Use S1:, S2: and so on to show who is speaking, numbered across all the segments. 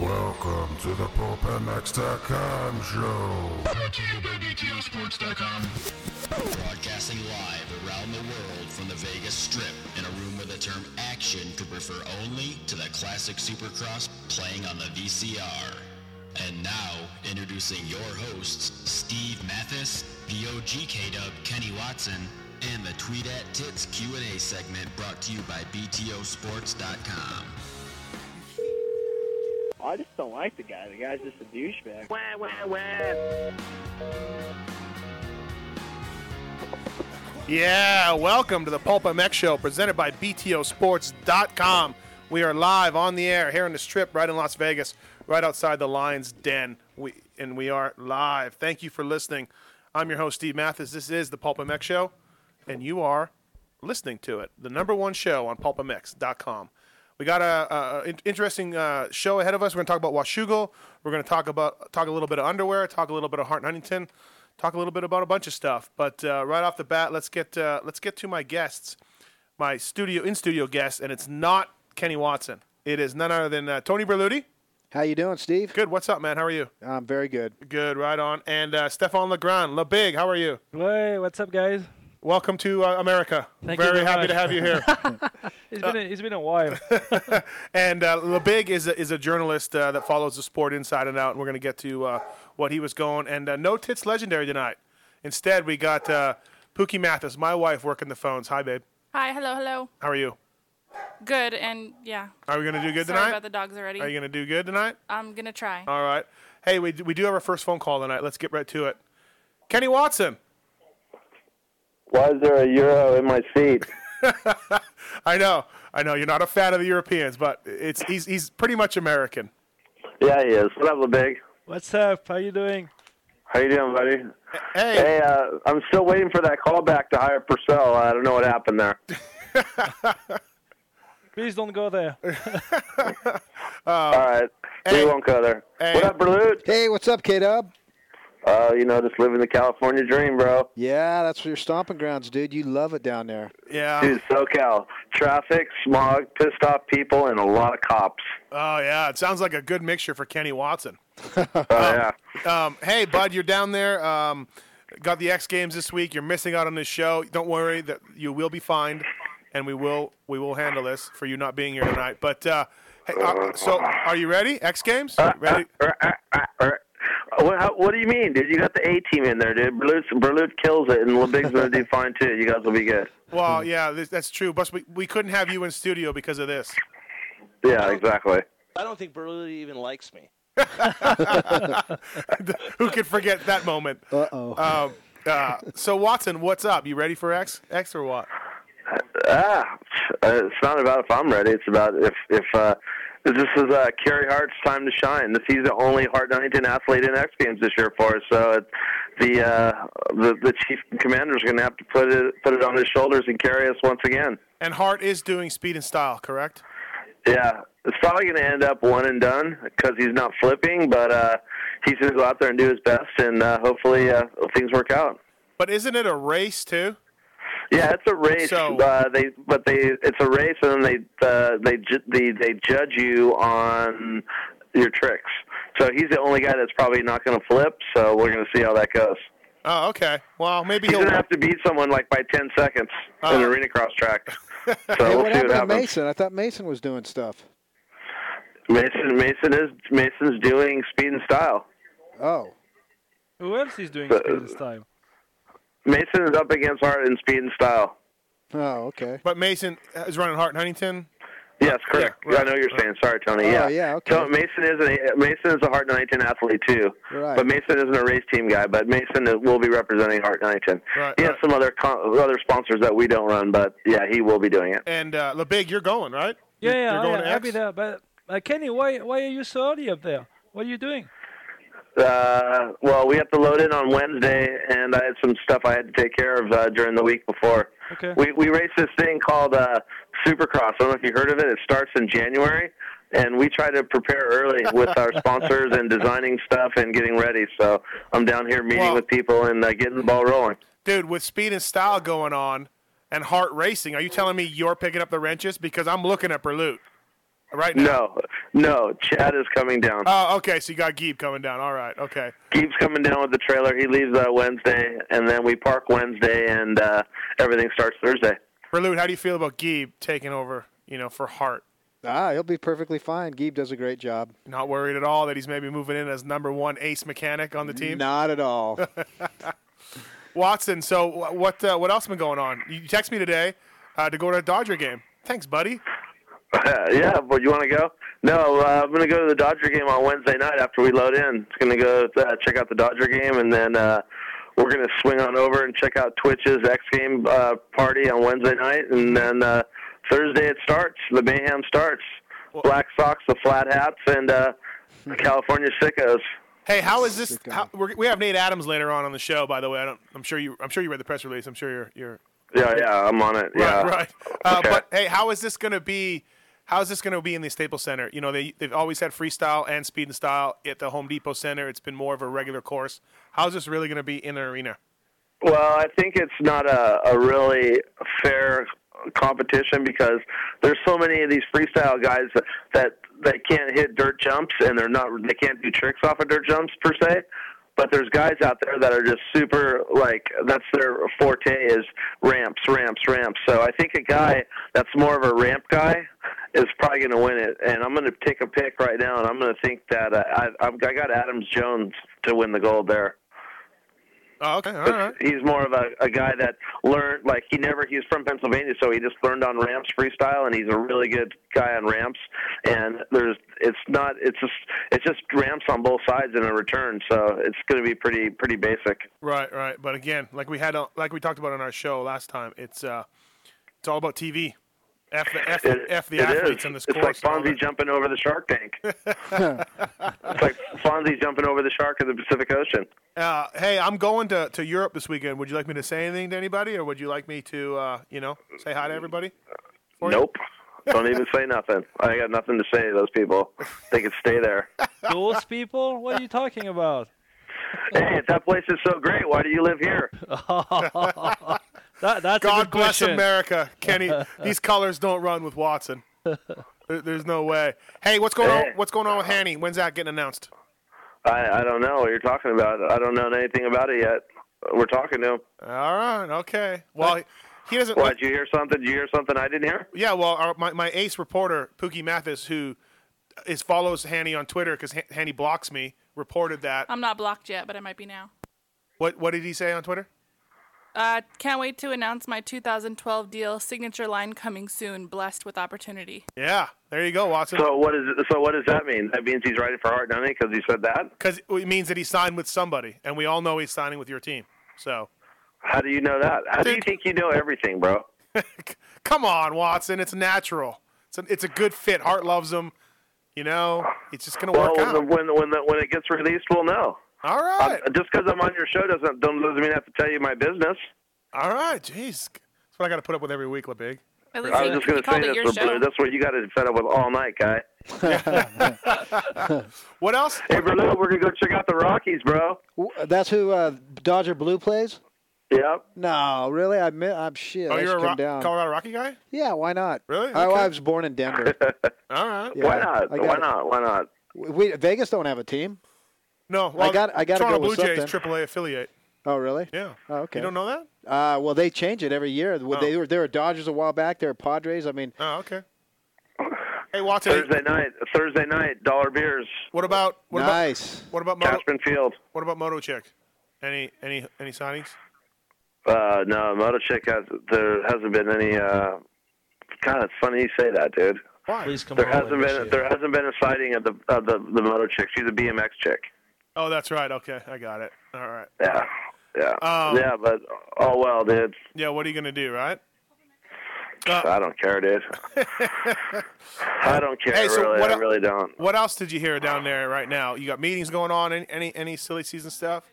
S1: Welcome to the PulpMX.com show.
S2: Brought to you by BTOsports.com. Broadcasting live around the world from the Vegas Strip in a room where the term action could refer only to the classic Supercross playing on the VCR. And now, introducing your hosts, Steve Mathis, VOGK Dub Kenny Watson, and the Tweet at Tits Q&A segment brought to you by BTOsports.com.
S3: I just don't like the guy. The guy's just a douchebag.
S4: Yeah, welcome to the Pulp MX Show presented by BTOsports.com. We are live on the air here on the strip right in Las Vegas, right outside the Lions Den. We, and we are live. Thank you for listening. I'm your host, Steve Mathis. This is the Pulp MX Show, and you are listening to it, the number one show on pulpmx.com. We got a, a in- interesting uh, show ahead of us. We're going to talk about Washugal. We're going to talk about talk a little bit of underwear, talk a little bit of Hart and Huntington, talk a little bit about a bunch of stuff. But uh, right off the bat, let's get uh, let's get to my guests, my studio in studio guests, and it's not Kenny Watson. It is none other than uh, Tony Berluti.
S5: How you doing, Steve?
S4: Good. What's up, man? How are you?
S5: I'm very good.
S4: Good. Right on. And uh, Stefan Legrand, Le Big. How are you?
S6: Hey, what's up, guys?
S4: Welcome to uh, America.
S6: Thank you
S4: very
S6: very
S4: happy
S6: much.
S4: to have you here.
S6: It's been a, it's been a while.
S4: And uh, LeBig is a, is a journalist uh, that follows the sport inside and out, and we're going to get to uh, what he was going. And uh, no tits legendary tonight. Instead, we got uh, Pookie Mathis, my wife, working the phones. Hi, babe.
S7: Hi, hello, hello.
S4: How are you?
S7: Good, and yeah.
S4: Are we going to do good
S7: Sorry
S4: tonight?
S7: about the dogs already.
S4: Are you going to do good tonight?
S7: I'm gonna try.
S4: All right. Hey, we, we do have our first phone call tonight. Let's get right to it. Kenny Watson.
S8: Why is there a euro in my seat?
S4: I know. I know. You're not a fan of the Europeans, but it's he's, he's pretty much American.
S8: Yeah, he is. What up, LeBig?
S6: what's up? How you doing?
S8: How you doing, buddy?
S4: Hey,
S8: Hey, uh, I'm still waiting for that call back to hire Purcell. I don't know what happened there.
S6: Please don't go there.
S8: All right,
S4: Oh. hey.
S8: we won't go there.
S4: Hey.
S8: What up, Berlut?
S5: Hey, what's up, K Dub?
S8: Uh, you know, just living the California dream, bro.
S5: Yeah, that's your stomping grounds, dude. You love it down there.
S4: yeah.
S8: Dude, SoCal, traffic, smog, pissed off people, and a lot of cops.
S4: Oh, yeah. It sounds like a good mixture for Kenny Watson.
S8: Oh yeah.
S4: Um, hey, bud, you're down there. Um, got the X Games this week. You're missing out on this show. Don't worry that you will be fined, and we will we will handle this for you not being here tonight. But uh, hey, uh, so are you ready? X Games? Ready?
S8: Uh, uh, uh, uh, What, how, what do you mean, dude? You got the A team in there, dude. Berlut, Berlut kills it, and LeBig's gonna do fine too. You guys will be good.
S4: Well, yeah, this, that's true. But we, we couldn't have you in studio because of this.
S8: Yeah, exactly.
S9: I don't think Berluti even likes me.
S4: Who could forget that moment?
S5: Uh-oh.
S4: Um, uh, so Watson, what's up? You ready for X X or what?
S8: Ah, uh, it's not about if I'm ready. It's about if if uh, this is uh, Kerry Hart's time to shine. This he's the only Hart Huntington athlete in X Games this year for us. So it, the uh, the the chief commander's going to have to put it put it on his shoulders and carry us once again.
S4: And Hart is doing Speed and Style, correct?
S8: Yeah, it's probably going to end up one and done because he's not flipping, but uh, he's going to go out there and do his best, and uh, hopefully uh, things work out.
S4: But isn't it a race too?
S8: Yeah, it's a race.
S4: So-
S8: uh, they but they it's a race, and then they uh, they ju- they they judge you on your tricks. So he's the only guy that's probably not going to flip. So we're going to see how that goes.
S4: Oh, okay. Well, maybe
S8: He's
S4: he'll.
S8: going to have to beat someone like by ten seconds in
S4: Oh.
S8: the arena cross track. So
S5: Hey,
S8: we'll see
S5: what
S8: what
S5: happened to
S8: happens.
S5: Mason? I thought Mason was doing stuff.
S8: Mason Mason is Mason's doing speed and style.
S5: Oh,
S6: Who else is doing speed
S8: uh,
S6: this time?
S8: Mason is up against Hart in speed and style.
S5: oh, okay.
S4: But Mason is running Hart and Huntington.
S8: Yes, correct.
S4: Yeah, right.
S8: I know what you're saying. Sorry, Tony.
S5: Oh,
S8: yeah,
S5: yeah, okay.
S8: So Mason is a Mason is a Hart Huntington athlete too,
S5: Right.
S8: but Mason isn't a race team guy. But Mason is- will be representing Hart Huntington.
S4: Right,
S8: he has
S4: right.
S8: some other co- other sponsors that we don't run, but yeah, he will be doing it.
S4: And uh, LeBig, you're going, right?
S6: Yeah,
S4: You're-
S6: yeah,
S4: you're going
S6: I,
S4: to
S6: I'll
S4: X?
S6: be there. But uh, Kenny, why why are you so early up there? What are you doing?
S8: Uh, well, we have to load in on Wednesday, and I had some stuff I had to take care of uh, during the week before.
S6: Okay.
S8: We we race this thing called uh, Supercross. I don't know if you heard of it. It starts in January, and we try to prepare early with our sponsors and designing stuff and getting ready. So I'm down here meeting
S4: Well-
S8: with people and uh, getting the ball rolling.
S4: Dude, with speed and style going on and Hart racing, are you telling me you're picking up the wrenches? Because I'm looking at Berlut. right now?
S8: No, no. Chad is coming down.
S4: Oh, okay. So you got Geeb coming down. All right. Okay.
S8: Keeps coming down with the trailer. He leaves uh, Wednesday, and then we park Wednesday, and uh, everything starts Thursday.
S4: Berlute, how do you feel about Geeb taking over? You know, for Hart,
S5: Ah, he'll be perfectly fine. Geeb does a great job.
S4: not worried at all that he's maybe moving in as number one ace mechanic on the team.
S5: Not at all.
S4: Watson. So wh- what? Uh, what else been going on? You text me today uh, to go to a Dodger game. Thanks, buddy.
S8: yeah, but you want to go? No, uh, I'm going to go to the Dodger game on Wednesday night after we load in. It's going to go uh, check out the Dodger game, and then uh, we're going to swing on over and check out Twitch's X game uh, party on Wednesday night, and then uh, Thursday it starts. The mayhem starts. Black socks, the flat hats, and uh, the California sickos.
S4: Hey, how is this? How, we're, we have Nate Adams later on on the show. By the way, I don't. I'm sure you. I'm sure you read the press release. I'm sure you're. You're.
S8: Yeah, yeah, I'm on it. Yeah,
S4: Right. right. Uh,
S8: Okay.
S4: But hey, how is this going to be? How is this going to be in the Staples Center? You know, they they've always had freestyle and speed and style at the Home Depot Center. It's been more of a regular course. How's this really going to be in an arena?
S8: Well, I think it's not a, a really fair competition because there's so many of these freestyle guys that, that they can't hit dirt jumps and they're not they can't do tricks off of dirt jumps per se. But there's guys out there that are just super like that's their forte is ramps, ramps, ramps. So I think a guy that's more of a ramp guy is probably going to win it. And I'm going to take a pick right now, and I'm going to think that uh, I, I've I got Adams Jones to win the gold there.
S4: Oh, okay. All right.
S8: He's more of a, a guy that learned, like, he never, he's from Pennsylvania, so he just learned on ramps freestyle, and he's a really good guy on ramps. And there's, it's not, it's just, it's just ramps on both sides and a return, so it's going to be pretty, pretty basic.
S4: Right, right. But again, like we had, on- like we talked about on our show last time, it's uh, it's all about TV. F the F, the
S8: It-
S4: F the
S8: it
S4: athletes
S8: is.
S4: in this
S8: It's
S4: course.
S8: like
S4: and all
S8: Fonzie
S4: that.
S8: jumping over the shark tank. it's like Fonzie jumping over the shark in the Pacific Ocean.
S4: Uh, hey, I'm going to, to Europe this weekend. Would you like me to say anything to anybody, or would you like me to, uh, you know, say hi to everybody? For you?
S8: Nope. Don't even say nothing. I got nothing to say to those people. They could stay there.
S6: Those people? What are you talking about?
S8: Hey, if that place is so great, why do you live here?
S6: That, that's a good
S4: God bless
S6: question.
S4: America, Kenny. These colors don't run with Watson. There- There's no way. Hey, what's going on?
S8: Hey.
S4: What's going on with Hanny? When's that getting announced?
S8: I, I don't know what you're talking about. I don't know anything about it yet. We're talking to him.
S4: All right, okay. Well, he doesn't.
S8: What, did you hear something? Did you hear something I didn't hear?
S4: Yeah, well, our, my, my ace reporter Pookie Mathis, who is follows Hanny on Twitter because Hanny blocks me, reported that.
S7: I'm not blocked yet, but I might be now.
S4: What what did he say on Twitter?
S7: Uh, can't wait to announce my 2012 deal, signature line coming soon. Blessed with opportunity.
S4: Yeah, there you go, Watson.
S8: So what is so what does that mean? That means he's writing for Hart Dunning because he said that.
S4: Because it means that he signed with somebody, and we all know he's signing with your team. So
S8: How do you know that? How do you think you know everything, bro?
S4: come on, Watson, it's natural. It's a, it's a good fit. Hart loves him. You know, it's just gonna
S8: Well,
S4: work
S8: when the,
S4: out.
S8: when when the, when it gets released, we'll know.
S4: All right,
S8: I'm, just because I'm on your show doesn't don't, doesn't mean I have to tell you my business.
S4: all right. Jeez, that's what I got to put up with every week, LeBig.
S7: At least
S8: I
S7: he-
S8: was just
S7: he
S8: going to
S7: called it
S8: say this
S7: your
S8: for
S7: show.
S8: Blue. That's what you got to set up with all night, guy.
S4: What else?
S8: Hey, Blue, we're gonna go check out the Rockies, bro.
S5: W- That's who uh, Dodger Blue plays.
S8: Yep.
S5: No, really, I mi I'm shit.
S4: Oh,
S5: I
S4: you're
S5: should
S4: a
S5: come
S4: Ro-
S5: down.
S4: Colorado Rocky guy.
S5: Yeah, why not?
S4: Really?
S5: I,
S4: Okay.
S5: I was born in Denver.
S4: All right.
S5: Yeah,
S8: Why not?
S5: I got
S8: Why
S5: it.
S8: not? Why not?
S5: We, Vegas don't have a team.
S4: No, well,
S5: got- I gotta
S4: Toronto
S5: go with
S4: Blue Jays AAA affiliate.
S5: Oh, really?
S4: Yeah.
S5: Oh, okay.
S4: You don't know that?
S5: Uh, well, they change it every year. Well, They were they were Dodgers a while back. They were Padres. I mean,
S4: Oh, okay. Hey, Watson,
S8: Thursday night, Thursday night, dollar beers,
S4: what about what
S5: nice.
S4: about what about Moto,
S8: Cashman Field.
S4: what about Moto Chick? Any any any signings?
S8: Uh, no, Moto Chick has there hasn't been any. Uh, God, it's funny you say that, dude.
S4: Why?
S9: Please come
S8: There
S9: on.
S8: hasn't been there hasn't been a sighting of the of the the Moto Chick. She's a BMX chick.
S4: Oh, that's right. Okay, I got it. All right.
S8: Yeah, yeah,
S4: Um,
S8: yeah. But oh well, dude.
S4: Yeah. What are you gonna do, right? Uh.
S8: I don't care, dude. I don't care
S4: Hey, so
S8: really.
S4: what
S8: I
S4: el-
S8: really don't.
S4: What else did you hear down there right now? You got meetings going on? Any any, any silly season stuff?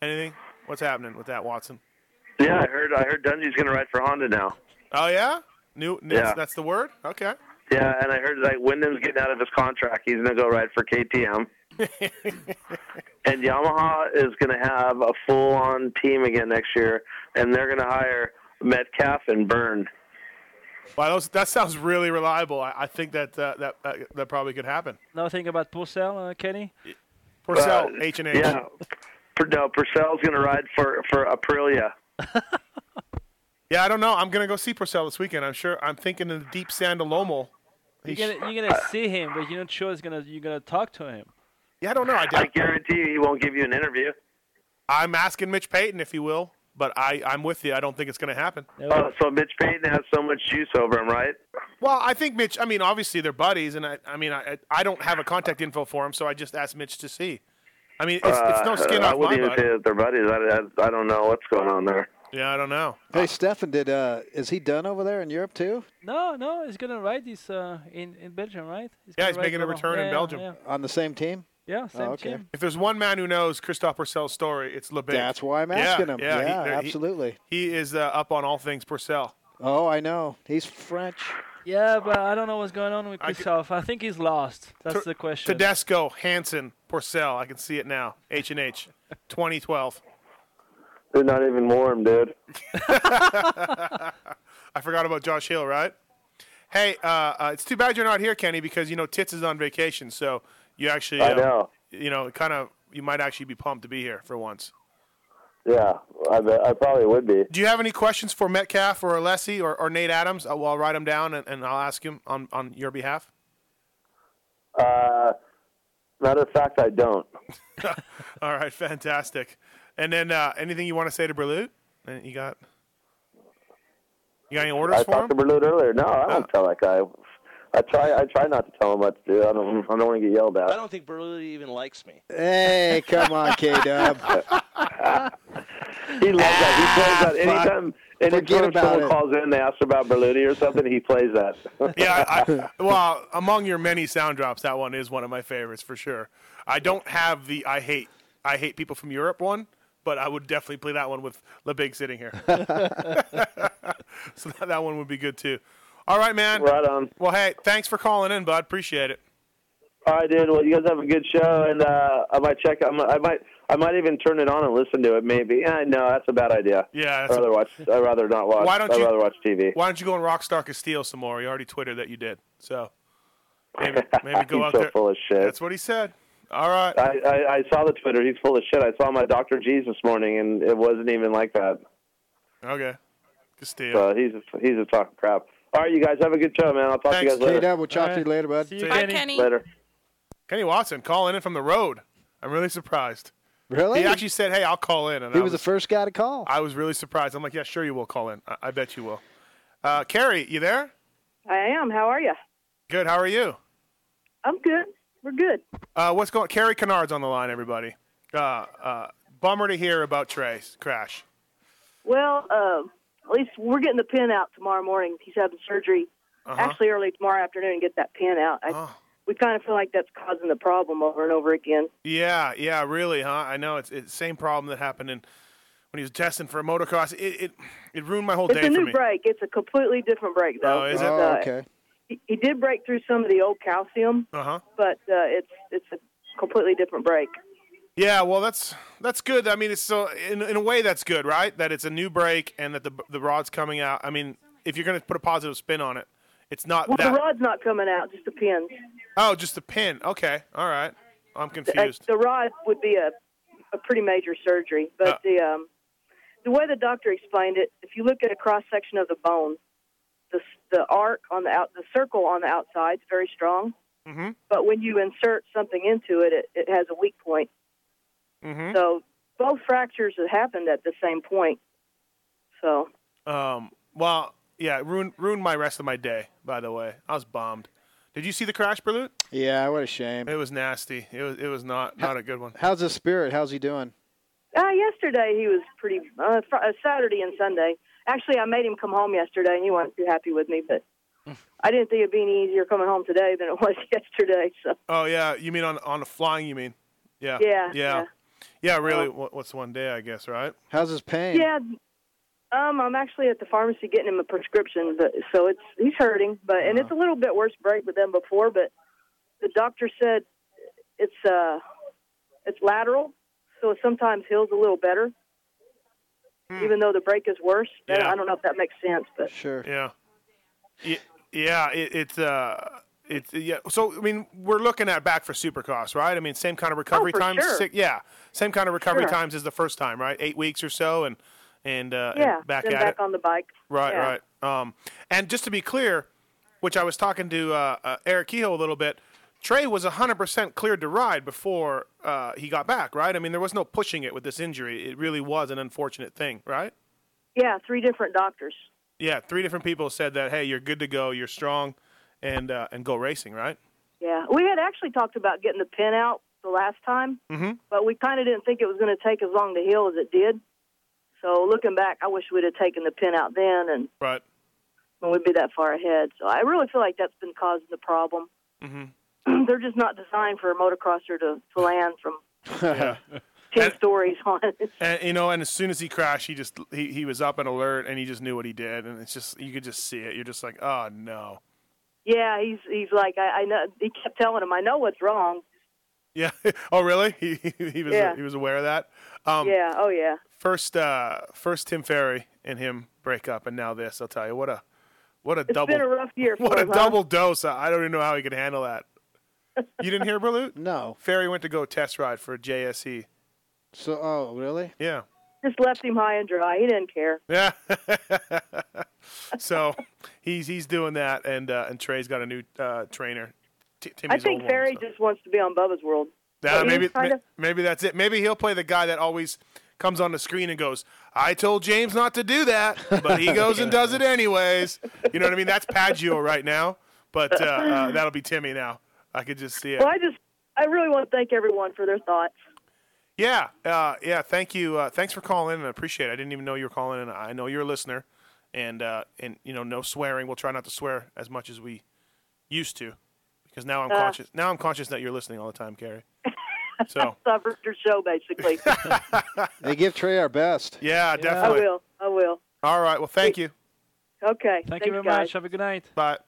S4: Anything? What's happening with that, Watson?
S8: Yeah, I heard I heard Dungy's gonna ride for Honda now.
S4: Oh yeah. New. new
S8: Yeah.
S4: That's the word. Okay.
S8: Yeah, and I heard like Wyndham's getting out of his contract. He's gonna go ride for KTM. and Yamaha is gonna have a full on team again next year and they're gonna hire Metcalf and Byrne.
S4: Wow, those, that sounds really reliable. I, I think that uh, that uh, that probably could happen.
S6: Nothing about Purcell, uh, Kenny.
S4: Purcell, H and H.
S8: Uh, Yeah. Per- No, Purcell's going to ride for for Aprilia.
S4: Yeah, I don't know. I'm gonna go see Purcell this weekend. I'm sure. I'm thinking in the deep sand of Lomo.
S6: You're gonna you're gonna see him, but you're not sure it's gonna you're gonna talk to him.
S4: Yeah, I don't know. I,
S8: I guarantee you, he won't give you an interview.
S4: I'm asking Mitch Payton if he will, but I I'm with you. I don't think it's gonna happen.
S8: Oh, so Mitch Payton has so much juice over him, right?
S4: Well, I think Mitch. I mean, obviously they're buddies, and I I mean I I don't have a contact info for him, so I just asked Mitch to see. I mean, it's, it's no
S8: Uh,
S4: skin
S8: I
S4: off my
S8: wouldn't even
S4: butt.
S8: say that they're buddies. I, I, I don't know what's going on there.
S4: Yeah, I don't know.
S5: Hey, Stefan, did uh, is he done over there in Europe too?
S6: No, no, he's gonna ride this uh, in in Belgium, right?
S4: Yeah,
S6: gonna
S4: he's
S6: ride
S4: making a
S6: Roland.
S4: return in
S6: Yeah,
S4: Belgium.
S6: Yeah,
S5: On the same team?
S6: yeah same
S5: Oh, okay.
S6: team.
S4: If there's one man who knows Christophe Purcell's story, it's LeBig.
S5: That's why I'm
S4: Yeah,
S5: asking him.
S4: yeah, he- there- he-
S5: absolutely.
S4: He is uh, up on all things Purcell.
S5: oh, I know. He's French.
S6: Yeah, but I don't know what's going on with
S4: I g-
S6: Christoph. I think he's lost. That's the question.
S4: Tedesco, Hansen, Purcell. I can see it now. H and H, 2012.
S8: They're not even warm, dude.
S4: I forgot about Josh Hill, right? Hey, uh, uh, it's too bad you're not here, Kenny, because you know Tits is on vacation, so you actually,
S8: I
S4: uh,
S8: know.
S4: you know, kind of, you might actually be pumped to be here for once.
S8: Yeah, I, bet, I probably would be.
S4: Do you have any questions for Metcalf or Alessi or, or Nate Adams? I'll, I'll write them down and, and I'll ask him on, on your behalf.
S8: Uh, matter of fact, I don't.
S4: All right, fantastic. And then uh, anything you want to say to Berlut? Uh, You got you got any orders
S8: I
S4: for him? Oh.
S8: talked to Berlut earlier. No, I don't tell that guy. I try. I try not to tell him what to do. I don't. I don't want to get yelled
S9: I
S8: at.
S9: don't think Berluti even likes me.
S5: Hey, come on, K Dub.
S8: He loves that. He plays that
S5: fuck.
S8: anytime. Anytime
S5: Forget about
S8: someone
S5: it.
S8: calls in, they ask about Berluti or something. He plays that.
S4: yeah, I, I, well, among your many sound drops, that one is one of my favorites for sure. I don't have the I hate I hate people from Europe one, but I would definitely play that one with LeBig sitting here. so that, that one would be good too. All right, man.
S8: right on.
S4: Well, hey, thanks for calling in, bud. Appreciate it.
S8: All right, dude. Well, you guys have a good show, and uh, I might check. I might, I might. I might even turn it on and listen to it. Maybe. I know that's a bad idea.
S4: Yeah,
S8: I'd
S4: that's a-
S8: rather watch. I'd rather not watch.
S4: Why don't
S8: I'd
S4: you-
S8: rather watch TV.
S4: Why don't you go and Rockstar Castile some more? You already tweeted that you did. So maybe, maybe go
S8: He's
S4: out
S8: so
S4: there.
S8: full of shit.
S4: That's what he said. All right.
S8: I, I, I saw the Twitter. He's full of shit. I saw my Dr. G's this morning, and it wasn't even like that.
S4: Okay. Castile.
S8: So he's he's a talking crap. All right, you guys have a good show, man. I'll talk
S4: Thanks,
S8: to you
S5: K
S8: guys later.
S5: Dub, we'll talk to you later, bud.
S6: See you,
S7: Bye,
S6: Kenny.
S7: Kenny.
S8: Later.
S4: Kenny Watson calling in from the road. I'm really surprised.
S5: Really?
S4: He actually said, "Hey, I'll call in," and
S5: He
S4: I
S5: was the first guy to call.
S4: I was really surprised. I'm like, "Yeah, sure you will call in. I, I bet you will." Uh, Carrie, you there?
S10: I am. How are you?
S4: Good. How are you?
S10: I'm good. We're good.
S4: Uh, what's going? Carrie Kennard's on the line. Everybody. Uh, uh, bummer to hear about Trey's crash.
S10: Well, uh, at least we're getting the pin out tomorrow morning. He's having surgery actually early tomorrow afternoon. Get that pin out. I,
S4: Uh-huh. Oh.
S10: We kind of feel like that's causing the problem over and over again.
S4: Yeah, yeah, really, huh? I know it's it's the same problem that happened in when he was testing for a motocross. It it, it ruined my whole
S10: It's
S4: day
S10: a
S4: for
S10: new
S4: me.
S10: break. It's a completely different break, though.
S4: Oh, is
S10: It's,
S4: it?
S5: oh,
S10: uh,
S5: okay.
S10: he, he did break through some of the old calcium,
S4: Uh huh.
S10: but uh, it's it's a completely different break.
S4: Yeah, well, that's that's good. I mean, it's so in, in a way that's good, right? That it's a new break and that the the rod's coming out. I mean, if you're going to put a positive spin on it, it's not
S10: Well,
S4: Uh, that.
S10: the rod's not coming out, just the pins.
S4: oh, just the pin. Okay, all right.
S10: Uh,
S4: I'm confused.
S10: the rod would be a, a pretty major surgery, but
S4: Uh.
S10: the um, the way the doctor explained it, if you look at a cross section of the bone, the s- the arc on the out the circle on the outside is very strong,
S4: Mhm.
S10: but when you insert something into it, it, it has a weak point.
S4: Mhm.
S10: So both fractures have happened at the same point. So
S4: Um. Well, yeah. it Ruined ruined my rest of my day. By the way, I was bummed. Did you see the crash, Berlut?
S5: Yeah, what a shame.
S4: It was nasty. It was it was not not a good one.
S5: How's his spirit? How's he doing?
S10: uh, yesterday he was pretty uh, fr- uh, Saturday and Sunday. Actually, I made him come home yesterday, and he wasn't too happy with me, but. I didn't think it'd be any easier coming home today than it was yesterday. So
S4: Oh yeah, you mean on on the flying? You mean? Yeah.
S10: Yeah,
S4: Yeah.
S10: yeah. Uh,
S4: Yeah, really. What, what's one day? I guess right.
S5: How's his pain?
S10: Yeah. Um, I'm actually at the pharmacy getting him a prescription, but so it's he's hurting, but and it's a little bit worse break than before, but the doctor said it's uh it's lateral, so it sometimes heals a little better. Even though the break is worse,
S4: Yeah.
S10: I don't know if that makes sense, but
S5: Sure.
S4: Yeah. Y- Yeah, it, it's uh, it's yeah. So I mean, we're looking at back for Supercross, right? I mean, same kind of recovery
S11: for
S4: times.
S11: sure.
S4: Six, yeah, same kind of recovery
S10: Oh, Sure.
S4: times as the first time, right? Eight weeks or so, and and uh,
S10: yeah,
S4: and back
S10: then
S4: at
S10: back
S4: it.
S10: on the bike.
S4: Right,
S10: Yeah.
S4: right. Um, and just to be clear, which I was talking to uh, uh, Eric Kehoe a little bit, Trey was 100% cleared to ride before uh, he got back, right? I mean, there was no pushing it with this injury. It really was an unfortunate thing, right?
S10: Yeah, three different doctors.
S4: Yeah, three different people said that, hey, you're good to go, you're strong, and uh, and go racing, right?
S10: Yeah, we had actually talked about getting the pin out the last time,
S4: Mm-hmm.
S10: but we kind of didn't think it was going to take as long to heal as it did. So looking back, I wish we'd have taken the pin out then, and
S4: Right.
S10: and we'd be that far ahead. So I really feel like that's been causing the problem.
S4: Mm-hmm.
S10: They're just not designed for a motocrosser to, to land from
S4: Yeah.
S10: ten stories on it.
S4: And you know, and as soon as he crashed, he just he, he was up and alert, and he just knew what he did, and it's just you could just see it. You're just like, oh no,
S10: Yeah, he's he's like I, I know. He kept telling him, "I know what's wrong."
S4: yeah. oh really? He he, he was
S10: Yeah.
S4: he was aware of that. Um,
S10: yeah. Oh yeah.
S4: First, uh, first Tim Ferry and him break up, and now this. I'll tell you what a what a
S10: It's
S4: double
S10: been a rough year for
S4: what a
S10: him, huh?
S4: double dose. I don't even know how he could handle that. You didn't hear Berlut?
S5: no.
S4: Ferry went to go test ride for JSE.
S5: So, oh, really?
S4: Yeah.
S10: Just left him high and dry. He didn't care.
S4: Yeah. so he's he's doing that, and uh, and Trey's got a new uh, trainer. T- Timmy's
S10: I think
S4: old one.
S10: Ferry just wants to be on Bubba's World.
S4: Nah,
S10: But he's
S4: maybe
S10: kinda-
S4: ma- maybe that's it. Maybe he'll play the guy that always comes on the screen and goes, "I told James not to do that, but he goes and does it anyways." You know what I mean? That's Paggio right now, but uh, uh, that'll be Timmy now. I could just see it.
S10: Well, I just I really want to thank everyone for their thoughts.
S4: Yeah, uh, yeah. Thank you. Uh, thanks for calling, and I appreciate it. I didn't even know you were calling, and I know you're a listener, and uh, and you know, no swearing. We'll try not to swear as much as we used to, because now I'm
S10: Uh.
S4: conscious. Now I'm conscious that you're listening all the time, Carrie. So
S10: Subvert your show basically.
S5: They give Trey our best.
S4: yeah,
S10: I
S4: definitely.
S10: will. I will.
S4: All right. Well, thank you.
S10: Okay. Thanks, guys.
S4: Have a good night. Bye.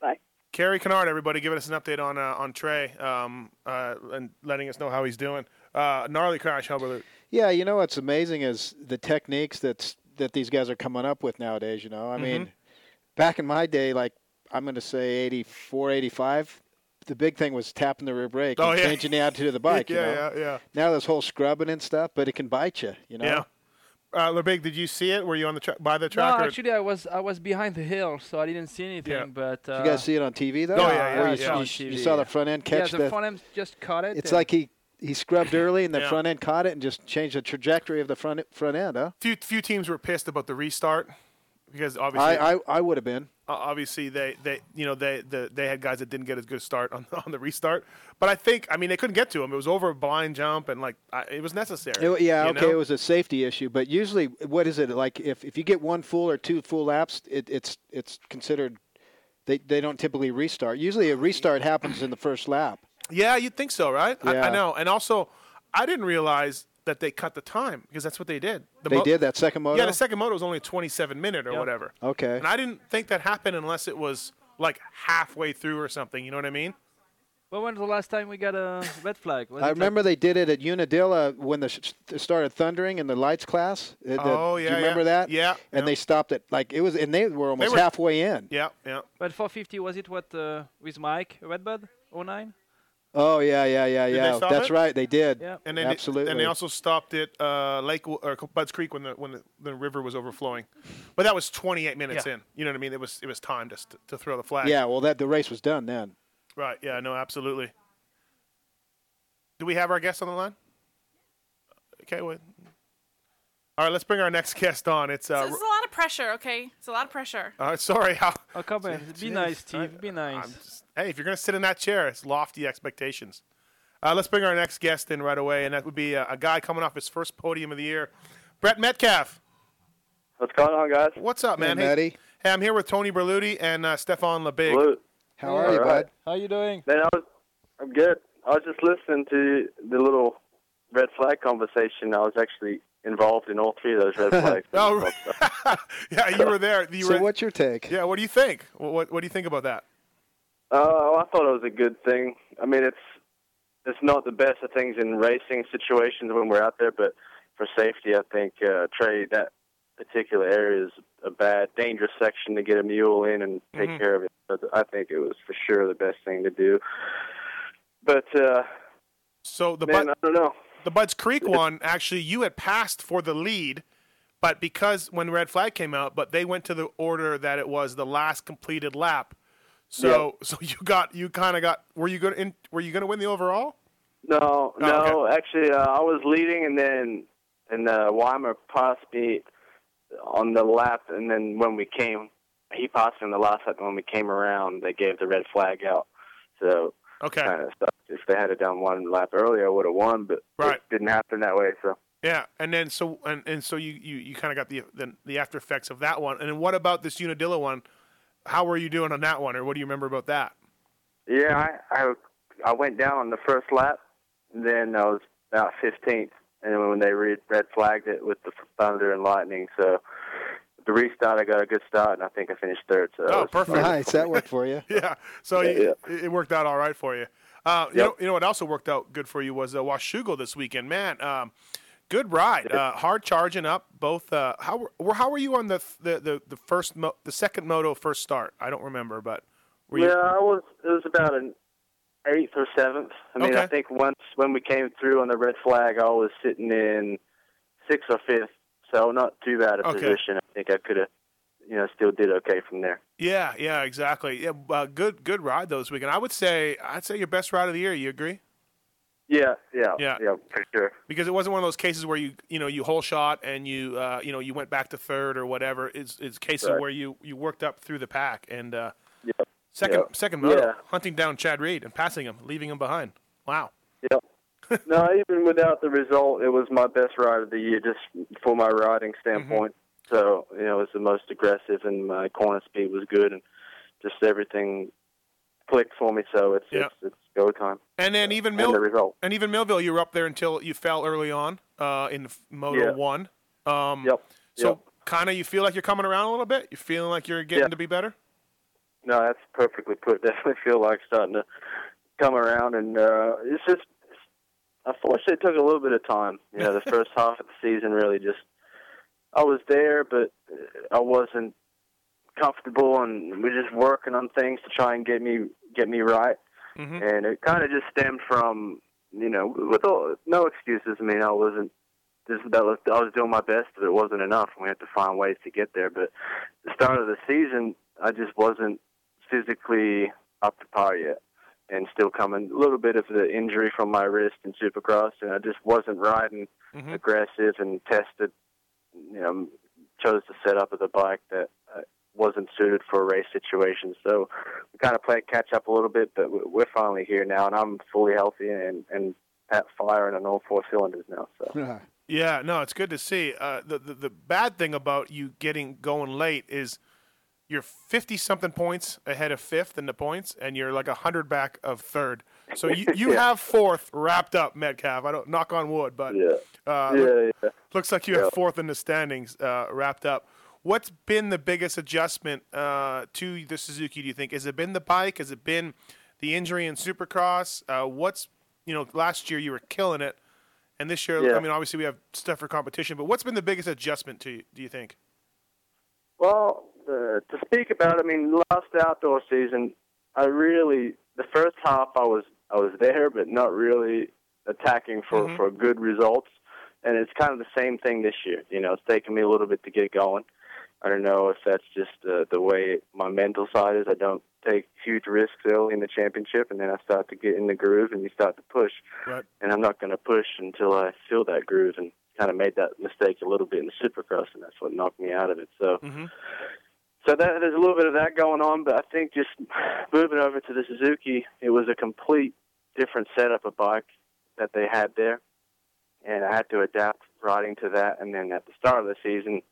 S10: Bye.
S4: Carrie Kennard, everybody, giving us an update on uh, on Trey, um, uh, and letting us know how he's doing. Uh, gnarly crash, Hubbard.
S5: Yeah, you know what's amazing is the techniques that's that these guys are coming up with nowadays. You know, I
S4: Mm-hmm.
S5: mean, back in my day, like I'm going to say 84, 85, the big thing was tapping the rear brake
S4: Oh,
S5: and
S4: yeah.
S5: changing the attitude of the bike.
S4: yeah,
S5: you know?
S4: yeah, yeah.
S5: Now there's whole scrubbing and stuff, but it can bite you. You know.
S4: Yeah. Uh, LeBig, did you see it? Were you on the tra- by the track?
S11: no,
S4: or-
S11: actually, I was I was behind the hill, so I didn't see anything.
S4: Yeah.
S11: But
S5: Did
S11: uh,
S5: you guys see it on TV though?
S11: Oh, yeah,
S5: Or you, you-
S11: yeah, yeah. It's on
S5: you
S11: TV,
S5: saw
S11: yeah.
S5: the front end
S11: yeah,
S5: catch
S11: the,
S5: the-
S11: front end just caught it.
S5: It's
S11: and-
S5: like he he scrubbed early and the
S4: Yeah.
S5: front end caught it and just changed the trajectory of the front front end, huh?
S4: few few teams were pissed about the restart because obviously
S5: I I, I would have been.
S4: Uh, obviously they, they you know they the, they had guys that didn't get as good a start on, on the restart but i think i mean they couldn't get to him it was over a blind jump and like I, it was necessary
S5: It, yeah,
S4: you
S5: okay,
S4: know?
S5: it was a safety issue, but usually, what is it like? If, if you get one full or two full laps, it, it's it's considered they, they don't typically restart. Usually, a restart happens in the first lap.
S4: yeah you'd think so right I, I
S5: Yeah.
S4: know and also i didn't realize that they cut the time because that's what they did the
S5: they
S4: mo-
S5: did that second moto.
S4: yeah the second moto was only a 27 minute or whatever
S5: Okay.
S4: and i didn't think that happened unless it was like halfway through or something you know what i mean
S11: Well, when was the last time we got a red flag? Was
S5: I
S11: it like-
S5: remember they did it at Unadilla when the sh- it started thundering in the lights class. Uh, the-
S11: Oh,
S5: do
S11: yeah,
S5: you
S11: yeah.
S5: remember that?
S11: Yeah,
S5: and they stopped it like it was, and they were almost
S11: were-
S5: halfway in.
S4: yeah yeah
S11: But 450 was it what uh, with Mike Redbud 09?
S5: Oh yeah, yeah, yeah,
S4: Did they
S5: yeah.
S4: stop
S5: That's
S4: it?
S5: right, they did.
S4: And then
S5: absolutely.
S4: and they also stopped at uh, Lake or Bud's Creek when the when the, the river was overflowing, but that was 28 minutes
S5: Yeah.
S4: in. You know what I mean? It was it was time to st- to throw the flag.
S5: yeah, well, that the race was done then.
S4: Right. Yeah. No. Absolutely. Do we have our guest on the line? Okay. Wait. All right. Let's bring our next guest on. It's uh.
S7: It's a lot of pressure, okay? It's a lot of pressure.
S4: Ro- uh, sorry. How?
S11: Oh come on, be
S4: Jeez,
S11: nice,
S4: I-
S11: Steve. Be nice.
S4: hey, if you're gonna sit in that chair, it's lofty expectations. Uh, let's bring our next guest in right away, and that would be uh, a guy coming off his first podium of the year, Brett Metcalf.
S12: What's going on, guys?
S4: What's up,
S5: Hey,
S4: man?
S5: Matty.
S4: hey, I'm here with Tony Berluti and uh, Stefan Lebig.
S12: Hello.
S5: How are you,
S12: Alright.
S5: bud?
S11: How you doing?
S12: Man, I was, I'm good. I was just listening to the little red flag conversation. I was actually involved in all three of those red flags. Uh,
S4: Oh, right. yeah, you were there. You
S5: so
S4: were,
S5: what's your take?
S4: yeah, what do you think? Wh- What, what do you think about that?
S12: Oh, I thought it was a good thing. I mean, it's it's not the best of things in racing situations when we're out there, but for safety, I think uh, Trey that particular area is a bad, dangerous section to get a mule in and take
S4: Mm-hmm.
S13: Mhm.
S12: care of it. But I think it was for sure the best thing to do. But uh,
S4: So the
S12: man,
S4: Bud-
S12: I don't know.
S4: The Budds Creek one, actually, you had passed for the lead, but because when Red Flag came out, but they went to the order that it was the last completed lap. So so you got you kind of got were you going to were you going to win the overall?
S12: No,
S4: Oh,
S12: no. Actually, uh, I was leading, and then and uh, Weimer passed me on the lap, and then when we came, he passed me on the last lap. and When we came around, they gave the red flag out. So
S4: okay,
S12: kind of sucked. If they had it done one lap earlier, I would have won, but
S4: Right.
S12: it didn't happen that way. So
S4: Yeah, and then so and, and so you you, you kind of got the, the the after effects of that one. And then what about this Unadilla one? How were you doing on that one, or what do you remember about that?
S12: yeah, I I, I went down on the first lap, and then I was about 15th, and when they re- red flagged it with the thunder and lightning, so. The restart, I got a good start, and I think I finished third. So
S4: Oh,
S12: I was-
S5: Nice, that worked for you.
S4: yeah. So
S12: Oh, Yeah,
S4: you, it- it worked out all right for you. Uh, you,
S5: Yep.
S4: know, you know what also worked out good for you was uh, Washugo this weekend, man. Um, good ride, uh, hard charging up. Both uh, how were- were how were you on the the the, the first mo- the second moto first start? I don't remember, but were you
S12: yeah, I was. It was about an eighth or seventh. I mean,
S4: Okay.
S12: I think once when we came through on the red flag, I was sitting in sixth or fifth, so not too bad a
S4: Okay.
S12: position. I think I could have, you know, still did okay from there.
S4: yeah yeah exactly yeah uh, good good ride though this weekend. I would say I'd say your best ride of the year. You agree?
S12: Yeah, yeah, yeah, for sure.
S4: because it wasn't one of those cases where you you know you whole shot and you uh, you know you went back to third or whatever. It's it's cases
S12: Right.
S4: where you you worked up through the pack and uh,
S12: Yep.
S4: second
S12: Yep.
S4: second moto
S12: Yeah.
S4: hunting down Chad Reed and passing him, leaving him behind. Wow.
S12: Yep. no, even without the result, it was my best ride of the year, just for my riding standpoint.
S4: Mm-hmm.
S12: So you know, it was the most aggressive, and my corner speed was good, and just everything clicked for me. So it's
S4: Yeah.
S12: it's, it's go time.
S4: And then even
S12: And the
S4: Mil-
S12: result.
S4: and even Millville, you were up there until you fell early on uh, in f- moto
S12: Yeah.
S4: one. Um,
S12: yep.
S4: So
S12: Yep.
S4: kind of you feel like you're coming around a little bit. You're feeling like you're getting
S12: Yeah.
S4: to be better.
S12: No, that's perfectly put. Definitely feel like starting to come around, and uh, it's just unfortunately it took a little bit of time. You know, the first half of the season really just I was there, but I wasn't comfortable, and we're just working on things to try and get me get me right.
S4: Mm-hmm.
S12: And it kind of just stemmed from you know with all, no excuses. I mean, I wasn't. This, that was, I was doing my best, but it wasn't enough. We had to find ways to get there. But the start of the season, I just wasn't physically up to par yet, and still coming a little bit of the injury from my wrist in Supercross, and I just wasn't riding
S4: Mm-hmm.
S12: aggressive and tested. You know, chose the setup of the bike that uh, wasn't suited for race situations. So we kind of played catch up a little bit, but we- we're finally here now, and I'm fully healthy and and at firing on all four cylinders now. So
S4: Yeah, no, it's good to see. Uh, the, the the bad thing about you getting going late is you're fifty something points ahead of fifth in the points, and you're like hundred back of third. So you, you
S12: Yeah.
S4: have fourth wrapped up, Metcalf. I don't knock on wood, but
S12: yeah,
S4: uh,
S12: yeah, yeah.
S4: looks like you
S12: Yeah.
S4: have fourth in the standings uh, wrapped up. What's been the biggest adjustment uh, to the Suzuki? Do you think has it been the bike? Has it been the injury in Supercross? Uh, what's you know last year you were killing it, and this year
S12: Yeah.
S4: I mean obviously we have stuff for competition, but what's been the biggest adjustment to you? Do you think?
S12: Well, uh, to speak about, I mean, last outdoor season, I really the first half I was I was there, but not really attacking for for good results. And it's kind of the same thing this year. You know, it's taken me a little bit to get going. I don't know if that's just uh, the way my mental side is. I don't take huge risks early in the championship, and then I start to get in the groove, and you start to push.
S4: Right.
S12: And I'm not going to push until I feel that groove, and kind of made that mistake a little bit in the Supercross, and that's what knocked me out of it. So,
S4: Mm-hmm.
S12: so that, there's a little bit of that going on, but I think just moving over to the Suzuki, it was a complete different setup of bike that they had there, and I had to adapt riding to that. And then at the start of the season,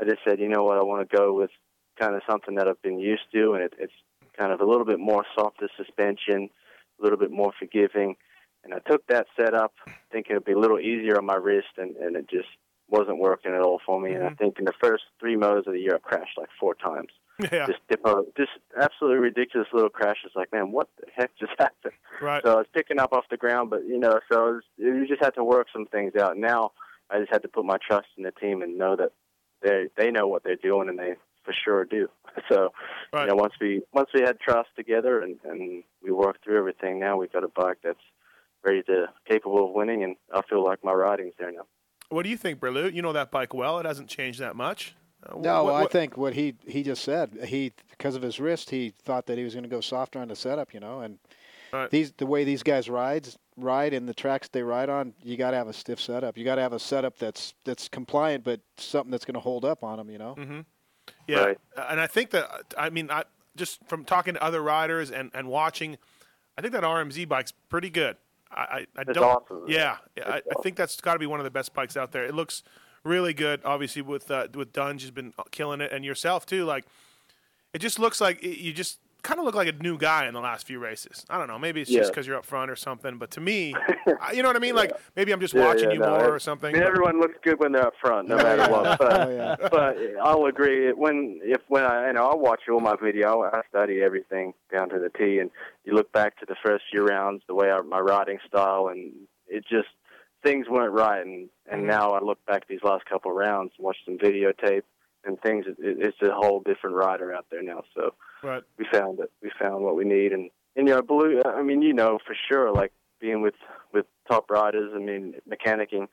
S12: I just said, you know what, I want to go with kind of something that I've been used to, and it, it's kind of a little bit more softer suspension, a little bit more forgiving. And I took that setup, thinking it'd be a little easier on my wrist, and, and it just wasn't working at all for me. And I think in the first three motos of the year, I crashed like four times.
S4: Yeah.
S12: Just dippo, just absolutely ridiculous little crashes. Like, man, what the heck just happened?
S4: Right.
S12: So I was picking up off the ground, but you know, so it was, you just had to work some things out. Now I just had to put my trust in the team and know that they they know what they're doing, and they for sure do. So, you know, once we once we had trust together and and we worked through everything, now we've got a bike that's ready to capable of winning, and I feel like my riding's there now.
S4: What do you think, Berlou? You know that bike well. It hasn't changed that much. Uh, wh-
S5: No,
S4: what-
S5: I
S4: what-
S5: think what he he just said, he because of his wrist, he thought that he was going to go softer on the setup, you know, and these the way these guys rides ride and the tracks they ride on, you got to have a stiff setup. You got to have a setup that's that's compliant, but something that's going to hold up on them, you know.
S4: Mm-hmm. Yeah, and I think that I mean, I just from talking to other riders and, and watching, I think that RMZ bike's pretty good. I I, I
S13: It's
S4: don't.
S13: awesome.
S4: Yeah, I, I think that's got to be one of the best bikes out there. It looks really good. Obviously, with uh, with Dunge has been killing it, and yourself too. Like, it just looks like it, you just kind of look like a new guy in the last few races. I don't know. Maybe it's just just
S12: Yeah.
S4: because you're up front or something. But to me, I, you know what I mean. Like maybe I'm just
S12: Yeah,
S4: watching
S12: yeah,
S4: you
S12: no,
S4: more
S12: I-
S4: or something.
S12: I mean,
S4: but-
S12: everyone looks good when they're up front, no matter what. But, but I'll agree. When if when I you know I watch all my video, I study everything down to the T, and you look back to the first few rounds, the way I, my riding style, and it just things weren't right. And and now I look back these last couple rounds, watch some videotape, and things. It, it's a whole different rider out there now. So
S4: Right.
S12: we found it. We found what we need, and and you know, blue. I mean, you know for sure, like being with with top riders. I mean, mechanicking.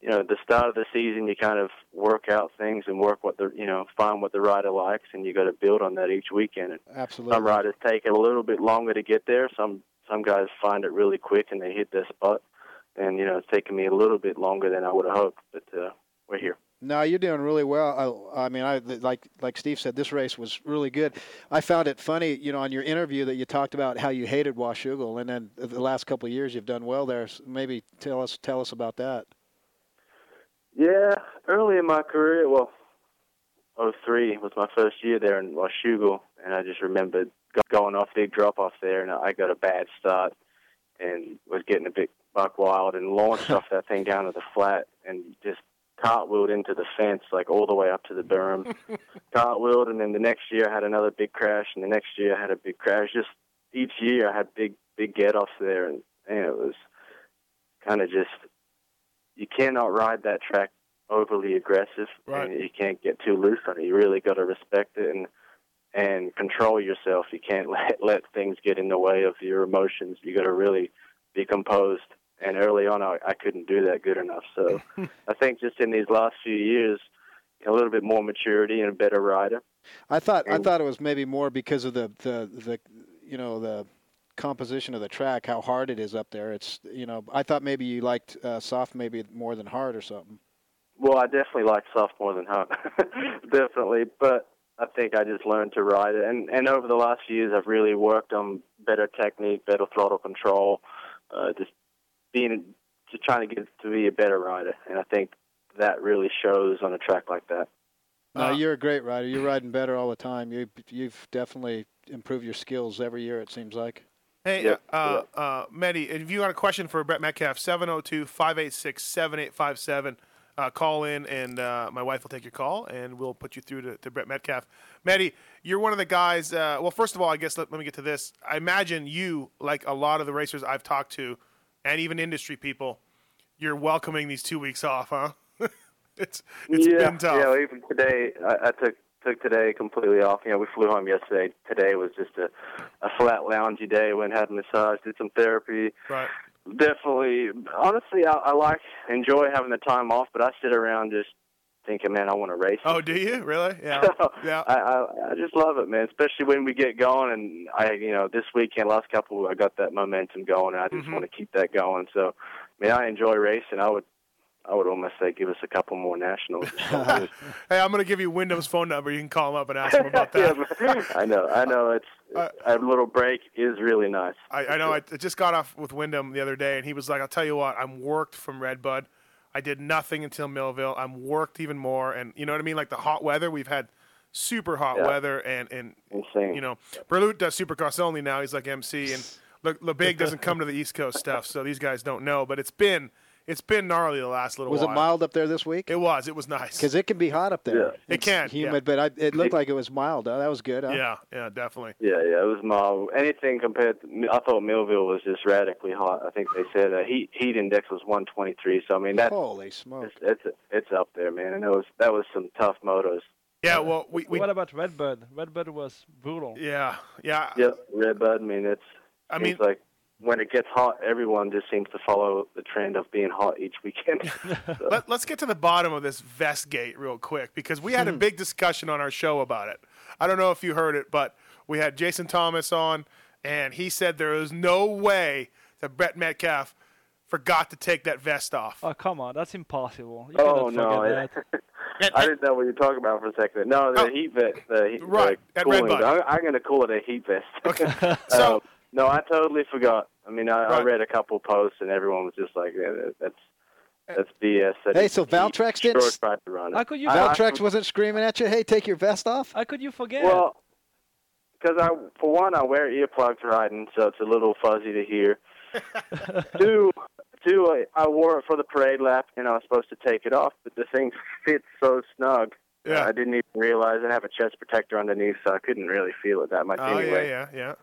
S12: You know, at the start of the season, you kind of work out things and work what the you know find what the rider likes, and you got to build on that each weekend. And
S5: Absolutely.
S12: some riders take a little bit longer to get there. Some some guys find it really quick and they hit their spot. And you know, it's taken me a little bit longer than I would have hoped, but uh, we're here.
S5: No, you're doing really well. I, I mean, I th- like like Steve said, this race was really good. I found it funny, you know, on your interview that you talked about how you hated Washougal, and then the last couple of years you've done well there. So maybe tell us tell us about that.
S12: Yeah, early in my career, well, oh three was my first year there in Washugal, and I just remembered go- going off the drop off there, and I got a bad start and was getting a bit buck wild and launched off that thing down to the flat and just cartwheeled into the fence, like all the way up to the berm. cartwheeled, and then the next year I had another big crash, and the next year I had a big crash. Just each year I had big, big get offs there, and, and it was kind of just you cannot ride that track overly aggressive
S4: Right.
S12: and you can't get too loose on it. You really got to respect it and and control yourself. You can't let let things get in the way of your emotions. You got to really be composed. And early on, I, I couldn't do that good enough. So I think just in these last few years, a little bit more maturity and a better rider.
S5: I thought I
S12: And-
S5: thought it was maybe more because of the, the the you know the composition of the track, how hard it is up there. It's you know I thought maybe you liked uh, soft maybe more than hard or something.
S12: Well, I definitely like soft more than hard, definitely. But I think I just learned to ride it, and and over the last few years, I've really worked on better technique, better throttle control, uh, just being just trying to get to be a better rider. And I think that really shows on a track like that.
S5: No,
S4: Uh,
S5: you're a great rider. You're riding better all the time. You you've definitely improved your skills every year. It seems like.
S4: Hey, uh, uh, Mehdi, if you got a question for Brett Metcalf, 702 586 7857, call in and uh, my wife will take your call and we'll put you through to, to Brett Metcalf. Mehdi, you're one of the guys. Uh, well, first of all, I guess let, let me get to this. I imagine you, like a lot of the racers I've talked to and even industry people, you're welcoming these two weeks off, huh? it's it's
S12: yeah,
S4: been tough.
S12: yeah. Even today, I, I took took today completely off. You know, we flew home yesterday. Today was just a a flat loungy day. Went had a massage, did some therapy.
S4: Right.
S12: Definitely. Honestly, I, I like enjoy having the time off, but I sit around just thinking, man, I want to race.
S4: Oh, do you? Really? Yeah.
S12: So,
S4: yeah.
S12: I, I I just love it, man. Especially when we get going, and I, you know, this weekend, last couple, I got that momentum going, and I just
S4: Mhm.
S12: want to keep that going. So, I mean, I enjoy racing. I would, I would almost say, give us a couple more nationals.
S4: Hey, I'm going to give you Wyndham's phone number. You can call him up and ask him about that.
S12: I know, I know. It's
S4: Uh,
S12: a little break is really nice.
S4: I, I know. I I just got off with Wyndham the other day, and he was like, "I'll tell you what, I'm worked from Redbud. I did nothing until Millville. I'm worked even more, and you know what I mean. Like the hot weather, we've had super hot
S12: Yeah.
S4: weather, and and
S12: Insane.
S4: you know, Berlut does Supercross only now. He's like MC, and Le, Le Big doesn't come to the East Coast stuff, so these guys don't know. But it's been It's been gnarly the last little
S5: Was
S4: while.
S5: it mild up there this week?
S4: It was. It was nice.
S5: Because it can be hot up there.
S4: Yeah. It
S5: It's
S4: can, yeah.
S5: humid, but I, it looked like it was mild. Oh, that was good. Huh?
S4: Yeah, yeah, definitely.
S12: Yeah, yeah, it was mild. Anything compared, to, I thought Millville was just radically hot. I think they said uh, heat heat index was 123. So I mean
S11: Oh.
S12: that
S5: holy smoke,
S12: it's, it's it's up there, man. And it was that was some tough motos.
S4: Yeah, well, Oh, we, we
S6: What about Redbud? Redbud was brutal.
S4: Yeah, yeah.
S12: Yep, Red Bud. I mean, it's.
S4: I
S12: mean, like when it gets hot, everyone just seems to follow the trend of being hot each weekend.
S4: Let, let's get to the bottom of this Vestgate real quick because we
S6: Hmm.
S4: had a big discussion on our show about it. I don't know if you heard it, but we had Jason Thomas on, and he said there is no way that Brett Metcalf forgot to take that vest off.
S6: Oh come on, that's impossible. You
S12: oh
S6: cannot
S12: no,
S6: forget
S12: I, I didn't know what you were talking about for a second. No, the heat vest. The heat,
S4: Right,
S12: the
S4: at
S12: cooling.
S4: Red Bud.
S12: I'm, I'm going to call it a heat vest. Okay. so no, I totally forgot. I mean, I, I
S5: Right.
S12: read a couple posts and everyone was just like, yeah, that- "That's that's BS." That
S5: Hey,
S12: is
S5: so
S12: heat.
S5: Valtrex didn't.
S12: Sure tried to run it. I- I-
S5: Valtrex wasn't screaming at you. Hey, take your vest off.
S6: How could you forget?
S12: Well, because I, for one, I wear earplugs riding, so it's a little fuzzy to hear. two, two, I, I wore it for the parade lap, and I was supposed to take it off, but the thing fits so snug.
S4: Yeah.
S12: I didn't even realize I have a chest protector underneath, so I couldn't really feel it that much
S4: Oh
S12: anyway.
S4: yeah, yeah, yeah.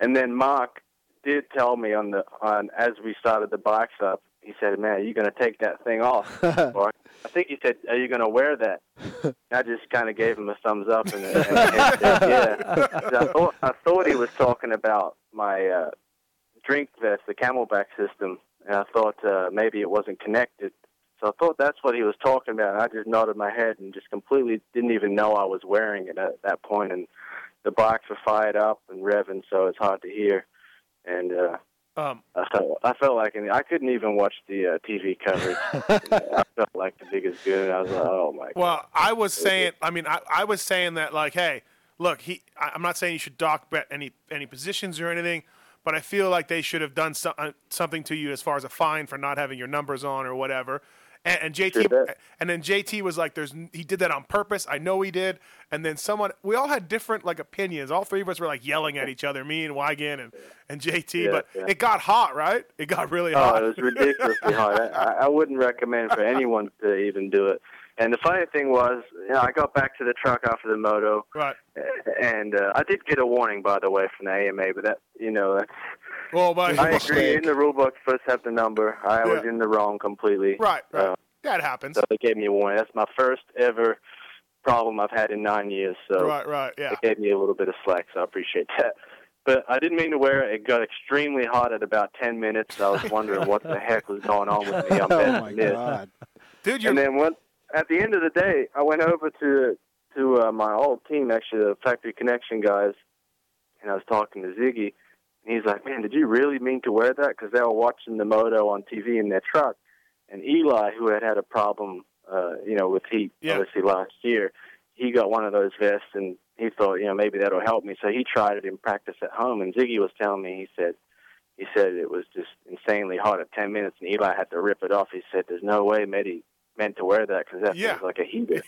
S12: And then Mark did tell me on the on as we started the bikes up, he said, "Man, you're gonna take that thing off." or I think he said, "Are you gonna wear that?" And I just kind of gave him a thumbs up and, and, and said, "Yeah." 'Cause I thought I thought he was talking about my uh, drink vest, the Camelback system, and I thought uh, maybe it wasn't connected. So I thought that's what he was talking about. And I just nodded my head and just completely didn't even know I was wearing it at that point, and the bikes were fired up and revving, so it's hard to hear. And uh,
S4: Um,
S12: I felt I felt like an, I couldn't even watch the uh, TV coverage. I felt like the biggest goon. I was like, oh my. God.
S4: Well, I was saying, I mean, I, I was saying that like, hey, look, he. I, I'm not saying you should dock bet any any positions or anything, but I feel like they should have done so, uh, something to you as far as a fine for not having your numbers on or whatever. And, and JT, and then JT was like, "There's n- he did that on purpose. I know he did." And then someone, we all had different like opinions. All three of us were like yelling at each other, me and Wygan and and JT.
S12: Yeah,
S4: but
S12: yeah.
S4: it got hot, right? It got really
S12: Oh,
S4: hot.
S12: it was ridiculously hard. I- I, I wouldn't recommend for anyone to even do it. And the funny thing was, you know, I got back to the truck after the moto,
S4: right.
S12: and uh, I did get a warning, by the way, from the AMA. But that, you know, that's
S4: Well, but
S12: I agree. In the rule book, first have the number. I was in the wrong completely.
S4: Right, right.
S12: Uh,
S4: that happens.
S12: so they gave me a warning. That's my first ever problem I've had in nine years. So
S4: Right, right, yeah.
S12: they gave me a little bit of slack, so I appreciate that. But I didn't mean to wear it. It got extremely hot at about ten minutes. I was wondering what the heck was going on with me. I'm
S5: Oh,
S12: bad
S5: my
S12: at this.
S5: God.
S4: Dude,
S12: and then when, at the end of the day, I went over to to uh, my old team, actually the Factory Connection guys, and I was talking to Ziggy, and he's like, "Man, did you really mean to wear that?" Because they were watching the moto on TV in their truck, and Eli, who had had a problem, uh, you know, with heat obviously last year, he got one of those vests, and he thought, you know, maybe that'll help me. So he tried it in practice at home, and Ziggy was telling me, he said. He said it was just insanely hot at 10 minutes, and Eli had to rip it off. He said, "There's no way Medi meant to wear that because that
S4: Yeah.
S12: was like a heater,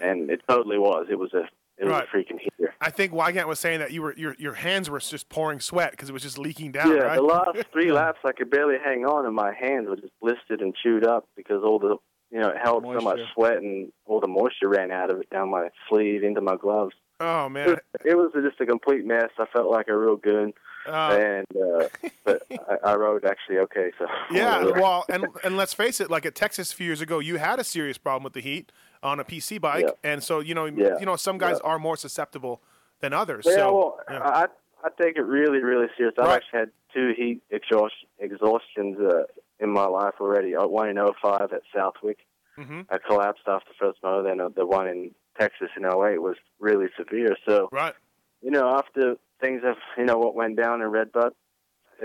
S12: and it totally was. It was a it was
S4: Right.
S12: a freaking heater.
S4: I think Wygant was saying that you were your your hands were just pouring sweat because it was just leaking down.
S12: yeah,
S4: right?
S12: the last three laps I could barely hang on, and my hands were just blistered and chewed up because all the you know it held so much
S4: Moisture.
S12: sweat and all the moisture ran out of it down my sleeve into my gloves.
S4: Oh
S12: It
S4: man,
S12: was- It was just a complete mess. I felt like a real goon,
S4: Uh,
S12: and uh, but I, I rode actually okay. So
S4: yeah.
S12: whatever.
S4: Well, and and let's face it, like at Texas a few years ago, you had a serious problem with the heat on a PC bike,
S12: Yeah.
S4: and so you know
S12: Yeah,
S4: you know some guys
S12: yeah.
S4: are more susceptible than others.
S12: Yeah,
S4: so
S12: well, I I take it really really serious. I've
S4: Right.
S12: actually had two heat exhaust, exhaustions uh, in my life already. Uh, One in 05 at Southwick,
S4: hmm
S12: I collapsed off the first moto. Then uh, the one in Texas in 08 was really severe. So
S4: right,
S12: you know after things have you know what went down in Red Bud,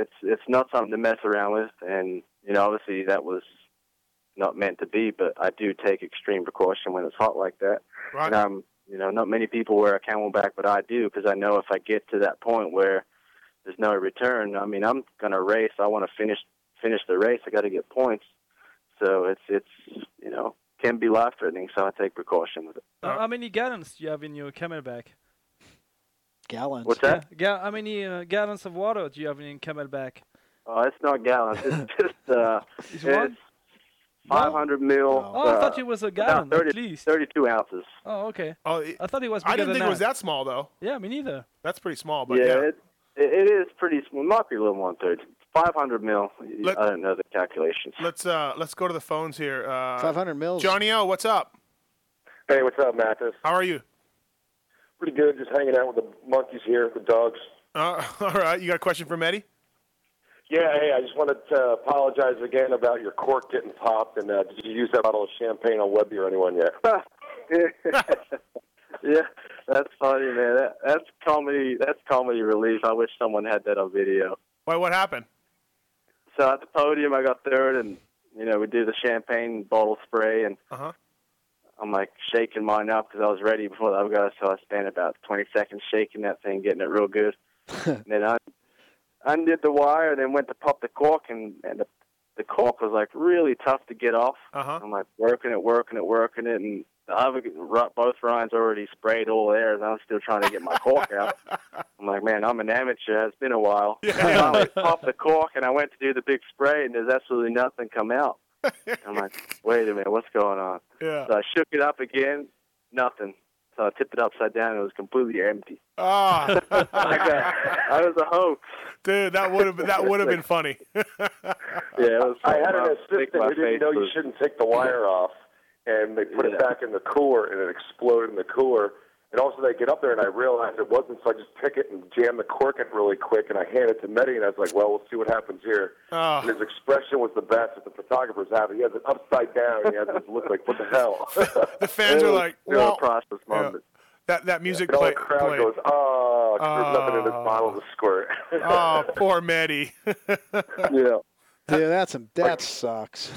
S12: it's it's not something to mess around with. And you know obviously that was not meant to be, but I do take extreme precaution when it's hot like that.
S4: right.
S12: And I'm, you know, not many people wear a camelback, but I do because I know if I get to that point where there's no return, I mean, I'm gonna race. I want to finish finish the race. I got to get points. So it's it's you know can be life threatening. So I take precaution with it.
S6: Uh, how many gallons do you have in your camelback?
S5: Gallons.
S12: What's that?
S6: Yeah, how many uh, gallons of water do you have in your camelback?
S12: Oh, it's not gallons. It's just uh,
S6: It's
S12: it's,
S6: one?
S12: 500 mil. uh,
S6: Oh, I thought it was a gallon, at
S12: 30, least. 32 ounces.
S6: Oh, okay.
S4: Oh,
S6: I thought it was.
S4: I
S6: bigger
S4: didn't
S6: than
S4: think it was
S6: that.
S4: that small though.
S6: Yeah, me neither.
S4: That's pretty small, Oh, but
S12: yeah,
S4: yeah.
S12: It, it, it is pretty small. Might be a little more than 30. 500 mil. I don't know the calculations.
S4: Let's uh let's go to the phones here. Uh,
S5: 500 mils.
S4: Johnny O, what's up?
S13: Hey, what's up, Mathis?
S4: How are you?
S13: Pretty good. Just hanging out with the monkeys here, the dogs.
S4: Uh, all right, you got a question from Eddie?
S13: Yeah, hey, I just wanted to apologize again about your cork getting popped. And uh, did you use that bottle of champagne on Webby or anyone yet?
S12: yeah, that's funny, man. That, that's comedy. That's comedy relief. I wish someone had that on video.
S4: Wait, what happened?
S12: So at the podium, I got third, and you know we do the champagne bottle spray, and
S4: Uh huh.
S12: I'm like shaking mine up because I was ready before the other guys. So I spent about 20 seconds shaking that thing, getting it real good, and then I undid the wire, and then went to pop the cork, and, and the, the cork was like really tough to get off.
S4: Uh-huh.
S12: I'm like working it, working it, working it, and the other Ru- both Ryan's already sprayed all theirs. I'm still trying to get my cork out. I'm like, man, I'm an amateur. It's been a while. I finally popped the cork, and I went to do the big spray, and there's absolutely nothing come out. I'm like, wait a minute, what's going on?
S4: Yeah.
S12: So I shook it up again, nothing. So I tipped it upside down, and it was completely empty.
S4: Ah,
S12: I was a hoax.
S4: Dude, that would have that would have been funny.
S12: Yeah, it was
S13: I had an
S12: something about-
S13: assistant who didn't know you shouldn't take the wire off, and they put it back in the cooler, and it exploded in the cooler. And also, they get up there, and I realized it wasn't, so I just pick it and jam the cork in really quick, and I hand it to Meddy, and I was like, "Well, we'll see what happens here."
S4: Ah.
S13: And his expression was the best that the photographers have. He has it upside down, and he has this look like, "What the hell?"
S4: The fans are like,
S13: you know,
S4: "Wah." Yeah. That that music
S13: and all the
S4: play,
S13: crowd
S4: played.
S13: goes, "Oh,
S4: Ah.
S13: there's nothing in this bottle to squirt."
S4: oh, poor Maddie.
S13: yeah.
S5: Dude, that's some, that sucks.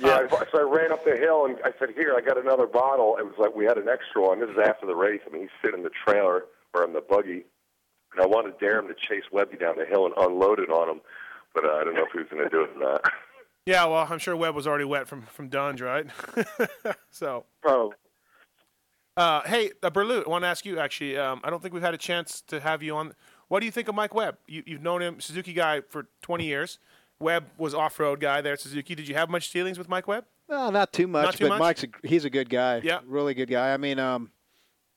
S13: Yeah, I- so I ran up the hill and I said, "Here, I got another bottle." It was like we had an extra one. This is after the race. I mean, he's sitting in the trailer or in the buggy, and I wanted to dare him to chase Webby down the hill and unload it on him, but uh, I don't know if he was going to do it or not.
S4: Yeah, well, I'm sure Webb was already wet from from Dunge, right? so,
S12: oh,
S4: uh, hey, uh, Berlou, I want to ask you actually. Um, I don't think we've had a chance to have you on. What do you think of Mike Webb? You, you've known him, Suzuki guy, for 20 years. Webb was off-road guy there at Suzuki. Did you have much dealings with Mike Webb?
S5: No, not too much,
S4: Not too
S5: but
S4: much?
S5: Mike's a, he's a good guy.
S4: Yeah.
S5: really good guy. I mean, um,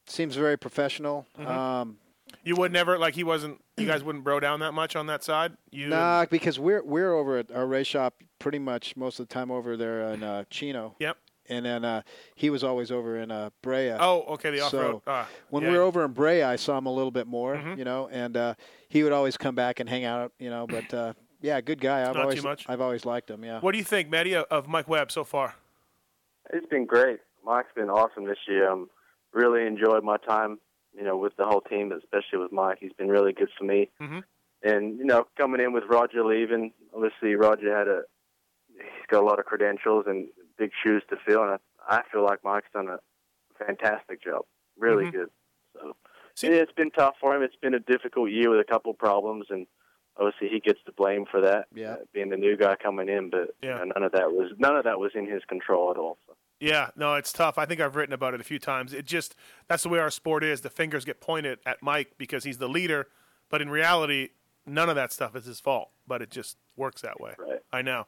S5: seems very professional.
S4: Mhm.
S5: Um,
S4: You would never like he wasn't. You guys wouldn't bro down that much on that side. You
S5: nah, because we're we're over at our race shop pretty much most of the time over there in uh, Chino.
S4: Yep.
S5: And then uh, he was always over in uh, Brea.
S4: Oh, okay, the off-road.
S5: So
S4: Ah,
S5: when
S4: yeah. Mm-hmm.
S5: we were over in Brea, I saw him a little bit more, you know, and uh, he would always come back and hang out, you know. But uh, yeah, good guy. I've
S4: Not too
S5: always
S4: much.
S5: I've always liked him. Yeah.
S4: What do you think, Maddie, of- of Mike Webb so far?
S12: It's been great. Mike's been awesome this year. Um, really enjoyed my time, you know, with the whole team, but especially with Mike. He's been really good for me.
S4: Mm-hmm.
S12: And you know, coming in with Roger leaving, obviously Roger had a he's got a lot of credentials and big shoes to fill, and I, I feel like Mike's done a fantastic job. Really
S14: Mhm.
S12: good. So yeah, it's been tough for him. It's been a difficult year with a couple problems, and obviously he gets the blame for that.
S5: Yeah.
S12: being the new guy coming in, but you uh, know, none of that was none of that was in his control at all.
S4: Yeah, no, it's tough. I think I've written about it a few times. It just that's the way our sport is. The fingers get pointed at Mike because he's the leader, but in reality, none of that stuff is his fault. But it just works that way. Right. I know.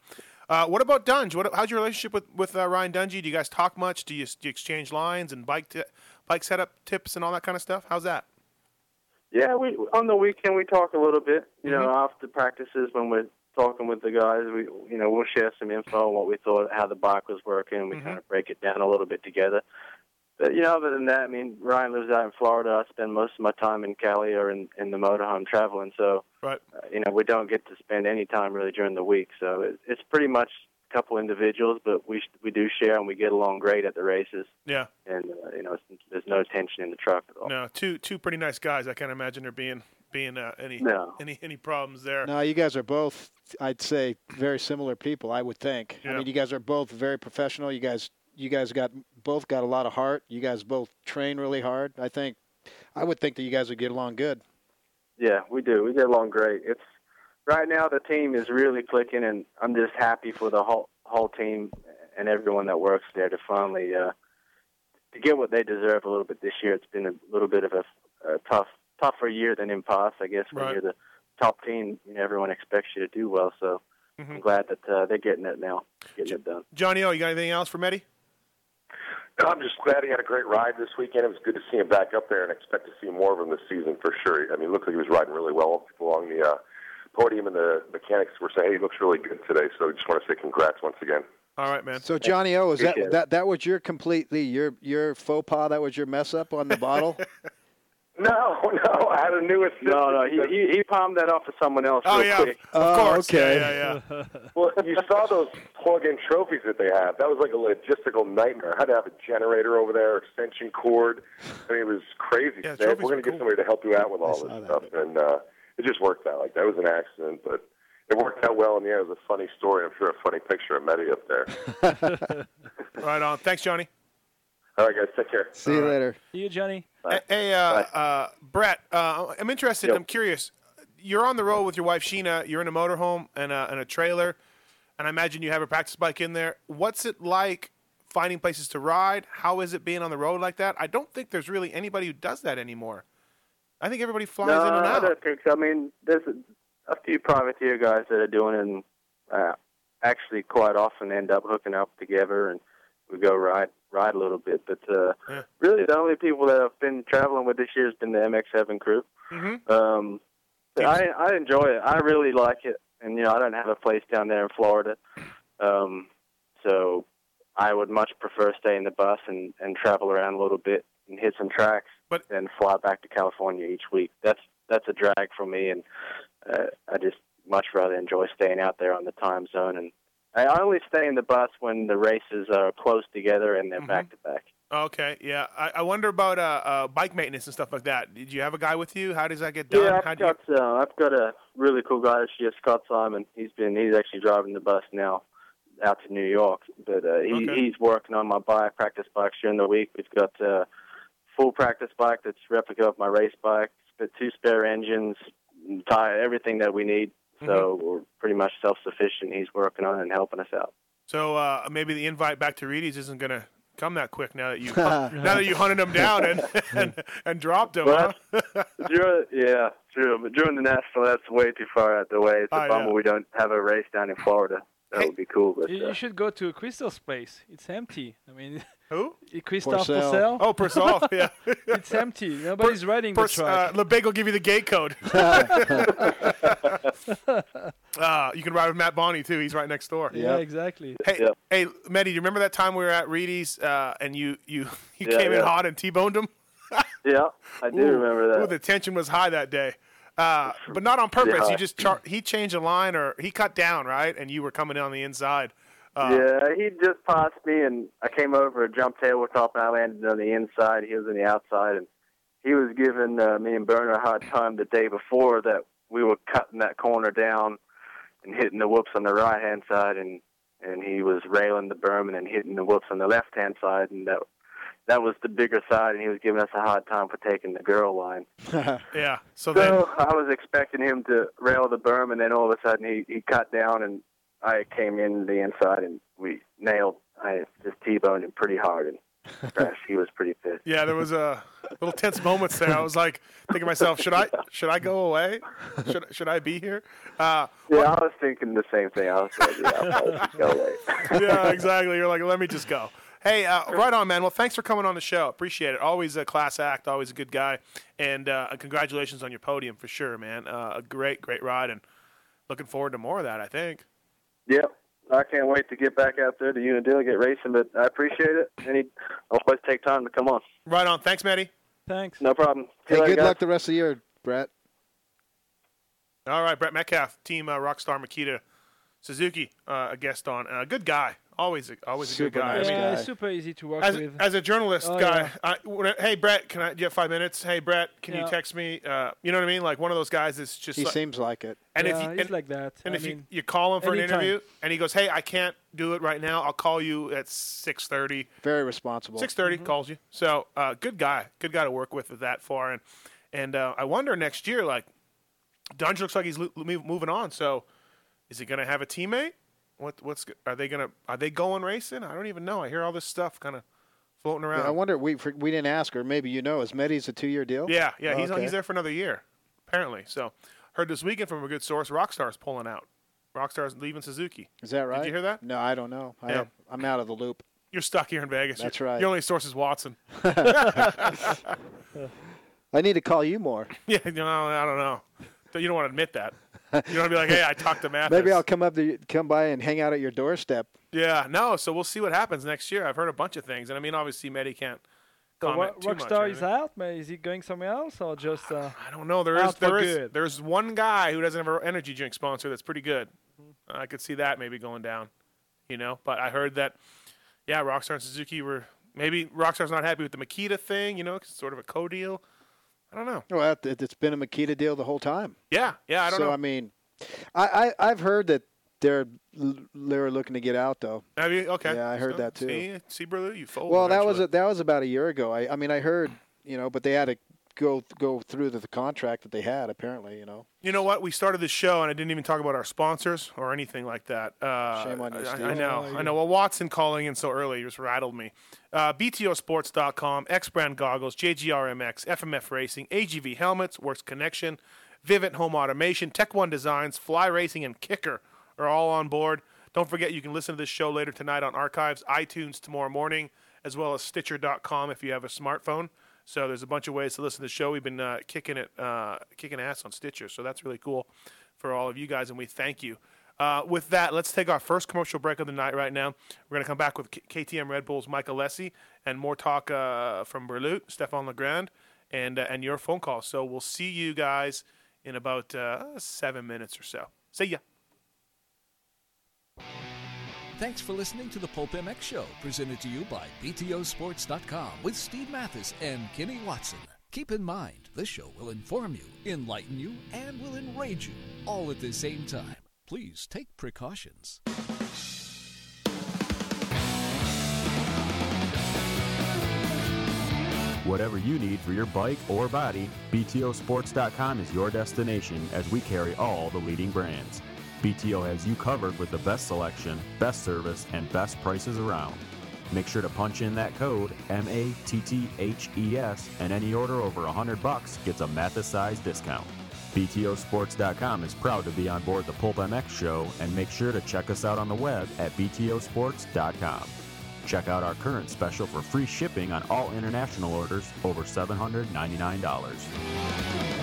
S4: Uh, what about Dunge? What, how's your relationship with with uh, Ryan Dungy? Do you guys talk much? Do you, do you exchange lines and bike t- bike setup tips and all that kind of stuff? How's that?
S12: Yeah, we on the weekend we talk a little bit. You know, after practices when we're talking with the guys, we you know we'll share some info on what we thought, how the bike was working. We kind of break it down a little bit together. But you know, other than that, I mean, Ryan lives out in Florida. I spend most of my time in Cali or in in the motorhome traveling. So
S4: Right.
S12: uh, you know, we don't get to spend any time really during the week. So it, it's pretty much a couple individuals, but we we do share and we get along great at the races.
S4: Yeah.
S12: And uh, you know, it's, there's no tension in the truck at all.
S4: No, two two pretty nice guys. I can't imagine there being being uh, any
S5: No.
S4: any any problems there.
S5: No, you guys are both, I'd say, very similar people. I would think. I
S4: Yeah.
S5: mean, you guys are both very professional. You guys, you guys got both got a lot of heart. You guys both train really hard. I think, I would think that you guys would get along good.
S12: Yeah, we do. We get along great. It's right now the team is really clicking, and I'm just happy for the whole whole team and everyone that works there to finally uh, to get what they deserve a little bit this year. It's been a little bit of a, a tough tougher year than in past, I guess. When
S4: Right.
S12: you're the top team, you know, everyone expects you to do well. So
S4: Mhm.
S12: I'm glad that uh, they're getting it now, getting it done.
S4: Johnny O, you got anything else for Medi?
S13: No, I'm just glad he had a great ride this weekend. It was good to see him back up there, and expect to see more of him this season for sure. I mean, it looked like he was riding really well along the uh, podium, and the mechanics were saying hey, he looks really good today. So I just want to say congrats once again.
S4: All right, man.
S5: So Johnny O, is that
S13: Appreciate it.
S5: that that was your completely your your faux pas? That was your mess up on the bottle.
S13: No, no, I had a new assistant.
S12: No, no, he, he, he palmed that off to someone else
S5: Oh,
S12: real
S5: yeah,
S12: quick.
S5: of Oh, course. Yeah, okay.
S4: Yeah,
S12: yeah.
S13: Well, you saw those plug-in trophies that they had. That was like a logistical nightmare. I had to have a generator over there, extension cord. I mean, it was crazy.
S4: Yeah,
S13: They-
S4: trophies
S13: We're going to get somebody to help you out with all
S5: saw
S13: this stuff, and uh, it just worked out. Like that was an accident, but it worked out well in the end. It was a funny story. I'm sure a funny picture of Medi up there.
S4: right on. Thanks, Johnny.
S13: all right, guys, take care.
S5: See you later.
S6: See you, Johnny.
S4: Hey, hey, uh, uh, Brett, uh, I'm interested. I'm curious. You're on the road with your wife Sheena. You're in a motorhome and a, and a trailer, and I imagine you have a practice bike in there. What's it like finding places to ride? How is it being on the road like that? I don't think there's really anybody who does that anymore. I think everybody flies
S12: no,
S4: in and
S12: I
S4: out.
S12: don't think so. I mean, there's a, a few privateer guys that are doing it, and uh, actually quite often end up hooking up together, and we go ride ride a little bit. But uh,
S4: Yeah.
S12: really, the only people that I've been traveling with this year has been the MX7 crew.
S4: Mhm.
S12: Um, but I I enjoy it. I really like it, and you know, I don't have a place down there in Florida, um, so I would much prefer stay in the bus and and travel around a little bit and hit some tracks,
S4: but
S12: then fly back to California each week. That's that's a drag for me, and uh, I just much rather enjoy staying out there on the time zone. And I only stay in the bus when the races are close together and they're back to back.
S4: Okay, yeah. I, I wonder about uh, uh, bike maintenance and stuff like that. Did you have a guy with you? How does that get done?
S12: Yeah,
S4: How
S12: I've
S4: do you...
S12: got uh, I've got a really cool guy this year, Scott Simon. He's been he's actually driving the bus now out to New York, but uh, he,
S14: Okay.
S12: he's working on my bike practice bikes during the week. We've got uh, full practice bike that's replica of my race bike, but two spare engines, tire, everything that we need.
S4: Mm-hmm.
S12: So we're pretty much self sufficient. He's working on it and helping us out.
S4: So uh, maybe the invite back to Reedy's isn't going to come that quick now that you now that you hunted him down and and, and dropped him.
S12: Well,
S4: huh?
S12: during, yeah, true. But during the national, that's way too far out the way. It's a
S4: I
S12: bummer
S4: know.
S12: we don't have a race down in Florida. That would be cool. But
S6: You,
S12: uh,
S6: you should go to Christoph's place. It's empty. I mean,
S4: who?
S6: Christophe
S12: Purcell.
S6: Purcell.
S4: Oh, Purcell, yeah.
S6: it's empty. Nobody's riding the
S4: First, uh,
S6: truck.
S4: LeBig will give you the gate code. uh, you can ride with Matt Bonney too. He's right next door.
S6: yeah, exactly.
S4: Hey, hey, Medi, do you remember that time we were at Reedy's uh, and you you you
S12: Yeah,
S4: came in
S12: yeah.
S4: hot and t-boned him?
S12: Yeah, I do
S4: Ooh.
S12: remember that.
S4: Ooh, the tension was high that day. Uh, but not on purpose.
S12: Yeah.
S4: You just char- he changed a line or he cut down, right? And you were coming in on the inside. Uh,
S12: yeah, he just passed me, and I came over a jump tabletop, and I landed on the inside. He was on the outside, and he was giving uh, me and Berner a hard time the day before that we were cutting that corner down and hitting the whoops on the right hand side, and and he was railing the berm and then hitting the whoops on the left hand side, and that that was the bigger side, and he was giving us a hard time for taking the girl line.
S4: Yeah. So,
S12: So
S4: then,
S12: I was expecting him to rail the berm, and then all of a sudden he, he cut down, and I came in the inside, and we nailed. I just t-boned him pretty hard, and crashed. he was pretty pissed.
S4: yeah, there was a little tense moments there. I was like thinking to myself, should I should I go away? Should should I be here? Uh,
S12: Yeah, I was thinking the same thing. I was like, yeah, I'll probably just go away.
S4: yeah, exactly. You're like, let me just go. Hey, uh, right on, man. Well, thanks for coming on the show. Appreciate it. Always a class act. Always a good guy. And uh, congratulations on your podium for sure, man. Uh, a great, great ride, and looking forward to more of that. I think.
S12: Yep. I can't wait to get back out there to Unadilla, get racing, but I appreciate it. Any, I'll always take time to come on.
S4: Right on. Thanks, Matty.
S6: Thanks.
S12: No problem. See
S5: hey,
S12: you later,
S5: good
S12: guys.
S5: luck the rest of the year, Brett.
S4: All right, Brett Metcalf, Team uh, Rockstar Makita Suzuki, uh, a guest on. Uh, good guy. Always, a, always a
S6: Super
S4: good guy.
S6: nice Yeah, guy. super easy to work
S4: as,
S6: with.
S4: As a journalist
S6: Oh,
S4: guy,
S6: yeah.
S4: I- when I- hey Brett, can I? Do you have five minutes? Hey Brett, can
S6: Yeah.
S4: you text me? Uh, you know what I mean? Like one of those guys that's just.
S5: he
S4: like,
S5: seems like it.
S4: And if you,
S6: he's
S4: and,
S6: like that.
S4: and
S6: I
S4: if
S6: mean,
S4: you, you call him for an
S6: anytime.
S4: interview and he goes, "Hey, I can't do it right now. I'll call you at 6:30."
S5: Very responsible.
S4: 6:30
S6: Mm-hmm.
S4: calls you. So, uh, good guy. Good guy to work with at that far and and uh, I wonder next year like Dunge looks like he's lo- move- moving on. So, is he going to have a teammate? What what's go- are they going to are they going racing? I don't even know. I hear all this stuff kind of floating
S5: Yeah, I
S4: around.
S5: wonder. We for, we didn't ask, or maybe you know. Is Medi's a two-year deal?
S4: Yeah, yeah, he's
S5: okay.
S4: he's there for another year, apparently. So heard this weekend from a good source, Rockstar's pulling out. Rockstar's leaving Suzuki.
S5: Is that right?
S4: Did you hear that?
S5: No, I don't know.
S4: Yeah.
S5: I, I'm out of the loop.
S4: You're stuck here in Vegas.
S5: That's
S4: Your-
S5: right.
S4: Your only source is Watson.
S5: I need to call you more.
S4: Yeah, no, I don't know. You don't want to admit that. You don't want to be like, hey, I talked to Mathis.
S5: Maybe I'll come up to come by and hang out at your doorstep.
S4: Yeah, no. So we'll see what happens next year. I've heard a bunch of things, and I mean, obviously, Medi can't
S6: So
S4: comment
S6: Ro-
S4: too much.
S6: Rockstar
S4: right?
S6: is out. ma- Is he going somewhere else or just? Uh,
S4: I don't know. There is
S6: out for
S4: there is
S6: good.
S4: there's one guy who doesn't have an energy drink sponsor that's pretty good. I could see that maybe going down, you know. But I heard that, yeah, Rockstar and Suzuki were maybe Rockstar's not happy with the Makita thing, you know, 'cause it's sort of a co deal. I don't know.
S5: Well, that- it's been a Makita deal the whole time.
S4: Yeah, yeah, I don't
S5: so,
S4: know.
S5: I mean, I, I I've heard that they're they're looking to get out though.
S4: Have you- okay.
S5: Yeah, I heard
S4: So,
S5: that too.
S4: See, see, brother, you fold.
S5: well, that was
S4: eventually.
S5: a, that was about a year ago. I I mean, I heard you know, but they had to go go through the, the contract that they had apparently. You know.
S4: You know what? We started this show and I didn't even talk about our sponsors or anything like that. Uh,
S5: Shame on you,
S4: I-
S5: Steve.
S4: I, know.
S5: Oh,
S4: I know. Well, Watson calling in so early just rattled me. Uh, BTOsports.com, X Brand Goggles, JGRMX, FMF Racing, AGV Helmets, Works Connection, Vivint Home Automation, Tech One Designs, Fly Racing, and Kicker are all on board. Don't forget you can listen to this show later tonight on archives, iTunes tomorrow morning, as well as Stitcher.com if you have a smartphone. So there's a bunch of ways to listen to the show. We've been uh, kicking it, uh, kicking ass on Stitcher, so that's really cool for all of you guys, and we thank you. Uh, with that, let's take our first commercial break of the night right now. We're going to come back with K- KTM Red Bull's Michael Lessie and more talk uh, from Berlut, Stefan Legrand, and uh, and your phone call. So we'll see you guys in about uh, seven minutes or so. See ya.
S14: Thanks for listening to the Pulp MX Show, presented to you by BTOsports.com with Steve Mathis and Kenny Watson. Keep in mind, this show will inform you, enlighten you, and will enrage you all at the same time. Please take precautions.
S15: Whatever you need for your bike or body, BTOsports.com is your destination as we carry all the leading brands. BTO has you covered with the best selection, best service, and best prices around. Make sure to punch in that code MATTHES E and any order over 100 bucks gets a Mathis size discount. BTOsports.com is proud to be on board the Pulp MX show and make sure to check us out on the web at BTOsports.com. Check out our current special for free shipping on all international orders over $799.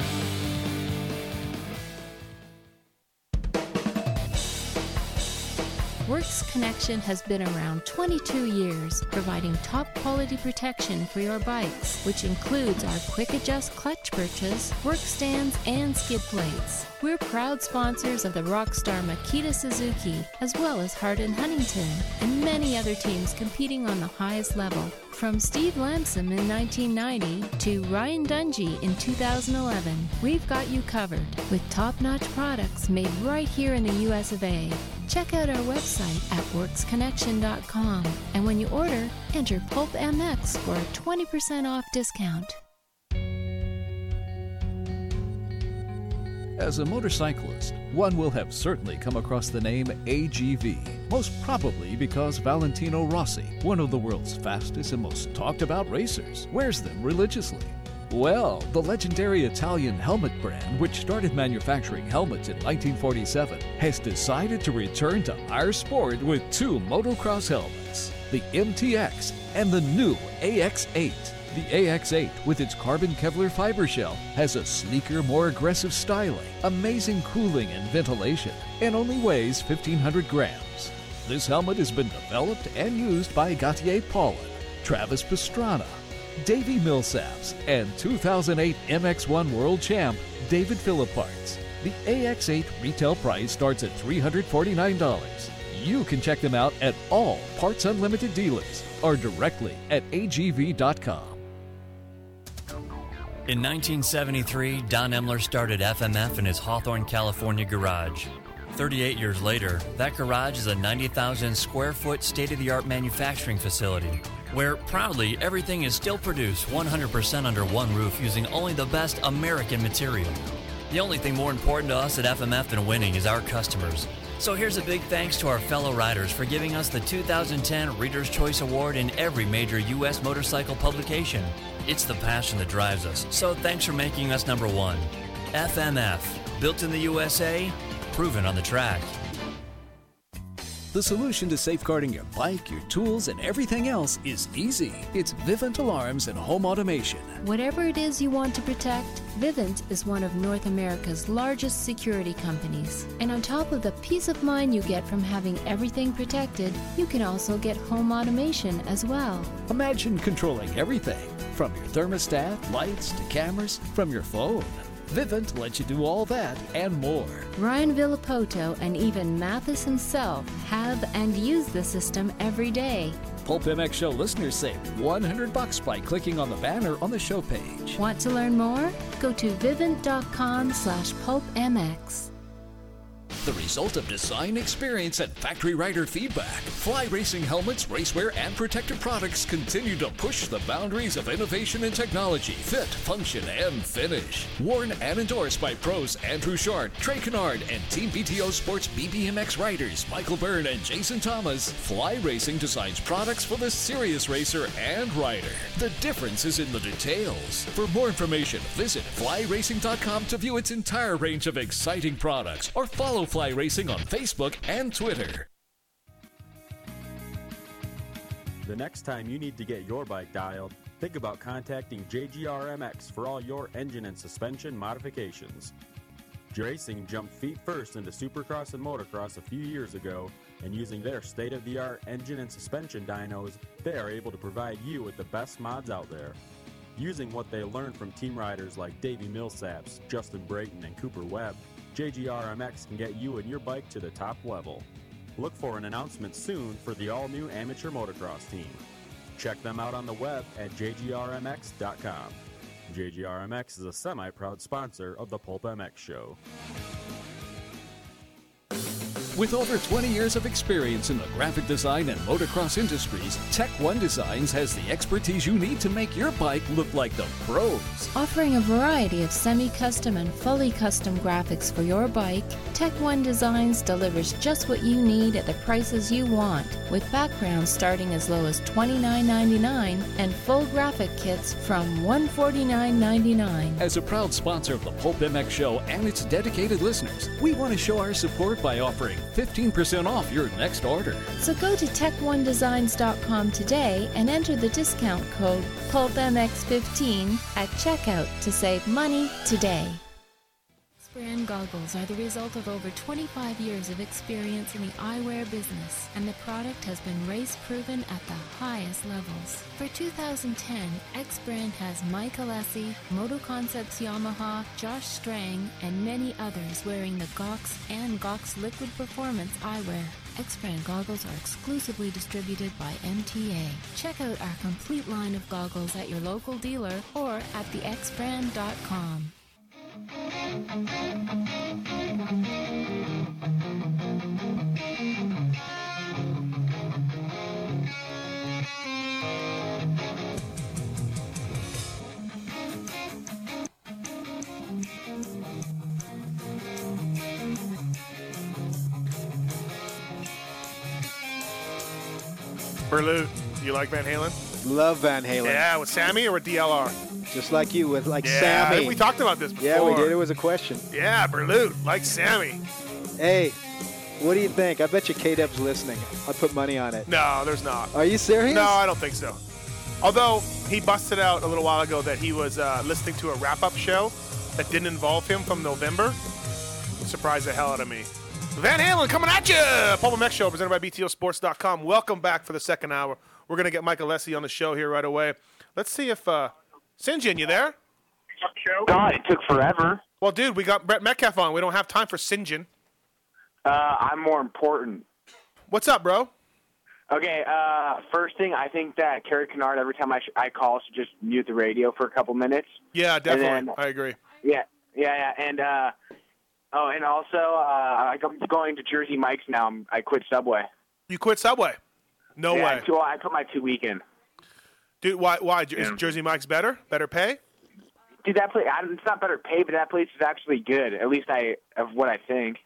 S16: Works Connection has been around 22 years, providing top quality protection for your bikes, which includes our quick adjust clutch perches, work stands, and skid plates. We're proud sponsors of the Rockstar Makita Suzuki, as well as Hardin Huntington, and many other teams competing on the highest level. From Steve Lamson in 1990 to Ryan Dungey in 2011, we've got you covered with top notch products made right here in the US of A. Check out our website at worksconnection.com and when you order, enter PulpMX for a 20% off discount.
S14: As a motorcyclist, one will have certainly come across the name AGV, most probably because Valentino Rossi, one of the world's fastest and most talked about racers, wears them religiously. Well, the legendary Italian helmet brand, which started manufacturing helmets in 1947, has decided to return to our sport with two motocross helmets the MTX and the new AX8. The AX8, with its carbon Kevlar fiber shell, has a sleeker, more aggressive styling, amazing cooling and ventilation, and only weighs 1,500 grams. This helmet has been developed and used by Gautier Paulin, Travis Pastrana, Davey Millsaps, and 2008 MX1 World Champ David Philipparts. The AX8 retail price starts at $349. You can check them out at all Parts Unlimited dealers or directly at agv.com.
S17: In 1973, Don Emler started FMF in his Hawthorne, California garage. 38 years later, that garage is a 90,000 square foot state of the art manufacturing facility where proudly everything is still produced 100% under one roof using only the best American material. The only thing more important to us at FMF than winning is our customers. So here's a big thanks to our fellow riders for giving us the 2010 Reader's Choice Award in every major U.S. motorcycle publication. It's the passion that drives us, so thanks for making us number one. FMF, built in the USA, proven on the track.
S14: The solution to safeguarding your bike, your tools, and everything else is easy. It's Vivint Alarms and Home Automation.
S16: Whatever it is you want to protect, Vivint is one of North America's largest security companies. And on top of the peace of mind you get from having everything protected, you can also get home automation as well.
S14: Imagine controlling everything from your thermostat, lights, to cameras, from your phone. Vivint lets you do all that and more.
S16: Ryan Villapoto and even Mathis himself have and use the system every day.
S14: Pulp MX Show listeners save 100 bucks by clicking on the banner on the show page.
S16: Want to learn more? Go to vivint.com slash pulpmx.
S14: The result of design experience and factory rider feedback, Fly Racing helmets, racewear, and protective products continue to push the boundaries of innovation and technology, fit, function, and finish. Worn and endorsed by pros Andrew Short, Trey Kennard, and Team BTO Sports BBMX riders Michael Byrne and Jason Thomas, Fly Racing designs products for the serious racer and rider. The difference is in the details. For more information, visit flyracing.com to view its entire range of exciting products or follow Fly Racing on Facebook and Twitter.
S15: The next time you need to get your bike dialed, think about contacting JGRMX for all your engine and suspension modifications. Racing jumped feet first into supercross and motocross a few years ago, and using their state of the art engine and suspension dynos, they are able to provide you with the best mods out there. Using what they learned from team riders like Davey Millsaps, Justin Brayton, and Cooper Webb, JGRMX can get you and your bike to the top level. Look for an announcement soon for the all new amateur motocross team. Check them out on the web at jgrmx.com. JGRMX is a semi proud sponsor of the Pulp MX show.
S14: With over 20 years of experience in the graphic design and motocross industries, Tech One Designs has the expertise you need to make your bike look like the pros.
S16: Offering a variety of semi custom and fully custom graphics for your bike, Tech One Designs delivers just what you need at the prices you want, with backgrounds starting as low as $29.99 and full graphic kits from $149.99.
S14: As a proud sponsor of the Pulp MX Show and its dedicated listeners, we want to show our support by offering 15% off your next order.
S16: So go to tech1designs.com today and enter the discount code PULPMX15 at checkout to save money today. Brand goggles are the result of over 25 years of experience in the eyewear business, and the product has been race proven at the highest levels. For 2010, X Brand has Mike Alessi, Moto Concepts Yamaha, Josh Strang, and many others wearing the Gox and Gox Liquid Performance eyewear. X Brand goggles are exclusively distributed by MTA. Check out our complete line of goggles at your local dealer or at thexbrand.com.
S4: Berlute, you like Van Halen?
S5: Love Van Halen.
S4: Yeah, with Sammy or with DLR?
S5: Just like you with like
S4: yeah, I
S5: Sammy.
S4: think we talked about this before.
S5: yeah, we did. It was a question.
S4: Yeah, Berlute, like Sammy.
S5: Hey, what do you think? I bet you K-Dub's listening. I put money on it.
S4: No, there's not.
S5: Are you serious?
S4: No, I don't think so. Although he busted out a little while ago that he was uh, listening to a wrap-up show that didn't involve him from November. Surprised the hell out of me. Van Halen coming at you. Pulp MX Show presented by BTOsports.com. Welcome back for the second hour. We're gonna get Michael Lessie on the show here right away. Let's see if uh, Sinjin, you there?
S18: God, it took forever.
S4: Well, dude, we got Brett Metcalf on. We don't have time for Sinjin.
S18: Uh, I'm more important.
S4: What's up, bro?
S18: Okay, uh, first thing, I think that Kerry Kennard, every time I, sh- I call, should just mute the radio for a couple minutes.
S4: Yeah,
S18: And
S4: definitely.
S18: then-
S4: I agree.
S18: Yeah, yeah, yeah. And, uh, oh, and also, uh, I- I'm going to Jersey Mike's now. I'm- I quit Subway.
S4: You quit Subway? No
S18: yeah,
S4: way.
S18: I quit- I put my two week in.
S4: Dude, why? Why is Jersey Mike's better? Better pay?
S18: Dude, that place, I- it's not better paid, but that place is actually good. At least I, of what I think.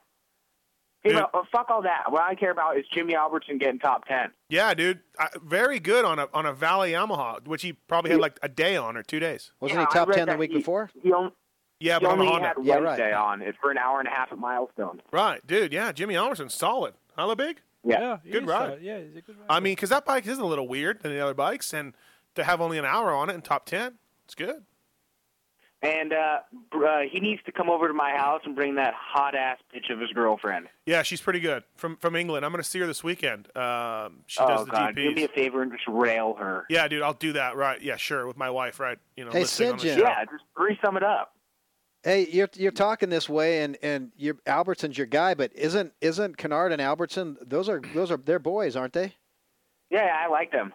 S18: Hey, but, but fuck all that. What I care about is Jimmy Albertson getting top 10.
S4: Yeah, dude, I, very good on a on a Valley Yamaha, which he probably had like a day on or two days.
S18: Yeah, I read that he- He only,
S4: Yeah,
S18: he
S4: but on the
S18: only
S4: Honda.
S18: had Wednesday on it for an hour and a half at Milestone.
S4: Right, dude. Yeah, Jimmy Almerson's solid. How big?
S18: Yeah.
S6: it
S4: good
S6: is,
S4: ride.
S6: uh, yeah, it's a good ride.
S4: I mean, because that bike is a little weird than the other bikes, and to have only an hour on it in top ten, it's good.
S18: And uh, br- uh, he needs to come over to my house and bring that hot ass bitch of his girlfriend.
S4: Yeah, she's pretty good from from England. I'm going to see her this weekend. Um, she
S18: oh
S4: does the
S18: God, do
S4: GPs.
S18: me a favor and just rail her.
S4: yeah, dude, I'll do that. Right? Yeah, sure. With my wife, right? You know,
S5: Hey,
S4: listening on the
S5: Sid Jim.
S4: show.
S5: Yeah,
S18: just resum it up.
S5: Hey, you're you're talking this way, and and your Albertson's your guy, but isn't isn't Kennard and Albertson? Those are those are their boys, aren't they?
S18: Yeah, I like them.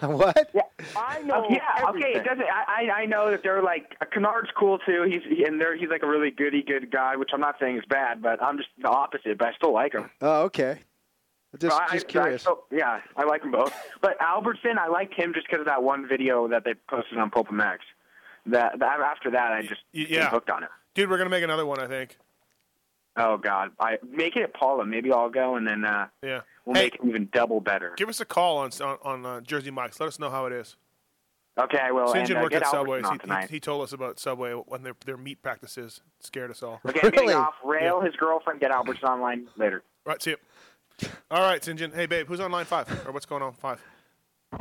S5: what?
S18: Yeah,
S19: I know
S18: yeah, okay.
S19: everything.
S18: It doesn't. I, I I know that they're like
S19: Uh,
S18: Kennard's cool too. He's and they're he's like a really goody good guy, which I'm not saying is bad, but I'm just the opposite. But I still like him.
S5: Oh, okay. Just
S18: I,
S5: just
S18: I-
S5: curious.
S18: I- oh, yeah, I like them both. But Albertson, I liked him just because of that one video that they posted on Pulp Max. That, that after that, I just
S4: yeah.
S18: was hooked on it.
S4: Dude, we're gonna make another one, I think.
S18: Oh God, I make it at Paula. Maybe I'll go, and then uh,
S4: Yeah.
S18: we'll
S4: Hey.
S18: make it even double better.
S4: Give us a call on on, on uh, Jersey Mike's. Let us know how it is.
S18: Okay, I will.
S4: Sinjin
S18: and, uh,
S4: worked
S18: get
S4: at
S18: Albertson
S4: Subway.
S18: on
S4: He, he-
S18: tonight.
S4: he told us about Subway when their their meat practices scared us all.
S18: Okay, I'm getting off. Rail his girlfriend. Get Albertson online later.
S4: Right, see you. All right, Sinjin. Hey, babe, who's on line five? Or what's going on five?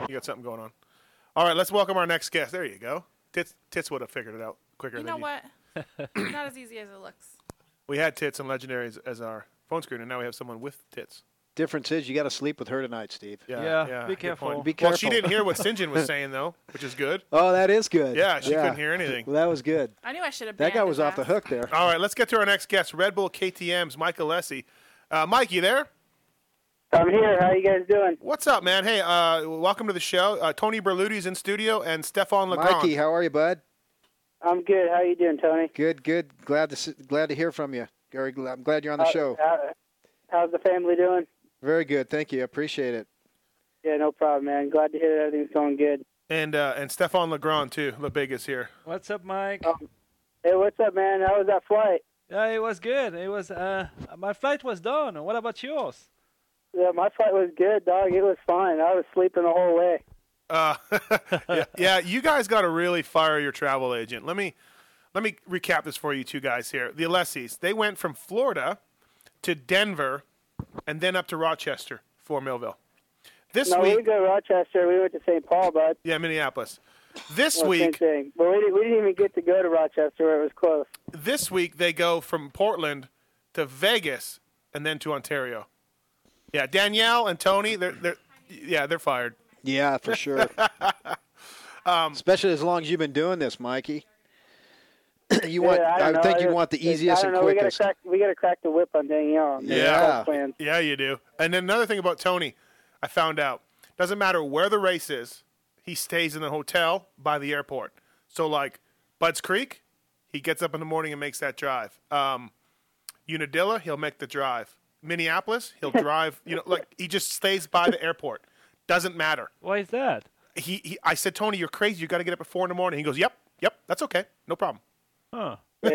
S4: You got something going on. All right, let's welcome our next guest. There you go. Tits, tits would have figured it out quicker
S7: You
S4: than
S7: know what? It's not as easy as it looks.
S4: We had tits and legendary as, as our phone screen, and now we have someone with tits.
S5: Difference is you got to sleep with her tonight, Steve.
S4: Yeah,
S5: Good
S4: good
S5: point.
S4: point.
S5: Be
S4: Well, she
S5: careful.
S4: didn't hear what Sinjin was saying though, which is good.
S5: Oh, that is good.
S4: Yeah, she couldn't hear anything.
S5: Well, that was good.
S7: I knew I should have.
S5: That guy
S7: banned
S5: was
S7: his
S5: off the
S7: ass.
S5: hook there.
S4: All right, let's get to our next guest, Red Bull KTM's Mike Alessi. Uh, Mike, you there?
S20: I'm here. How you guys doing?
S4: What's up, man? Hey, uh, welcome to the show. Uh, Tony Berluti's in studio and Stefan Legrand.
S5: Mikey, how are you, bud?
S20: I'm good. How you doing, Tony?
S5: Good, good. Glad to s- glad to hear from you. Very gl- I'm glad you're on the
S20: How-
S5: show.
S20: how- how's the family doing?
S5: Very good. Thank you. Appreciate it.
S20: Yeah, no problem, man. Glad to hear everything's going good.
S4: and uh, and Stefan Legrand too. LeBig is here.
S11: What's up, Mike?
S20: Um, Hey, what's up, man? How was that flight?
S11: Yeah, it was good. It was. Uh, my flight was done. What about yours?
S20: Yeah, my flight was good, dog. It was fine. I was sleeping the whole way.
S4: Uh, yeah, yeah, you guys got to really fire your travel agent. Let me let me recap this for you two guys here. The Alessis, they went from Florida to Denver, and then up to Rochester for Millville. This
S20: no, we
S4: week,
S20: didn't go to Rochester. We went to St. Paul, bud.
S4: yeah, Minneapolis. This
S20: Well, same
S4: week,
S20: thing. But we didn't, we didn't even get to go to Rochester where it was close.
S4: this week they go from Portland to Vegas and then to Ontario. Yeah, Danielle and Tony, they're they're yeah, they're fired.
S5: Yeah, for sure.
S4: Um,
S5: Especially as long as you've been doing this, Mikey. you want?
S20: Yeah,
S5: I,
S20: don't know.
S5: think you
S20: just-
S5: want the
S20: just-
S5: easiest
S20: I
S5: and
S20: don't know.
S5: quickest.
S20: We gotta crack. We gotta crack the whip on Danielle.
S4: Yeah.
S20: That's our plan.
S4: Yeah, you do. And then another thing about Tony, I found out doesn't matter where the race is, he stays in the hotel by the airport. So like Bud's Creek, he gets up in the morning and makes that drive. Um, Unadilla, he'll make the drive. Minneapolis, he'll drive. You know, like he just stays by the airport. Doesn't matter.
S11: Why is that?
S4: He, he I said, Tony, you're crazy. You got to get up at four in the morning. He goes, Yep, yep, that's okay, no problem.
S11: Huh.
S20: He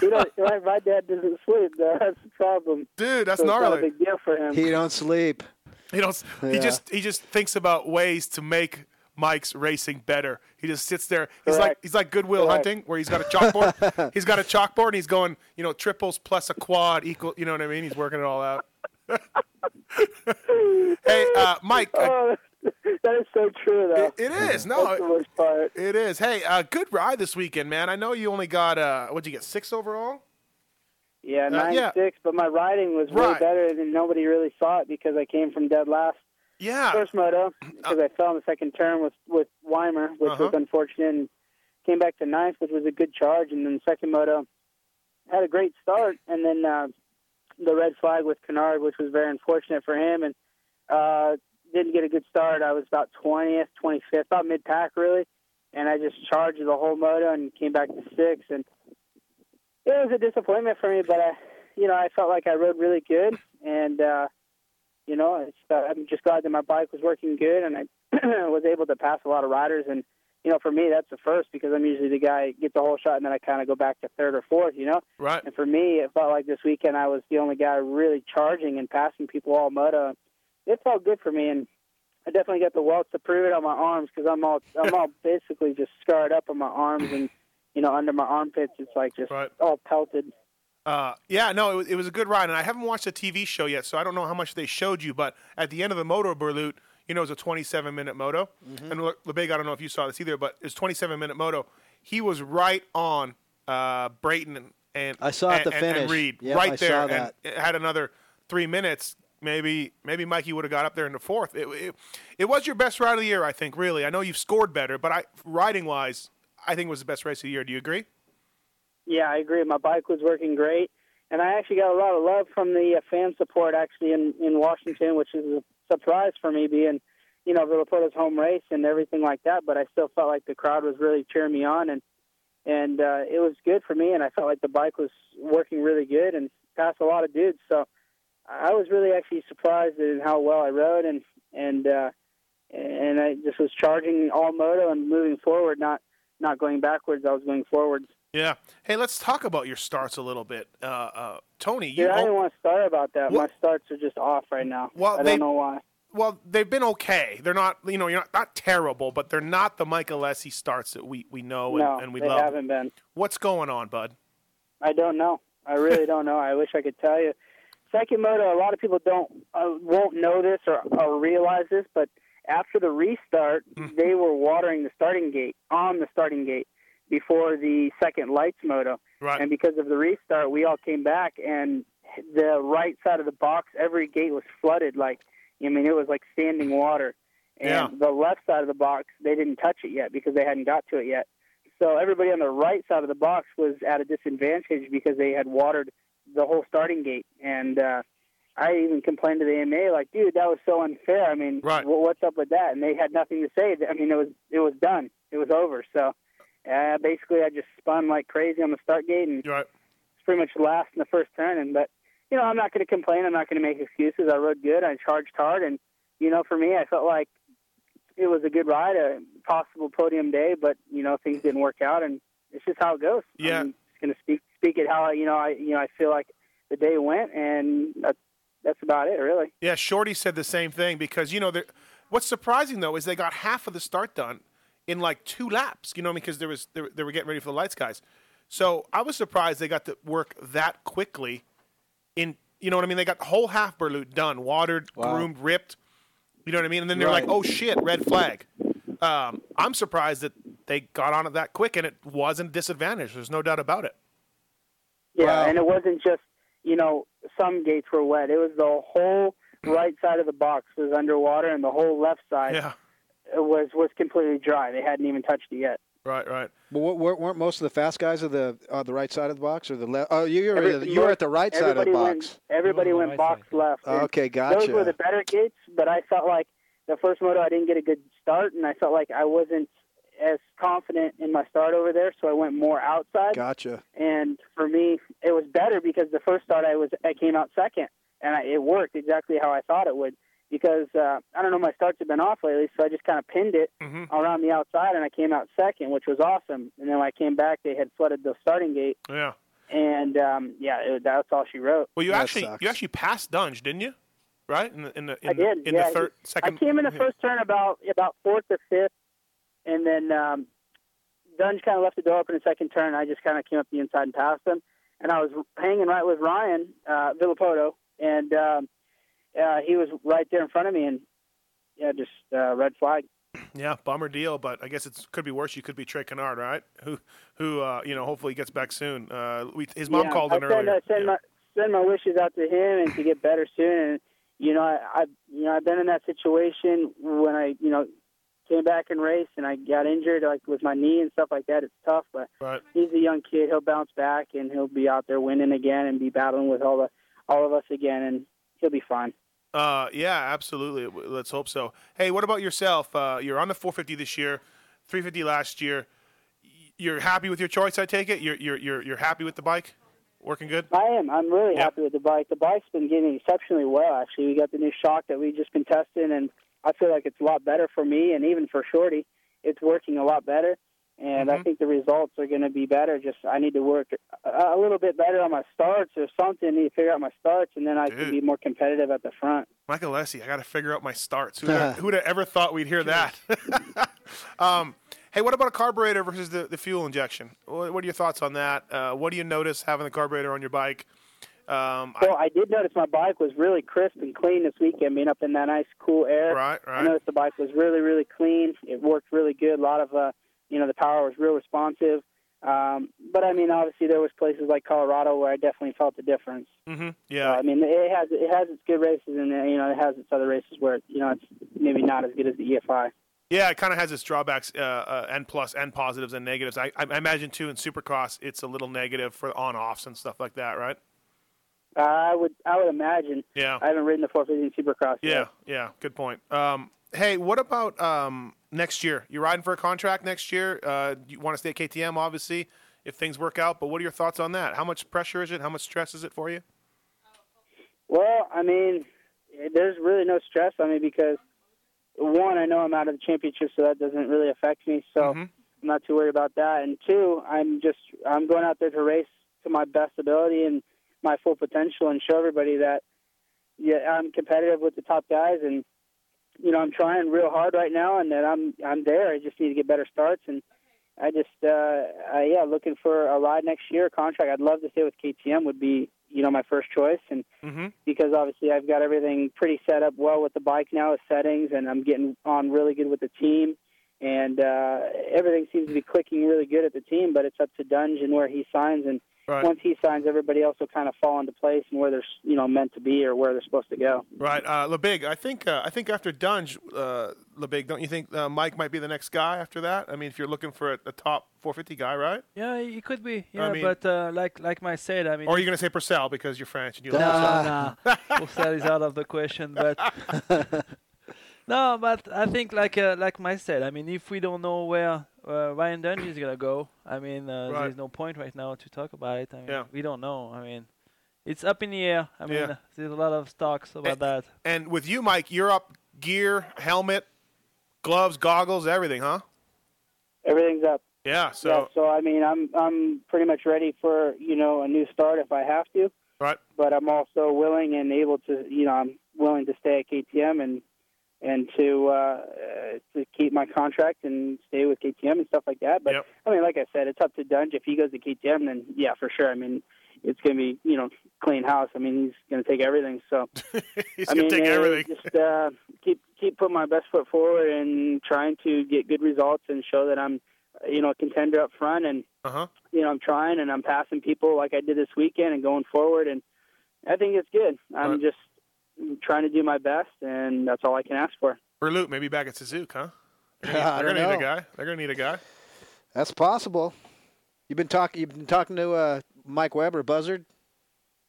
S20: don't- my, my dad doesn't sleep, though. That's the problem.
S4: Dude, that's
S20: so It's not
S4: gnarly.
S20: a big deal for him.
S5: He don't sleep.
S4: He don't. He
S5: Yeah.
S4: just he just thinks about ways to make Mike's racing better. He just sits there. He's like
S5: Correct.
S4: he's like Goodwill
S5: Correct.
S4: Hunting, where he's got a chalkboard. he's got a chalkboard, and he's going, you know, triples plus a quad equal. You know what I mean? He's working it all out. hey, uh, Mike.
S20: Oh, that is so true, though.
S4: it is. No,
S20: That's the worst part.
S4: It is. Hey, uh, good ride this weekend, man. I know you only got uh, what'd you get six overall?
S20: Yeah,
S4: Uh,
S20: nine
S4: yeah.
S20: six. But my riding was
S4: Right.
S20: way better, and nobody really saw it because I came from dead last.
S4: Yeah. Uh,
S20: First moto because I fell in the second turn with with Weimer, which was
S4: Uh-huh.
S20: unfortunate. And came back to ninth, which was a good charge, and then second moto had a great start, and then uh, the red flag with Kennard, which was very unfortunate for him, and uh, didn't get a good start. I was about twentieth, twenty fifth, about mid pack really, and I just charged the whole moto and came back to sixth, and it was a disappointment for me, but I, you know, I felt like I rode really good, and uh, you know, it's, uh, I'm just glad that my bike was working good, and I was able to pass a lot of riders. And you know, for me, that's the first because I'm usually the guy that gets the whole shot, and then I kind of go back to third or fourth. You know,
S4: Right.
S20: and for me, it felt like this weekend I was the only guy really charging and passing people all moto. It felt good for me, and I definitely got the welts to prove it on my arms because I'm all I'm all basically just scarred up on my arms and you know under my armpits. It's like just all pelted.
S4: Uh, yeah, no, it was, it was a good ride, and I haven't watched the TV show yet, so I don't know how much they showed you. But at the end of the moto Berlut, you know, it was a 27 minute moto,
S5: Mhm.
S4: and Le- LeBig, I don't know if you saw this either, but it's 27 minute moto. He was right on uh, Brayton and, and
S5: I saw at
S4: and-
S5: the
S4: and- and
S5: finish.
S4: Reed
S5: Yep,
S4: right
S5: I
S4: there,
S5: saw
S4: and
S5: that.
S4: it had another three minutes. Maybe maybe Mikey would have got up there in the fourth. It, it, it was your best ride of the year, I think. Really, I know you've scored better, but I riding wise, I think it was the best race of the year. Do you agree?
S20: Yeah, I agree. My bike was working great, and I actually got a lot of love from the uh, fan support actually in in Washington, which is a surprise for me, being you know Villapoto's home race and everything like that. But I still felt like the crowd was really cheering me on, and and uh, it was good for me, and I felt like the bike was working really good and passed a lot of dudes. So I was really actually surprised in how well I rode, and and uh, and I just was charging all moto and moving forward, not not going backwards. I was going forwards.
S4: Yeah. Hey, let's talk about your starts a little bit, uh, uh, Tony. You
S20: Yeah, I
S4: o-
S20: didn't want to start about that.
S4: Well-
S20: My starts are just off right now.
S4: Well,
S20: I don't
S4: they-
S20: know why.
S4: well, they've been okay. They're not, you know, you're not, not terrible, but they're not the Mike Alessi starts that we, we know and,
S20: no,
S4: and we
S20: they
S4: love.
S20: haven't been.
S4: What's going on, bud?
S20: I don't know. I really don't know. I wish I could tell you. Second moto, a lot of people don't uh, won't know this or, or realize this, but after the restart,
S4: Hmm.
S20: they were watering the starting gate on the starting gate before the second lights moto.
S4: Right.
S20: And because of the restart, we all came back, and the right side of the box, every gate was flooded. Like, I mean, it was like standing water. And
S19: Yeah.
S20: the left side of the box, they didn't touch it yet because they hadn't got to it yet. So everybody on the right side of the box was at a disadvantage because they had watered the whole starting gate. And uh, I even complained to the AMA, like, dude, that was so unfair. I mean,
S4: Right.
S20: wh- what's up with that? And they had nothing to say. I mean, it was it was done. It was over. So uh, basically, I just spun like crazy on the start gate and
S4: right.
S20: was pretty much last in the first turn. And but you know, I'm not going to complain. I'm not going to make excuses. I rode good. I charged hard, and you know, for me, I felt like it was a good ride, a possible podium day. But you know, things didn't work out, and it's just how it goes.
S4: Yeah.
S20: I'm just going to speak speak it how I, you know I you know I feel like the day went, and that's that's about it, really.
S4: Yeah, Shorty said the same thing because you know they're- what's surprising though is they got half of the start done in like two laps. You know because there was they were, they were getting ready for the lights guys. So I was surprised they got to work that quickly. In you know what I mean? They got the whole half Berlut done, watered, groomed, ripped. You know what I mean? And then they're like,
S5: Right.
S4: "Oh shit, red flag." Um, I'm surprised that they got on it that quick and it wasn't disadvantaged. There's no doubt about it.
S20: Yeah, and it wasn't just you know some gates were wet. It was the whole right side of the box was underwater, and the whole left side
S4: Yeah.
S20: was was completely dry. They hadn't even touched it yet.
S4: Right, right.
S5: But wa- wa- weren't most of the fast guys of the on the right side of the box or the left? Oh, you were
S20: Every-
S5: you were at the right side of the
S20: everybody went-
S5: box.
S20: everybody went box left. and
S5: Okay,
S20: Those were
S5: gotcha.
S20: the better gates, but I felt like the first moto I didn't get a good start, and I felt like I wasn't as confident in my start over there, so I went more outside.
S5: Gotcha.
S20: and for me it was better because the first start I was I came out second and I, it worked exactly how I thought it would because uh, I don't know my starts have been off lately so I just kind of pinned it around the outside and I came out second which was awesome and then when I came back they had flooded the starting gate
S4: Yeah.
S20: and um, yeah it, that's all she wrote.
S4: Well, you actually you actually passed Dunge, didn't you? Right in the in the in
S20: I
S4: the,
S20: did.
S4: in
S20: yeah,
S4: the third second.
S20: I came in the
S4: yeah.
S20: first turn about about fourth or fifth, and then um, Dunge kind of left the door open in the second turn. I just kind of came up the inside and passed him, and I was hanging right with Ryan uh, Villapoto, and um, uh, he was right there in front of me, and yeah, just uh, red flag.
S4: Yeah, bummer deal, but I guess it could be worse. You could be Trey Kennard, right? Who who uh, you know hopefully gets back soon. Uh, we, his mom
S20: Yeah,
S4: called
S20: I
S4: in
S20: send,
S4: earlier.
S20: I send my send my wishes out to him and to get better soon. And you know, I, I you know I've been in that situation when I you know came back and raced and I got injured like with my knee and stuff like that. It's tough, but
S4: Right.
S20: he's a young kid. He'll bounce back and he'll be out there winning again and be battling with all the all of us again, and he'll be fine.
S4: Uh, yeah, absolutely. W- Let's hope so. Hey, what about yourself? Uh, you're on the 450 this year, 350 last year. Y- You're happy with your choice, I take it. You're you're you're, you're happy with the bike, working good.
S20: I am. I'm really happy with the bike. The bike's been getting exceptionally well. Actually, we got the new shock that we've just been testing, and I feel like it's a lot better for me, and even for Shorty, it's working a lot better. And
S4: Mm-hmm.
S20: I think the results are going to be better. Just I need to work a, a little bit better on my starts or something. need to figure out my starts, and then I can
S4: Dude.
S20: be more competitive at the front.
S4: Michael
S20: Uh-huh.
S4: Lessie, I got to figure out my starts. Who'd have, who'd have ever thought we'd hear that? um, Hey, what about a carburetor versus the, the fuel injection? What, what are your thoughts on that? Uh, what do you notice having the carburetor on your bike? Um, I-
S20: Well, I did notice my bike was really crisp and clean this weekend, being up in that nice cool air.
S4: Right,
S20: I
S4: right.
S20: noticed the bike was really, really clean. It worked really good. A lot of, uh, you know, the power was real responsive. Um, but I mean, obviously, there was places like Colorado where I definitely felt the difference.
S4: mm-hmm. Yeah.
S20: I mean, it has it has its good races, and uh, you know, it has its other races where you know it's maybe not as good as the E EFI.
S4: Yeah, it kind of has its drawbacks uh, uh, and plus and positives and negatives. I, I imagine too in Supercross, it's a little negative for on offs and stuff like that, right?
S20: I would I would imagine.
S4: Yeah.
S20: I haven't ridden the 450 Supercross
S4: Yeah,
S20: yet.
S4: yeah, good point. Um, hey, what about um, next year? You riding for a contract next year? Uh, you want to stay at KTM, obviously, if things work out. But what are your thoughts on that? How much pressure is it? How much stress is it for you?
S20: Well, I mean, there's really no stress on me because one, I know I'm out of the championship, so that doesn't really affect me. So I'm not too worried about that. And two, I'm just I'm going out there to race to my best ability and my full potential, and show everybody that yeah, I'm competitive with the top guys, and you know I'm trying real hard right now, and that I'm I'm there. I just need to get better starts, and I just uh, I, yeah, looking for a ride next year, a contract. I'd love to stay with KTM would be you know my first choice, and
S4: Mm-hmm.
S20: because obviously I've got everything pretty set up well with the bike now, with settings, and I'm getting on really good with the team. And uh, everything seems to be clicking really good at the team, but it's up to Dunge and where he signs. And
S4: Right.
S20: once he signs, everybody else will kind of fall into place and where they're you know meant to be or where they're supposed to go.
S4: Right, uh, LeBig. I think uh, I think after Dunge, uh, LeBig, don't you think uh, Mike might be the next guy after that? I mean, if you're looking for a, a top 450 guy, right?
S11: Yeah, it could be. Yeah,
S4: mean-
S11: but uh, like like I said, I mean.
S4: Or are you going to say Purcell because you're French and you
S11: No,
S4: love
S11: no, Purcell is out of the question. But no, but I think like uh, like I said, I mean, if we don't know where uh, Ryan Dungey is gonna go, I mean, uh,
S4: Right.
S11: there's no point right now to talk about it. I mean,
S4: Yeah.
S11: we don't know. I mean, it's up in the air. I mean,
S4: Yeah. Eh,
S11: uh, there's a lot of stocks about
S4: And-
S11: that.
S4: And with you, Mike, you're up gear, helmet, gloves, goggles, everything, huh?
S20: Everything's up.
S4: Yeah. Ah, So
S20: yeah, so I mean, I'm I'm pretty much ready for you know a new start if I have to.
S4: Right.
S20: But I'm also willing and able to you know I'm willing to stay at KTM and and to uh, uh, to keep my contract and stay with KTM and stuff like that. But I mean, like I said, it's up to Dunge. If he goes to KTM, then yeah, for sure. I mean, it's gonna be you know clean house. I mean, he's gonna take everything. So
S4: He's
S20: I
S4: gonna
S20: mean,
S4: take
S20: uh,
S4: everything.
S20: Just uh, keep keep putting my best foot forward and trying to get good results and show that I'm, uh, you know, a contender up front and
S4: Uh huh.
S20: you know I'm trying and I'm passing people like I did this weekend and going forward and I think it's good. I'm just trying to do my best and that's all I can ask for.
S4: Berlut maybe back at Suzuka, huh? They're gonna-
S5: I
S4: they're
S5: don't
S4: gonna need a
S5: know.
S4: guy. They're gonna need a guy.
S5: That's possible. You've been talking. You've been talking to uh, Mike Weber, Buzzard.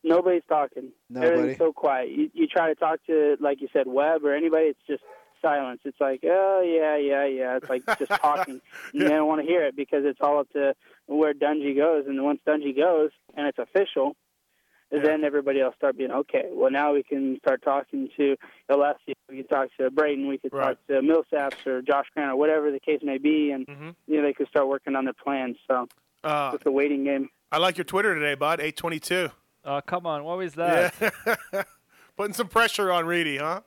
S20: Nobody's talking.
S5: Nobody.
S20: Everything's so quiet. You, you try to talk to like you said Webb or anybody, it's just silence. It's like oh yeah yeah yeah. It's like just talking. You don't want to hear it because it's all up to where Dungy goes. And once Dungy goes and it's official, then everybody else start being okay. Well, now we can start talking to Alessio. We can talk to Brayton. We could
S4: Right.
S20: talk to Millsaps or Josh Grant or whatever the case may be, and you know they could start working on their plans. So
S4: Uh,
S20: it's a waiting game.
S4: I like your Twitter today, bud. Eight twenty two.
S11: Oh come on, what was that?
S4: Putting some pressure on Reedy, huh?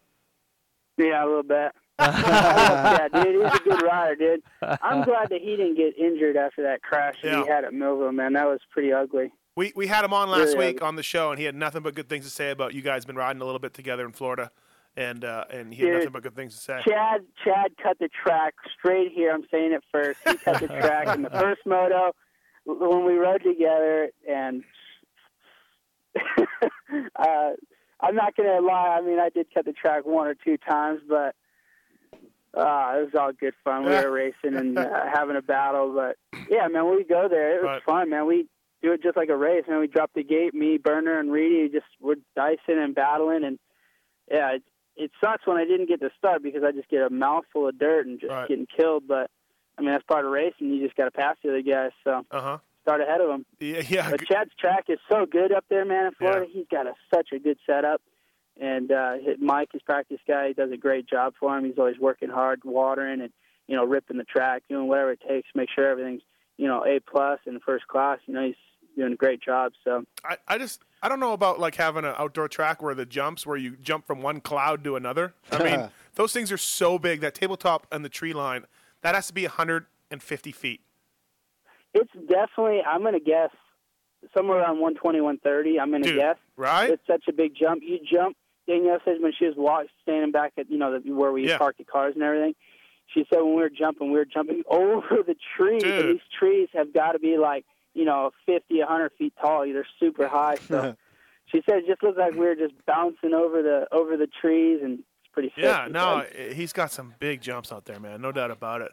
S20: Yeah, a little bit. yeah, dude, he's a good rider, dude. I'm glad that he didn't get injured after that crash that he
S4: Yeah.
S20: had at Millville, man. That was pretty ugly.
S4: We we had him on last
S20: Really
S4: week on the show, and he had nothing but good things to say about you guys. Been riding a little bit together in Florida, and uh, and he had
S20: Dude,
S4: nothing but good things to say.
S20: Chad Chad cut the track straight here. I'm saying it first. He cut the track in the first moto when we rode together, and uh, I'm not gonna lie. I mean, I did cut the track one or two times, but uh, it was all good fun. We were racing and uh, having a battle, but yeah, man, we go there. It was fun, man. We do it just like a race, man. We drop the gate. Me, Burner, and Reedy just we're dicing and battling, and yeah, it, it sucks when I didn't get to start because I just get a mouthful of dirt and just
S4: Right.
S20: getting killed. But I mean, that's part of racing. You just got to pass the other guys. So
S4: Uh huh.
S20: start ahead of them.
S4: Yeah, yeah.
S20: But Chad's track is so good up there, man. In Florida, he's got a, such a good setup. And uh, Mike, his practice guy, he does a great job for him. He's always working hard, watering, and you know, ripping the track, doing whatever it takes, to make sure everything's you know A plus and first class. You know, he's doing a great job. So
S4: I, I just I don't know about like having an outdoor track where the jumps where you jump from one cloud to another. I mean, those things are so big. That tabletop and the tree line, that has to be 100 and 50 feet?
S20: It's definitely. I'm going to guess somewhere around 120, 130. I'm going to
S4: Dude,
S20: guess.
S4: Right?
S20: It's such a big jump. You jump. Danielle says when she was walk, standing back at you know the, where we
S4: Yeah.
S20: parked the cars and everything, she said when we were jumping, we were jumping over the trees. And
S4: Dude.
S20: these trees have got to be like you know 50, 100 feet tall. They're super high. So she said it just looked like we were just bouncing over the over the trees, and it's pretty. sick.
S4: Yeah,
S20: She
S4: no,
S20: said,
S4: i- he's got some big jumps out there, man. No doubt about it.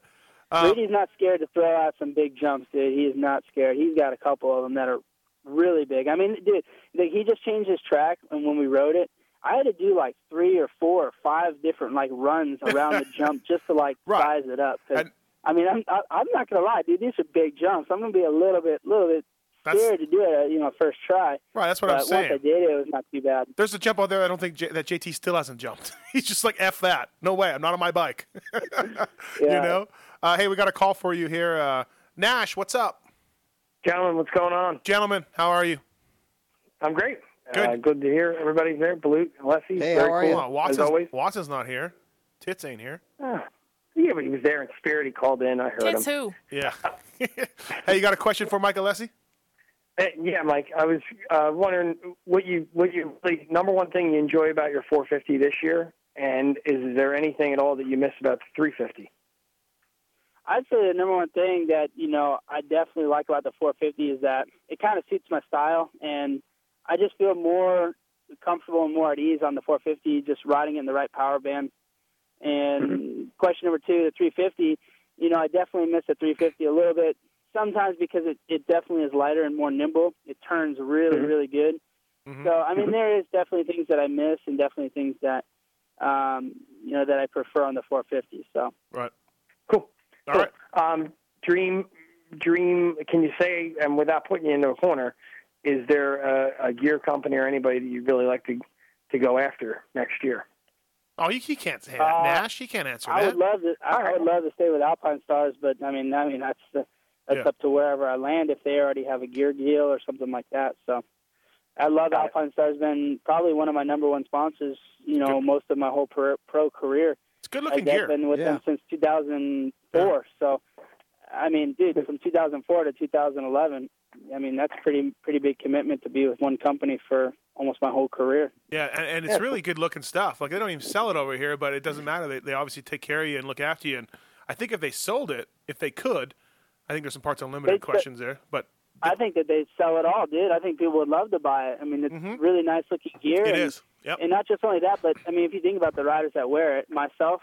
S4: Um,
S20: Brady's not scared to throw out some big jumps, dude. He is not scared. He's got a couple of them that are really big. I mean, dude, the, he just changed his track, and when we rode it, I had to do like three or four or five different like runs around the jump just to like size it up. 'Cause, I mean, I'm I, I'm not gonna lie, dude. These are big jumps. I'm gonna be a little bit, little bit scared to do it, uh, you know, first try.
S4: Right, that's what
S20: but
S4: I'm saying.
S20: Once I did it, it was not too bad.
S4: There's a jump out there I don't think J- that JT still hasn't jumped. He's just like, F that. No way. I'm not on my bike. You
S19: Yeah.
S4: know? Uh, hey, we got a call for you here. Uh, Nash, what's up?
S19: Gentlemen, what's going on?
S4: Gentlemen, how are you?
S19: I'm great.
S4: Good.
S19: Uh, good to hear everybody's there. Balut and Lefty. very cool,
S4: Wow,
S19: As
S4: Watson's,
S19: always.
S4: Watson's not here. Tits ain't here.
S19: Ah, yeah, but he was there in spirit. He called in. I heard him.
S4: Yeah. hey, you got a question for Michael Lessie?
S19: Uh, yeah, Mike. I was uh, wondering what you what you like, number one thing you enjoy about your 450 this year, and is there anything at all that you miss about the 350?
S20: I'd say the number one thing that you know I definitely like about the 450 is that it kind of suits my style, and I just feel more comfortable and more at ease on the 450, just riding in the right power band. And question number two, the 350, you know I definitely miss the 350 a little bit sometimes because it, it definitely is lighter and more nimble. It turns really
S19: Mhm.
S20: really good.
S19: Mhm.
S20: So I mean there is definitely things that I miss, and definitely things that um, you know that I prefer on the 450. So.
S4: Right.
S19: Cool. All right. Um, dream, dream. Can you say, and without putting you into a corner, is there a, a gear company or anybody that you'd really like to to go after next year?
S4: Oh, he, he can't say
S20: Uh,
S4: that. Nash, he can't answer
S20: I
S4: that.
S20: would love to. I, I would love to stay with Alpine Stars, but I mean, I mean that's the, that's
S4: Yeah.
S20: up to wherever I land if they already have a gear deal or something like that. So, I love Alpine Stars. Been probably one of my number one sponsors. You know, most of my whole pro, pro career.
S4: It's good looking
S20: I've
S4: gear.
S20: been with them
S4: Yeah.
S20: since 2004. So, I mean, dude, from 2004 to 2011. I mean, that's pretty pretty big commitment to be with one company for almost my whole career.
S4: Yeah, and, and it's
S20: Yeah.
S4: really good looking stuff. Like they don't even sell it over here, but it doesn't matter. They, they obviously take care of you and look after you. And I think if they sold it, if they could, I think there's some parts unlimited
S20: They-
S4: questions there. But
S20: I think that they sell it all, dude. I think people would love to buy it. I mean, it's really nice looking gear.
S4: Mm-hmm. It
S20: and,
S4: is. Yep.
S20: And not just only that, but I mean, if you think about the riders that wear it, myself,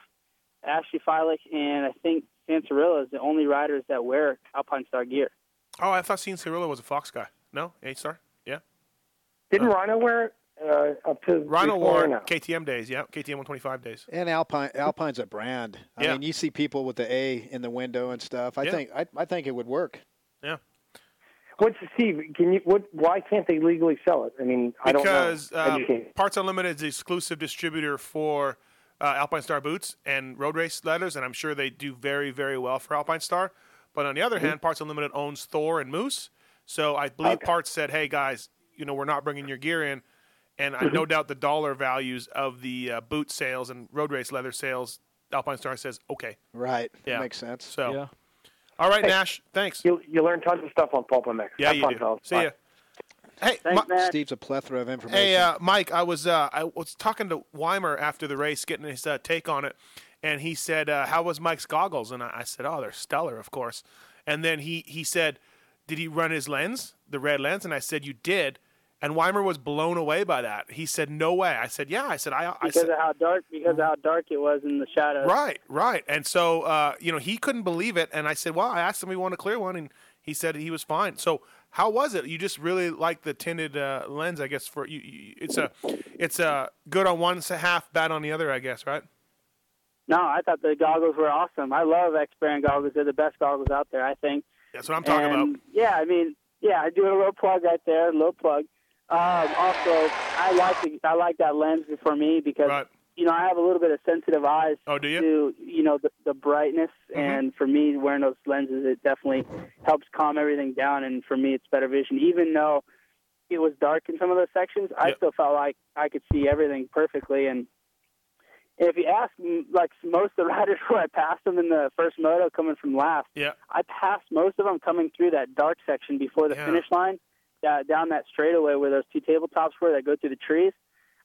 S20: Ashley Filick, and I think Santarilla is the only riders that wear Alpine Star gear.
S4: oh, I thought Sean Cirillo was a Fox guy. No, eight star. Yeah,
S19: Didn't Rhino wear it uh, up to
S4: Rhino
S19: before
S4: War
S19: or no?
S4: KTM days. Yeah, KTM 125 days.
S5: And Alpine Alpine's a brand. I
S4: Yeah.
S5: mean, you see people with the A in the window and stuff. I
S4: Yeah.
S5: think I, I think it would work.
S19: What's Steve? Can you? What? Why can't they legally sell it? I mean, I don't know.
S4: because
S19: I just
S4: um,
S19: can't-
S4: Parts Unlimited is the exclusive distributor for uh, Alpine Star boots and road race leathers, and I'm sure they do very, very well for Alpine Star. But on the
S19: Mm-hmm.
S4: other hand, Parts Unlimited owns Thor and Moose, so I believe Parts said, "Hey guys, you know we're not bringing your gear in," and
S19: Mm-hmm.
S4: I no doubt the dollar values of the uh, boot sales and road race leather sales. Alpine Star says, "Okay,
S5: Right.
S4: Yeah.
S5: Makes sense.
S4: So, all right, Nash, thanks.
S19: You you learn tons of stuff on Pulp MX.
S4: yeah,
S19: Have
S4: you
S19: fun,
S4: do.
S19: fellas.
S4: See
S19: Bye.
S4: ya." Hey, Ma-
S5: Steve's a plethora of information.
S4: Hey, uh, Mike, I was uh, I was talking to Weimer after the race, getting his uh, take on it, and he said, uh, "How was Mike's goggles?" And I, I said, "Oh, they're stellar, of course." And then he he said, "Did he run his lens, the red lens?" And I said, "You did." And Weimer was blown away by that. He said, "No way." I said, "Yeah." I said, "I." I
S20: Because
S4: said,
S20: of how dark, because of how dark it was in the shadows.
S4: Right, right. And so, uh, you know, he couldn't believe it. And I said, well, I asked him if he wanted a clear one, and he said he was fine. So, how was it? You just really like the tinted uh, lens, I guess. For you, you, it's a, it's a good on one s- half, bad on the other, I guess, right?
S20: No, I thought the goggles were awesome. I love Xbrand goggles. They're the best goggles out there, I think.
S4: That's what I'm talking about.
S20: And, Yeah, I mean, yeah, I do a little plug right there, a little plug. Um, also, I like the, I like that lens for me because you know I have a little bit of sensitive eyes
S4: oh, do you? Mm-hmm.
S20: to you know the, the brightness, and for me wearing those lenses it definitely helps calm everything down, and for me it's better vision. Even though it was dark in some of those sections, I still felt like I could see everything perfectly, and And if you ask, m- like most of the riders where I passed them in the first moto coming from last,
S4: Yeah.
S20: I passed most of them coming through that dark section before the finish line, uh, down that straightaway where those two tabletops were that go through the trees.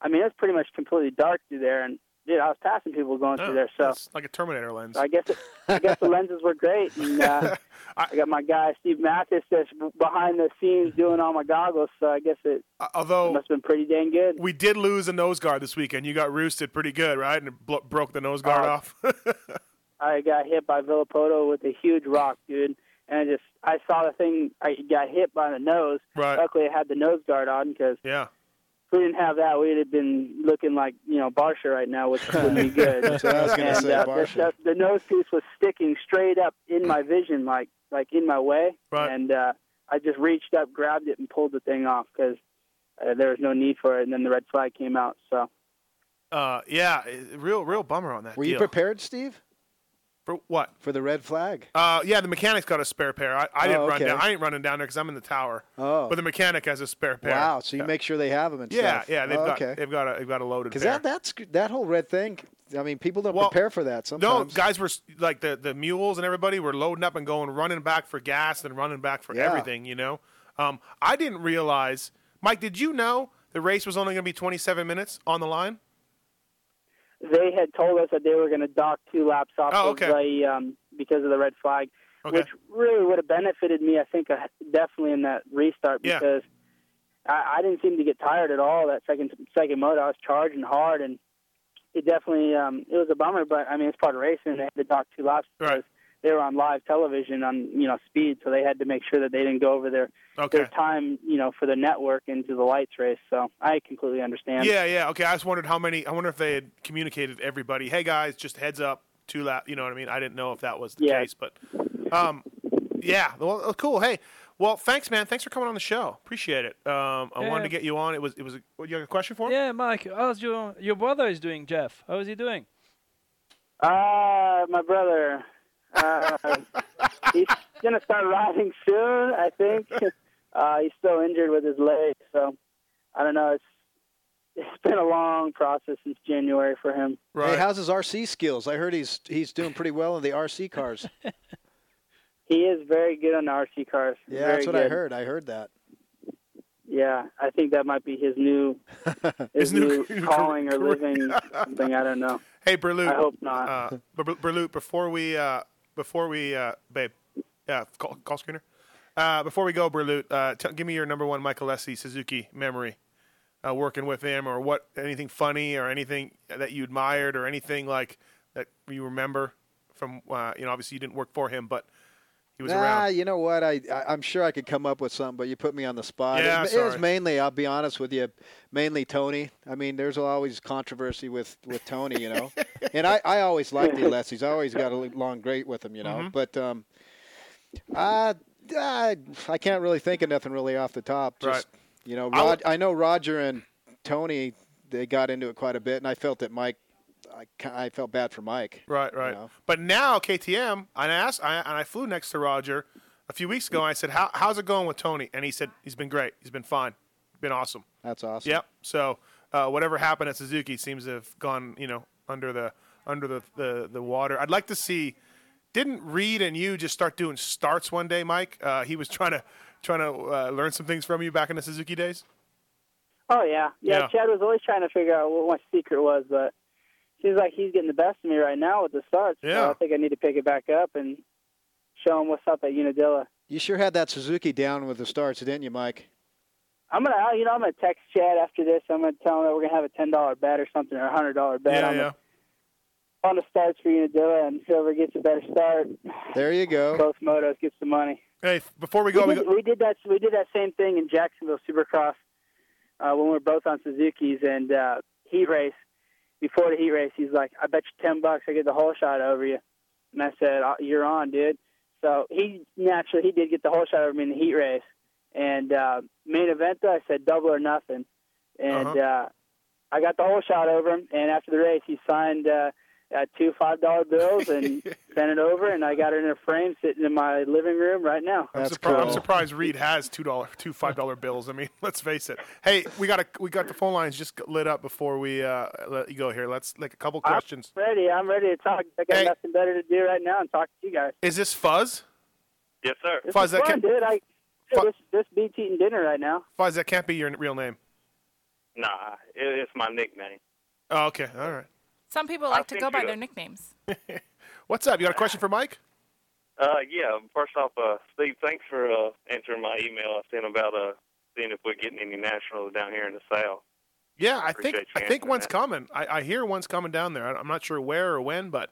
S20: I mean, it's pretty much completely dark through there, and dude, I was passing people going
S4: Oh,
S20: through there. So
S4: It's like a Terminator lens.
S20: I guess it, I guess the lenses were great, and uh,
S4: I,
S20: got my guy Steve Mathis that's behind the scenes doing all my goggles. So I guess it
S4: Uh, although
S20: must have been pretty dang good.
S4: We did lose a nose guard this weekend. You got roosted pretty good, right? And it blo- broke the nose
S20: Uh,
S4: guard off.
S20: I got hit by Villapoto with a huge rock, dude. And I just, I saw the thing. I got hit by the nose.
S4: Right.
S20: Luckily, I had the nose guard on because
S4: yeah.
S20: if we didn't have that, we'd have been looking like you know Barsha right now, which wouldn't be good.
S5: That's what I was gonna
S20: And,
S5: say,
S20: uh,
S5: Barsha.
S20: the, the nose piece was sticking straight up in my vision, like like in my way.
S4: Right.
S20: And uh, I just reached up, grabbed it, and pulled the thing off because uh, there was no need for it. And then the red flag came out. So
S4: Uh, yeah. i- Real, real bummer on that.
S5: Were you
S4: deal.
S5: prepared, Steve?
S4: For what?
S5: For the red flag.
S4: Uh, yeah, the mechanic's got a spare pair. I, I didn't
S5: Oh,
S4: run
S5: okay.
S4: down. I ain't running down there because I'm in the tower.
S5: Oh.
S4: But the mechanic has a spare pair.
S5: Wow. So you make sure they have them and
S4: Yeah,
S5: stuff.
S4: yeah. They've
S5: Oh,
S4: got
S5: okay.
S4: they've got a they've got a loaded.
S5: Because
S4: pair.
S5: that that's that whole red thing. I mean, people don't prepare for that
S4: No,
S5: sometimes.
S4: guys were s- like the the mules and everybody were loading up and going running back for gas and running back for
S5: Yeah.
S4: everything. You know, um, I didn't realize, Mike. Did you know the race was only going to be 27 minutes on the line?
S20: they had told us that they were going to dock two laps off
S4: Oh,
S20: of the, um, because of the red flag,
S4: Okay.
S20: which really would have benefited me, I think, uh, definitely in that restart
S4: Yeah.
S20: because I, I didn't seem to get tired at all that second second moto. I was charging hard, and it definitely um, it was a bummer. But I mean, it's part of racing. They had to dock two laps because they were on live television on you know speed, so they had to make sure that they didn't go over their
S4: Okay.
S20: their time you know for the network into the lights race. So I completely understand.
S4: yeah, yeah. Okay, I just wondered how many. I wonder if they had communicated everybody. Hey guys, just heads up, two lap. You know what I mean? I didn't know if that was the
S20: Yeah.
S4: case, but um, yeah. Well, uh, cool. Hey, well, thanks, man. Thanks for coming on the show. Appreciate it. Um, I wanted
S11: Yeah.
S4: to get you on. It was it was. A, what, you have a question for? him?
S11: Yeah, Mike. How's your your brother is doing, Jeff? How is he doing?
S20: Uh, my brother. Uh, he's gonna start riding soon, I think. Uh, he's still injured with his leg, so I don't know. It's it's been a long process since January for him.
S5: Hey, how's his RC skills? I heard he's he's doing pretty well in the RC cars.
S20: He is very good on the RC cars.
S5: Yeah,
S20: Very
S5: that's what I
S20: good.
S5: heard. I heard that.
S20: Yeah, I think that might be his new his, new, calling or living something. I don't know.
S4: Hey, Berlut.
S20: I hope not.
S4: Uh, Ber- Ber- Berlut, before we, uh, before we, uh, babe, yeah, call, call screener. Uh, before we go, Berlut, uh, t- give me your number one Michael Essie Suzuki memory. Uh, working with him, or what? Anything funny, or anything that you admired, or anything like that you remember from? Uh, you know, obviously you didn't work for him, but he was
S5: nah,
S4: around.
S5: you know what? I, I I'm sure I could come up with something, but you put me on the spot.
S4: Yeah,
S5: it, was- it was
S4: sorry.
S5: mainly, I'll be honest with you, mainly Tony. I mean, there's always controversy with with Tony, you know. and I I always liked the Lessees. I always got along great with him, you know.
S4: Mhm.
S5: But um, I, I I can't really think of nothing really off the top. Just
S4: Right.
S5: you know,
S4: I w-
S5: Uh, Rod, I know Roger and Tony they got into it quite a bit, and I felt that Mike. I, ki- I felt bad for Mike.
S4: Right, right. But now KTM, and I asked, I, and I flew next to Roger a few weeks ago. And I said, How, "How's it going with Tony?" And he said, "He's been great. He's been fine. Been awesome."
S5: That's awesome.
S4: Yep. So uh, whatever happened at Suzuki seems to have gone, you know, under the under the, the the water. I'd like to see. Didn't Reed and you just start doing starts one day, Mike? Uh, he was trying to trying to uh, learn some things from you back in the Suzuki days.
S20: Oh yeah. yeah,
S4: Yeah.
S20: Chad was always trying to figure out what my secret was, but seems like he's getting the best of me right now with the starts.
S5: Yeah.
S20: so I think I need to pick it back up and show him what's up at Unadilla.
S5: You sure had that Suzuki down with the starts, didn't you, Mike?
S20: I'm gonna, I'll- you know, I'm gonna text Chad after this. I'm gonna tell him that we're gonna have a ten dollar bet or something, or a hundred dollar bet on the on the starts for Unadilla, and whoever gets a better start,
S5: There you go.
S20: both motos gets the money.
S4: Hey, before we go,
S20: we
S4: we
S20: did,
S4: go-
S20: we did that. We did that same thing in Jacksonville Supercross uh, when we were both on Suzuki's and uh, heat race. Before the heat race, he's like, "I bet you ten bucks I get the whole shot over you," and I said, "Uh, "You're on, dude." So he naturally he did get the whole shot over me in the heat race, and uh, main event though, I said double or nothing, and uh
S13: Uh-huh.
S20: I got the whole shot over him. And after the race, he signed. Uh, uh, two five dollar bills and sent it over, and I got it in a frame sitting in my living room right now.
S4: I'm, surpri- I'm surprised Reed has two dollar, two five dollar bills. I mean, let's face it. Hey, we got a, we got the phone lines just lit up before we uh, let you go here. Let's like a couple questions.
S20: I'm ready. I'm ready to talk. I got nothing better to do right now and talk to you guys.
S4: Is this Fuzz?
S20: Yes,
S4: sir.
S20: This
S4: Fuzz,
S20: is
S4: that
S20: fun,
S4: can't,
S20: dude. I this, this beats eating dinner right now.
S4: Fuzz, that can't be your real name.
S21: Nah, it, it's my nickname.
S4: Oh, okay, all right.
S7: Some people like to
S21: think
S7: go by
S21: you-
S7: their nicknames.
S4: What's up? You got a question for Mike?
S21: Uh, yeah. First off, uh, Steve, thanks for uh, answering my email I sent about uh, seeing if we're getting any nationals down here in the South.
S4: Yeah, I
S21: Appreciate
S4: think
S21: you
S4: I think
S21: answering
S4: one's
S21: that.
S4: coming. I, I hear one's coming down there. I, I'm not sure where or when, but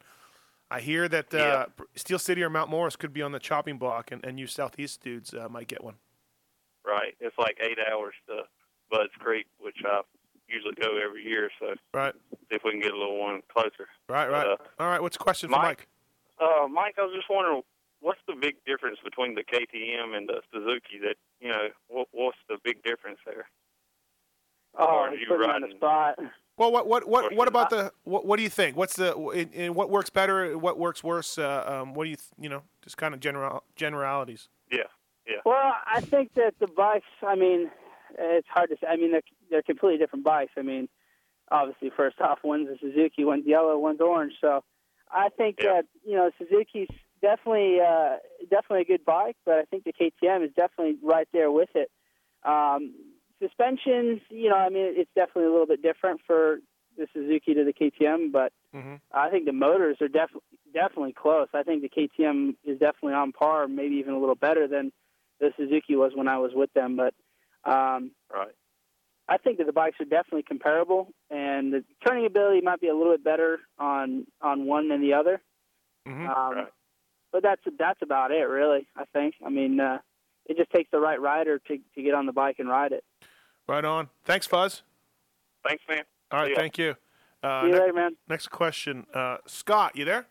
S4: I hear that uh,
S21: Yeah.
S4: Steel City or Mount Morris could be on the chopping block, and, and you Southeast dudes uh, might get one.
S21: Right. It's like eight hours to Bud's Creek, which I usually go every year. So
S4: Right,
S21: see if we can get a little one closer.
S4: right, right. All right, what's the question for Mike?
S21: Uh, Mike, I was just wondering, what's the big difference between the KTM and the Suzuki? That you know, what, what's the big difference there?
S20: Oh,
S21: Or
S20: he's
S21: you
S20: putting me on the spot.
S4: Well, what what what what about the what, what do you think? What's the in, in what works better? What works worse? Uh, um, what do you th- you know? Just kind of general generalities.
S21: Yeah, yeah.
S20: Well, I think that the bikes. I mean, it's hard to say. I mean, they're they're completely different bikes. I mean, obviously, first off, one's a Suzuki, one's yellow, one's orange. So, I think that you know Suzuki's definitely uh, definitely a good bike, but I think the KTM is definitely right there with it. Um, suspensions, you know, I mean, it's definitely a little bit different for the Suzuki to the KTM, but
S4: Mm-hmm.
S20: I think the motors are definitely definitely close. I think the KTM is definitely on par, maybe even a little better than the Suzuki was when I was with them. But um,
S21: right,
S20: I think that the bikes are definitely comparable, and the turning ability might be a little bit better on on one than the other.
S4: Mm-hmm.
S20: Um, But that's that's about it, really. I think. I mean, uh, it just takes the right rider to to get on the bike and ride it.
S4: Right on. Thanks, Fuzz.
S21: Thanks, man.
S4: All right,
S21: See ya.
S4: thank you. Uh,
S20: See you
S4: ne-
S20: later, man.
S4: Next question, uh, Scott. You there?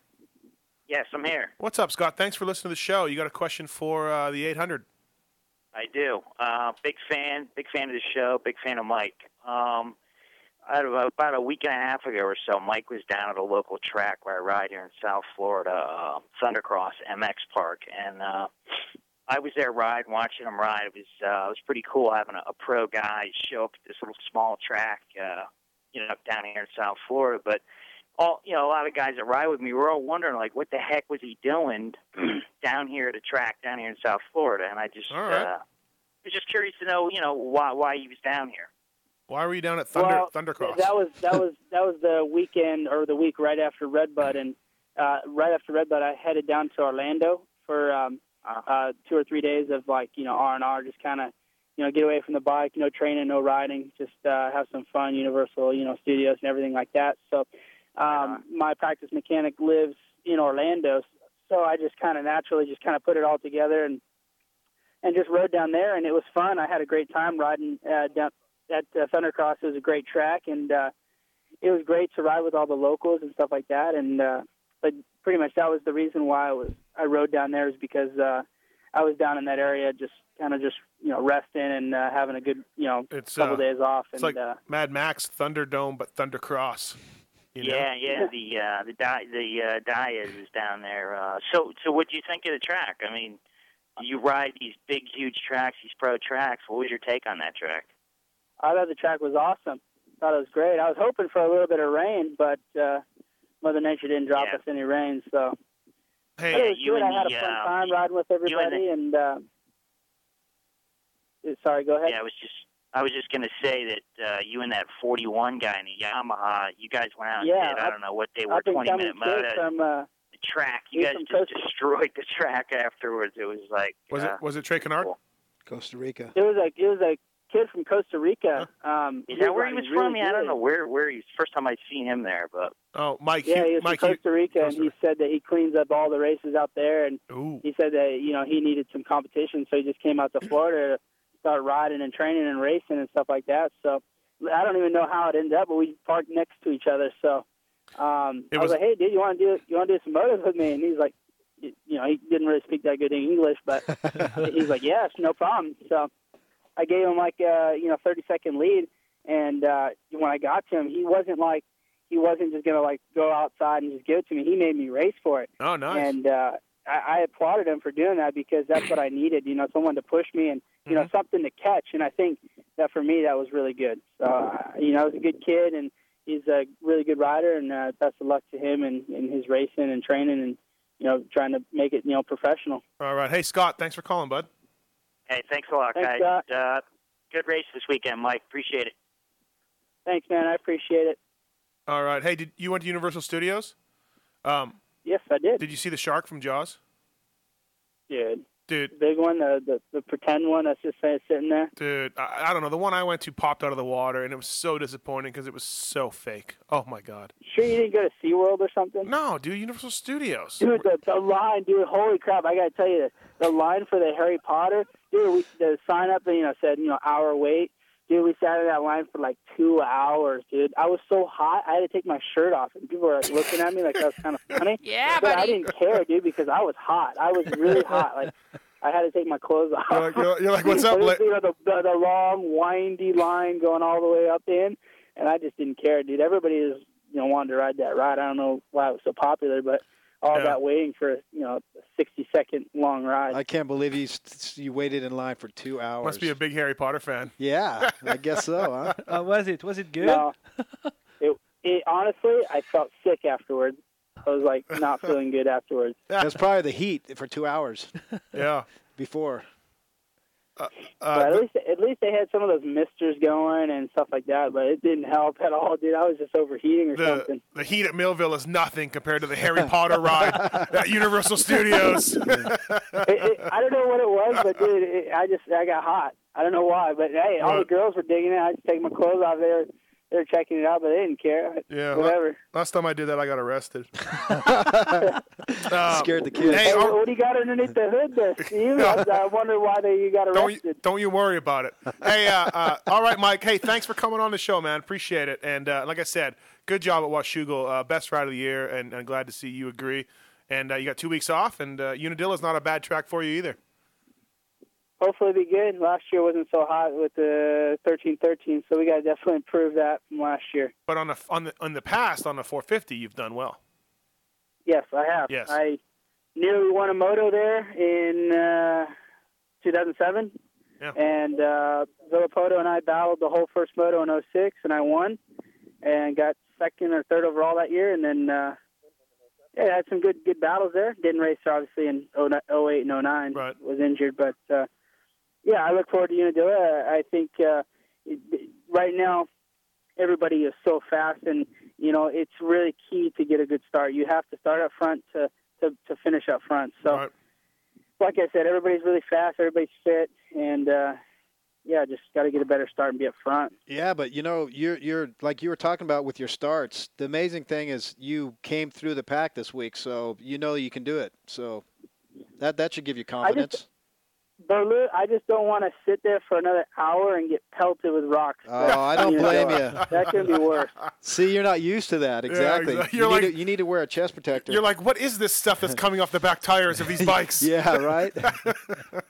S22: Yes, I'm here.
S4: What's up, Scott? Thanks for listening to the show. You got a question for uh, the 800?
S22: I do. Uh, big fan, big fan of the show, big fan of Mike. Um, I, about a week and a half ago or so, Mike was down at a local track where I ride here in South Florida, uh, Thundercross MX Park, and uh, I was there ride, watching him ride. It was uh, it was pretty cool having a, a pro guy show up at this little small track, uh, you know, down here in South Florida. But all you know, a lot of guys that ride with me were all wondering like, what the heck was he doing
S12: Um,
S22: down here at a track down here in South Florida? And I just
S4: All right.
S22: uh, was just curious to know, you know, why why he was down here.
S4: Why were you down at Thunder
S20: Well,
S4: Thundercross?
S20: That was that was that was the weekend or the week right after Redbud, and uh, right after Redbud, I headed down to Orlando for um, uh, two or three days of like you know R and R, just kind of you know get away from the bike, no training, no riding, just uh, have some fun. Universal, you know, studios and everything like that. So um, my practice mechanic lives in Orlando, so I just kind of naturally just kind of put it all together and and just rode down there, and it was fun. I had a great time riding uh, down at uh, Thundercross. It was a great track, and uh, it was great to ride with all the locals and stuff like that. And uh, but pretty much that was the reason why I was I rode down there is because uh, I was down in that area, just kind of just you know resting and uh, having a good you know
S4: It's,
S20: couple
S4: uh,
S20: days off.
S4: It's
S20: and
S4: like
S20: uh,
S4: Mad Max Thunderdome, but Thundercross. You know?
S22: yeah, yeah. The uh, the di- the uh, Diaz is down there. Uh, so so, what do you think of the track? I mean, you ride these big, huge tracks, these pro tracks. What was your take on that track?
S20: I thought the track was awesome. Thought it was great. I was hoping for a little bit of rain, but uh, Mother Nature didn't drop us any rain, so.
S4: Hey,
S20: But it was
S22: you
S20: good.
S22: and
S20: I had a
S22: the,
S20: fun
S22: uh,
S20: time riding with everybody, and, uh, uh, sorry, go ahead.
S22: Yeah, I was just I was just gonna say that uh, you and that 41 guy in the Yamaha, you guys went out and
S20: Yeah,
S22: did I,
S20: I-
S22: don't know what they
S20: I
S22: were,
S20: think
S22: 20
S20: Tommy
S22: minute
S20: Kidd
S22: moto.
S20: from uh,
S22: the track, you
S20: he's
S22: guys
S20: from
S22: just destroyed the track afterwards. It was like
S4: Was
S22: uh,
S4: it was it Trey Kennard?
S5: Costa Rica.
S20: it was a it was a kid from Costa Rica. Um,
S22: Is that where he was
S20: riding
S22: from?
S20: really
S22: Yeah, I don't
S20: good.
S22: know where where he's. First time I'd seen him there, but
S4: Oh, Mike.
S20: Yeah,
S4: you-
S20: he was
S4: Mike,
S20: from
S4: you-
S20: Costa Rica, and he said that he cleans up all the races out there, and
S4: Ooh.
S20: he said that you know he needed some competition, so he just came out to Florida to start riding and training and racing and stuff like that. So I don't even know how it ended up, but we parked next to each other. So um,
S4: It
S20: I was,
S4: was-
S20: like, "Hey, dude, you want to do you want to do some motos with me?" And he's like, y- "You know, he didn't really speak that good English, but he's like, yes, no problem." So I gave him like uh, you know thirty second lead, and uh, when I got to him, he wasn't like he wasn't just gonna like go outside and just give it to me. He made me race for it.
S4: Oh, nice.
S20: And uh, I, I applauded him for doing that because that's what I needed. You know, someone to push me and you know
S6: Mm-hmm.
S20: something to catch. And I think that for me that was really good. So uh, you know, I was a good kid and he's a really good rider. And uh, best of luck to him and in his racing and training and you know trying to make it you know professional.
S4: All right. Hey, Scott, thanks for calling, bud.
S22: Hey, thanks a lot,
S20: Thanks,
S22: guys. Uh, good race this weekend, Mike. Appreciate it.
S20: Thanks, man. I appreciate it.
S4: All right. Hey, did you went to Universal Studios? Um,
S20: yes, I did.
S4: Did you see the shark from Jaws?
S20: Dude.
S4: Dude.
S20: The big one, the, the the pretend one that's just uh, sitting there.
S4: Dude, I, I don't know. The one I went to popped out of the water, and it was so disappointing because it was so fake. Oh my god.
S20: Sure, you didn't go to SeaWorld or something?
S4: No, dude, Universal Studios.
S20: Dude, the, the line, dude, holy crap! I gotta tell you, this. the line for the Harry Potter, dude. We the sign up, you know, said you know hour wait. Dude, we sat in that line for like two hours, dude. I was so hot, I had to take my shirt off, and people were like looking at me like that was kind of funny.
S7: Yeah,
S20: but I
S7: buddy.
S20: didn't care, dude, because I was hot. I was really hot. Like I had to take my clothes off.
S4: You're like- you're- you're like, "What's up,
S20: But it was,
S4: la-"
S20: you know, the, the, the long, windy line going all the way up in, and I just didn't care, dude. Everybody is you know wanted to ride that ride. I don't know why it was so popular, but all
S5: Yeah.
S20: that waiting for you know a sixty second long ride.
S5: I can't believe you st- you waited in line for two hours.
S4: Must be a big Harry Potter fan.
S5: yeah, I guess so, huh?
S11: How Uh, was it? Was it good?
S20: No. it, it honestly, I felt sick afterwards. I was like not feeling good afterwards.
S5: That's probably the heat for two hours.
S4: Yeah.
S5: Before.
S4: Uh,
S20: but at least at least they had some of those misters going and stuff like that. But it didn't help at all, dude. I was just overheating or something.
S4: The, the heat at Millville is nothing compared to the Harry Potter ride at Universal Studios.
S20: it, it, I don't know what it was, but dude, it, I just I got hot. I don't know why, but hey, all the
S4: Right.
S20: girls were digging it. I just take my clothes off. They were they were checking it out, but they didn't care.
S4: Yeah. la-
S20: whatever.
S4: Last time I did that, I got arrested.
S5: Scared the
S4: kids. Hey,
S20: Hey,
S4: Ar-
S20: what do you got underneath the hood there, Steve? I, I wonder why they you got
S4: don't
S20: arrested.
S4: you, don't you worry about it. Hey, uh, uh, all right, Mike. Hey, thanks for coming on the show, man. Appreciate it. And uh, like I said, good job at Washougal. Uh, best ride of the year, and I'm glad to see you agree. And uh, you got two weeks off, and uh, Unadilla's not a bad track for you either.
S20: Hopefully, it'll be good. Last year wasn't so hot with the thirteen thirteen, so we got to definitely improve that from last year.
S4: But on the on the on the past on the 450, you've done well.
S20: Yes, I have.
S4: Yes.
S20: I nearly won a moto there in uh, 2007.
S4: Yeah.
S20: And uh, Villapoto and I battled the whole first moto in 06, and I won and got second or third overall that year. And then, uh, yeah, I had some good good battles there. Didn't race, obviously, in 09 08 and 09. Right. Was injured. But, uh, yeah, I look forward to Unadilla. I think uh, it- right now, everybody is so fast and you know it's really key to get a good start you have to start up front to to, to finish up front so like i said everybody's really fast everybody's fit and uh yeah just got to get a better start and be up front
S5: Yeah, but you know, you're you're like you were talking about with your starts. The amazing thing is you came through the pack this week, so you know you can do it. So that that should give you confidence.
S20: but Lou, i just don't want to sit there for another hour and get pelted with rocks
S5: Oh, I don't
S20: You know,
S5: blame you.
S20: that could be worse
S5: See, you're not used to that.
S4: Yeah,
S5: Exactly.
S4: exa-
S5: you,
S4: you're
S5: need
S4: like-
S5: to, you need to wear a chest protector.
S4: You're like, what is this stuff that's coming off the back tires of these bikes?
S5: yeah, right.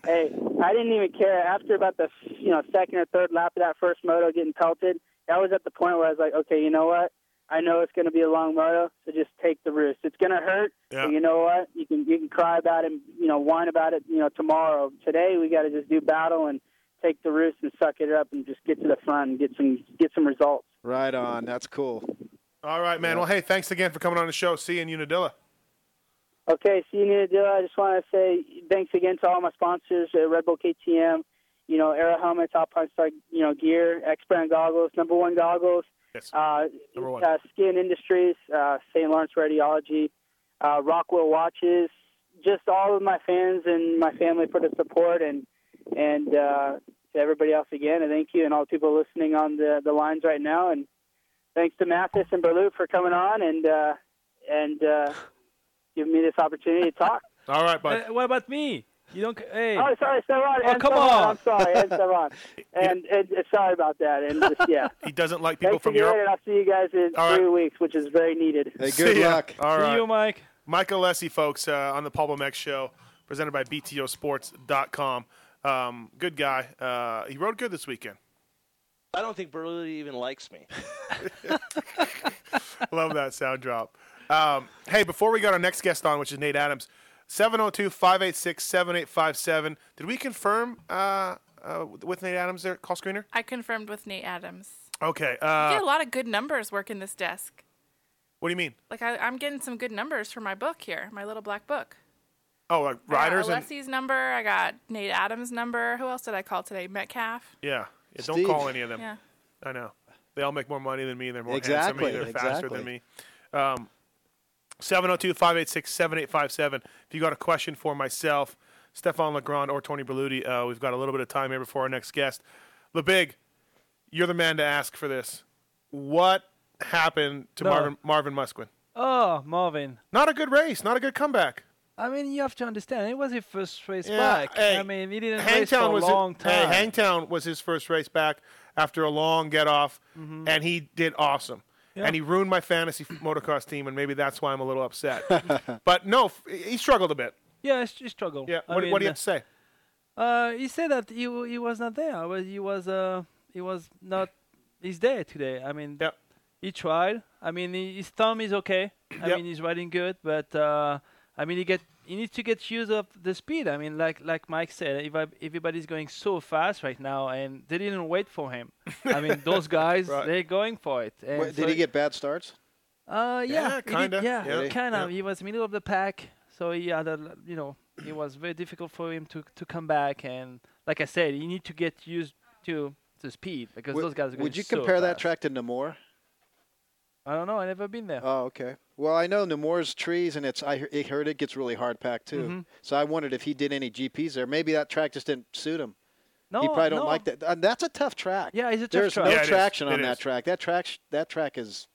S20: hey, I didn't even care. After about the you know second or third lap of that first moto getting pelted, that was at the point where I was like, okay, you know what? I know it's going to be a long moto, so just take the risk. It's going to hurt,
S4: Yeah.
S20: but you know what? You can you can cry about it, and, you know, whine about it, you know, tomorrow. Today we got to just do battle and take the risk and suck it up and just get to the front and get some get some results.
S5: Right on. That's cool.
S4: All right, man. Well, hey, thanks again for coming on the show. See you in Unadilla.
S20: Okay, so you need to do it. I just want to say thanks again to all my sponsors, uh, Red Bull KTM, you know, Arrow Helmets, Alpine Star, you know, Gear, X Brand Goggles, Number One Goggles,
S4: yes.
S20: uh,
S4: Number one.
S20: uh, Skin Industries, uh, St. Lawrence Radiology, uh, Rockwell Watches, just all of my fans and my family for the support and and uh, to everybody else again, and thank you and all the people listening on the, the lines right now, and thanks to Mathis and Berlut for coming on and uh, and uh, giving me this opportunity to talk.
S4: All right,
S11: bud. Uh, what about me? You don't. c- Hey.
S20: Oh, sorry, Esteban.
S11: Oh,
S20: and
S11: come
S20: Esteban,
S11: on.
S20: I'm sorry, and Esteban. and, and, and sorry about that. And just, yeah.
S4: He doesn't like people
S20: Thanks
S4: from
S20: again,
S4: Europe.
S20: and I'll see you guys in
S4: All right.
S20: three weeks, which is very needed.
S4: See ya. All right.
S11: you, Mike.
S4: Mike Alessi, folks, uh, on the Pablo Mex Show, presented by BTOsports.com. Um, good guy. Uh, he rode good this weekend.
S9: I don't think Berluti even likes me.
S4: Love that sound drop. Um, hey, before we got our next guest on, which is Nate Adams, 702 586 7857. Did we confirm uh, uh, with Nate Adams there, call screener?
S7: I confirmed with Nate Adams.
S4: Okay.
S7: I get
S4: Uh,
S7: a lot of good numbers working this desk.
S4: what do you mean?
S7: Like I, I'm getting some good numbers for my book here, my little black book.
S4: Oh, like riders
S7: I got
S4: and.
S7: Alessi's number. I got Nate Adams' number. Who else did I call today? Metcalf.
S4: Yeah. yeah don't
S7: Steve.
S4: call any of them.
S7: Yeah.
S4: I know. They all make more money than me. They're more
S5: Exactly,
S4: handsome. and They're faster
S5: exactly.
S4: than me. Um, 702-586-7857. If you got a question for myself, Stefan Legrand, or Tony Berluti, uh, we've got a little bit of time here before our next guest. LeBig, you're the man to ask for this. What happened to
S11: No.
S4: Marvin, Marvin Musquin?
S11: Oh, Marvin.
S4: Not a good race. Not a good comeback.
S11: I mean, you have to understand. It was his first race
S4: Yeah,
S11: back.
S4: hey,
S11: I mean, he didn't race for
S4: Hangtown
S11: a
S4: was
S11: long
S4: hey,
S11: time.
S4: Hangtown was his first race back after a long get off, and he did awesome.
S11: Mm-hmm. Yeah.
S4: And he ruined my fantasy motocross team, and maybe that's why I'm a little upset. but no, f- he struggled a bit.
S11: yeah, he he struggled.
S4: Yeah. What,
S11: I
S4: what do
S11: mean,
S4: you have to say?
S11: Uh, he said that he w- he was not there. Well, He was uh he was not. He's there today. I mean, he tried. I mean, he, his thumb is okay. I mean, he's riding good, but uh, I mean, he get he needs to get used of the speed. I mean, like like Mike said, if I, everybody's going so fast right now, and they didn't wait for him. I mean, those guys
S5: Right.
S11: they're going for it. And
S5: Wait,
S11: so
S5: did he get bad starts?
S11: Uh, yeah,
S5: Yeah,
S11: he did-
S5: kinda,
S11: Yeah,
S5: yeah.
S11: kind of.
S5: Yeah.
S11: He was middle of the pack, so he had a, l- you know, it was very difficult for him to to come back. And like I said, you need to get used to the speed because
S5: Would-
S11: those guys are going
S5: Would you
S11: so
S5: compare that
S11: fast.
S5: track to Namur?
S11: I don't know. I never been there.
S5: Oh, okay. Well, I know Namur's trees, and it's I he- I heard it gets really hard packed too.
S11: Mhm.
S5: So I wondered if he did any GPS there. Maybe that track just didn't suit him.
S11: No,
S5: he probably don't
S11: no.
S5: like that. Uh, that's a tough track.
S11: Yeah, it's a tough
S5: There's
S11: track.
S5: no
S11: Yeah, it is.
S5: traction on
S11: It
S5: that
S11: is.
S5: track. That track sh- that track is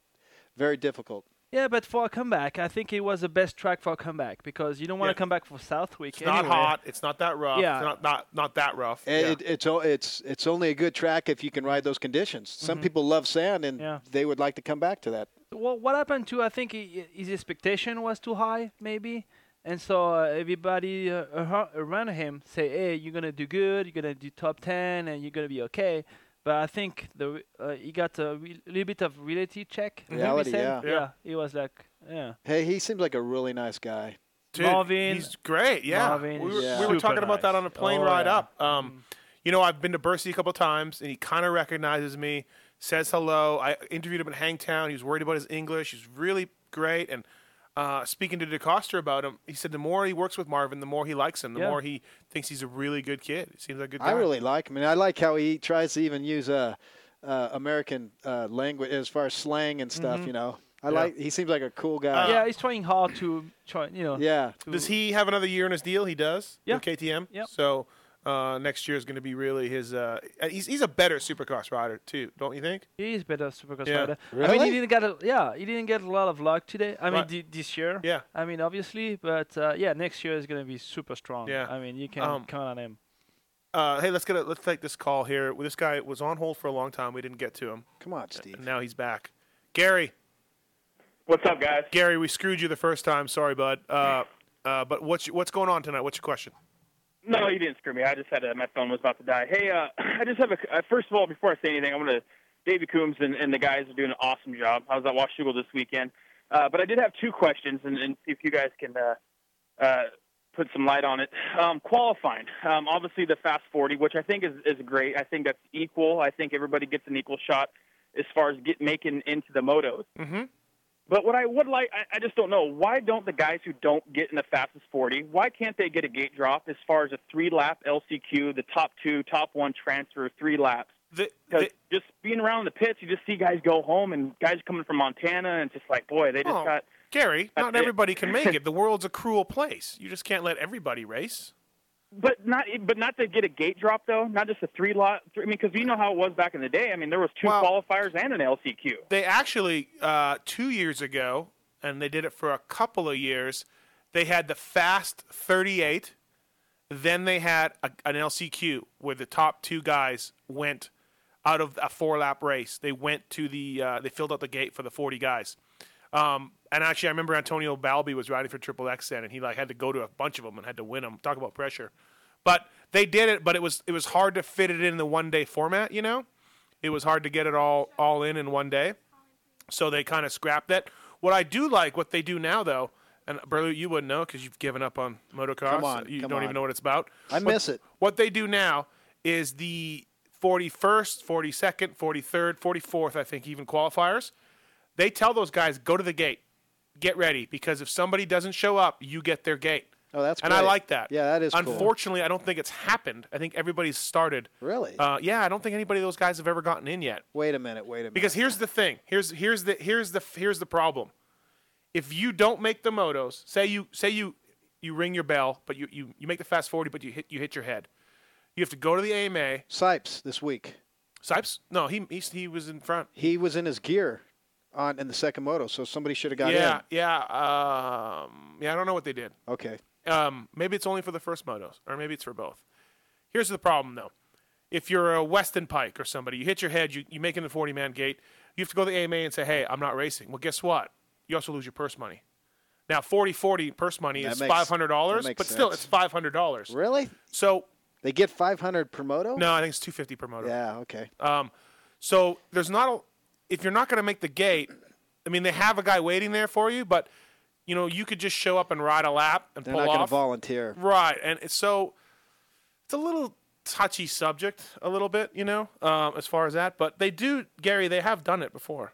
S5: very difficult.
S11: Yeah, but for a comeback, I think it was the best track for a comeback because you don't want to
S4: Yeah.
S11: come back for Southwick.
S4: It's not hot. It's not that rough.
S11: Yeah.
S4: It's not, not, not that rough.
S5: And It, it's o- it's it's only a good track if you can ride those conditions. Some
S11: Mm-hmm.
S5: people love sand, and they would like to come back to that.
S11: Well, what happened to I think i- i- his expectation was too high, maybe, and so uh, everybody uh, ar- around him say, "Hey, you're gonna do good. You're gonna do top ten, and you're gonna be okay." But I think the uh, he got a re- little bit of reality check. I think we
S5: Reality,
S11: said.
S5: yeah. Yeah.
S11: yeah. He was like, "Yeah."
S5: Hey, he seems like a really nice guy.
S4: Dude,
S11: Marvin-
S4: he's great. Yeah,
S11: Marvin
S4: we
S11: is
S4: were,
S5: Yeah.
S4: we were
S5: super
S4: talking about that
S5: nice.
S4: on a plane
S5: Oh,
S4: ride
S5: yeah.
S4: up. Um, you know, I've been to Bercy a couple times, and he kind of recognizes me, says hello. I interviewed him in Hangtown. He was worried about his English. He's really great. And uh, speaking to DeCosta about him, he said the more he works with Marvin, the more he likes him. The
S5: Yeah.
S4: more he thinks he's a really good kid. He seems like a good guy.
S5: I really like him, and I like how he tries to even use uh, uh, American uh, language as far as slang and stuff.
S4: Mm-hmm.
S11: Mhm.
S5: You know, I
S11: Yeah.
S5: like. He seems like a cool
S4: Uh,
S5: guy.
S11: yeah, he's trying hard to try. You know.
S5: Yeah.
S11: to-
S4: Does he have another year in his deal? He does.
S11: Yeah.
S4: With KTM.
S11: Yep.
S4: So uh, next year is going to be really his. Uh, he's he's a better supercross rider too, don't you think?
S11: He is better supercross
S4: Yeah.
S11: rider. I mean,
S4: Really?
S11: he didn't get a, yeah, he didn't get a lot of luck today. I mean,
S4: Right.
S11: thi- this year.
S4: Yeah.
S11: I mean, obviously, but uh, yeah, next year is gonna be super strong.
S4: Yeah.
S11: I mean, you can
S4: Um,
S11: count on him.
S4: Uh, hey, let's get a, let's take this call here. This guy was on hold for a long time. We didn't get to him.
S5: Come on, Steve.
S4: now he's back. Gary,
S1: what's up, guys?
S4: Gary, we screwed you the first time. Sorry, bud. Uh, uh, but what's your- what's going on tonight? What's your question?
S1: No, you didn't screw me. I just had a, my phone was about to die. Hey, uh, I just have a. Uh, first of all, before I say anything, I want to. Davey Coombs and, and the guys are doing an awesome job. I was at Washougal this weekend, uh, but I did have two questions, and, and see if you guys can uh, uh, put some light on it. Um, qualifying, um, obviously the fast forty, which I think is is great. I think that's equal. I think everybody gets an equal shot as far as get making into the motos.
S4: Mm-hmm.
S1: But what I would like, I, I just don't know. Why don't the guys who don't get in the fastest 40, why can't they get a gate drop as far as a three lap LCQ, the top two, top one transfer, three laps? Because just being around the pits, you just see guys go home and guys coming from Montana, and it's just like, boy, they just
S4: Oh,
S1: got.
S4: Gary,
S1: That's
S4: not
S1: it.
S4: everybody can make it. The world's a cruel place. You just can't let everybody race.
S1: But not, but not to get a gate drop though. Not just a three lot. Three, I mean, because we know how it was back in the day. I mean, there was two qualifiers and an LCQ.
S4: They actually uh, two years ago, and they did it for a couple of years. They had the fast 38. Then they had a, an LCQ where the top two guys went out of a four lap race. They went to the uh, they filled out the gate for the 40 guys. Um, and actually, I remember Antonio Balbi was riding for Triple X then, and he like had to go to a bunch of them and had to win them. Talk about pressure. But they did it, but it was it was hard to fit it in the one day format, you know. It was hard to get it all all in in one day, so they kind of scrapped that. What I do like, what they do now though, and Berlu, you wouldn't know because you've given up on motocross.
S5: Come on,
S4: you
S5: come
S4: don't
S5: on.
S4: even know what it's about.
S5: I
S4: What-
S5: miss it.
S4: What they do now is the 41st, 42nd, 43rd, 44th, I think, even qualifiers. They tell those guys go to the gate, get ready, because if somebody doesn't show up, you get their gate.
S5: Oh, that's
S4: and I
S5: great.
S4: like that.
S5: Yeah, that is cool.
S4: Unfortunately, I don't think it's happened. I think everybody's started.
S5: Really?
S4: Uh, yeah, I don't think anybody of those guys have ever gotten in yet.
S5: Wait a minute. Wait a minute.
S4: Because here's the thing. Here's here's the here's the here's the problem. If you don't make the motos, say you say you you ring your bell, but you you, you make the fast forty, but you hit you hit your head. You have to go to the AMA.
S5: Sipes this week.
S4: Sipes? No, he he, he was in front.
S5: He was in his gear on in the second moto, so somebody should have got
S4: yeah,
S5: in.
S4: yeah, um, yeah. I don't know what they did.
S5: Okay.
S4: Um, maybe it's only for the first motos, or maybe it's for both. Here's the problem, though. If you're a Weston Pike or somebody, you hit your head, you, you make it in the 40 man gate, you have to go to the AMA and say, hey, I'm not racing. Well, guess what? You also lose your purse money. Now, 40 40 purse money
S5: That
S4: is
S5: makes-
S4: $500,
S5: that
S4: but
S5: makes
S4: still,
S5: sense.
S4: it's $500.
S5: Really?
S4: So
S5: they get 500 per moto?
S4: No, I think it's 250 per moto.
S5: Yeah. Okay.
S4: Um, so there's not a, if you're not going to make the gate, I mean, they have a guy waiting there for you, but you know, you could just show up and ride a lap and
S5: They're
S4: pull
S5: not going to
S4: off.
S5: volunteer.
S4: Right, and it's so it's a little touchy subject, a little bit, you know, um, as far as that. But they do, Gary. They have done it before.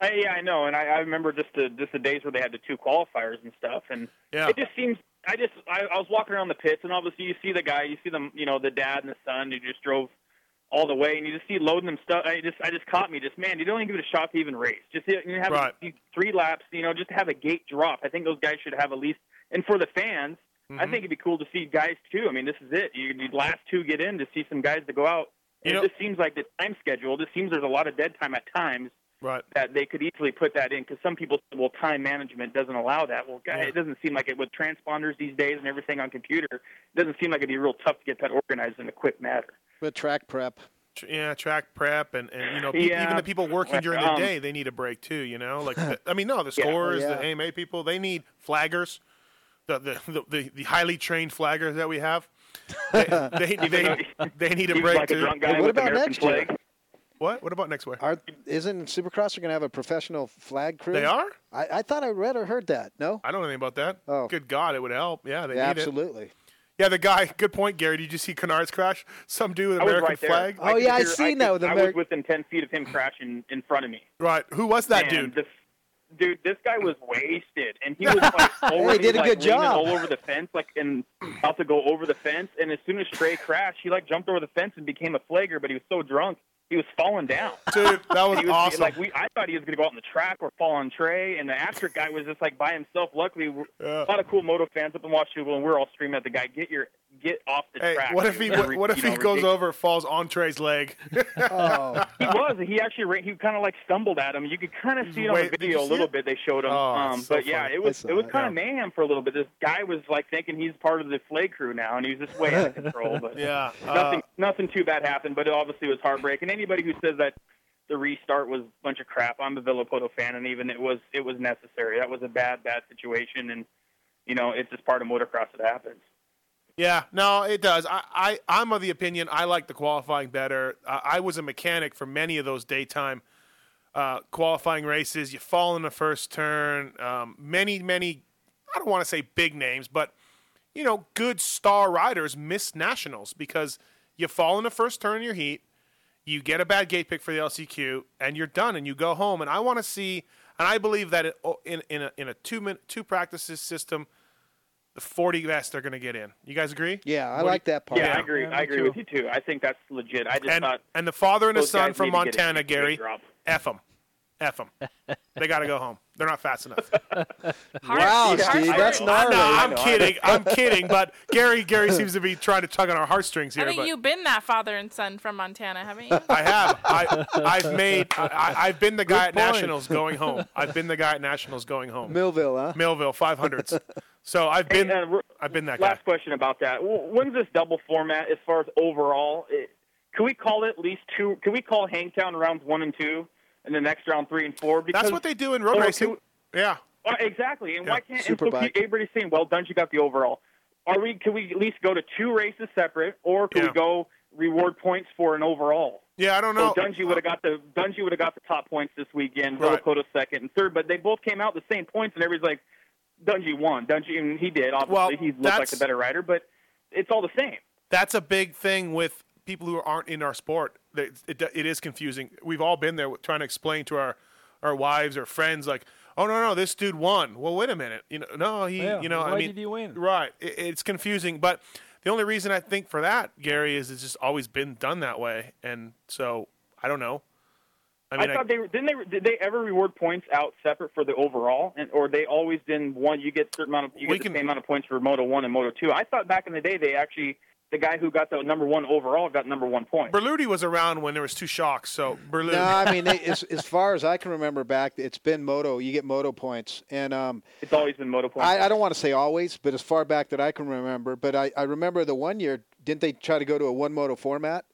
S1: I, yeah, I know, and I, I remember just the just the days where they had the two qualifiers and stuff, and
S4: Yeah.
S1: it just seems. I just I, I was walking around the pits, and obviously you see the guy, you see them, you know, the dad and the son who just drove all the way, and you just see loading them stuff. I just I just caught me, just man, you don't even give it a shot to even race. Just you know, have
S4: Right.
S1: these three laps, you know, just to have a gate drop. I think those guys should have at least, and for the fans, I
S4: Mhm.
S1: think it'd be cool to see guys too. I mean, this is it. You you last two get in to see some guys to go out.
S4: You
S1: And
S4: know-
S1: it just seems like the time schedule. It just seems there's a lot of dead time at times
S4: Right.
S1: that they could easily put that in because some people say, well, time management doesn't allow that. Well, guy, it doesn't seem like it with transponders these days and everything on computer. It doesn't seem like it'd be real tough to get that organized in a quick matter.
S5: But track prep.
S4: Tr- Yeah, track prep and, and you know pe-
S1: Yeah.
S4: even the people working during the
S1: Um,
S4: day they need a break too. You know, like the, I mean, no, the
S1: Yeah.
S4: scorers,
S1: Yeah.
S4: the AMA people, they need flaggers, the the the, the, the highly trained flaggers that we have. They they, they, they need a
S1: He's
S4: break
S1: like a
S4: too.
S1: drunk guy Hey, what with about American next year? flag.
S4: What? What about next year?
S5: Are isn't Supercross going to have a professional flag crew?
S4: They are?
S5: I, I thought I read or heard that. No.
S4: I don't know anything about that. Oh, good God, it would help. Yeah, they
S5: Yeah,
S4: need it.
S5: absolutely.
S4: Yeah, the guy. Good point, Gary. Did you see Canard's crash? Some dude with
S1: I was
S4: American
S1: right there.
S4: flag.
S1: could hear- Oh, I, could- I was within 10 feet of him crashing in front of me.
S4: Right. Who was that
S1: And
S4: dude?
S1: The, dude, this guy was wasted, and he was like already
S4: did a
S1: like,
S4: good
S1: leaning
S4: job.
S1: all over the fence, like and about to go over the fence. And as soon as Stray crashed, he like jumped over the fence and became a flagger. But he was so drunk, he was falling down.
S4: Dude, that was
S1: he was,
S4: awesome.
S1: Like we, I thought he was gonna go out in the track or fall on Trey, and the after guy was just like by himself. Luckily, we're- a lot of cool moto fans up in Washougal, and we're all screaming at the guy, "Get your get off the
S4: Hey,
S1: track!"
S4: what if
S1: It
S4: he?
S1: was,
S4: What, what if
S1: you
S4: he
S1: know,
S4: goes
S1: ridiculous.
S4: over, falls on Trey's leg?
S1: He was. He actually ran, he kind of like stumbled at him. You could kind of see it on
S4: Wait,
S1: the
S4: did
S1: video
S4: you
S1: a
S4: see
S1: little
S4: it?
S1: bit. They showed him.
S4: Oh,
S1: um,
S4: it's so
S1: but yeah,
S4: funny.
S1: it
S4: I
S1: was
S4: saw
S1: it was
S4: it,
S1: kind of mayhem for a little bit. This guy was like thinking he's part of the flay crew now, and he was just way out of control. But
S4: Yeah, uh,
S1: nothing nothing too bad happened. But it obviously was heartbreaking. Anybody who says that the restart was a bunch of crap, I'm a Villapoto fan, and even it was it was necessary. That was a bad bad situation, and you know it's just part of motocross that happens.
S4: Yeah, no, it does. I, I, I'm of the opinion I like the qualifying better. Uh, I was a mechanic for many of those daytime uh, qualifying races. You fall in the first turn. Um, many, many, I don't want to say big names, but, you know, good star riders miss nationals because you fall in the first turn in your heat, you get a bad gate pick for the LCQ, and you're done, and you go home. And I want to see, and I believe that it, oh, in, in a, in a two, min, two practices system, the 40 best are going to get in. You guys agree?
S5: Yeah, I
S4: What do
S5: like
S4: you-
S5: that part.
S1: Yeah, I agree. I agree with you too. I think that's legit. I just
S4: And,
S1: thought
S4: and the father and the
S1: those
S4: son
S1: guys
S4: from
S1: need to get a
S4: Montana,
S1: huge
S4: Gary,
S1: drop.
S4: F them. F them. they got to go home. They're not fast enough.
S5: Wow, Yeah, Steve, I- that's
S4: No,
S5: gnarly.
S4: I'm
S5: I know, I know.
S4: kidding. I'm kidding. But Gary, Gary seems to be trying to tug on our heartstrings here.
S7: I think
S4: but
S7: you've been that father and son from Montana, haven't you?
S4: I have. I, I've made. I- I, I've been the guy at
S5: Good point.
S4: nationals going home. I've been the guy at nationals going home.
S5: Millville, huh?
S4: Millville 500s. So I've been. I've been that guy.
S1: uh, Last question about that. W- When's this double format as far as overall? It, can we call it at least two? Can we call Hangtown rounds one and two, and the next round three and four? Because
S4: That's what they do in road
S1: Oh,
S4: racing. Yeah.
S1: uh, exactly. And why can't and so
S4: Superbike.
S1: keep- everybody's saying, "Well done, you got the overall." Are we? Can we at least go to two races separate, or can we go reward points for an overall.
S4: Yeah, I don't
S1: know. So Dungy would have got the Dungy would have got the top points this weekend.
S4: Right.
S1: Villicota second and third, but they both came out the same points, and everybody's like, Dungy won. Dungy, and he did. Obviously,
S4: Well,
S1: he looked like
S4: that's-
S1: the better rider, but it's all the same.
S4: That's a big thing with people who aren't in our sport. They- It, it, it is confusing. We've all been there with trying to explain to our, our wives or friends, like, oh, no, no, this dude won. Well, wait a minute. You know, no, he,
S11: Yeah,
S4: you know, I
S11: why
S4: mean,
S11: did he win?
S4: Right. It, it's confusing. But the only reason I think for that, Gary, is it's just always been done that way. And so I don't know. I
S1: I,
S4: mean, I-
S1: thought they were- didn't they did they ever reward points out separate for the overall, and or they always did one. You get certain amount of you
S4: We
S1: get the same amount of points for Moto One and Moto Two. I thought back in the day they actually the guy who got the number one overall got number one point.
S4: Berluti was around when there was two shocks, so Berluti.
S5: No, I mean, they, as, as far as I can remember back, it's been moto. You get moto points, and um,
S1: It's always been Moto points.
S5: I, I don't want to say always, but as far back that I can remember. But I, I remember the one year, didn't they try to go to a one moto format?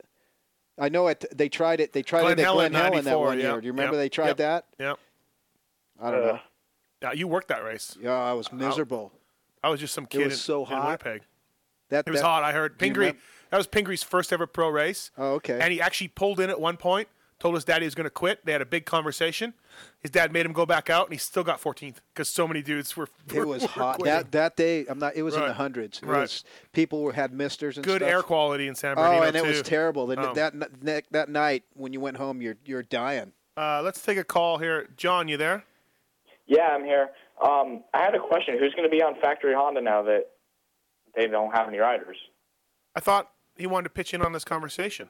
S5: I know it. They tried it. They tried
S4: Glenn
S5: it at
S4: Helen,
S5: Glen Helen that
S4: 94,
S5: one
S4: yeah,
S5: year. Do you remember
S4: yeah,
S5: they tried
S4: yeah.
S5: that?
S4: Yep.
S5: I don't
S4: Uh,
S5: know.
S4: Yeah, you worked that race.
S5: Yeah, I was miserable.
S4: I, was just some kid
S5: was
S4: in,
S5: so
S4: in
S5: hot.
S4: Winnipeg.
S5: That
S4: it was
S5: that-
S4: hot. I heard
S5: Do you
S4: Pingree.
S5: remember-
S4: That was Pingree's first ever pro race.
S5: Oh, okay.
S4: And he actually pulled in at one point. Told his dad he was going to quit. They had a big conversation. His dad made him go back out, and he still got 14th because so many dudes were. were-
S5: It was
S4: were
S5: hot
S4: quitting.
S5: that that day. I'm not. It was in the
S4: Right.
S5: hundreds. It
S4: Right.
S5: was, people were had misters and
S4: good
S5: stuff.
S4: air quality in San
S5: Oh,
S4: Bernardino
S5: and it was
S4: too.
S5: terrible. The,
S4: Um,
S5: that n- ne- that night when you went home, you're you're dying.
S4: uh, let's take a call here, John. You there?
S2: Yeah, I'm here. Um, I had a question. Who's going to be on Factory Honda now that they don't have any riders?
S4: I thought he wanted to pitch in on this conversation.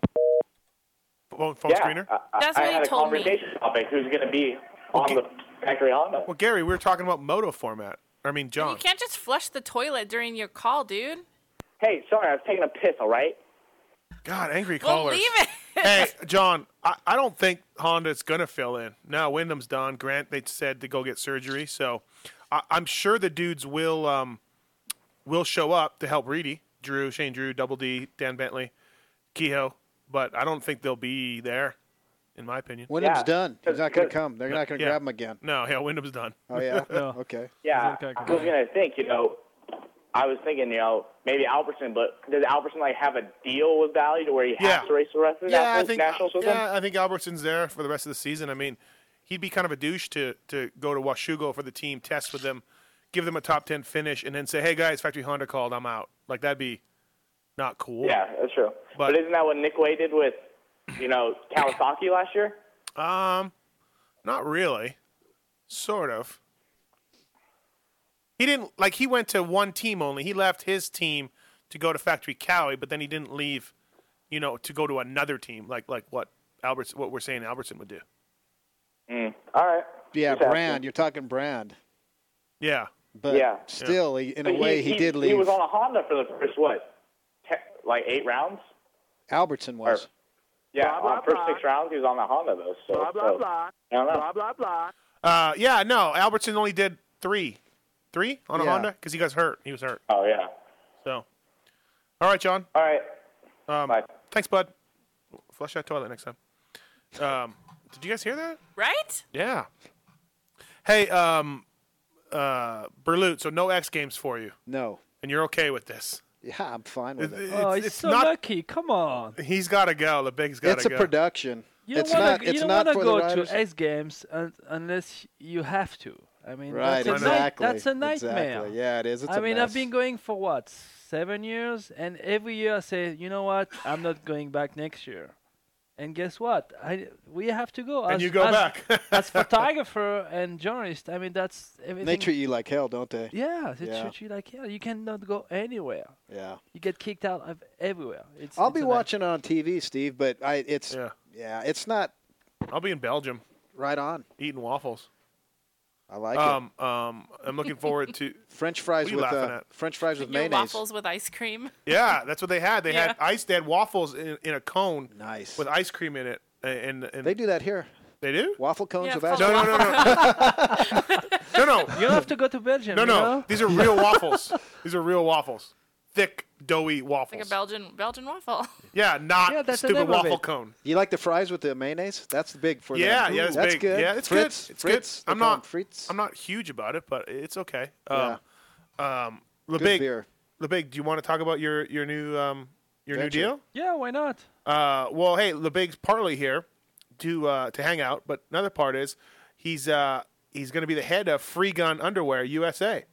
S4: Phone, phone
S2: yeah,
S4: screener.
S2: I, I had a conversation topic. Who's going to be on the Factory Honda?
S4: Well, Gary, we were talking about moto format. I mean, John.
S7: You can't just flush the toilet during your call, dude.
S2: Hey, sorry, I was taking a piss. All right.
S4: God, angry
S7: Well,
S4: callers.
S7: leave it.
S4: hey, John, I, I don't think Honda's going to fill in. No, Wyndham's done. Grant, they said to go get surgery. So I, I'm sure the dudes will um, will show up to help Reedy, Drew, Shane Drew, Double D, Dan Bentley, Kehoe. But I don't think they'll be there, in my opinion.
S5: Wyndham's done. He's not going to come. They're not going to
S4: Yeah.
S5: grab him again.
S4: No, yeah, Wyndham's done.
S5: Oh yeah. Okay.
S2: Yeah, I was gonna think, you know, I was thinking, you know, maybe Albertson, but does Albertson like have a deal with Valley to where he has
S4: Yeah.
S2: to race the rest of the
S4: Yeah, I
S2: nationals,
S4: think
S2: nationals with
S4: yeah,
S2: them?
S4: I think Albertson's there for the rest of the season. I mean, he'd be kind of a douche to to go to Washugo for the team, test with them, give them a top ten finish, and then say, "Hey guys, Factory Honda called. I'm out." Like that'd be not cool.
S2: Yeah, that's true.
S4: But-
S2: But, isn't that what Nick Way did with, you know, Kawasaki last year?
S4: Um, not really. Sort of. He didn't like. He went to one team only. He left his team to go to Factory Cowie, but then he didn't leave, you know, to go to another team. Like like what Alberts, what we're saying Albertson would do.
S2: Mm. All right.
S5: Yeah,
S4: Just asking.
S5: brand. You're talking brand.
S4: Yeah.
S5: But
S2: Yeah.
S5: still, he, in a
S2: But
S5: way, he, did leave.
S2: He was on a Honda for the first what, te- like eight rounds?
S5: Albertson was.
S2: Yeah, on the first six rounds, he was on the Honda though. So blah blah blah. I don't know. Blah blah blah.
S4: Uh, yeah, no, Albertson only did three, three on a
S2: Yeah.
S4: Honda because he got hurt. He was hurt.
S2: Oh yeah.
S4: So, all right, John.
S2: All right.
S4: Um, Thanks, bud. Flush that toilet next time. Um, did you guys hear that?
S7: Right?
S4: Yeah. Hey, um, uh, Berlut. So no X Games for you,
S5: No.
S4: and you're okay with this?
S5: Yeah, I'm fine with it.
S11: oh, he's so lucky. Come on.
S4: He's got to go. The big's got to
S5: It's
S4: go.
S5: a production.
S11: You don't
S5: It's
S11: wanna,
S5: not-
S11: you
S5: it's
S11: don't
S5: not
S11: wanna
S5: for the
S11: go
S5: riders.
S11: to X Games un- unless you have to. I mean,
S5: Right,
S11: that's, a night-
S5: exactly,
S11: that's a nightmare.
S5: exactly. Yeah, it is. It's
S11: I
S5: a
S11: mean,
S5: mess.
S11: I've been going for what seven years, and every year I say, you know what, I'm not going back next year. And guess what? I we have to go.
S4: And
S11: as-
S4: you go
S11: as-
S4: back.
S11: as photographer and journalist. I mean, that's everything.
S5: They treat you like hell, don't they?
S11: Yeah, they
S5: Yeah.
S11: treat you like hell. You cannot go anywhere.
S5: Yeah.
S11: You get kicked out of everywhere. It's,
S5: I'll
S11: it's
S5: be
S11: a
S5: watching it on TV, Steve. But I, it's
S4: yeah.
S5: it's not.
S4: I'll be in Belgium.
S5: Right on.
S4: Eating waffles.
S5: I like
S4: um, Um, I'm looking forward to
S5: French fries
S4: What are you
S5: with uh,
S4: laughing at?
S5: French fries with
S7: Your
S5: mayonnaise.
S7: waffles with ice cream.
S4: Yeah, that's what they had. They
S7: Yeah.
S4: had ice. They had waffles in, in a cone.
S5: Nice.
S4: With ice cream in it, and, and
S5: They do that here.
S4: They do
S5: waffle cones
S4: Yeah,
S5: with
S4: it's
S5: ice
S4: called
S5: cream.
S4: a No, no, no, no.
S11: You don't have to go to Belgium.
S4: No,
S11: you
S4: no,
S11: know?
S4: these are real waffles. These are real waffles. Thick, doughy waffles.
S7: Like a Belgian Belgian waffle.
S4: yeah, not
S7: Yeah, that's the
S4: stupid
S7: name of
S4: waffle
S7: it.
S4: cone.
S5: You like the fries with the mayonnaise? That's big for
S4: yeah,
S5: them.
S4: yeah, it's
S5: that's
S4: big.
S5: good.
S4: Yeah, it's
S5: Fritz,
S4: good. It's
S5: Fritz, they
S4: good.
S5: call 'em
S4: I'm not. I'm not huge about it, but it's okay. Um,
S5: Yeah.
S4: um, Lebig,
S5: beer.
S4: Lebig, do you want to talk about your your new um, Your
S11: Venture.
S4: new deal?
S11: Yeah, why not?
S4: Uh, well, hey, the big partly here to uh, to hang out, but another part is he's uh, he's going to be the head of Free Gun Underwear USA.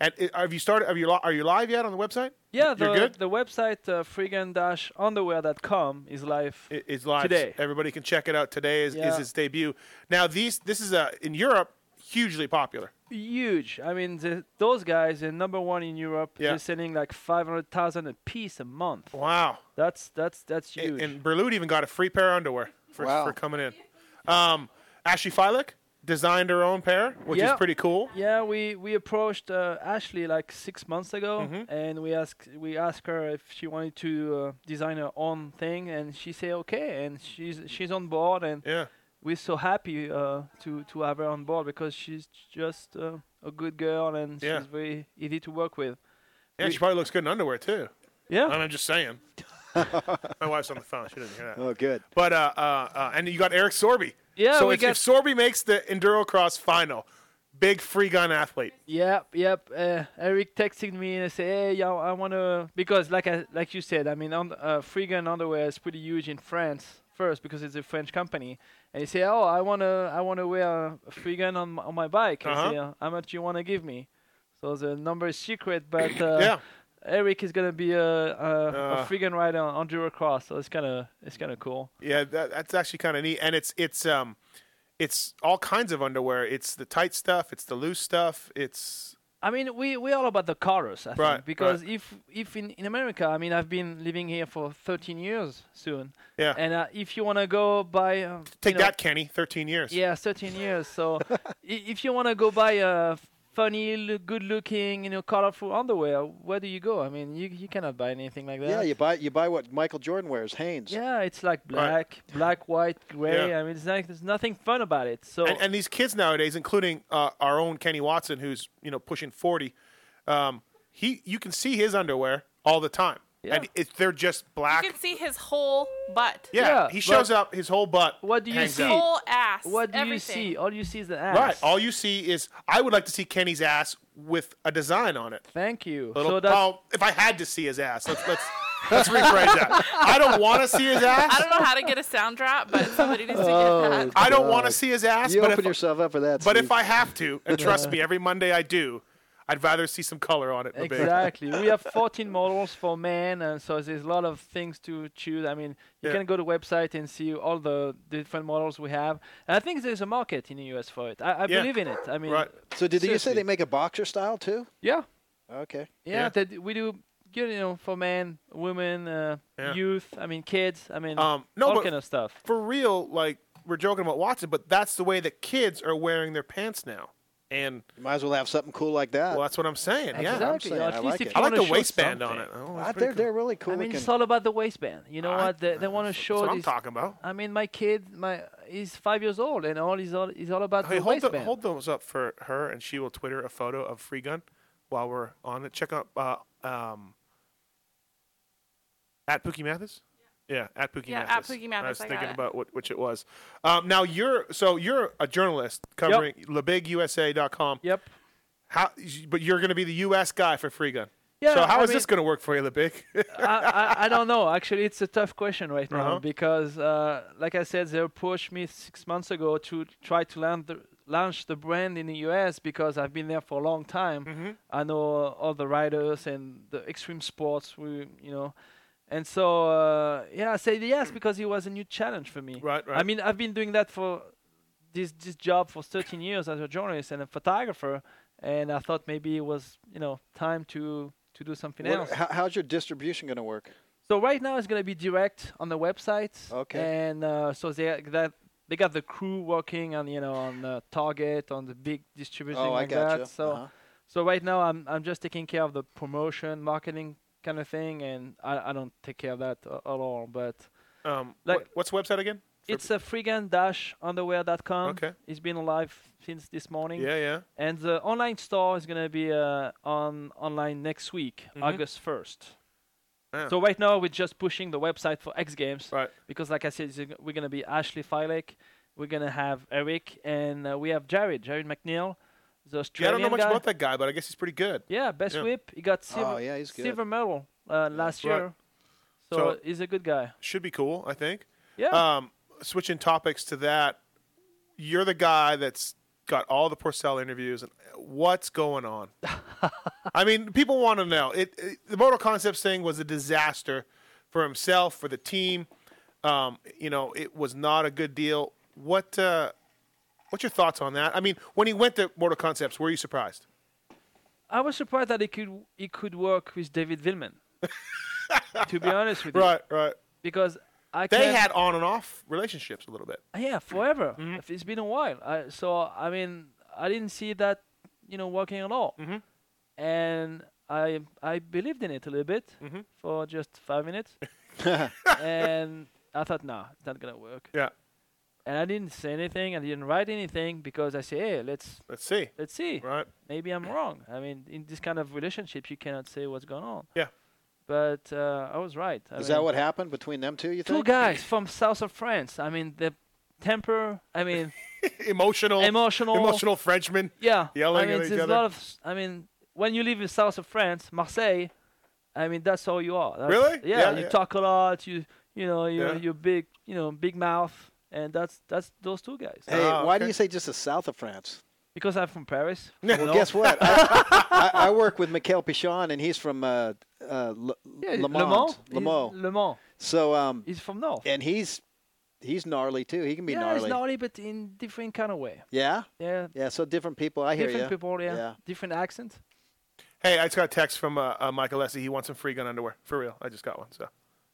S4: And i have you started? Have you li- are you live yet on the website?
S11: Yeah, the,
S4: you're good.
S11: the website uh, freegan-underwear.com is live.
S4: It's live
S11: today.
S4: Everybody can check it out. Today is,
S11: Yeah.
S4: is its debut. Now these this is uh, in Europe hugely popular.
S11: Huge. I mean, the, those guys are number one in Europe. They're selling like 500,000 a piece a month.
S4: Wow.
S11: That's that's that's huge.
S4: And Berlut even got a free pair of underwear for,
S11: Wow.
S4: for coming in. Um, Ashley Filick designed her own pair, which
S11: Yeah.
S4: is pretty cool.
S11: Yeah, we we approached uh, Ashley like six months ago,
S4: Mhm.
S11: and we asked we asked her if she wanted to uh, design her own thing, and she said okay, and she's she's on board, and
S4: yeah.
S11: we're so happy uh, to to have her on board because she's just uh, a good girl and
S4: Yeah.
S11: she's very easy to work with.
S4: Yeah,
S11: We-
S4: she probably looks good in underwear too.
S11: Yeah.
S4: And I'm just saying. My wife's on the phone. She didn't hear that.
S5: Oh, good.
S4: But uh, uh, uh, and you got Eric Sorby.
S11: Yeah,
S4: So
S11: we
S4: if, if Sorby makes the enduro cross final, big free gun athlete.
S11: Yep, yep. Uh, Eric texted me and I said, "Hey, yo, I wanna because like I like you said, I mean, on, uh, Freegan underwear is pretty huge in France first because it's a French company." And he said, "Oh, I wanna I wanna wear a Freegan on my, on my bike." I
S4: Uh-huh.
S11: said, "Uh, "How much you wanna give me?" So the number is secret, but uh,
S4: Yeah.
S11: Eric is gonna be a a,
S4: Uh.
S11: a Freegan rider on Duracross, so it's kind of it's kind of cool.
S4: Yeah, that, that's actually kind of neat, and it's it's um, it's all kinds of underwear. It's the tight stuff. It's the loose stuff. It's
S11: I mean, we we all about the colors, I
S4: Right,
S11: think, because
S4: right.
S11: if if in, in America, I mean, I've been living here for 13 years soon.
S4: Yeah.
S11: And uh, if you want to go buy, uh,
S4: take
S11: you know-
S4: that, Kenny. Thirteen years.
S11: Yeah, 13 years. So i- if you want to go buy a funny, lo- good-looking, you know, colorful underwear, where do you go? I mean, you you cannot buy anything like that.
S5: Yeah, you buy you buy what Michael Jordan wears, Hanes.
S11: Yeah, it's like black, black, white, gray. I mean, it's like there's nothing fun about it. So
S4: and, and these kids nowadays, including uh, our own Kenny Watson, who's you know pushing forty, um, he you can see his underwear all the time, and it, they're just black.
S7: You can see his whole butt.
S4: Yeah, he shows up his whole butt. What
S11: do
S7: you see? Whole ass.
S11: What do
S7: everything.
S11: you see? All you see is the ass.
S4: Right. All you see is I would like to see Kenny's ass with a design on it.
S11: Thank you.
S4: Little,
S11: So that's-
S4: well, if I had to see his ass, let's let's let's rephrase that. I don't want to see his ass.
S7: I don't know how to get a sound drop, but somebody needs to
S11: Oh,
S7: get that.
S4: I don't want to see his ass.
S5: You
S4: but
S5: open
S4: if,
S5: yourself up for that.
S4: but
S5: Steve.
S4: if I have to, and trust me, every Monday I do, I'd rather see some color on it. Rebecca.
S11: Exactly. we have 14 models for men, and so there's a lot of things to choose. I mean, you
S4: Yeah.
S11: can go to website and see all the different models we have. And I think there's a market in the US for it. I, I
S5: Yeah.
S11: believe in it. I mean,
S5: So did you say
S11: seriously.
S5: they make a boxer style too?
S11: Yeah.
S5: Okay.
S11: Yeah, That we do. You know, for men, women, uh,
S4: Yeah.
S11: youth. I mean, kids. I mean,
S4: Um, no,
S11: all
S4: but
S11: kind of stuff.
S4: For real, like we're joking about Watson, but that's the way that kids are wearing their pants now. And
S5: you might as well have something cool like that.
S4: Well, that's what I'm saying. yeah,
S5: That's what I'm Exactly. saying. At I least like if it. you
S4: I like
S5: wanna
S4: the
S5: show
S4: waistband on it.
S5: something.
S4: Oh,
S5: Ah,
S4: that's
S5: they're
S4: pretty cool. Ah,
S5: they're really cool.
S11: I mean,
S5: looking.
S11: it's all about the waistband. You know what? They, they want to show.
S4: what I'm
S11: this-
S4: talking about.
S11: I mean, my kid, my he's five years old, and all he's all he's all about
S4: Hey,
S11: the
S4: hold, the,
S11: waistband.
S4: hold those up for her, and she will Twitter a photo of Free Gun while we're on it. Check out uh, um, at Pookie Mathis. Yeah, at Pookie
S7: Yeah, at
S4: Mathis.
S7: Pookie
S4: I
S7: Mathis,
S4: was
S7: I got
S4: thinking
S7: it.
S4: about what, which it was. Um, now you're so you're a journalist covering LeBigUSA.com.
S11: Yep.
S4: How? But you're going to be the U.S. guy for Free Gun.
S11: Yeah,
S4: So how is
S11: I
S4: this
S11: mean-
S4: going to work for you, LeBig?
S11: I, I, I don't know. Actually, it's a tough question right
S4: Uh-huh.
S11: now because, uh, like I said, they approached me six months ago to try to land the, launch the brand in the US because I've been there for a long time.
S4: Mm-hmm.
S11: I know all the riders and the extreme sports. We, you know, and so uh, yeah, I said yes because it was a new challenge for me.
S4: Mm. Right,
S11: I
S4: right.
S11: mean, I've been doing that for this this job for 13 years as a journalist and a photographer, and I thought maybe it was you know time to to do something
S5: What-
S11: else.
S5: how- how's your distribution going to work?
S11: So right now it's gonna be direct on the website.
S5: Okay.
S11: And uh, so they that they got the crew working on you know on uh, Target on the big distribution
S5: Oh, I
S11: like
S5: gotcha.
S11: that. So
S5: Uh-huh.
S11: so right now I'm I'm just taking care of the promotion marketing kind of thing, and I, I don't take care of that a- at all. But
S4: um,
S11: like
S4: what, what's the website again?
S11: it's a freegan-underwear.com.
S4: Okay.
S11: It's been live since this morning.
S4: Yeah, yeah.
S11: And the online store is gonna be uh, on online next week,
S4: Mhm.
S11: August first.
S4: Yeah.
S11: So right now we're just pushing the website for X Games.
S4: Right.
S11: Because like I said, it's g- we're gonna be Ashley Filek, we're gonna have Eric, and uh, we have Jared, Jared McNeil, the
S4: Yeah, I
S11: Australian
S4: don't know much
S11: guy.
S4: about that guy, but I guess he's pretty good.
S11: Yeah, best
S4: Oh, Yeah.
S11: whip. He got silver,
S4: yeah, he's good.
S11: silver medal uh, last
S4: Right.
S11: year. So, he's a good guy.
S4: Should be cool, I think.
S11: Yeah.
S4: Um, switching topics to that, you're the guy that's got all the Porcel interviews, and what's going on? I mean, people want to know. It, it the Motor Concepts thing was a disaster for himself, for the team. Um, you know, it was not a good deal. What uh, what's your thoughts on that? I mean, when he went to Motor Concepts, were you surprised?
S11: I was surprised that he could he could work with David Villman. to be honest with you,
S4: Right, right.
S11: Because I
S4: they
S11: can't-
S4: had on and off relationships a little bit.
S11: Uh,
S4: Mm-hmm.
S11: Yeah, forever. It's been a while. I, so I mean, I didn't see that, you know, working at all.
S4: Mm-hmm.
S11: And I I believed in it a little bit for just five minutes, and I thought, nah, it's not gonna work.
S4: Yeah.
S11: And I didn't say anything. I didn't write anything because I say, hey, let's
S4: let's see,
S11: let's see.
S4: Right.
S11: Maybe I'm wrong. I mean, in this kind of relationship, you cannot say what's going on.
S4: Yeah.
S11: But uh, I was right. I
S5: Is
S11: mean-
S5: that what happened between them two? You
S11: two
S5: think?
S11: guys from south of France. I mean, the temper. I mean,
S4: emotional,
S11: emotional,
S4: Emotional Frenchmen.
S11: Yeah,
S4: Yelling
S11: I mean,
S4: at each
S11: there's
S4: other.
S11: A lot of, s- I mean, when you live in south of France, Marseille, I mean, that's all you are. That's-
S4: Really?
S11: Yeah,
S4: Yeah,
S11: you
S4: yeah.
S11: talk a lot. You, you know, you
S4: Yeah.
S11: are you big, you know, big mouth, and that's that's those two guys.
S5: Hey,
S4: Ah,
S5: why do you say just the south of France?
S11: Because I'm from Paris.
S5: Well, guess what? I, I, I work with Mikhail Pichon, and he's from uh, uh, Le, Le
S11: Yeah, Le
S5: Mans.
S11: Mans.
S5: Le
S11: He's
S5: Mans.
S11: Le Mans.
S5: So um,
S11: he's from North,
S5: and he's he's gnarly too. He can be
S11: yeah,
S5: gnarly.
S11: it's gnarly, but in different kind of way.
S5: Yeah.
S11: Yeah.
S5: Yeah. So different people. I hear
S11: different
S5: you.
S11: people, yeah. Different accent.
S4: Hey, I just got a text from uh, uh, Michael Lessie. He wants some free gun underwear for real. I just got one, so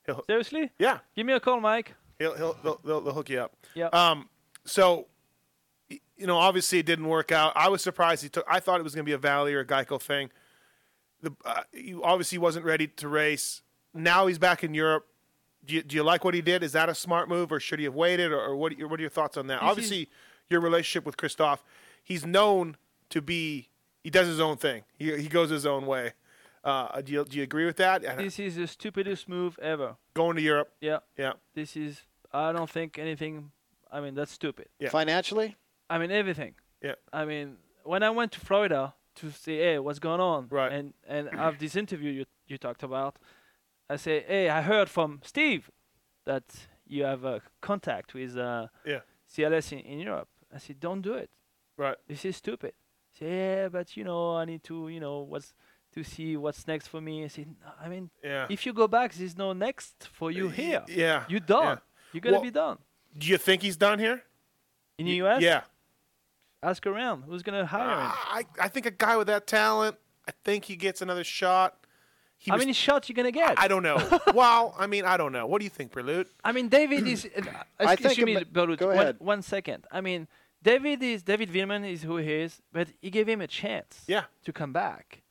S4: he'll
S11: seriously.
S4: Yeah,
S11: give me a call, Mike.
S4: He'll he'll they'll, they'll, they'll hook you up.
S11: Yeah.
S4: Um. So, y- you know, obviously it didn't work out. I was surprised he took. I thought it was going to be a Valley or a Geico thing. The uh, he obviously wasn't ready to race. Now he's back in Europe. Do you, do you like what he did? Is that a smart move, or should he have waited, or, or what? Are your, what are your thoughts on that?
S11: This is-
S4: obviously, your relationship with Christoph. He's known to be. He does his own thing. He he goes his own way. Uh, do you do you agree with that? And
S11: This is the stupidest move ever.
S4: going to Europe.
S11: Yeah.
S4: Yeah.
S11: This is. I don't think anything. I mean, that's stupid.
S5: Financially.
S11: I mean everything.
S4: Yeah.
S11: I mean, when I went to Florida to say, "Hey, what's going on?" Right. And and have this interview you you talked about, I say, "Hey, I heard from Steve that you have a contact with uh,
S4: Yeah.
S11: CLS in, in Europe." I said, "Don't do it.
S4: Right.
S11: This is stupid." I say, "Yeah, but you know, I need to, you know, what's." To see what's next for me, I said, I mean,
S4: Yeah.
S11: if you go back, there's no next for you here.
S4: Yeah.
S11: you're done.
S4: Yeah.
S11: You're gonna
S4: Well,
S11: be done.
S4: Do you think he's done here?
S11: In the U.S.
S4: Yeah.
S11: Ask around. Who's going to hire him?
S4: I, I think a guy with that talent, I think he gets another shot. He
S11: How
S4: was-
S11: many shots you gonna get?
S4: I don't know. well, I mean, I don't know. What do you think, Prelude?
S11: I mean, David is. uh,
S4: I
S11: excuse
S4: think it
S11: me,
S4: ma-
S11: Baruch,
S4: go
S11: one-
S4: ahead.
S11: one second. I mean, David is David Villman is who he is, but he gave him a chance.
S4: Yeah.
S11: To come back.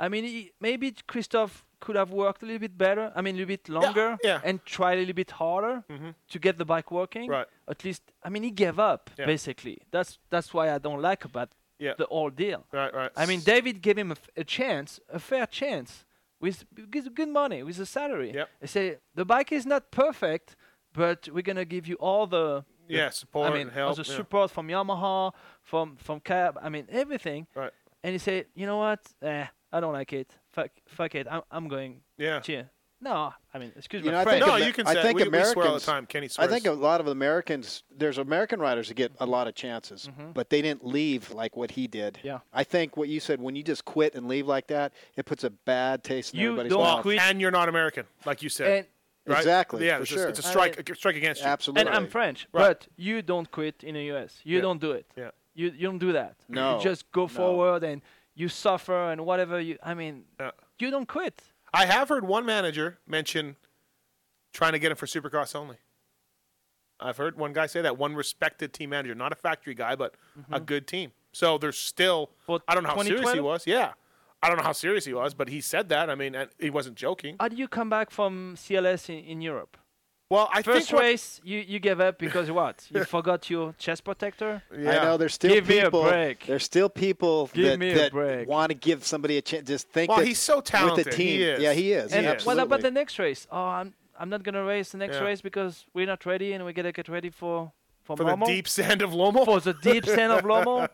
S11: I mean, he, maybe Christoph could have worked a little bit better. I mean, a little bit longer.
S4: yeah. Mm-hmm.
S11: And tried a little bit harder to get the bike working.
S4: Right.
S11: At least, I mean, he gave up
S4: Yeah.
S11: basically. That's that's why I don't like about
S4: Yeah.
S11: the whole deal.
S4: Right, right.
S11: I mean, David gave him a, f- a chance, a fair chance, with with good money, with a salary.
S4: Yep.
S11: They say the bike is not perfect, but we're gonna give you all the the-
S4: Yeah, support
S11: I mean,
S4: and help,
S11: all the
S4: yeah.
S11: support from Yamaha, from from cab. I mean, everything.
S4: Right.
S11: And he said, you know what? Eh, I don't like it. Fuck, fuck it. I'm I'm going.
S4: Yeah.
S11: Cheer. No, I mean, excuse
S5: You
S11: me.
S5: know, I
S11: French.
S5: think Amer- I think Americans, I think a lot of Americans. There's American riders that get a lot of chances, but they didn't leave like what he did.
S11: Mm-hmm. Yeah.
S5: I think what you said when you just quit and leave like that, it puts a bad taste in everybody's mouth.
S4: and you're not American, like you said.
S5: And-
S4: Right?
S5: Exactly,
S4: Yeah,
S5: for
S4: it's,
S5: sure.
S4: a, it's a
S5: I
S4: strike,
S5: mean-
S4: a strike against you.
S11: And I'm French, but you don't quit in the U.S. You
S4: Yeah.
S11: don't do it.
S4: Yeah.
S11: You you don't do that.
S4: No.
S11: You just go
S4: No.
S11: forward and you suffer and whatever you. I mean, you don't quit.
S4: I have heard one manager mention trying to get him for Supercross only. I've heard one guy say that one respected team manager, not a factory guy, but
S11: Mm-hmm.
S4: a good team. So there's still. I don't know how serious he
S11: 2012?
S4: was. Yeah, I don't know how serious he was, but he said that. I mean, and he wasn't joking.
S11: How do you come back from CLS in, in Europe?
S4: Well, I
S11: first
S4: think what-
S11: race you you gave up because what? You forgot your chest protector.
S5: I know there's still
S11: Give
S5: people.
S11: me a break.
S5: There's still people
S11: Give
S5: that,
S11: me a
S5: want to give somebody a chance. Just think.
S4: Well,
S5: that
S4: he's so talented.
S5: With the
S4: He
S5: team,
S4: is.
S5: yeah, he is.
S11: And uh, what
S5: absolutely.
S11: about the next race? Oh, I'm I'm not gonna race the next
S5: Yeah.
S11: race because we're not ready and we gotta get ready for for,
S4: For the
S11: Lommel?
S4: deep sand of Lomo.
S11: For the deep sand of Lomo.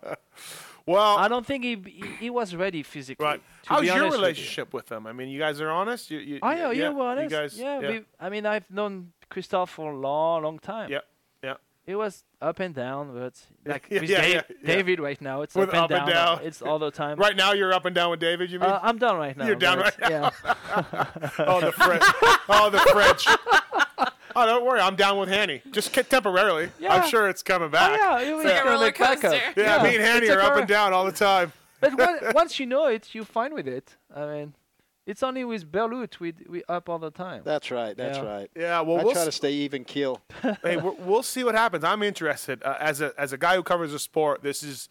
S4: Well,
S11: I don't think he he, he was ready physically. Right.
S4: How's your relationship with, them? I mean, you guys are honest. You, you,
S11: I
S4: yeah,
S11: know Oh, you were honest.
S4: You guys,
S11: yeah, We, I mean, I've known Christoph for a long, long time.
S4: Yeah, yeah.
S11: It was up and down, but like
S4: Yeah,
S11: with
S4: yeah,
S11: Dave,
S4: yeah, yeah.
S11: David right now, it's
S4: With
S11: up and, down. It's all the time.
S4: Right now, you're up and down with David. You mean?
S11: Uh, I'm down right now.
S4: You're down
S11: but
S4: right now.
S11: Yeah.
S4: oh, the French. oh, the French. Oh, don't worry. I'm down with Hanny. Just ki- temporarily. I'm sure it's coming back.
S11: Oh, yeah, it was It's like a gonna roller make back up. coaster.
S4: Yeah,
S11: Yeah.
S4: me and Hanny
S11: It's
S4: are
S11: like
S4: up
S11: a-
S4: and down all the time.
S11: but on- once you know it, you're fine with it. I mean, it's only with Berlut we we up all the time.
S5: That's right. That's
S11: Yeah.
S5: right.
S4: Yeah, well,
S5: I
S4: we'll
S5: try to
S4: s-
S5: stay even keel.
S4: hey, we're, we'll see what happens. I'm interested uh, as a as a guy who covers the sport. This is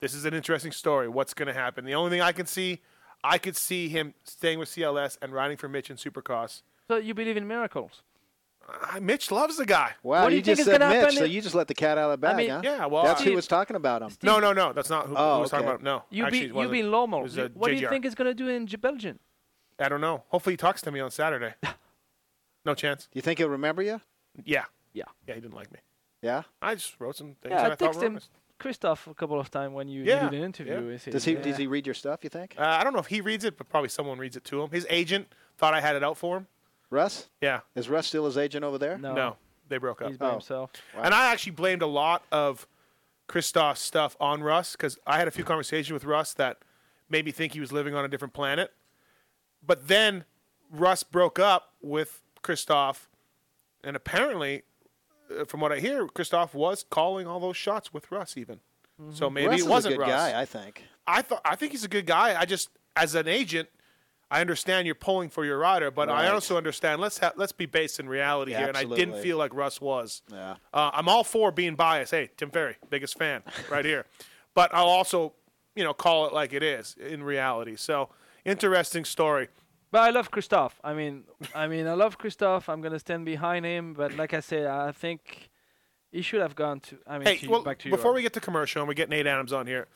S4: this is an interesting story. What's going to happen? The only thing I can see, I could see him staying with CLS and riding for Mitch in Supercross.
S11: So you believe in miracles?
S4: Uh, Mitch loves the guy.
S5: Wow, you, just said Mitch, so you just let the cat out of the bag,
S4: mean,
S5: huh?
S4: yeah, well,
S5: that's
S4: I-
S5: who was talking about him.
S4: No, no, no. That's not who,
S5: Oh,
S4: who was talking
S5: okay.
S4: about. No,
S11: You
S4: Actually,
S11: be
S4: it wasn't.
S11: you be Lomo.
S4: It was, uh,
S11: You- what do you
S4: JGR.
S11: think is gonna do in J- Belgium?
S4: I don't know. Hopefully, he talks to me on Saturday. No chance.
S5: You think he'll remember you?
S4: Yeah.
S11: Yeah.
S4: Yeah, he didn't like me.
S5: Yeah.
S4: I just wrote some things.
S11: Yeah,
S4: that
S11: I
S4: I thought
S11: texted
S4: were
S11: him
S4: honest.
S11: Christoph a couple of times when you, you
S4: Yeah,
S11: did an interview.
S4: yeah.
S11: with him.
S5: Does he
S11: yeah.
S5: does he read your stuff? You think?
S4: Uh, I don't know if he reads it, but probably someone reads it to him. His agent thought I had it out for him.
S5: Russ?
S4: Yeah.
S5: Is Russ still his agent over there?
S4: No, they broke up.
S11: He's
S5: Oh.
S11: by himself.
S4: And I actually blamed a lot of Christoph's stuff on Russ because I had a few conversations with Russ that made me think he was living on a different planet. But then Russ broke up with Christoph, and apparently, uh, from what I hear, Christoph was calling all those shots with Russ even. So
S5: Mm-hmm.
S4: maybe
S5: Hmm. Russ
S4: it wasn't
S5: is a good
S4: Russ.
S5: guy. I think.
S4: I thought I think he's a good guy. I just as an agent, I understand you're pulling for your rider, but I
S5: Right.
S4: also understand let's ha- let's be based in reality
S5: Yeah,
S4: here. And I didn't
S5: absolutely.
S4: feel like Russ was.
S5: Yeah.
S4: Uh, I'm all for being biased. Hey, Tim Ferry, biggest fan right here, but I'll also you know call it like it is in reality. So interesting story.
S11: But I love Christoph. I mean, I mean, I love Christoph. I'm gonna stand behind him. But like I said, I think he should have gone to. I mean,
S4: Hey,
S11: to,
S4: well,
S11: back to uh,
S4: before
S11: Europe.
S4: we get to commercial and we get Nate Adams on here,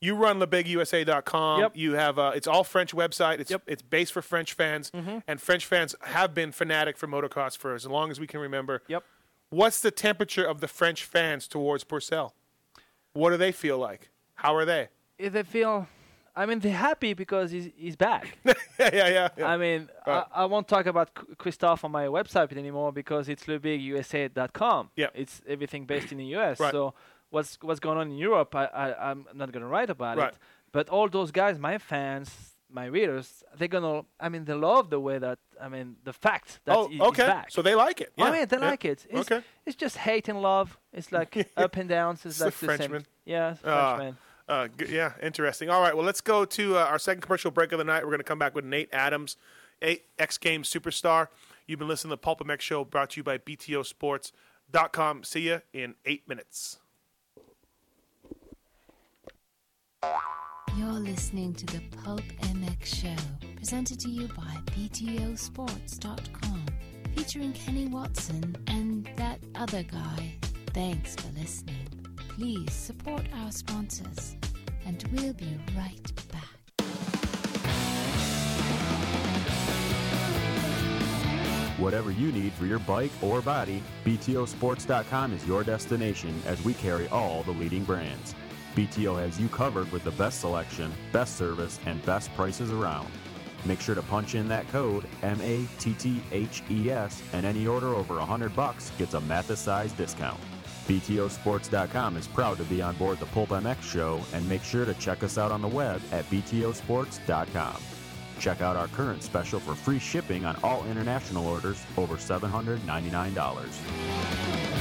S4: you run LeBigUSA.com.
S11: Yep.
S4: You have uh, it's all French website. It's it's based for French fans,
S11: Mhm.
S4: and French fans have been fanatic for motocross for as long as we can remember.
S11: Yep.
S4: What's the temperature of the French fans towards Purcell? What do they feel like? How are they?
S11: If they feel, I mean, they're happy because he's he's back.
S4: yeah, yeah, yeah.
S11: I mean, I, I won't talk about K- Christoph on my website anymore because it's lebigusa.com.
S4: Yeah,
S11: it's everything based in the US.
S4: Right.
S11: So what's what's going on in Europe, I, I I'm not gonna write about
S4: Right.
S11: it. But all those guys, my fans, my readers, they're gonna. I mean, they love the way that I mean the fact that
S4: oh,
S11: he- he's
S4: okay.
S11: back.
S4: So they like it. Yeah.
S11: I mean, they
S4: yeah.
S11: like it. It's,
S4: okay.
S11: it's just hate and love. It's like up and downs. It's,
S4: It's
S11: like
S4: the
S11: same.
S4: Frenchman.
S11: Yeah, it's
S4: Uh,
S11: Frenchman.
S4: Uh, g- yeah, interesting. All right, well, let's go to uh, our second commercial break of the night. We're going to come back with Nate Adams, a- X Games superstar. You've been listening to the Pulp MX Show, brought to you by BTOsports.com. See you in eight minutes.
S16: You're listening to the Pulp MX Show, presented to you by BTOsports.com, featuring Kenny Watson and that other guy. Thanks for listening. Please support our sponsors, and we'll be right back.
S15: Whatever you need for your bike or body, BTOsports.com is your destination as we carry all the leading brands. BTO has you covered with the best selection, best service, and best prices around. Make sure to punch in that code MATTHES E and any order over 100 bucks gets a Mathis size discount. BTOsports.com is proud to be on board the Pulp MX show and make sure to check us out on the web at BTOsports.com. Check out our current special for free shipping on all international orders over $799.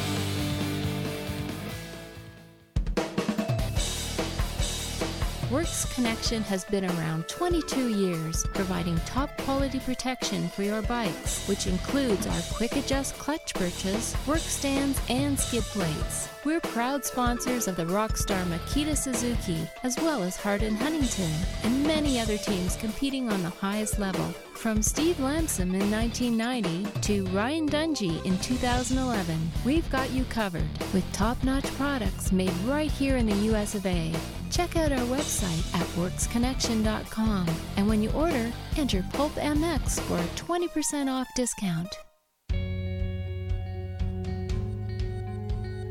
S16: Works Connection has been around 22 years, providing top quality protection for your bikes, which includes our quick adjust clutch perches, work stands, and skid plates. We're proud sponsors of the rockstar Makita Suzuki, as well as Hardin Huntington, and many other teams competing on the highest level. From Steve Lamson in 1990 to Ryan Dungey in 2011, we've got you covered with top notch products made right here in the US of A. Check out our website at worksconnection.com and when you order, enter Pulp MX for a 20% off discount.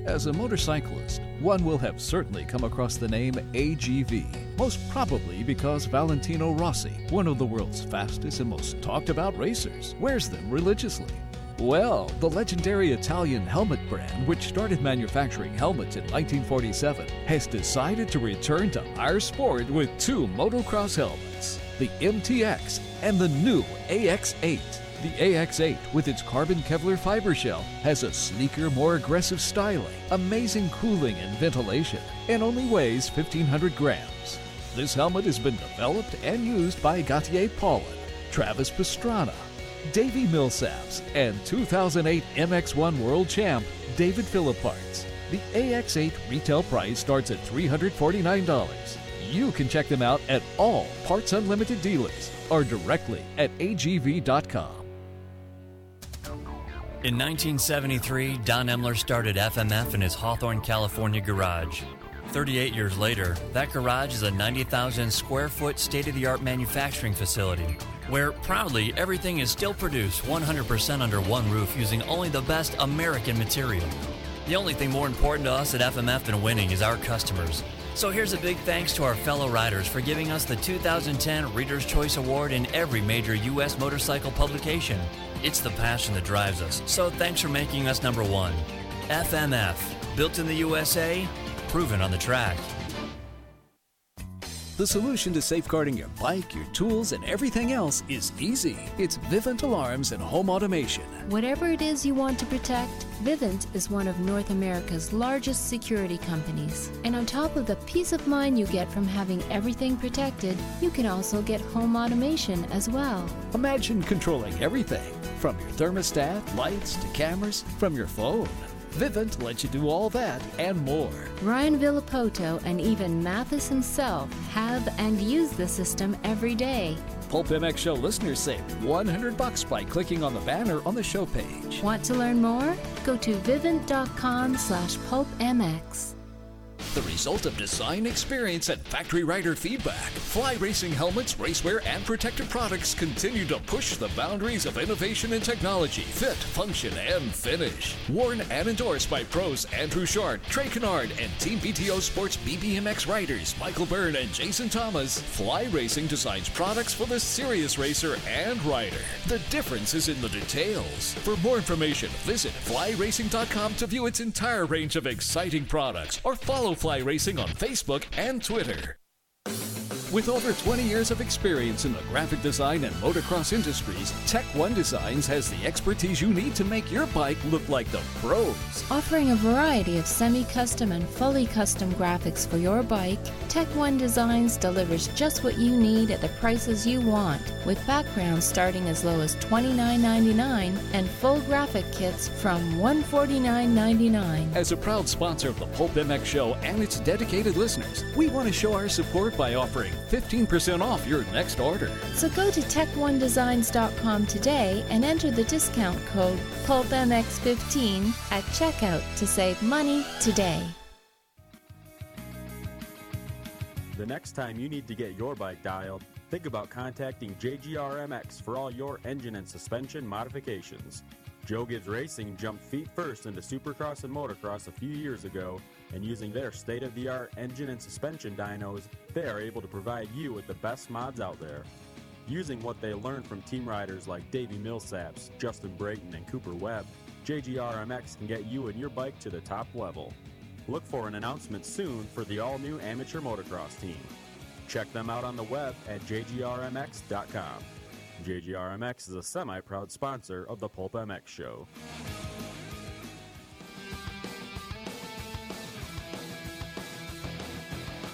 S14: As a motorcyclist, one will have certainly come across the name AGV, most probably because Valentino Rossi, one of the world's fastest and most talked about racers, wears them religiously. Well, the legendary Italian helmet brand, which started manufacturing helmets in 1947, has decided to return to our sport with two motocross helmets the MTX and the new AX8. The AX8, with its carbon Kevlar fiber shell, has a sleeker, more aggressive styling, amazing cooling and ventilation, and only weighs 1,500 grams. This helmet has been developed and used by Gautier Paulin, Travis Pastrana, Davey Millsaps, and 2008 MX1 World Champ David Philipparts. The AX8 retail price starts at $349. You can check them out at all Parts Unlimited dealers or directly at agv.com.
S17: In 1973, Don Emler started FMF in his Hawthorne, California garage. 38 years later, that garage is a 90,000 square foot state of the art manufacturing facility where proudly everything is still produced 100% under one roof using only the best American material. The only thing more important to us at FMF than winning is our customers. So here's a big thanks to our fellow riders for giving us the 2010 Reader's Choice Award in every major U.S. motorcycle publication. It's the passion that drives us, so thanks for making us number one. FMF, built in the USA, proven on the track.
S14: The solution to safeguarding your bike, your tools, and everything else is easy. It's Vivint Alarms and Home Automation.
S16: Whatever it is you want to protect, Vivint is one of North America's largest security companies. And on top of the peace of mind you get from having everything protected, you can also get home automation as well.
S14: Imagine controlling everything from your thermostat, lights, to cameras, from your phone. Vivint lets you do all that and more.
S16: Ryan Villapoto and even Mathis himself have and use the system every day.
S14: Pulp MX Show listeners save 100 bucks by clicking on the banner on the show page.
S16: Want to learn more? Go to vivint.com slash pulpmx.
S14: The result of design experience and factory rider feedback, Fly Racing helmets, racewear, and protective products continue to push the boundaries of innovation and technology, fit, function, and finish. Worn and endorsed by pros Andrew Short, Trey Kennard, and Team BTO Sports BBMX riders Michael Byrne and Jason Thomas, Fly Racing designs products for the serious racer and rider. The difference is in the details. For more information, visit flyracing.com to view its entire range of exciting products or follow Fly Racing on Facebook and Twitter. With over 20 years of experience in the graphic design and motocross industries, Tech One Designs has the expertise you need to make your bike look like the pros.
S16: Offering a variety of semi custom and fully custom graphics for your bike, Tech One Designs delivers just what you need at the prices you want, with backgrounds starting as low as $29.99 and full graphic kits from $149.99.
S14: As a proud sponsor of the Pulp MX Show and its dedicated listeners, we want to show our support by offering 15% off your next order.
S16: So go to tech1designs.com today and enter the discount code PULPMX15 at checkout to save money today.
S15: The next time you need to get your bike dialed, think about contacting JGRMX for all your engine and suspension modifications. Joe Gibbs Racing jumped feet first into supercross and motocross a few years ago, and using their state of the art engine and suspension dynos, they are able to provide you with the best mods out there. Using what they learned from team riders like Davey Millsaps, Justin Brayton, and Cooper Webb, JGRMX can get you and your bike to the top level. Look for an announcement soon for the all new amateur motocross team. Check them out on the web at jgrmx.com. JGRMX is a semi proud sponsor of the Pulp MX show.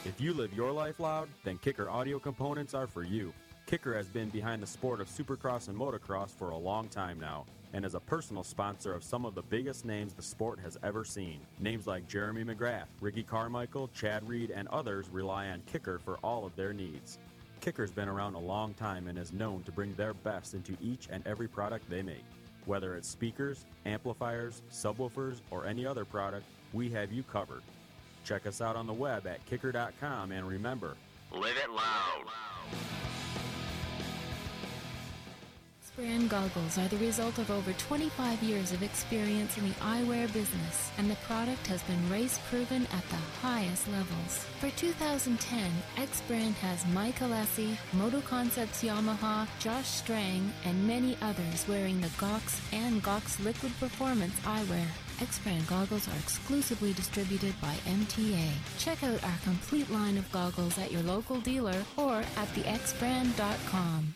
S15: If you live your life loud, then Kicker audio components are for you. Kicker has been behind the sport of supercross and motocross for a long time now, and is a personal sponsor of some of the biggest names the sport has ever seen. Names like Jeremy McGrath, Ricky Carmichael, Chad Reed, and others rely on Kicker for all of their needs. Kicker's been around a long time and is known to bring their best into each and every product they make. Whether it's speakers, amplifiers, subwoofers, or any other product, we have you covered. Check us out on the web at kicker.com and remember,
S3: Live it loud.
S16: brand goggles are the result of over 25 years of experience in the eyewear business, and the product has been race proven at the highest levels. For 2010, X Brand has Mike Alessi, Moto Concepts Yamaha, Josh Strang, and many others wearing the Gox and Gox Liquid Performance eyewear. X Brand goggles are exclusively distributed by MTA. Check out our complete line of goggles at your local dealer or at thexbrand.com.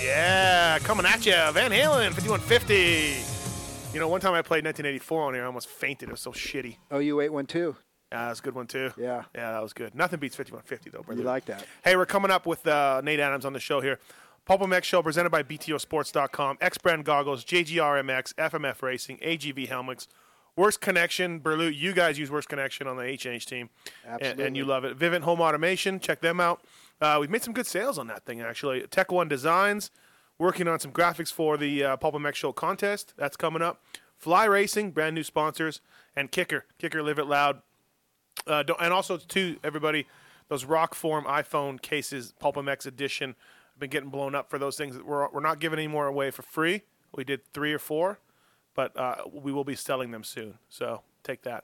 S4: Yeah, coming at you, Van Halen, 5150. You know, one time I played 1984 on here, I almost fainted. It was so shitty.
S5: OU812.
S4: Yeah, that was a good one too.
S5: Yeah.
S4: Yeah, that was good. Nothing beats 5150 though, brother.
S5: You like that.
S4: Hey, we're coming up with uh, Nate Adams on the show here. Pulp MX Show presented by BTOsports.com, X Brand Goggles, JGRMX, FMF Racing, AGV Helmets, Worst Connection, Berlou. You guys use Worst Connection on the HNH team, and- And,
S5: Absolutely.
S4: you love it. Vivint Home Automation, check them out. Uh, we've made some good sales on that thing, actually. Tech One Designs, working on some graphics for the uh, Pulp MX Show contest. That's coming up. Fly Racing, brand new sponsors, and Kicker. Kicker Live It Loud, uh, don't, and also too, everybody, those rock form iPhone cases, Pulp MX edition. I've been getting blown up for those things. We're we're not giving any more away for free. We did three or four, but uh, we will be selling them soon. So take that.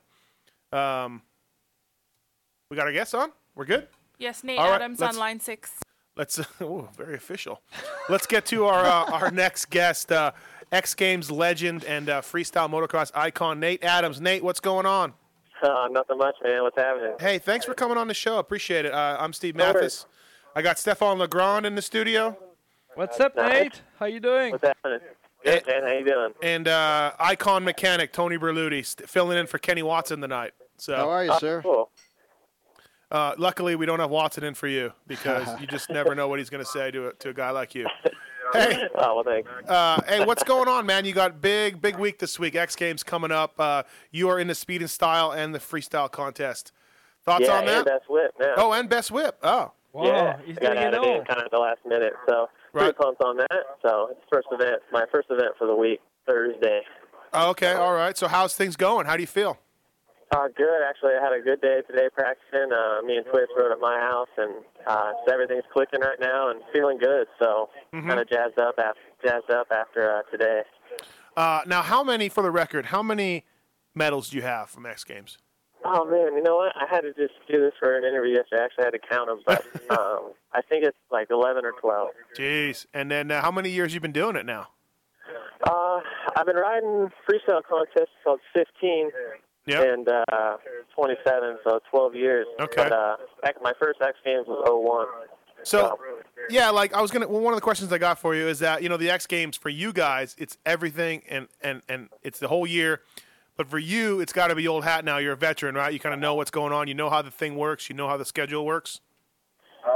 S4: Um, we got our guests on. We're good.
S7: Yes, Nate
S4: All right,
S7: Adams
S4: let's-
S7: on line six.
S4: Let's. ooh, very official. Let's get to our uh, our next guest, uh, X Games legend and uh, freestyle motocross icon, Nate Adams. Nate, what's going on?
S3: Uh, nothing much, man. What's happening?
S4: Hey, thanks for coming on the show. Appreciate it. Uh, I'm Steve
S3: No
S4: Mathis. I got Stefan Legrand in the studio.
S11: What's up,
S3: Nice.
S11: Nate? How you doing?
S3: What's happening? Good, man. How you doing?
S4: And uh, icon mechanic Tony Berluti st- filling in for Kenny Watson tonight. So
S5: How
S3: Uh,
S5: are you, sir?
S3: Cool.
S4: Uh, luckily, we don't have Watson in for you because you just never know what he's going to say to a, to a guy like you. Hey.
S3: Oh, well, thanks.
S4: Uh, hey, what's going on, man? You got big, big week this week. X Games coming up. Uh, you are in the speed and style and the freestyle contest. Thoughts
S3: yeah,
S4: on that?
S3: And best whip, man.
S4: Oh, and best whip. Oh,
S3: yeah, I got added in kind of at the last minute, so pretty pumped on that. So it's first event, my first event for the week, Thursday.
S4: Okay, all right. So how's things going? How do you feel?
S3: Uh, good, actually. I had a good day today practicing. Uh, me and Twitch rode at my house, and uh, just everything's clicking right now and feeling good. So
S4: Mhm.
S3: kind of jazzed up, after, jazzed up after uh, today.
S4: Uh, now, how many, for the record, how many medals do you have from X Games?
S3: Oh man, you know what? I had to just do this for an interview yesterday. I actually had to count them, but um, I think it's like eleven or twelve.
S4: Jeez. And then uh, how many years you been doing it now?
S3: Uh, I've been riding freestyle contests called 15 and uh, 27, so 12 years.
S4: Okay.
S3: But, uh, back, my first X Games was 01.
S4: So, yeah, like I was gonna. Well, one of the questions I got for you is that you know the X Games for you guys, it's everything and and and it's the whole year. But for you, it's got to be old hat now. You're a veteran, right? You kind of know what's going on. You know how the thing works. You know how the schedule works.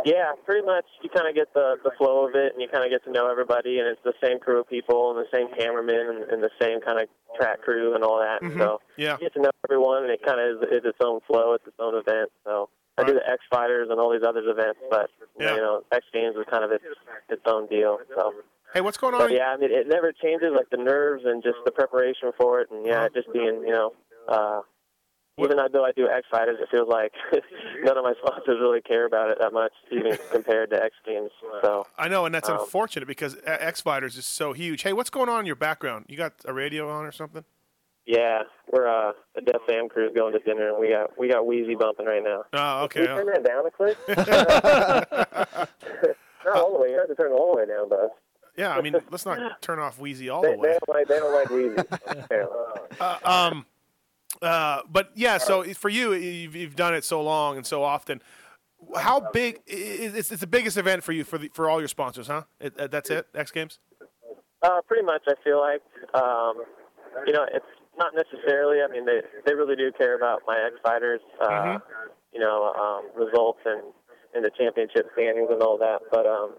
S3: Yeah, pretty much you kind of get the, the flow of it, and you kind of get to know everybody, and it's the same crew of people, and the same cameraman, and, and the same kind of track crew, and all that.
S4: Mhm.
S3: So
S4: Yeah.
S3: you get to know everyone, and it kind of is, is its own flow, it's its own event. So I do the X Fighters and all these other events, but you know, X Games is kind of its its own deal. So.
S4: Hey, what's going on?
S3: But yeah, I mean, it never changes, like the nerves and just the preparation for it, and yeah,
S4: Uh-huh.
S3: it just being, you know, uh, even though I do X Fighters, it feels like none of my sponsors really care about it that much, even compared to X Games. So
S4: I know, and that's
S3: Um,
S4: unfortunate because uh, X Fighters is so huge. Hey, what's going on in your background? You got a radio on or something?
S3: yeah, we're uh, the Def Fam crew's going to dinner, and we got we got Wheezy bumping right now.
S4: Oh, okay.
S3: Can you turn that down a click? Not all the way. You have to turn it all the way down, though.
S4: Yeah, I mean, let's not turn off Wheezy all
S3: They,
S4: the
S3: they
S4: way.
S3: don't like they don't like Wheezy. apparently.
S4: Uh, um, uh, but yeah, so for you, you've, you've done it so long and so often. How big? i- i- It's, it's the biggest event for you for the, for all your sponsors, huh? It, uh, that's it. X Games.
S3: Uh, pretty much, I feel like. Um, you know, it's not necessarily. I mean, they they really do care about my ex fighters. Uh,
S4: Mm-hmm.
S3: You know, um, results and and the championship standings and all that. But um,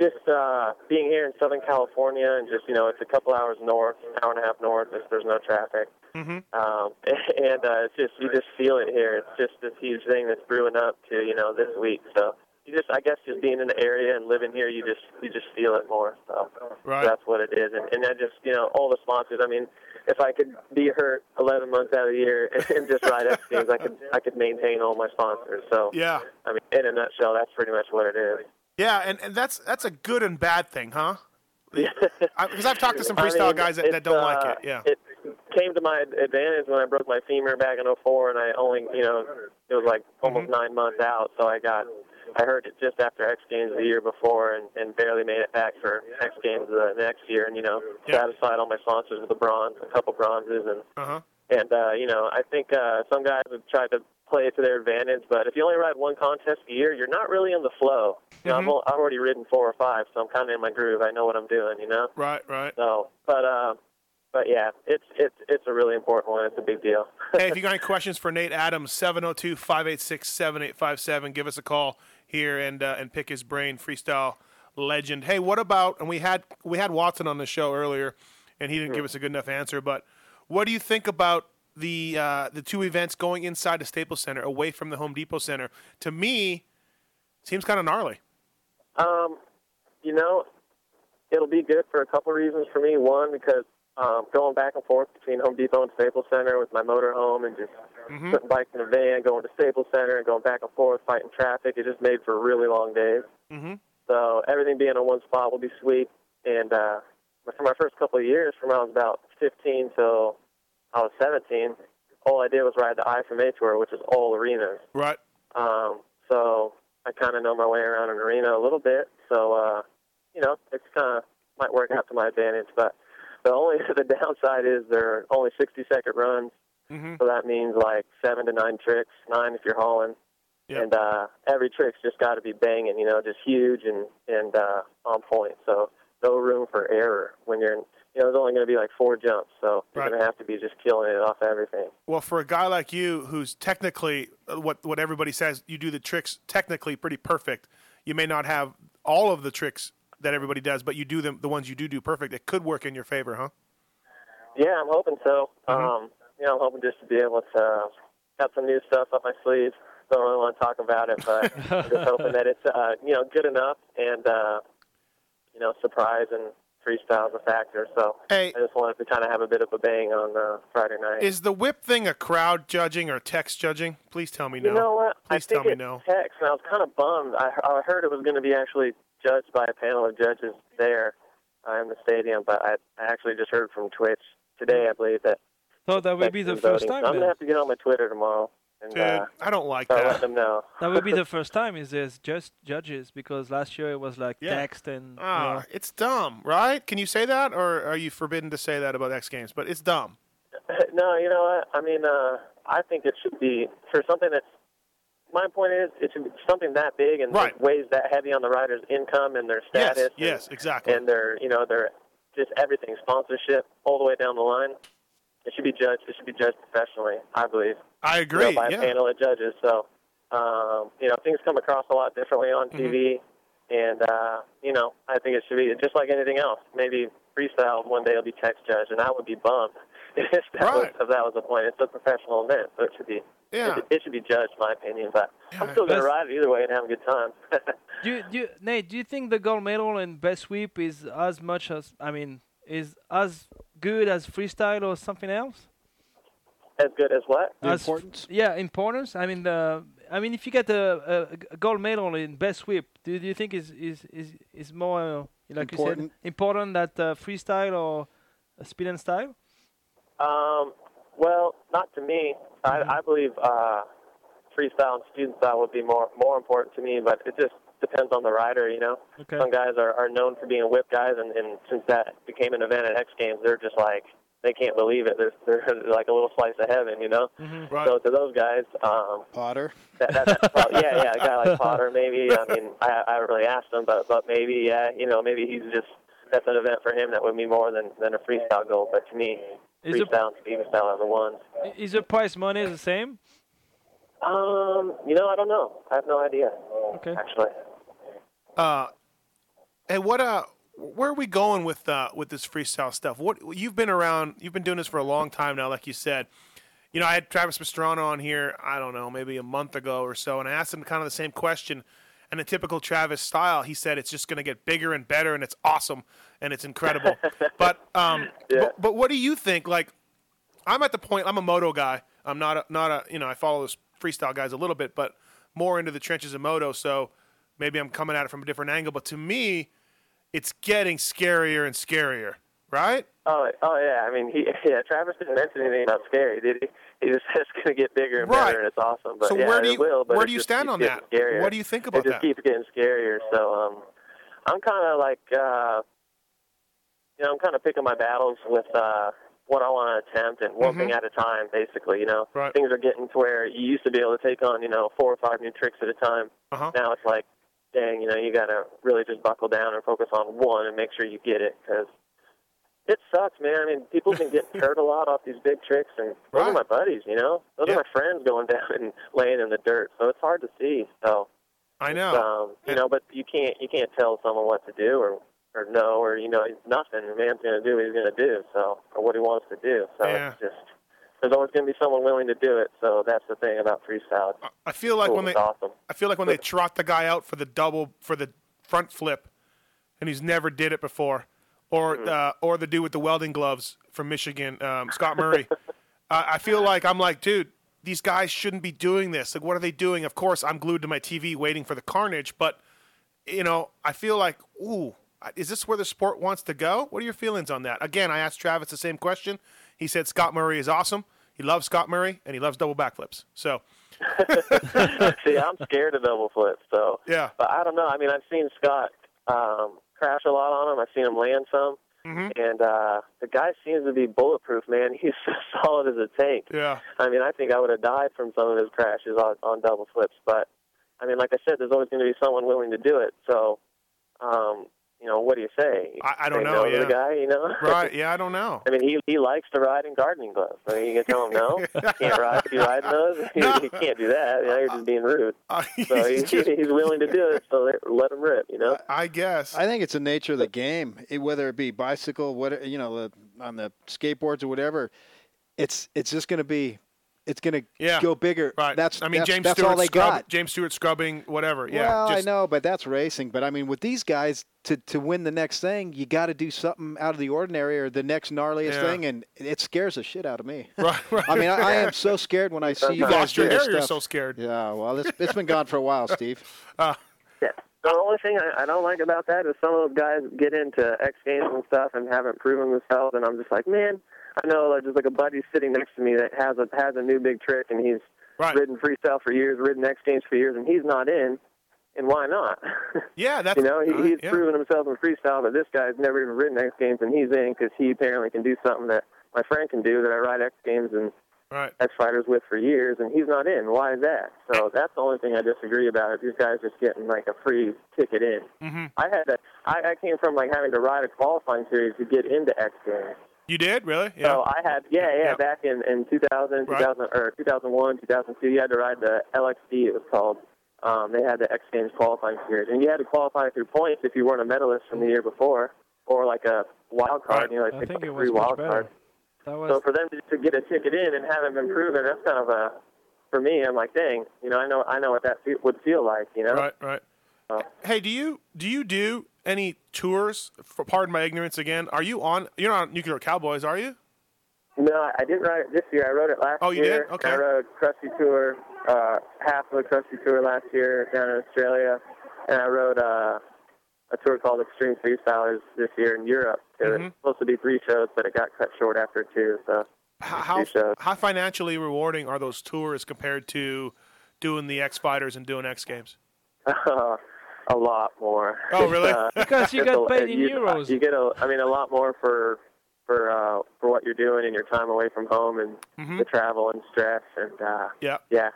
S3: just uh, being here in Southern California and just you know, it's a couple hours north, hour and a half north. If there's no traffic.
S4: Mm-hmm.
S3: Um, and uh, it's just you just feel it here. It's just this huge thing that's brewing up to you know this week. So you just I guess just being in the area and living here, you just you just feel it more. So
S8: Right.
S3: that's what it is. And, and I just you know all the sponsors. I mean, if I could be hurt 11 months out of the year and just ride X Games, I could I could maintain all my sponsors. So
S4: Yeah.
S3: I mean, in a nutshell, that's pretty much what it is.
S4: Yeah, and, and that's that's a good and bad thing, huh? Because I've talked to some
S3: I
S4: freestyle
S3: mean,
S4: guys that, that
S3: it's,
S4: don't
S3: uh,
S4: like it. Yeah.
S3: It came to my advantage when I broke my femur back in '04, and I only, you know, it was like
S4: Mm-hmm.
S3: almost nine months out, so I got, I heard it just after X Games the year before, and, and barely made it back for X Games the next year, and you know, satisfied all my sponsors with a bronze, a couple bronzes, and
S4: Uh-huh.
S3: and uh, you know, I think uh, some guys have tried to play it to their advantage, but if you only ride one contest a year, you're not really in the flow.
S4: Mm-hmm.
S3: You know, I'm al- I've already ridden four or five, so I'm kind of in my groove. I know what I'm doing, you know.
S4: Right. Right.
S3: So, but uh, but yeah, it's it's it's a really important one. It's a big deal.
S4: hey, if you got any questions for Nate Adams, 702 586 7857, give us a call here and uh, and pick his brain, freestyle legend. Hey, what about and we had we had Watson on the show earlier and he didn't give us a good enough answer, but what do you think about the uh, the two events going inside the Staples Center away from the Home Depot Center? To me, seems kind of gnarly.
S3: Um, you know, it'll be good for a couple of reasons for me. One, because um, going back and forth between Home Depot and Staples Center with my motor home and just
S4: Mm-hmm.
S3: putting bikes in a van, going to Staples Center and going back and forth, fighting traffic, it just made for really long days.
S4: Mm-hmm.
S3: So everything being in one spot will be sweet. And uh, for my first couple of years, from when I was about 15 till I was 17, all I did was ride the I from A tour, which is all arenas.
S4: Right.
S3: Um, so I kind of know my way around an arena a little bit. So uh, you know, it's kind of might work out to my advantage. But the only the downside is there are only 60 second runs, so that means like seven to nine tricks, nine if you're hauling. And uh, every trick's just got to be banging, you know, just huge and and uh, on point. So no room for error when you're, in, you know, there's only going to be like four jumps, so you're
S4: Right.
S3: going to have to be just killing it off everything.
S4: Well, for a guy like you, who's technically uh, what what everybody says, you do the tricks technically pretty perfect. You may not have all of the tricks that everybody does, but you do them the ones you do do perfect. It could work in your favor, huh?
S3: Yeah, I'm hoping so.
S4: Mm-hmm.
S3: Um, you know, I'm hoping just to be able to got some new stuff up my sleeve. Don't really want to talk about it, but I'm just hoping that it's uh, you know good enough and uh, you know surprise and freestyle is a factor. So I just wanted to kind of have a bit of a bang on uh, Friday night.
S4: Is the whip thing a crowd judging or text judging? Please tell me no.
S3: you know what?
S4: Please
S3: I think
S4: tell me
S3: it's
S4: no.
S3: text, and I was kind of bummed. I, I heard it was going to be actually judged by a panel of judges there uh, in the stadium, but I, I actually just heard from Twitch today, I believe, that
S11: So that would be the
S3: and
S11: first
S3: voting.
S11: time.
S3: So I'm
S11: then.
S3: gonna have to get on my Twitter tomorrow. And,
S11: Dude,
S3: uh,
S4: I don't like
S3: so I'll
S11: that.
S3: Let them know.
S11: That would be the first time is there's just judges because last year it was like
S4: Yeah.
S11: text and you
S4: Ah,
S11: know.
S4: it's dumb, right? Can you say that, or are you forbidden to say that about X Games? But it's dumb.
S3: no, you know what? I mean, uh, I think it should be for something that's. My point is, it should be something that big and
S4: Right.
S3: that weighs that heavy on the rider's income and their status.
S4: yes, yes, exactly.
S3: And their, you know, their just everything, sponsorship, all the way down the line. It should be judged. It should be judged professionally, I believe. you
S4: I
S3: know,
S4: agree.
S3: by
S4: yeah.
S3: a panel of judges. So, um, you know, things come across a lot differently on TV, and uh, you know, I think it should be just like anything else. Maybe freestyle one day will be text judged, and I would be bummed if that, was, if that was the point. It's a professional event, so it should be.
S11: Yeah.
S3: It, should- it should be judged, in my opinion, but I'm still going to ride it either way and have a good time.
S11: Do you, do you, Nate, do you think the gold medal and best sweep is as much as I mean is as good as freestyle or something else?
S3: as good as what?
S11: As- Yeah, importance. I mean the. I mean, if you get a, a- a gold medal in best sweep, do, do you think is is is is more uh, like you
S5: Important.
S11: said important that uh, freestyle or uh, speed and style?
S3: Um, well, not to me. I, I believe uh, freestyle and student style would be more more important to me, but it just depends on the rider, you know.
S4: Mm-hmm.
S11: Okay.
S3: Some guys are, are known for being whip guys, and, and since that became an event at X Games, they're just like they can't believe it. They're, they're like a little slice of heaven, you know.
S11: Mm-hmm.
S5: Right.
S3: So to those guys, um,
S5: Potter.
S3: that, that, that's probably, yeah, yeah, a guy like Potter, maybe. I mean, I, I haven't really asked him, but but maybe, yeah, you know, maybe he's just that's an event for him that would be more than than a freestyle goal. But to me,
S11: Is it-
S3: freestyle and freestyle are the ones.
S11: Is the price money the same?
S3: Um, you know, I don't know. I have no idea.
S11: Okay.
S3: Actually.
S4: Uh, and what uh, where are we going with uh with this freestyle stuff? What you've been around, you've been doing this for a long time now, like you said. You know, I had Travis Pastrana on here, I don't know, maybe a month ago or so, and I asked him kind of the same question. And in typical Travis style, he said it's just going to get bigger and better, and it's awesome and it's incredible. but um, but, but what do you think? Like, I'm at the point. I'm a moto guy. I'm not a, not a you know I follow those freestyle guys a little bit, but more into the trenches of moto. So maybe I'm coming at it from a different angle. But to me, it's getting scarier and scarier, right?
S3: Oh, oh yeah. I mean, he, yeah. Travis didn't mention anything about scary, did he? He just says it's going to get bigger and better, and it's awesome. But
S4: So
S3: yeah,
S4: where do
S3: it
S4: you-
S3: will, but
S4: where
S3: it
S4: do you
S3: just
S4: stand
S3: keeps
S4: on that?
S3: getting Scarier.
S4: What do you think about
S3: it just
S4: that?
S3: keeps getting scarier. So um, I'm kind of like, uh, you know, I'm kind of picking my battles with uh, what I want to attempt and one
S8: Mhm.
S3: thing
S4: Mm-hmm.
S3: at a time, basically. You know,
S8: Right.
S3: things are getting to where you used to be able to take on, you know, four or five new tricks at a time.
S4: Uh-huh.
S3: Now it's like, dang, you know, you got to really just buckle down and focus on one and make sure you get it because. It sucks, man. I mean, people can get hurt a lot off these big tricks, and those are my buddies, you know. Those are my friends going down and laying in the dirt, so it's hard to see. So
S4: I know.
S3: um, you know, but you can't you can't tell someone what to do or or no or you know nothing. The man's going to do what he's going to do, so or what he wants to do. So it's just there's always going to be someone willing to do it. So that's the thing about freestyle.
S4: I feel like
S3: Cool,
S4: when they
S3: it's awesome.
S4: I feel like when they trot the guy out for the double for the front flip, and he's never did it before, or uh, or the dude with the welding gloves from Michigan, um, Scott Murray. I I feel like I'm like, dude, these guys shouldn't be doing this. Like, what are they doing? Of course, I'm glued to my TV waiting for the carnage, but you know, I feel like, ooh, is this where the sport wants to go? What are your feelings on that? Again, I asked Travis the same question. He said Scott Murray is awesome. He loves Scott Murray and he loves double backflips. So,
S3: See, I'm scared of double flips, so
S4: Yeah.
S3: But I don't know. I mean, I've seen Scott um, crash a lot on him. I've seen him land some,
S4: Mm-hmm.
S3: and uh, the guy seems to be bulletproof, man. He's so solid as a tank.
S4: yeah.
S3: I mean, I think I would have died from some of his crashes on, on double flips. But I mean, like I said, there's always going to be someone willing to do it. So, um, you know, what do you say?
S4: I, I don't
S3: Say
S4: know.
S3: no to
S4: yeah.
S3: the guy, you know.
S4: Right. Yeah, I don't know.
S3: I mean, he he likes to ride in gardening gloves. I mean, you can tell him no. You can't ride if you ride in those. You, you can't do that. You know, you're just being rude. So he, he's willing to do it. So let- let him rip. You know.
S4: I guess.
S5: I think it's the nature of the game, it, whether it be bicycle, what you know, the, on the skateboards or whatever. It's it's just going to be, it's going to
S4: Yeah.
S5: go bigger.
S4: Right.
S5: That's
S4: I mean,
S5: that's,
S4: James
S5: that's
S4: Stewart
S5: all they
S4: scrub-
S5: got.
S4: James Stewart scrubbing, whatever. Yeah.
S5: well,
S4: just-
S5: I know, but that's racing. But I mean, with these guys, to to win the next thing, you got to do something out of the ordinary or the next gnarliest
S4: Yeah.
S5: thing, and it scares the shit out of me.
S4: Right, right.
S5: I mean, I, I am so scared when I see
S4: You
S5: you guys
S4: lost your
S5: do this
S4: hair, you're
S5: stuff.
S4: so scared. Uh,
S5: Yeah, well, it's, it's been gone for a while, Steve.
S3: Yeah. The only thing I, I don't like about that is some of those guys get into X Games and stuff and haven't proven themselves, and I'm just like, man, I know like, just like a buddy sitting next to me that has a has a new big trick, and he's ridden freestyle for years, ridden X Games for years, and he's not in, and why not?
S4: Yeah, that's
S3: you know he,
S4: uh,
S3: he's
S4: yeah.
S3: proven himself in freestyle, but this guy's never even ridden X Games, and he's in because he apparently can do something that my friend can do that I ride X Games and
S4: Right.
S3: X Fighters with for years, and he's not in. Why is that? So that's the only thing I disagree about. Is these guys just getting like a free ticket in?
S4: Mhm.
S3: I had to. I, I came from like having to ride a qualifying series to get into X Games.
S4: You did really? Yeah.
S3: So I had, yeah, yeah, back in in 2000, 2000 or 2001, 2002, you had to ride the LXD. It was called. Um, they had the X Games qualifying series, and you had to qualify through points if you weren't a medalist from the year before, or like a wild card. You know, like
S11: I think it
S3: three
S11: was
S3: wild
S11: much
S3: cards.
S11: better. That was
S3: So for them to, to get a ticket in and haven't been proven, that's kind of a for me. I'm like, dang, you know, I know, I know what that fe- would feel like, you know.
S4: Right, right. Hey, do you do you do any tours? For, pardon my ignorance again. Are you on? You're not on Nuclear Cowboys, are you?
S3: No, I- I didn't write it this year. I wrote it last
S4: Oh, you
S3: year.
S4: did? Okay.
S3: I wrote Krusty Tour, uh, half of the Krusty Tour last year down in Australia, and I wrote uh, a tour called Extreme Freestylers this year in Europe. It
S4: Mm-hmm.
S3: was supposed to be three shows, but it got cut short after two. So
S4: How how financially rewarding are those tours compared to doing the X Fighters and doing X Games?
S3: a lot more.
S4: Oh, really?
S3: It's, uh,
S4: Because you
S3: it's
S4: got
S3: a-
S4: paid in
S3: you-
S4: euros.
S3: You get a, I mean, a lot more for for uh, for what you're doing and your time away from home and
S4: Mm-hmm.
S3: the travel and stress and uh,
S4: Yeah.
S3: yeah,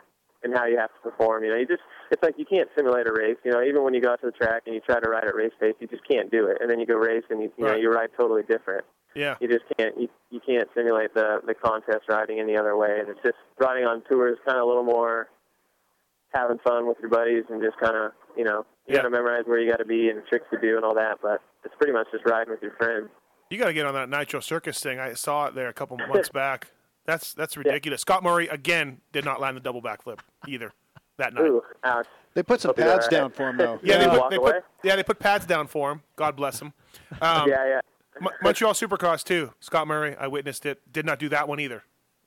S3: and how you have to perform. You know, you just it's like you can't simulate a race. You know, even when you go out to the track and you try to ride at race pace, you just can't do it. And then you go race and you, you know
S4: Right.
S3: you ride totally different.
S4: Yeah.
S3: You just can't you, you can't simulate the the contest riding any other way. And it's just riding on tour is kind of a little more having fun with your buddies and just kind of you know you got to memorize where you got to be and tricks to do and all that. But it's pretty much just riding with your friends.
S4: You got to get on that Nitro Circus thing. I saw it there a couple months back. That's that's ridiculous. Scott Murray again did not land the double backflip either that night.
S3: Ooh, ouch.
S5: They put some
S4: Hope you're
S5: pads
S4: all right.
S5: down for him though.
S4: Yeah, they put, they put yeah they put pads down for him. God bless him. Um,
S3: yeah, yeah.
S4: Mon- Montreal Supercross too. Scott Murray, I witnessed it. Did not do that one either.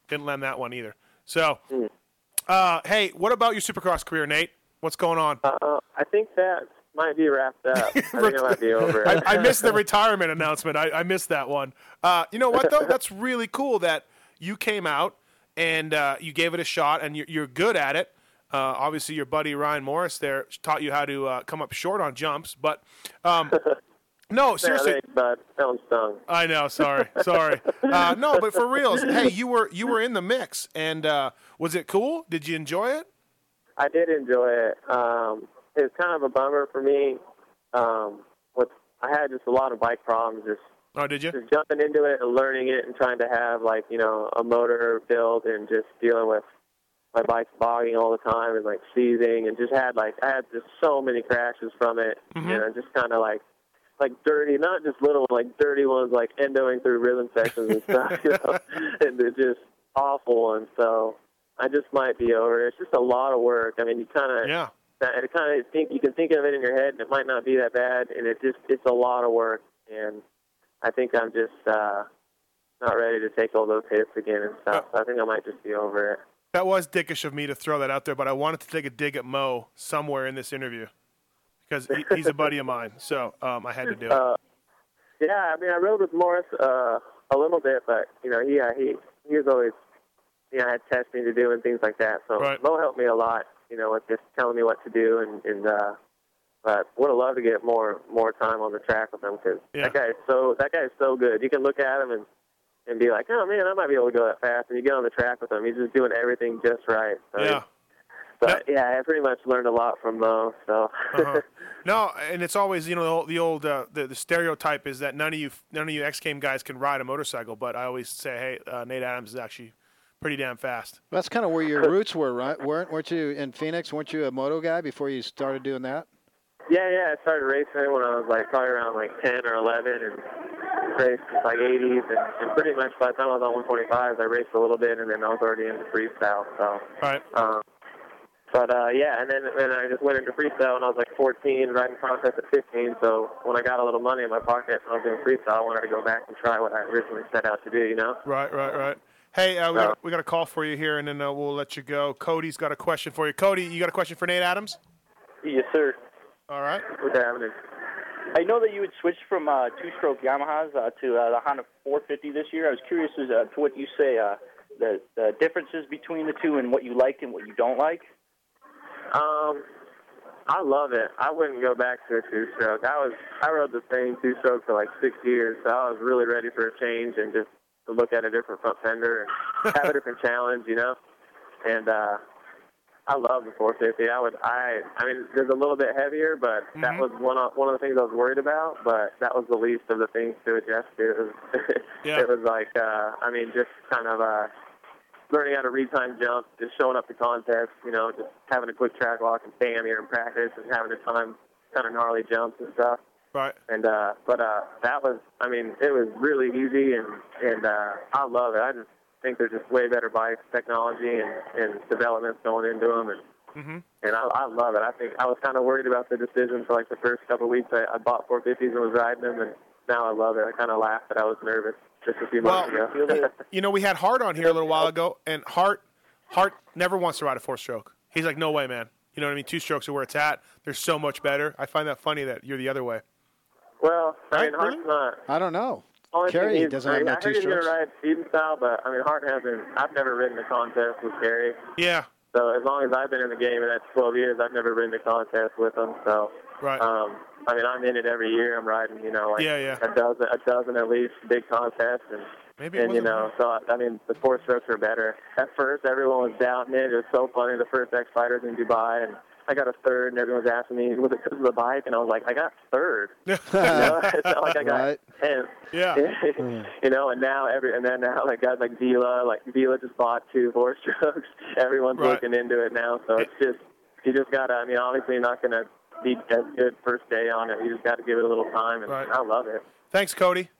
S4: Didn't land that one either. So,
S3: Hmm.
S4: uh, hey, what about your Supercross career, Nate? What's going on?
S3: Uh, I think that might be wrapped up. I think it might be over.
S4: I, I missed the retirement announcement. I, I missed that one. Uh, you know what though? That's really cool that you came out and uh, you gave it a shot, and you're, you're good at it. Uh, obviously, your buddy Ryan Morris there taught you how to uh, come up short on jumps, but um, no, seriously, Uh,
S3: Yeah, thanks, bud. That one stung.
S4: I know. Sorry, sorry. Uh, no, but for reals, hey, you were you were in the mix, and uh, was it cool? Did you enjoy it?
S3: I did enjoy it. Um, it was kind of a bummer for me. Um, with I had just a lot of bike problems. Just
S4: oh, did you?
S3: Just jumping into it and learning it and trying to have like you know a motor build and just dealing with my bike's bogging all the time and like seizing and just had like I had just so many crashes from it. You know, just kind of like like dirty, not just little like dirty ones like endoing through rhythm sections and stuff. you know, and they're just awful ones. So I just might be over. it. It's just a lot of work. I mean, you kind of
S4: yeah.
S3: That, it kind of think you can think of it in your head, and it might not be that bad. And it just it's a lot of work, and I think I'm just uh, not ready to take all those hits again and stuff. So I think I might just be over it.
S4: That was dickish of me to throw that out there, but I wanted to take a dig at Mo somewhere in this interview because he, he's a buddy of mine, so um, I had to do it.
S3: Uh, yeah, I mean, I rode with Morris uh, a little bit, but you know, he uh, he he was always you know had testing to do and things like that. So
S4: Right.
S3: Mo helped me a lot, you know, with just telling me what to do and and uh, but would have loved to get more more time on the track with him because
S4: Yeah.
S3: that guy is so that guy is so good. You can look at him and and be like, oh man, I might be able to go that fast. And you get on the track with him, he's just doing everything just right. So,
S4: Yeah.
S3: But yeah, I pretty much learned a lot from Mo. So.
S4: Uh-huh. No, and it's always you know the old, the, old uh, the, the stereotype is that none of you none of you X game guys can ride a motorcycle, but I always say, hey, uh, Nate Adams is actually pretty damn fast.
S5: That's kind of where your roots were, right? weren't weren't you in Phoenix? weren't you a moto guy before you started doing that?
S3: Yeah, yeah. I started racing when I was like probably around like ten or eleven, and raced like eighties, and, and pretty much by the time I was on one forty fives, I raced a little bit, and then I was already into freestyle. So,
S4: right.
S3: um, but uh, yeah, and then then I just went into freestyle when I was like fourteen, riding contest at fifteen. So when I got a little money in my pocket and I was doing freestyle, I wanted to go back and try what I originally set out to do. You know?
S4: Right, right, right. Hey, uh, we, got, we got a call for you here, and then uh, we'll let you go. Cody's got a question for you. Cody, you got a question for Nate Adams?
S8: Yes, sir.
S4: All right.
S3: What's happening?
S8: I know that you had switched from uh, two-stroke Yamahas uh, to uh, the Honda 450 this year. I was curious as uh, to what you say uh, the, the differences between the two and what you liked and what you don't like.
S3: Um, I love it. I wouldn't go back to a two stroke. I was I rode the same two stroke for like six years, so I was really ready for a change and just to look at a different front fender and have a different challenge, you know. And uh I love the 450. I would I I mean it's a little bit heavier, but that was one of one of the things I was worried about. But that was the least of the things to adjust to. It was, it was like uh I mean just kind of uh learning how to read time jump, just showing up to contests, you know, just having a quick track walk and staying here in practice and having a time kind of gnarly jumps and stuff.
S4: Right.
S3: And uh but uh that was I mean, it was really easy and, and uh I love it. I just think there's just way better bikes, technology and, and developments going into them and
S4: Mm-hmm.
S3: and I, I love it. I think I was kind of worried about the decision for like the first couple of weeks. I, I bought 450s and was riding them, and now I love it. I kind of laughed that I was nervous just a few
S4: Well,
S3: months ago.
S4: you know, we had Hart on here a little while ago, and Hart Hart never wants to ride a four stroke. He's like, no way, man. You know what I mean? Two strokes are where it's at. They're so much better. I find that funny that you're the other way.
S3: well, I mean, Hart's not.
S5: I don't know.
S3: Only thing
S5: Kerry
S3: he's-
S5: doesn't
S3: Oh, I mean,
S5: have no
S3: I heard
S5: two
S3: he's gonna
S5: strokes.
S3: ride Steven style, but I mean Hart hasn't. I've never ridden a contest with Kerry.
S4: Yeah,
S3: So as long as I've been in the game, and that's 12 years, I've never been in a contest with them. So,
S4: Right.
S3: um, I mean, I'm in it every year. I'm riding, you know, like
S4: Yeah, yeah.
S3: a dozen, a dozen at least big contests, and
S4: Maybe it
S3: and you
S4: wasn't
S3: know, so I- I mean, the four strokes were better. At first, everyone was doubting it. It was so funny. The first X Fighters in Dubai, and I got a third, and everyone was asking me, "Was it because of the bike?" And I was like, "I got third. you know? It's not like I got
S5: Right.
S3: tenth.
S5: Yeah.
S3: you know, and now every and then now like guys like Vila, like Vila just bought two four strokes. Everyone's
S4: Right.
S3: looking into it now, so it's just you just gotta. I mean, obviously, you're not gonna be as good first day on it. You just gotta give it a little time, and
S4: Right.
S3: I love it.
S4: Thanks, Cody.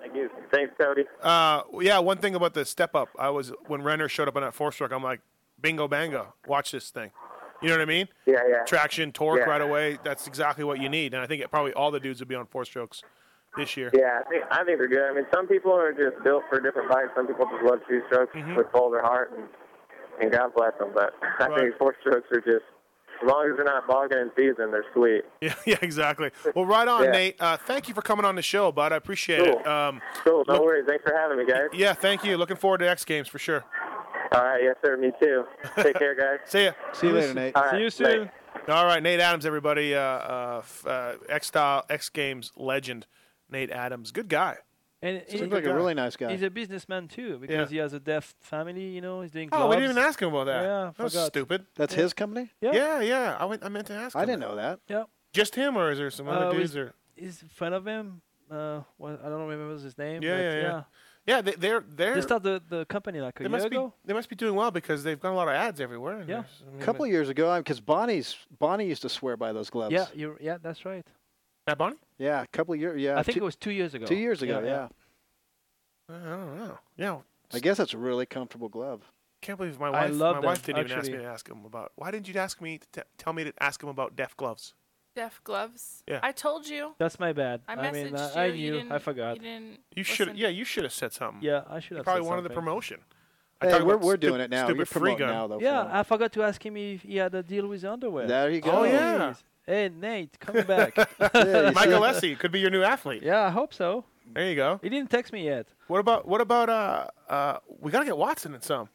S3: Thank you. Thanks, Cody.
S4: Uh, yeah, one thing about the step up, I was when Renner showed up on that four stroke, I'm like, bingo bango, watch this thing. You know what I mean?
S3: Yeah, yeah.
S4: Traction, torque
S3: Yeah.
S4: right away. That's exactly what you need, and I think it, probably all the dudes would be on four strokes this year.
S3: Yeah, I think I think they're good. I mean, some people are just built for different bikes. Some people just love two strokes
S4: Mm-hmm.
S3: with all their heart, and, and God bless them. But I think four strokes are just as long as they're not bogging in season, they're sweet.
S4: Yeah, yeah, exactly. Well, right on,
S3: Yeah.
S4: Nate. Uh, thank you for coming on the show, bud. I appreciate it.
S3: Cool.
S4: Um,
S3: cool. No
S4: look-
S3: worries. Thanks for having me, guys.
S4: Yeah, thank you. Looking forward to X Games for sure.
S3: All right, yes sir. Me too. Take care, guys.
S4: See ya.
S5: See you later, Nate. All right, See you soon. later.
S4: All right, Nate Adams, everybody. Uh, uh, f- uh, X style, X Games legend, Nate Adams. Good guy.
S11: And
S4: Seems
S11: he-
S4: like a really nice guy.
S11: He's a businessman too because he has a deaf family. You know, he's doing.
S4: Oh, we didn't
S11: gloves.
S4: even ask him about that.
S11: Yeah, I
S4: that was
S11: forgot.
S4: stupid.
S5: That's his company.
S11: Yeah.
S4: yeah, yeah. I went. I meant to ask.
S5: I
S4: him
S5: didn't know that.
S11: Yeah.
S4: Just him, or is there some
S11: Uh,
S4: other
S11: with-
S4: dudes? Or
S11: He's a friend of him. Uh, what, I don't remember his name.
S4: yeah,
S11: but
S4: yeah, yeah. Yeah, they, they're they're
S11: They started the, the company like a
S4: they
S11: year
S4: must
S11: ago.
S4: be they must be doing well because they've got a lot of ads everywhere. Yeah,
S5: A couple of years ago, because Bonnie's Bonnie used to swear by those gloves.
S11: Yeah, you yeah, that's right.
S4: That Bonnie?
S5: Yeah, a couple of years. Yeah,
S11: I think it was two years ago.
S5: Two years ago.
S11: Yeah,
S5: Yeah.
S11: yeah.
S4: I don't know. Yeah,
S5: I guess that's a really comfortable glove.
S4: can't believe my wife.
S5: I love
S4: my
S5: them,
S4: wife didn't even ask me
S5: actually.
S4: to ask him about. Why didn't you ask me to t- tell me to ask him about deaf gloves?
S7: Deaf gloves.
S4: Yeah.
S7: I told you.
S11: That's my bad.
S7: I
S11: I mean, uh,
S7: messaged
S11: I, I
S7: you, you
S11: knew. I
S7: didn't-
S11: forgot.
S7: you didn't
S4: You should. Yeah, you should have said something.
S11: Yeah, I should
S4: You
S11: have
S4: probably
S11: said
S4: wanted the
S11: something.
S4: promotion. I
S5: Hey,
S4: talked
S5: we're-
S4: about
S5: we're doing
S4: stup-
S5: it now. You're
S4: Stupid free
S5: promoting
S4: gun.
S5: now, though.
S11: Yeah,
S5: for-
S11: I forgot to ask him if he had a deal with underwear.
S5: There you go.
S4: Oh, yeah.
S11: Jeez. Hey Nate, coming back.
S4: Michael Essie could be your new athlete.
S11: Yeah, I hope so.
S4: There you go.
S11: He didn't text me yet.
S4: What about what about uh uh we gotta get Watson in some.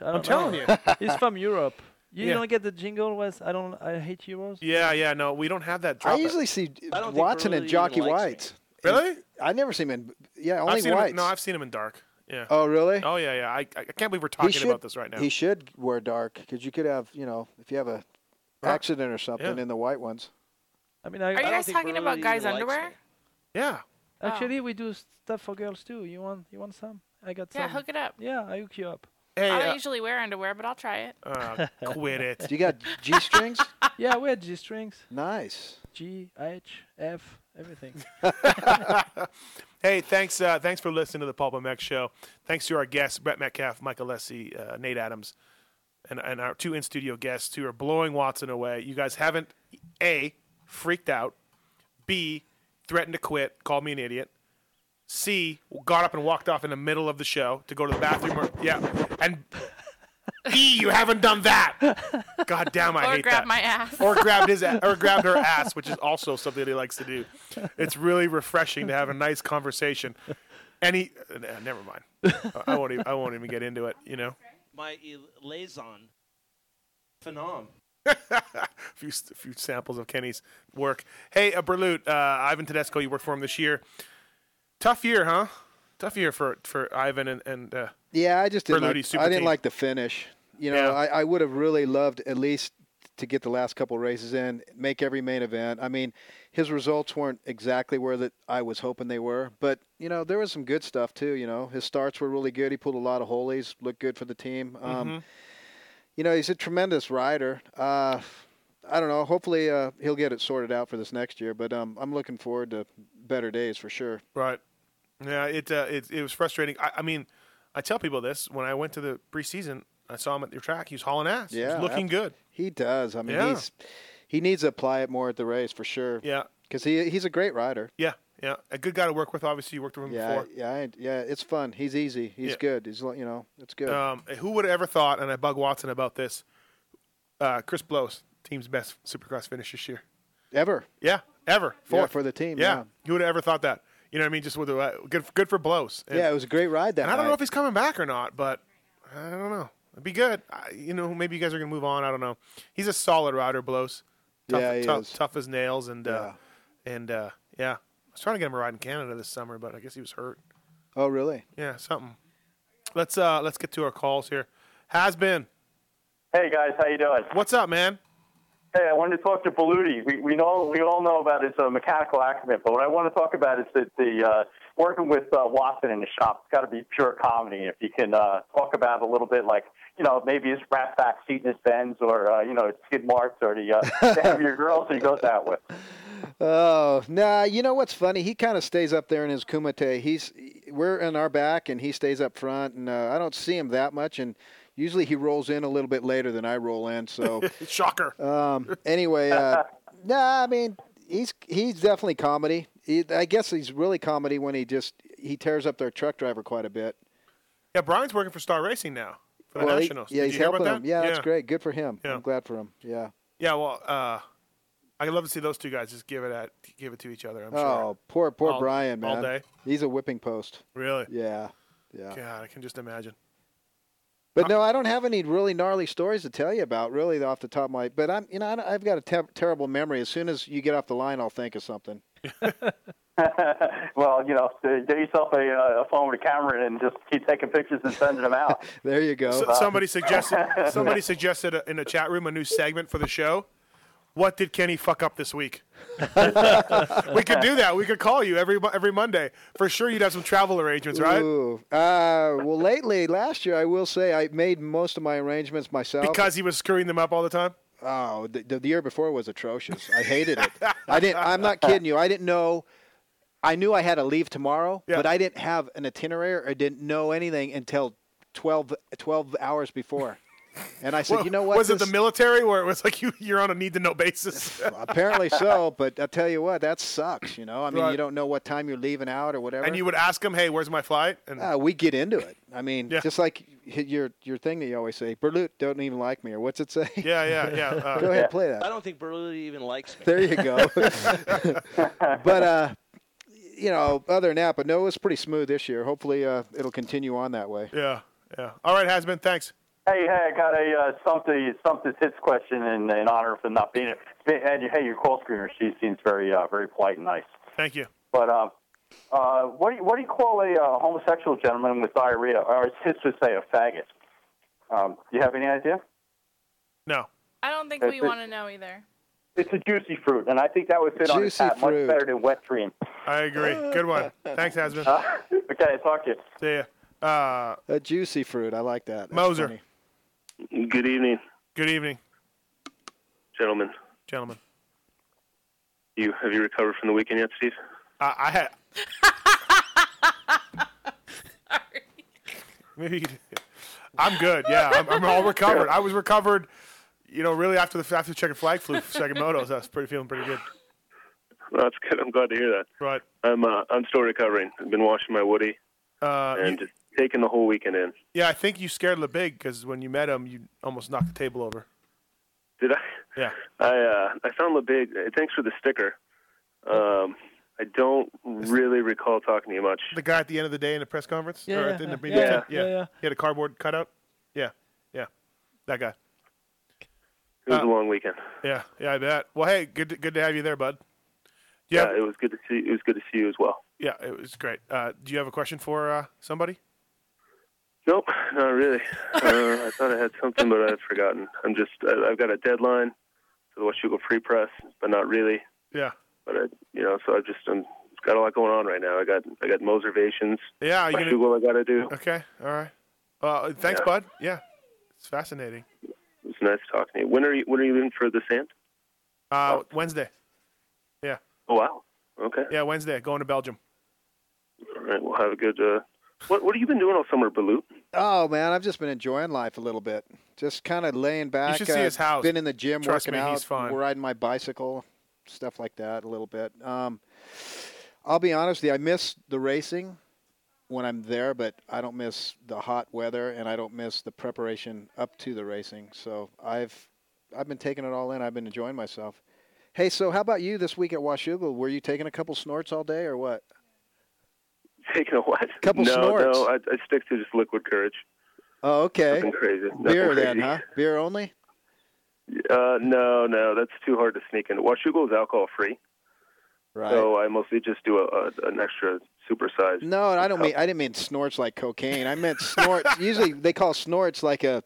S11: I
S4: I'm
S11: don't
S4: telling
S11: know.
S4: you.
S11: He's from Europe. You
S4: Yeah.
S11: don't get the jingle was I don't I hate Euros.
S4: Yeah, yeah, no, we don't have that.
S5: I
S4: Drop it.
S5: usually see
S11: I don't think
S5: Watson and
S11: Verrilli even
S5: Jockey
S11: likes me.
S5: Whites.
S4: Really?
S5: I never see him in. Yeah,
S4: I've
S5: only
S4: seen him in-
S5: Whites.
S4: no, I've seen him in dark. Yeah.
S5: Oh, really?
S4: Oh yeah, yeah. I I can't believe we're
S5: He
S4: talking about this right now.
S5: He should wear dark because you could have, you know, if you have a accident or something
S11: Yeah.
S5: in the white ones.
S11: I mean, I,
S7: Are you guys talking about guys' underwear?
S4: Yeah.
S7: Oh.
S11: Actually, we do stuff for girls too. You want you want some? I got some.
S7: Yeah, hook it up.
S11: Yeah, I hook you up.
S4: uh,
S7: I don't usually wear underwear, but I'll try it.
S4: quit it.
S5: Do you got G strings?
S11: yeah, we had G strings.
S5: Nice.
S11: G, H, F, everything.
S4: Hey, thanks uh, thanks for listening to the Pulp MX show. Thanks to our guests, Brett Metcalf, Michael Lessie, uh, Nate Adams, and, and our two in studio guests who are blowing Watson away. You guys haven't, A, freaked out, B, threatened to quit, called me an idiot, C, got up and walked off in the middle of the show to go to the bathroom. Or, yeah. And D, you haven't done that. God damn, I
S7: or
S4: hate
S7: grab
S4: that
S7: my ass.
S4: or grabbed his a- or grabbed her ass, which is also something that he likes to do. It's really refreshing to have a nice conversation. And he, uh, nah, never mind. I- I won't. Even, I won't even get into it. You know,
S9: My el- liaison. Phenom.
S4: a few a few samples of Kenny's work. Hey, uh, Berlut, uh, Ivan Tedesco, you worked for him this year. Tough year, huh? Tough year for for Ivan and and uh,
S5: Yeah, I just didn't.
S4: Berluti
S5: Like,
S4: super
S5: I didn't
S4: team.
S5: like the finish. You know, I, I would have really loved at least to get the last couple races in, make every main event. I mean, his results weren't exactly where that I was hoping they were, but you know, there was some good stuff too. You know, his starts were really good. He pulled a lot of holies, looked good for the team. Um,
S4: Mhm.
S5: You know, he's a tremendous rider. Uh, I don't know. Hopefully, uh, he'll get it sorted out for this next year. But um, I'm looking forward to better days for sure.
S4: Right. Yeah, it uh, it it was frustrating. I, I mean, I tell people this when I went to the preseason. I saw him at the track. He was hauling ass. He was looking
S5: ab-
S4: good.
S5: He does. I mean,
S4: Yeah.
S5: he's he needs to apply it more at the race for sure.
S4: Yeah.
S5: because he he's a great rider.
S4: Yeah, yeah, a good guy to work with. Obviously, you worked with him
S5: Yeah,
S4: before.
S5: yeah, I, yeah. It's fun. He's easy. He's
S4: Yeah.
S5: good. He's li- you know, it's good.
S4: Um, who would have ever thought? And I bug Watson about this. Uh, Chris Blows, team's best Supercross finish this year.
S5: Ever.
S4: Yeah, ever.
S5: Yeah,
S4: Fourth.
S5: for the team, yeah.
S4: who would have ever thought that? You know what I mean? Just with the, uh, good, good for Blows. And-
S5: yeah, it was a great ride that
S4: And I don't know
S5: night.
S4: if he's coming back or not, but I don't know. It'd be good. I, you know, maybe you guys are gonna move on. I don't know. He's a solid rider, blows. Tough,
S5: Yeah, he
S4: tough,
S5: is.
S4: tough as nails, and uh, and uh, yeah. I was trying to get him a ride in Canada this summer, but I guess he was hurt.
S5: Oh, really?
S4: Yeah, something. Let's uh let's get to our calls here. Has been.
S1: Hey guys, how you doing?
S4: What's up, man?
S1: Hey, I wanted to talk to Beluti. We we know we all know about his uh, mechanical accident, but what I want to talk about is that the uh, working with uh, Watson in the shop. It's got to be pure comedy. If you can uh, talk about it a little bit, like you know maybe his rat back seat in his Benz, or uh, you know his skid marks, or the uh, the heavier girls he goes out with.
S5: Oh, nah. You know what's funny? He kind of stays up there in his kumite. He's we're in our back, and he stays up front, and uh, I don't see him that much. And usually he rolls in a little bit later than I roll in. So
S4: shocker.
S5: Um, anyway, uh, nah. I mean, he's he's definitely comedy. He, I guess he's really comedy when he just he tears up their truck driver quite a bit.
S4: Yeah, Brian's working for Star Racing now for the
S5: Well, he-
S4: Nationals.
S5: yeah,
S4: Did
S5: he's
S4: you hear about
S5: helping
S4: that?
S5: him. Yeah, that's great. Good for him.
S4: Yeah.
S5: I'm glad for him. Yeah.
S4: Yeah, well, uh, I'd love to see those two guys just give it at give it to each other. I'm sure.
S5: oh, poor poor
S4: All-
S5: Brian, man.
S4: All day.
S5: He's a whipping post.
S4: Really?
S5: Yeah. Yeah.
S4: God, I can just imagine.
S5: But no, I don't have any really gnarly stories to tell you about, really, off the top of my. But I'm, you know, I don't- I've got a te- terrible memory. As soon as you get off the line, I'll think of something.
S1: well, you know, get yourself a, uh, a phone with a camera and just keep taking pictures and sending them out.
S5: There you go.
S4: So, somebody suggested somebody suggested uh, in the chat room a new segment for the show. What did Kenny fuck up this week? we could do that. We could call you every mo- every Monday for sure. You'd have some travel arrangements, right?
S5: Ooh. Uh, well, lately, last year, I will say I made most of my arrangements myself.
S4: Because he was screwing them up all the time.
S5: Oh, the, the the year before was atrocious. I hated it. I didn't. I'm not kidding you. I didn't know. I knew I had to leave tomorrow, but I didn't have an itinerary. or didn't know anything until 12, 12 hours before. And I said,
S4: Well,
S5: you know what?
S4: Was it
S5: This-
S4: the military where it was like you you're on a need to know basis?
S5: Apparently so, but I'll tell you what, that sucks. You know, I mean,
S4: Right.
S5: you don't know what time you're leaving out or whatever.
S4: and you would ask him, "Hey, where's my flight?" And
S5: uh, we get into it. I mean, just like y- your your thing that you always say, Berlut don't even like me, or what's it say?
S4: Yeah, yeah, yeah. Uh,
S5: Go ahead, and play that.
S8: I don't think Berluti even likes me.
S5: There you go. but uh, you know, other than that, but no, it was pretty smooth this year. Hopefully, uh, it'll continue on that way.
S4: yeah, yeah. All right, has been. Thanks.
S1: Hey, hey, I got a uh, stump the stump the hits question in, in honor of him not being it. And hey, your call screener, she seems very uh, very polite and nice.
S4: Thank you.
S1: But uh, uh, what do you, what do you call a uh, homosexual gentleman with diarrhea, or as his would say, a faggot? Um, do you have any idea?
S7: I don't think
S1: That's
S7: we
S1: it.
S7: want to know either.
S1: It's a juicy fruit, and I think that would fit on his
S4: Juicy
S1: hat
S4: fruit.
S1: much better than wet dream.
S4: I agree. Good one. Thanks, Hasbin.
S1: okay, talk to you.
S4: See ya. Uh,
S5: A juicy fruit, I like that. That's
S4: Moser.
S5: funny.
S21: Good evening,
S4: Good evening,
S21: gentlemen.
S4: gentlemen.
S21: You have you recovered from the weekend yet, Steve?
S4: I, I had. Maybe you could- I'm good. Yeah, I'm, I'm all recovered. I was recovered, you know, really after the after the checkered flag flew for second motos. I was pretty feeling pretty good.
S21: Well, that's good. I'm glad to hear that.
S4: Right.
S21: I'm uh, I'm still recovering. I've been washing my Woody
S4: Uh, you-
S21: and just taking the whole weekend in.
S4: yeah, I think you scared LeBig because when you met him, you almost knocked the table over.
S21: Did I?
S4: Yeah.
S21: I uh, I found the big. Thanks for the sticker. Um, I don't really recall talking to you much.
S4: The guy at the end of the day in the press conference.
S21: Yeah,
S4: or
S21: yeah,
S4: at the end of
S21: yeah,
S4: meeting,
S21: yeah, yeah, yeah.
S4: He had a cardboard cutout. Yeah, yeah, that guy.
S21: It was
S4: Uh,
S21: a long weekend.
S4: Yeah, yeah, I bet. Well, hey, good, to, good to have you there, bud. Yeah.
S21: it was good to see. It was good to see you as well.
S4: Yeah, it was great. Uh, do you have a question for uh, somebody?
S21: Nope, not really. uh, I thought I had something, but I've forgotten. I'm just. I, I've got a deadline for the Washugo Free Press, but not really.
S4: Yeah.
S21: But I, you know, so I just um, got a lot going on right now. I got I got moservations.
S4: Yeah, are you gonna-
S21: Washugo I got to do.
S4: Okay, all right. Uh, thanks,
S21: Yeah.
S4: bud. Yeah, it's fascinating.
S21: It was nice talking to you. When are you When are you in for the sand?
S4: Uh, Wednesday. Yeah.
S21: Oh wow. Okay.
S4: Yeah, Wednesday. Going to Belgium.
S21: All right. We'll have a good. Uh, what What have you been doing all summer, Balut?
S5: Oh man, I've just been enjoying life a little bit. Just kind of laying back. uh,
S21: should see his house.
S5: Been in the gym,
S21: Trust
S5: working
S21: me,
S5: out,
S21: he's fun.
S5: riding my bicycle, stuff like that a little bit. Um, I'll be honest with you, I miss the racing when I'm there, but I don't miss the hot weather and I don't miss the preparation up to the racing. So I've I've been taking it all in. I've been enjoying myself. Hey, so how about you this week at Washougal? Were you taking a couple snorts all day or what?
S21: Taking a what?
S5: Couple
S21: no,
S5: snorts.
S21: No, I, I stick to just liquid courage.
S5: Oh, okay.
S12: Nothing crazy. Nothing
S5: Beer
S12: crazy.
S5: then, huh? Beer only?
S12: Uh, no, no, that's too hard to sneak in. Washugal is alcohol free,
S5: Right.
S12: so I mostly just do a, a an extra super size.
S5: No, I don't mean. I didn't mean snorts like cocaine. I meant snorts. Usually they call snorts like a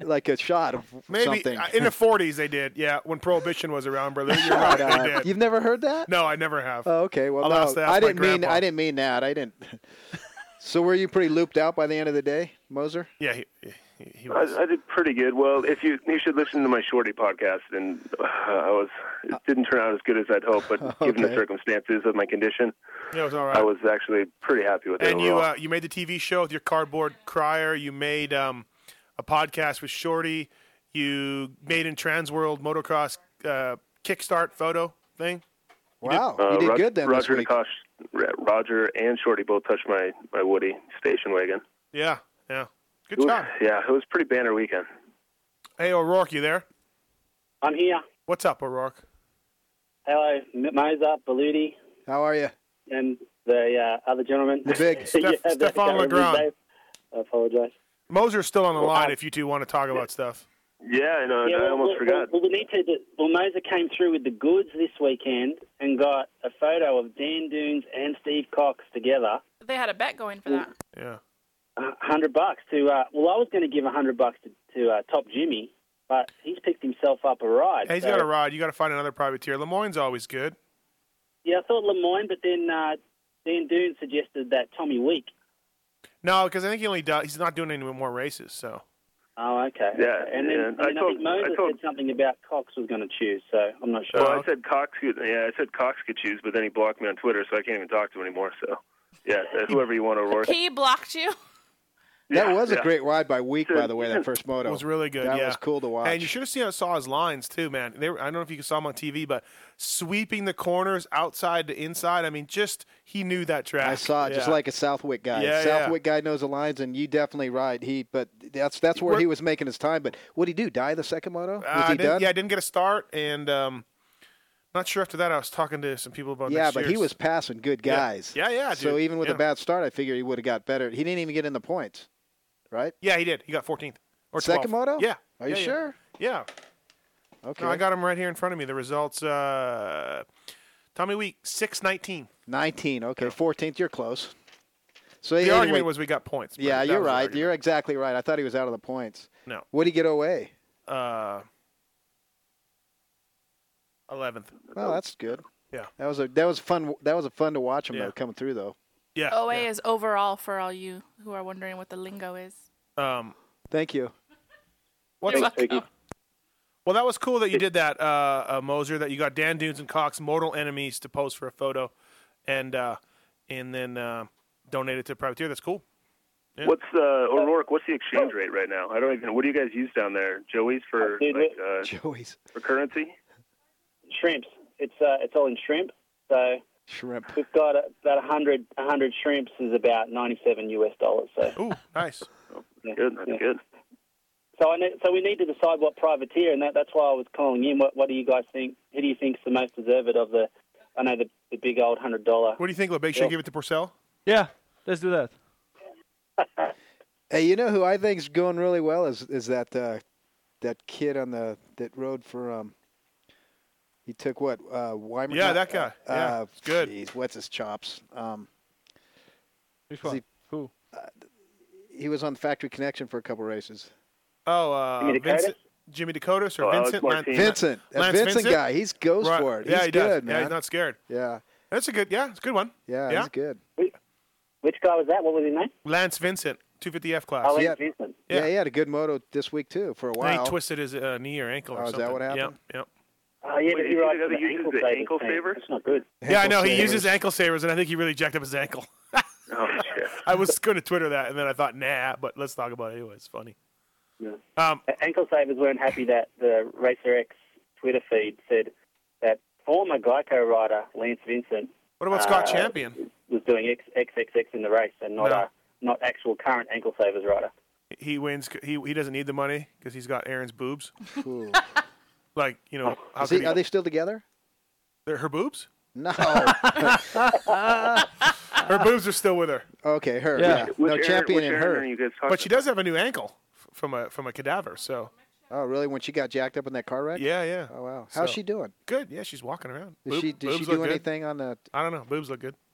S5: like a shot of
S4: Maybe
S5: something.
S4: uh, in the 40s they did. Yeah, when prohibition was around, brother. You're right, they did.
S5: You've never heard that?
S4: No, I never have.
S5: Oh, okay. Well,
S4: I'll
S5: no,
S4: have to ask
S5: I
S4: my
S5: didn't mean.
S4: grandpa.
S5: I didn't mean that. I didn't. So were you pretty looped out by the end of the day, Moser?
S4: Yeah, he, he, he
S12: I, I did pretty good. Well, if you you should listen to my Shorty podcast, and uh, I was it didn't turn out as good as I'd hoped, but given the
S4: Okay.
S12: circumstances of my condition,
S4: Yeah, it was all right.
S12: I was actually pretty happy with it.
S4: and you
S12: overall.
S4: uh, you made the TV show with your cardboard crier. You made um, a podcast with Shorty. You made in Transworld motocross uh, kickstart photo thing.
S12: Uh,
S5: Wow, Oh, you did
S12: Rog-
S5: good then this
S12: Roger
S5: week.
S12: Nikosh, Ra- Roger and Shorty both touched my my Woody station wagon.
S4: Yeah, yeah.
S12: It
S4: Good
S12: was-
S4: job.
S12: Yeah, it was a pretty banner weekend.
S4: Hey, O'Rourke, you there?
S6: I'm here.
S4: What's up, O'Rourke?
S6: Hello, Mozart, Baluti,
S5: How are you?
S6: and the uh, other gentleman.
S4: The big Steph-
S6: the- I
S4: Stefan
S6: can't remember his
S4: Legrand.
S6: name. I apologize.
S4: Moser's still on the
S6: Well,
S4: line.
S6: I-
S4: if you two want to talk about stuff.
S12: Yeah, I know.
S6: Yeah,
S12: I almost
S6: well,
S12: forgot.
S6: Well, well, we need to. Well, Moser came through with the goods this weekend and got a photo of Dan Dunes and Steve Cox together.
S7: They had a bet going for that.
S4: Yeah.
S6: A hundred bucks to. Uh, well, I was going to give a hundred bucks to, to uh, Top Jimmy, but he's picked himself up a ride.
S4: Hey, he's
S6: so-
S4: got a ride. You got to find another privateer. Lemoyne's always good.
S6: Yeah, I thought Lemoyne, but then uh, Dan Dune suggested that Tommy Week.
S4: No, because I think he only does. He's not doing any more races. So
S6: Oh, okay.
S4: Yeah,
S6: and then,
S4: yeah.
S6: and
S4: I
S6: then I,
S4: told-
S6: think Moses
S4: I told-
S6: said something about Cox was going to choose, so I'm not sure.
S12: Well, I said Cox. Could, yeah, I said Cox could choose, but then he blocked me on Twitter, so I can't even talk to him anymore. So, yeah, whoever you want to work.
S7: He blocked you.
S12: Yeah,
S5: that was
S12: yeah.
S5: a great ride by week, by the way. That first moto
S4: was really good.
S5: That
S4: yeah.
S5: was cool to watch.
S4: And you should have seen saw his lines too, man. They were, I don't know if you saw him on TV, but sweeping the corners outside to inside. I mean, just he knew that track.
S5: I saw it, just
S4: Yeah. Uh,
S5: like a Southwick guy.
S4: Yeah, yeah.
S5: Southwick guy knows the lines, and you definitely right. He, but that's that's where
S4: We're-
S5: he was making his time. But what did he do? Die the second moto? Was
S4: Uh, I
S5: he
S4: didn't-
S5: done?
S4: Yeah, I didn't get a start, and um, not sure after that. I was talking to some people about.
S5: Yeah,
S4: next
S5: but he
S4: year's.
S5: was passing good
S4: Yeah.
S5: guys.
S4: Yeah, yeah,
S5: So
S4: dude.
S5: even with
S4: Yeah.
S5: a bad start, I figure he would have got better. He didn't even get in the points, right?
S4: Yeah, he did. He got 14th or
S5: Second
S4: 12th.
S5: moto?
S4: Yeah.
S5: Are you
S4: Yeah, yeah.
S5: sure?
S4: Yeah.
S5: Okay.
S4: No, I got them right here in front of me. The results. Uh, Tommy Week six nineteen.
S5: 19. Okay, 14th. You're close. So
S4: The
S5: anyway-
S4: argument was we got points. but
S5: Yeah,
S4: that
S5: you're
S4: was the
S5: right.
S4: argument.
S5: You're exactly right. I thought he was out of the points.
S4: No.
S5: What would he get away?
S4: Uh, eleventh.
S5: Well, that's good.
S4: Yeah.
S5: That was a that was fun. That was a fun to watch him though coming through though.
S4: Yeah.
S7: OA is overall for all you who are wondering what the lingo is.
S4: Um,
S5: Thank you.
S4: What's up? Well, that was cool that you did that, uh, uh, Moser. That you got Dan Dunes and Cox, mortal enemies, to pose for a photo, and uh, and then uh, donate it to Privateer. That's cool.
S12: What's the
S4: Oh.
S12: uh, O'Rourke? What's the exchange rate right now? I don't even. What do you guys use down there? Joey's for
S6: Dude,
S12: like uh,
S5: Joey's
S12: for currency.
S6: Shrimps. It's uh, it's all in shrimp. So
S5: shrimp.
S6: We've got a, about 100, 100 shrimps is about 97 US dollars. So.
S4: Ooh, nice.
S12: Good, that's good.
S6: So I need, so we need to decide what privateer, and that, that's why I was calling in. What what do you guys think? Who do you think's the most deserved of the? I know the, the big old hundred dollar.
S4: What do you think, LeBig? Should I give it to Purcell?
S11: Yeah, let's do that.
S5: Hey, you know who I think's going really well is is that uh, that kid on the that rode for um. He took what uh, Weimer?
S4: Yeah, that guy. Yeah,
S5: uh, good. Geez, what's his chops? Um,
S11: Which
S5: one?
S11: who?
S5: he was on Factory Connection for a couple races.
S4: Oh, uh,
S5: Jimmy Dakotas?
S4: Vincent, Jimmy Dakotas or
S5: Oh, Alex
S4: Vincent? Lance-
S5: Martinez. Vincent. That
S4: Lance
S5: Vincent guy, he's goes for it.
S4: Yeah,
S5: He's
S4: he
S5: good,
S4: does. Yeah,
S5: man.
S4: he's not scared.
S5: Yeah.
S4: That's a good. Yeah, it's a good one.
S5: Yeah,
S4: Yeah.
S5: he's good.
S6: Which guy was that? What was his name? Oh,
S4: Lance Vincent, 250F class.
S5: He had- Yeah. he had a good moto this week too for a
S4: And
S5: while.
S4: he twisted his uh, knee or ankle or
S5: Oh, is that
S4: something.
S5: what happened?
S4: Yep. Yep.
S6: Oh yeah,
S12: Wait,
S6: but you're
S12: you
S6: right.
S12: think
S6: the
S12: he uses
S6: ankle
S12: the
S6: savers
S12: ankle
S6: thing.
S12: saver?
S6: That's not good.
S4: yeah, I know. He uses ankle savers, and I think he really jacked up his ankle.
S12: oh shit!
S4: I was going to Twitter that, and then I thought, nah, but let's talk about it anyway. It's funny. Um,
S6: ankle savers weren't happy that the Racer X Twitter feed said that former Geico rider Lance Vincent.
S4: What about Scott
S6: uh,
S4: Champion?
S6: Was doing X, XXX in the race and not
S4: No.
S6: uh, not actual current ankle savers rider.
S4: He wins. c- He he doesn't need the money because he's got Aaron's boobs. like you know, how
S5: Is he-
S4: could he-
S5: are they still together?
S4: They're her boobs?
S5: No.
S4: her boobs are still with her.
S5: Okay, her.
S4: Yeah.
S5: Yeah.
S4: Which-
S5: No
S4: which
S5: champion in
S4: Aaron- which Aaron are you
S5: her.
S4: guys talking But she does have a new ankle f- from a from a cadaver. So
S5: Oh, really? When she got jacked up in that car wreck?
S4: yeah, yeah.
S5: Oh wow. How's
S4: So-
S5: she doing?
S4: Good. Yeah, she's walking around.
S5: Did
S4: Boob-
S5: she did she
S4: boobs look
S5: do
S4: good.
S5: anything on the?
S4: I don't know. Boobs look good.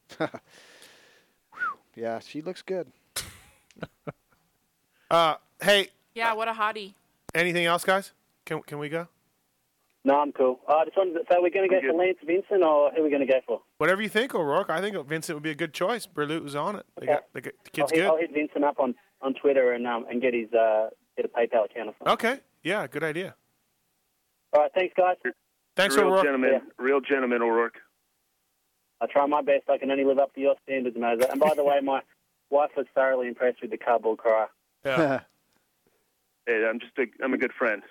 S5: Yeah, she looks good.
S4: Uh, hey,
S7: Yeah, what a hottie.
S4: anything else, guys? Can can we go?
S6: No, I'm cool. Uh, I just wanted to, so we're going to go for Lance Vincent, or who are we going to go for?
S4: Whatever you think, O'Rourke. I think Vincent would be a good choice. Berlut was on it. They got, they got, the kid's
S6: I'll, hit, I'll
S4: good.
S6: hit Vincent up on, on Twitter and um, and get his uh, get a PayPal account. Or something.
S4: Okay. Yeah, good idea.
S6: All right, thanks, guys.
S4: Thanks,
S6: Real O'Rourke.
S4: O'Rourke.
S6: gentleman.
S21: Real gentleman O'Rourke.
S6: I try my best. I can only live up to your standards, Moser. And by the way, my wife was thoroughly impressed with the cardboard crier.
S4: Yeah.
S21: hey, I'm just a I'm a good friend.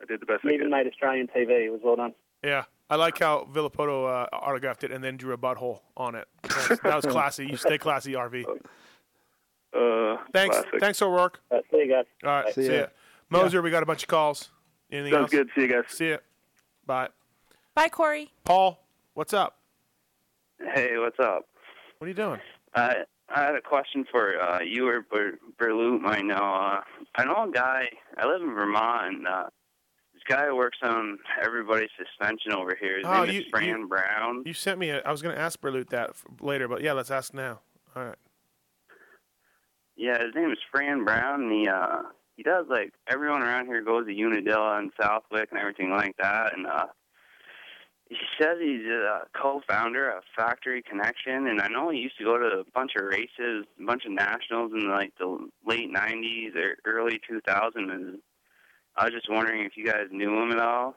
S21: I did the best I
S6: Even
S21: could.
S6: made Australian TV. It was well done.
S4: Yeah, I like how Villapoto uh, autographed it and then drew a butthole on it. That was, that was classy. You stay classy, RV.
S21: Uh,
S4: Thanks, thanks, O'Rourke.
S6: see you guys.
S4: All right,
S21: See
S4: see,
S21: ya.
S4: ya. Moser, we got a bunch of calls. Anything
S21: Sounds
S4: else?
S21: good. See you guys.
S4: See ya. Bye.
S7: Bye, Corey.
S4: Paul, what's up?
S18: Hey, what's up?
S4: What are you doing?
S18: Uh, I had a question for uh, you or Ber- Berloot might know. Uh, I know a guy. I live in Vermont. And, uh, this guy who works on everybody's suspension over here. His
S4: Oh,
S18: name
S4: you-
S18: is Fran
S4: you-
S18: Brown.
S4: You sent me. A, I was going to ask Berlut that f- later, but yeah, let's ask now. All right.
S18: Yeah, his name is Fran Brown. And he uh, he does like everyone around here goes to Unadilla and Southwick and everything like that. And uh, he says he's a co-founder of Factory Connection. And I know he used to go to a bunch of races, a bunch of nationals in like the late '90s or early 2000s. And I was just wondering if you guys knew him at all.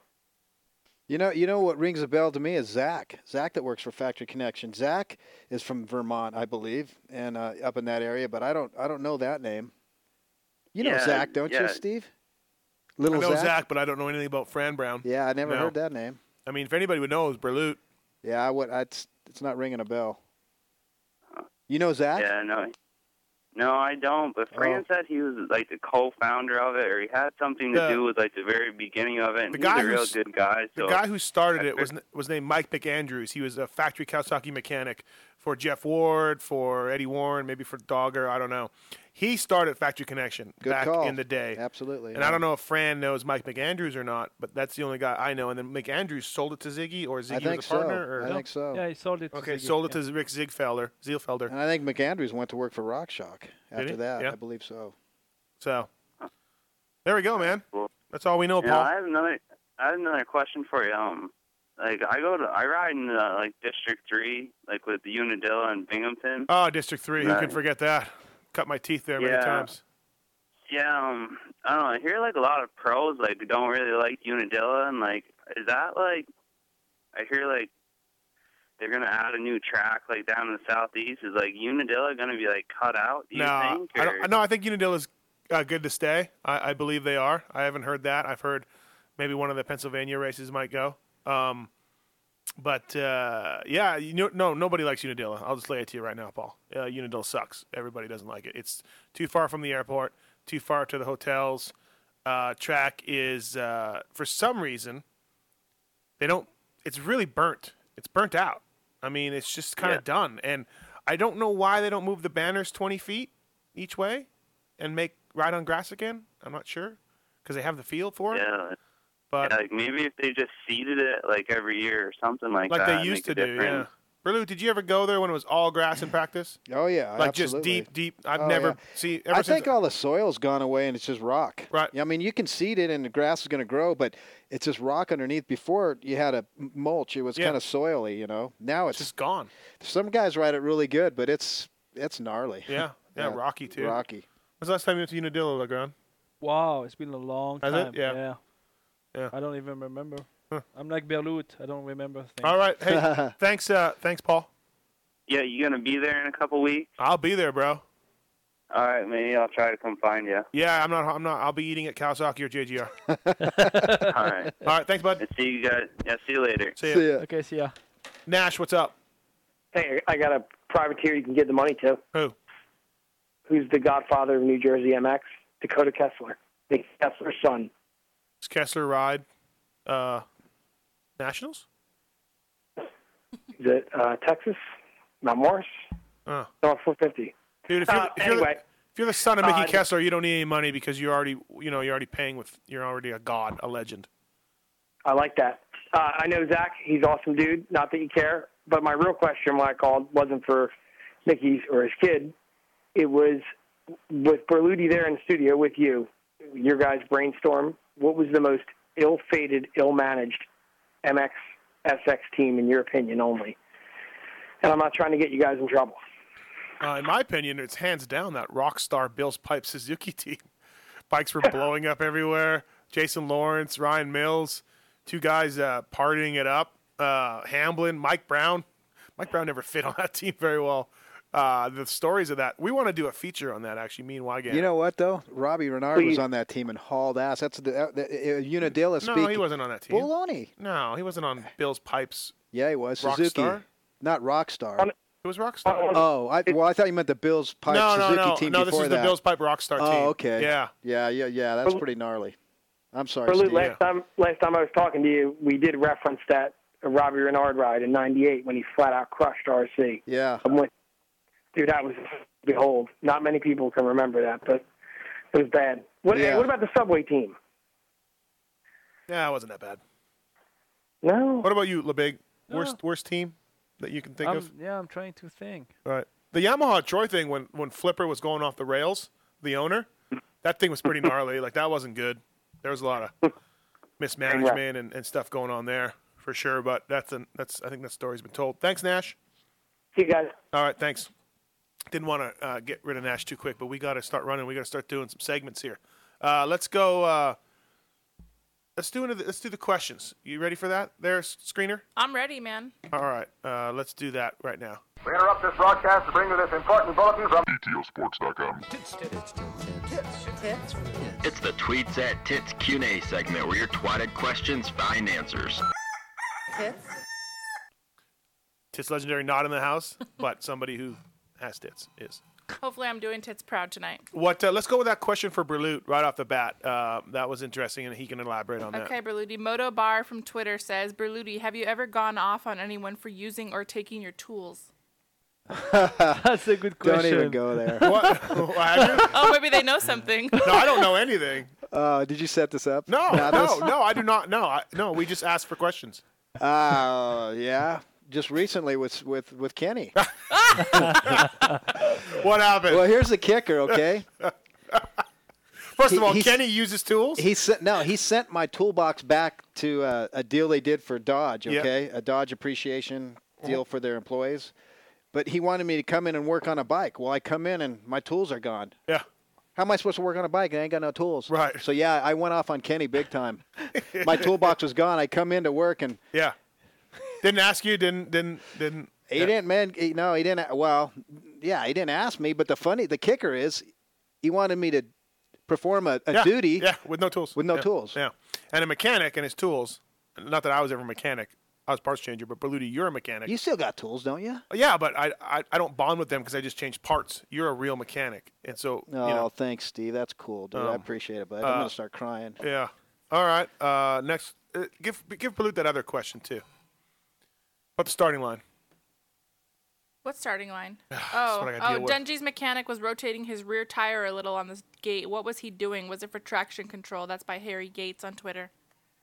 S5: You know, you know what rings a bell to me is Zach. Zach that works for Factory Connection. Zach is from Vermont, I believe, and uh, up in that area. But I don't, I don't know that name. You know
S4: Yeah,
S5: Zach, don't
S4: yeah.
S5: you, Steve? Little
S4: I know Zach?
S5: Zach?
S4: but I don't know anything about Fran Brown.
S5: Yeah, I never
S4: No.
S5: heard that name.
S4: I mean, if anybody would know, it's Berlut.
S5: Yeah, I would. I, it's, it's not ringing a bell. You know Zach?
S18: Yeah, no, no, I don't.
S4: Oh.
S18: But Fran said he was like the co-founder of it, or he had something to
S4: The-
S18: do with like the very beginning of it. And
S4: the guy
S18: he's a real
S4: who's-
S18: good guy.
S4: The
S18: so
S4: guy who started it was was named Mike McAndrews. He was a factory Kawasaki mechanic for Jeff Ward, for Eddie Warren, maybe for Dogger. I don't know. He started Factory Connection
S5: Good
S4: back
S5: call.
S4: in the day.
S5: Absolutely.
S4: And I don't know if Fran knows Mike McAndrews or not, but that's the only guy I know. And then McAndrews sold it to Ziggy, or Ziggy
S5: think
S4: was a
S5: so.
S4: partner. Or,
S5: I think so. Yeah, he sold it to
S4: okay,
S5: Ziggy,
S4: sold it to Rick Ziegfelder. Zielfelder.
S5: And I think McAndrews went to work for RockShock
S4: Did
S5: after
S4: he?
S5: that.
S4: Yeah.
S5: I believe so.
S4: So there we go, man. That's all we know,
S18: Yeah,
S4: Paul.
S18: I have another. I have another question for you. Um, like I go to I ride in uh, like District Three, like with Unadilla and Binghamton.
S4: Oh, District Three. Who
S18: Right.
S4: can forget that? Cut my teeth there many
S18: Yeah.
S4: times.
S18: Yeah, um, I don't know. I hear like a lot of pros like don't really like Unadilla, and like is that like I hear like they're gonna add a new track like down in the southeast. Is like Unadilla gonna be like cut out? Do you
S4: no,
S18: think?
S4: I
S18: Or,
S4: don't, no, I think Unidilla's uh, good to stay. I, I believe they are. I haven't heard that. I've heard maybe one of the Pennsylvania races might go. Um, but uh, yeah, you know, no, nobody likes Unadilla. I'll just lay it to you right now, Paul. Uh, Unadilla sucks. Everybody doesn't like it. It's too far from the airport, too far to the hotels. Uh, track is uh, for some reason they don't it's really burnt it's burnt out i mean it's just kind of done and i don't know why they don't move the banners 20 feet each way and make ride on grass again i'm not sure because they have the field for it
S18: yeah.
S4: But-
S18: yeah, like maybe if they just seeded it like every year or something like,
S4: like
S18: that.
S4: they used to
S18: make
S4: do
S18: a difference.
S4: yeah Berlu, did you ever go there when it was all grass in practice
S5: oh yeah
S4: like just
S5: absolutely.
S4: deep deep i've
S5: Oh,
S4: never
S5: yeah.
S4: see ever
S5: I
S4: since
S5: think uh, all the soil's gone away and it's just rock.
S4: Right.
S5: I mean, you can seed it and the grass is going to grow, but it's just rock underneath. Before you had a m- mulch, it was
S4: Yeah.
S5: kind of soily, you know. Now it's
S4: just gone.
S5: Some guys ride it really good, but it's it's gnarly.
S4: yeah, yeah rocky too
S5: Rocky.
S4: when's the last time you went to unadilla legrand
S11: Wow, it's been a long
S4: Has it?
S11: time.
S4: Yeah.
S11: yeah.
S4: Yeah.
S11: I don't even remember. I'm like Berlut. I don't remember things.
S4: all right hey thanks uh thanks paul
S18: Yeah, you gonna be there in a couple weeks?
S4: i'll be there bro
S18: All right, maybe I'll try to come find you.
S4: Yeah, I'm not. I'm not. I'll be eating at Kawasaki or JGR.
S18: All right.
S4: All right. Thanks, bud.
S18: See you guys. Yeah, see you later.
S4: See ya.
S11: Okay, see ya.
S4: Nash, what's up?
S19: Hey, I got a privateer you can give the money to.
S4: Who?
S19: Who's the godfather of New Jersey MX? Dakota Kessler. The Kessler's son.
S4: Does Kessler ride uh, nationals?
S19: Is it uh, Texas? Mount Morris?
S4: Uh, Oh.
S19: No, 450.
S4: Dude, if you're,
S19: Uh,
S4: if, you're
S19: anyway.
S4: the, if you're the son of Mickey
S19: Uh,
S4: Kessler, you don't need any money because you're already, you know, you're already paying with, you're already a god, a legend.
S19: I like that. Uh, I know Zach. He's awesome, dude. Not that you care, but my real question when I called wasn't for Mickey's or his kid. It was with Berluti there in the studio with you. Your guys brainstorm. What was the most ill-fated, ill-managed MX SX team in your opinion only? And I'm not trying to get you guys in trouble.
S4: Uh, in my opinion, it's hands down that rock star Bill's Pipe Suzuki team. Bikes were blowing up everywhere. Jason Lawrence, Ryan Mills, two guys uh, partying it up. Uh, Hamblin, Mike Brown. Mike Brown never fit on that team very well. Uh, the stories of that. We want to do a feature on that, actually, me and Wygant.
S5: You know what though? Robbie Renard was
S4: Please.
S5: on that team and hauled ass. That's the that, that, uh, Unadilla
S4: no,
S5: speaking.
S4: he wasn't on that team.
S5: Baloney.
S4: No, he wasn't on Bill's Pipes.
S5: Yeah, he was
S4: Rock
S5: Suzuki,
S4: star?
S5: not Rockstar.
S4: It was Rockstar.
S5: oh, I, well, I thought you meant the Bills Pipe
S4: no, no,
S5: Suzuki
S4: no,
S5: team
S4: no. This
S5: before
S4: is the
S5: that.
S4: Bill's Pipe Rockstar
S5: oh,
S4: team.
S5: okay.
S4: Yeah.
S5: yeah, yeah, yeah. That's pretty gnarly. I'm sorry,
S19: Lou,
S5: Steve.
S19: last time last time I was talking to you, we did reference that Robbie Renard ride in '98 when he flat out crushed RC.
S5: Yeah,
S19: I'm with, dude, that was behold. Not many people can remember that, but it was bad. What,
S4: Yeah.
S19: what about the subway team?
S4: Yeah, it wasn't that bad.
S19: No.
S4: What about you, LeBig?
S11: No. Um,
S4: Worst worst team that you can think
S11: I'm-
S4: of?
S11: Yeah, I'm trying to think.
S4: All right. The Yamaha Troy thing when when Flipper was going off the rails, the owner, that thing was pretty gnarly. Like that wasn't good. There was a lot of mismanagement and, and stuff going on there for sure. But that's an that's I think that story's been told. Thanks, Nash.
S19: See you guys.
S4: All right, thanks. Didn't want to uh, get rid of Nash too quick, but we got to start running. We got to start doing some segments here. Uh, let's go. Uh, let's do another, let's do the questions. You ready for that? There, s- screener.
S7: I'm ready, man.
S4: All right, uh, let's do that right now.
S13: We interrupt this broadcast to bring you this important bulletin from BTOsports.com.
S22: It's the Tweets at Tits Q&A segment where your twatted questions find answers.
S4: Tits legendary not in the house, but somebody who has tits is.
S7: Hopefully, I'm doing tits proud tonight.
S4: What? Uh, let's go with that question for Berlut right off the bat. Uh, that was interesting, and he can elaborate on
S7: Okay, Berluti. Moto Bar from Twitter says, Berluti, have you ever gone off on anyone for using or taking your tools?
S11: That's a good
S5: Don't
S11: question.
S5: even go there.
S7: oh, maybe they know something.
S4: that. No, I don't know anything.
S5: Uh, did you set this up?
S4: No,
S5: Not
S4: no,
S5: this?
S4: no. I do not. No, I, no. We just asked for questions.
S5: Uh, yeah. Just recently with with with Kenny.
S4: what happened?
S5: Well, here's the kicker. Okay.
S4: First
S5: He-
S4: of all,
S5: he's-
S4: Kenny uses tools.
S5: He sent no. He sent my toolbox back to uh, a deal they did for Dodge.
S4: Yeah.
S5: Okay, a Dodge appreciation deal for their employees. But he wanted me to come in and work on a bike. Well, I come in and my tools are gone.
S4: Yeah.
S5: How am I supposed to work on a bike? I ain't got no tools.
S4: Right.
S5: So yeah, I went off on Kenny big time. my toolbox was gone. I come into work and
S4: Yeah. Didn't ask you. Didn't didn't didn't.
S5: He didn't, man. He, no, he didn't. Well, yeah, he didn't ask me. But the funny, the kicker is, he wanted me to perform a, a
S4: Yeah,
S5: duty.
S4: Yeah, with no tools.
S5: With no
S4: Yeah,
S5: tools.
S4: Yeah, and a mechanic and his tools. Not that I was ever a mechanic. I was parts changer, but Berluti, you're a mechanic. Uh,
S5: You still got tools, don't you?
S4: yeah, but I I, I don't bond with them because I just changed parts. You're a real mechanic, and so
S5: Oh,
S4: you know.
S5: thanks, Steve. That's cool, dude. I
S4: Um,
S5: appreciate it, bud.
S4: uh,
S5: I'm gonna start crying.
S4: Yeah. All right. Uh, next, uh, give give Berluti that other question too. About the starting line.
S7: What's starting line?
S4: what I
S7: oh,
S4: gotta
S7: oh,
S4: deal with.
S7: Dungy's mechanic was rotating his rear tire a little on this gate. What was he doing? Was it for traction control? That's by Harry Gates on Twitter.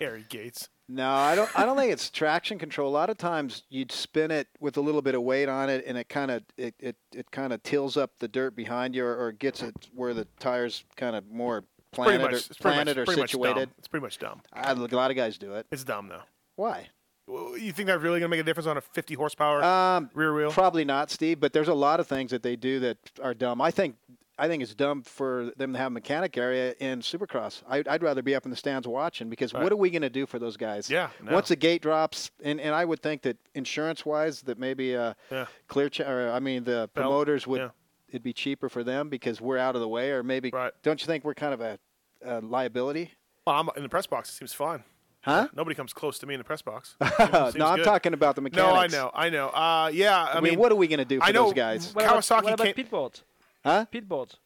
S4: Harry Gates.
S5: No, I don't. I don't think it's traction control. A lot of times, you'd spin it with a little bit of weight on it, and it kind of it, it, it kind of tills up the dirt behind you, or, or gets it where the tires kind of more planted
S4: pretty much,
S5: or
S4: it's pretty
S5: planted
S4: much,
S5: or
S4: pretty much dumb.
S5: situated.
S4: It's pretty much dumb.
S5: I, a lot of guys do it.
S4: It's dumb though.
S5: Why?
S4: Well, You think that really gonna make a difference on a 50 horsepower?
S5: Um,
S4: rear wheel?
S5: Probably not, Steve. But there's a lot of things that they do that are dumb. I think I think it's dumb for them to have a mechanic area in Supercross. I, I'd rather be up in the stands watching because
S4: Right.
S5: what are we going to do for those guys?
S4: Yeah, no.
S5: Once the gate drops, and, and I would think that insurance wise, that maybe uh,
S4: Yeah.
S5: Clear, Ch- or, I mean the promoters would it'd be cheaper for them because we're out of the way, or maybe don't you think we're kind of a, a liability?
S4: Well, I'm in the press box. It seems fine.
S5: Huh?
S4: Nobody comes close to me in the press box.
S5: no,
S4: seems
S5: I'm
S4: good.
S5: talking about the mechanics.
S4: No, I know, I know. Uh, yeah, I,
S5: I mean, what are we gonna do
S4: I
S5: for
S4: know
S5: those guys?
S11: What about,
S4: Kawasaki
S11: what about
S4: can't-
S11: pit boards?
S5: Huh?
S11: Pit boards.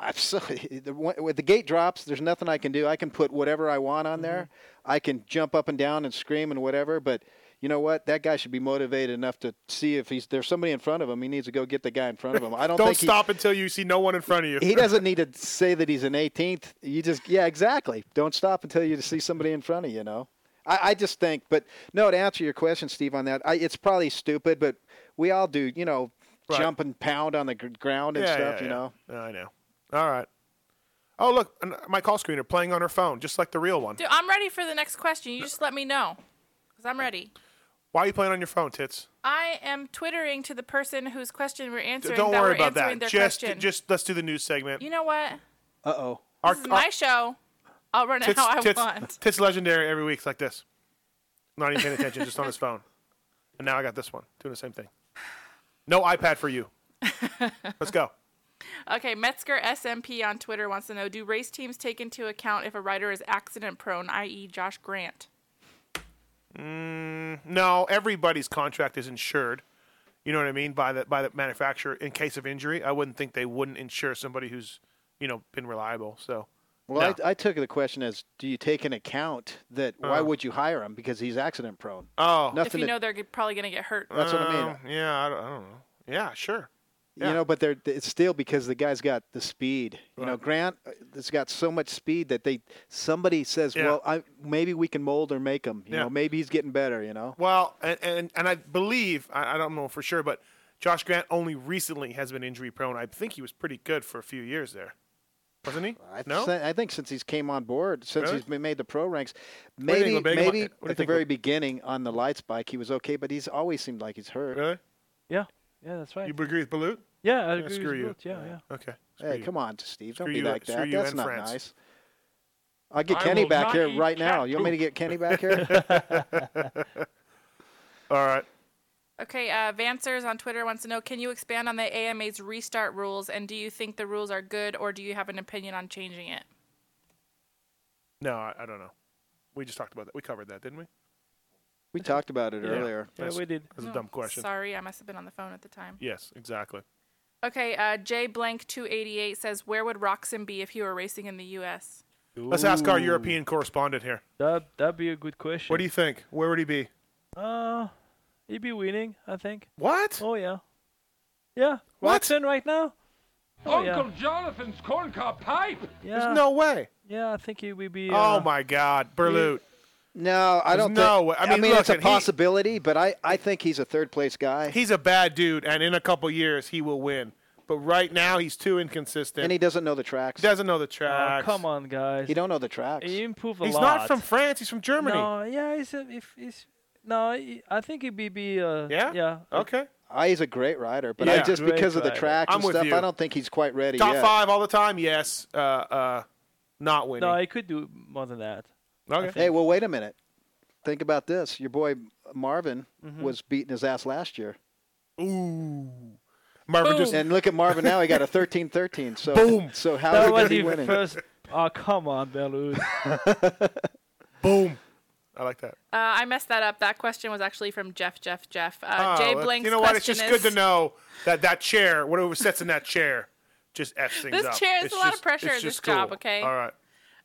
S5: Absolutely. The, when when the gate drops, there's nothing I can do. I can put whatever I want on there. I can jump up and down and scream and whatever, but you know what? That guy should be motivated enough to see if he's there's somebody in front of him. He needs to go get the guy in front of him. I don't.
S4: Don't
S5: think he-
S4: stop until you see no one in front of you.
S5: he doesn't need to say that he's an 18th. You just, yeah, exactly. Don't stop until you see somebody in front of you. you Know, I, I just think, but no, to answer your question, Steve, on that, I, it's probably stupid, but we all do. You know, jump and pound on the gr- ground and
S4: Yeah,
S5: stuff.
S4: yeah,
S5: you
S4: yeah.
S5: know,
S4: Yeah, I know. All right. Oh look, an- my call screener playing on her phone, just like the real one.
S7: Dude, I'm ready for the next question. You just let me know, because I'm ready.
S4: Why are you playing on your phone, tits?
S7: I am twittering to the person whose question we're answering.
S4: Don't
S7: that
S4: worry
S7: we're
S4: about
S7: answering
S4: that.
S7: Their
S4: Just,
S7: question.
S4: just let's do the news segment.
S7: you know what?
S5: Uh oh.
S4: Our,
S7: This is
S4: our-
S7: my show. I'll run it
S4: tits,
S7: how I
S4: tits,
S7: want.
S4: Tits legendary every week, like this. Not even paying attention, just on his phone. And now I got this one, doing the same thing. No iPad for you. Let's go.
S7: Okay, Metzger SMP on Twitter wants to know: Do race teams take into account if a rider is accident prone, i.e., Josh Grant?
S4: Mm, no, everybody's contract is insured. You know what I mean by the by the manufacturer in case of injury. I wouldn't think they wouldn't insure somebody who's you know been reliable. So
S5: Well,
S4: no.
S5: I, I took the question as, do you take an account that why
S4: Uh-huh.
S5: would you hire him because he's accident prone?
S4: Oh,
S5: nothing.
S7: if you
S5: to-
S7: know they're g- probably going to get hurt.
S5: That's what I mean.
S4: Um, yeah, I don't, I don't know. Yeah, sure.
S5: You know, but they're it's still because the guy's got the speed. You know,
S4: Right.
S5: Grant uh, has got so much speed that they somebody says,
S4: Yeah.
S5: "Well, I, maybe we can mold or make him." You
S4: Yeah.
S5: know, maybe he's getting better. You know,
S4: Well, and and, and I believe I, I don't know for sure, but Josh Grant only recently has been injury prone. I think he was pretty good for a few years there, wasn't he?
S5: I,
S4: no,
S5: thi- I think since he's came on board, since
S4: Really?
S5: he's been made the pro ranks,
S4: What do you
S5: maybe
S4: think, Lubega?
S5: maybe
S4: What do you
S5: at the
S4: think,
S5: very
S4: Lub-
S5: beginning on the lights bike he was okay, but he's always seemed like he's hurt.
S4: Really?
S11: Yeah, yeah, that's right.
S4: You agree with Balut?
S11: Yeah, I
S4: Yeah,
S11: agree
S4: screw
S11: with
S4: you.
S11: Boot, Yeah, yeah.
S4: Okay.
S5: Hey, come on, Steve,
S4: Screw
S5: don't be
S4: you-
S5: like
S4: screw
S5: that.
S4: you
S5: That's
S4: and
S5: not
S4: France.
S5: nice. I'll get
S4: I
S5: Kenny
S4: will
S5: back
S4: not
S5: here
S4: eat
S5: right now.
S4: cat
S5: You want me to get
S4: poop.
S5: Kenny back here?
S4: All right.
S7: Okay, uh, Vancers on Twitter wants to know: Can you expand on the AMA's restart rules, and do you think the rules are good, or do you have an opinion on changing it?
S4: No, I, I don't know. We just talked about that. We covered that, didn't we?
S5: We talked about it
S4: Yeah.
S5: earlier.
S4: Yeah, That's- we did. that's a dumb question.
S7: Sorry, I must have been on the phone at the time.
S4: Yes, exactly.
S7: Okay, uh, J blank two eighty eight says, "Where would Roxon be if he were racing in the U.S.?"
S4: Let's ask our
S11: Ooh.
S4: European correspondent here.
S11: That that'd be a good question.
S4: What do you think? Where would he be?
S11: Uh, he'd be winning, I think.
S4: What?
S11: Oh yeah, yeah.
S4: What?
S11: Watson right now. Oh, yeah.
S1: Uncle Jonathan's corn cob pipe.
S11: Yeah.
S4: There's no way.
S11: Yeah, I think he would be.
S4: oh
S11: uh,
S4: my God, Berlut.
S5: No, I
S4: There's
S5: don't.
S4: no
S5: think,
S4: way. I
S5: I
S4: mean,
S5: mean,
S4: look,
S5: it's a
S4: and he-
S5: possibility, but I, I think he's a third place guy,
S4: He's a bad dude, and in a couple years he will win. But right now he's too inconsistent.
S5: and he doesn't know the tracks.
S4: doesn't know the
S11: Oh,
S4: tracks.
S11: come on, guys.
S5: He don't know the tracks.
S11: He improved a
S4: He's
S11: lot.
S4: not from France. He's from Germany.
S11: No, yeah, he's a, if he's no, he, I think he'd be be uh
S4: yeah
S11: yeah
S4: okay.
S5: I, Uh, he's a great rider, but I
S4: Yeah.
S5: just
S4: Great
S5: because of the
S4: rider.
S5: tracks
S4: I'm
S5: and
S4: with
S5: stuff,
S4: you.
S5: I don't think he's quite ready
S4: Top
S5: yet.
S4: five all the time. Yes. Uh, uh, not winning.
S11: No, he could do more than that.
S4: Okay.
S5: Hey, well, wait a minute. Think about this. Your boy uh, Marvin
S4: Mm-hmm.
S11: Mhm.
S5: was beating his ass last year.
S4: Ooh. Marvin just-
S5: and look at Marvin now. He got a 13-13. So
S4: Boom.
S5: So how
S11: that
S5: are
S11: was
S5: he
S11: his
S5: winning?
S11: first. Oh come on, Bellu.
S4: Boom. I like that.
S7: Uh, I messed that up. That question was actually from Jeff, Jeff, Jeff. Uh,
S4: Oh,
S7: J
S4: well,
S7: blank's
S4: You know what? It's
S7: question
S4: just
S7: is,
S4: good to know that that chair, whatever sits in that chair, just f's things
S7: This
S4: up.
S7: chair is
S4: It's
S7: a lot of
S4: just-
S7: pressure
S4: it's
S7: in this
S4: just cool.
S7: job, okay?
S4: All right.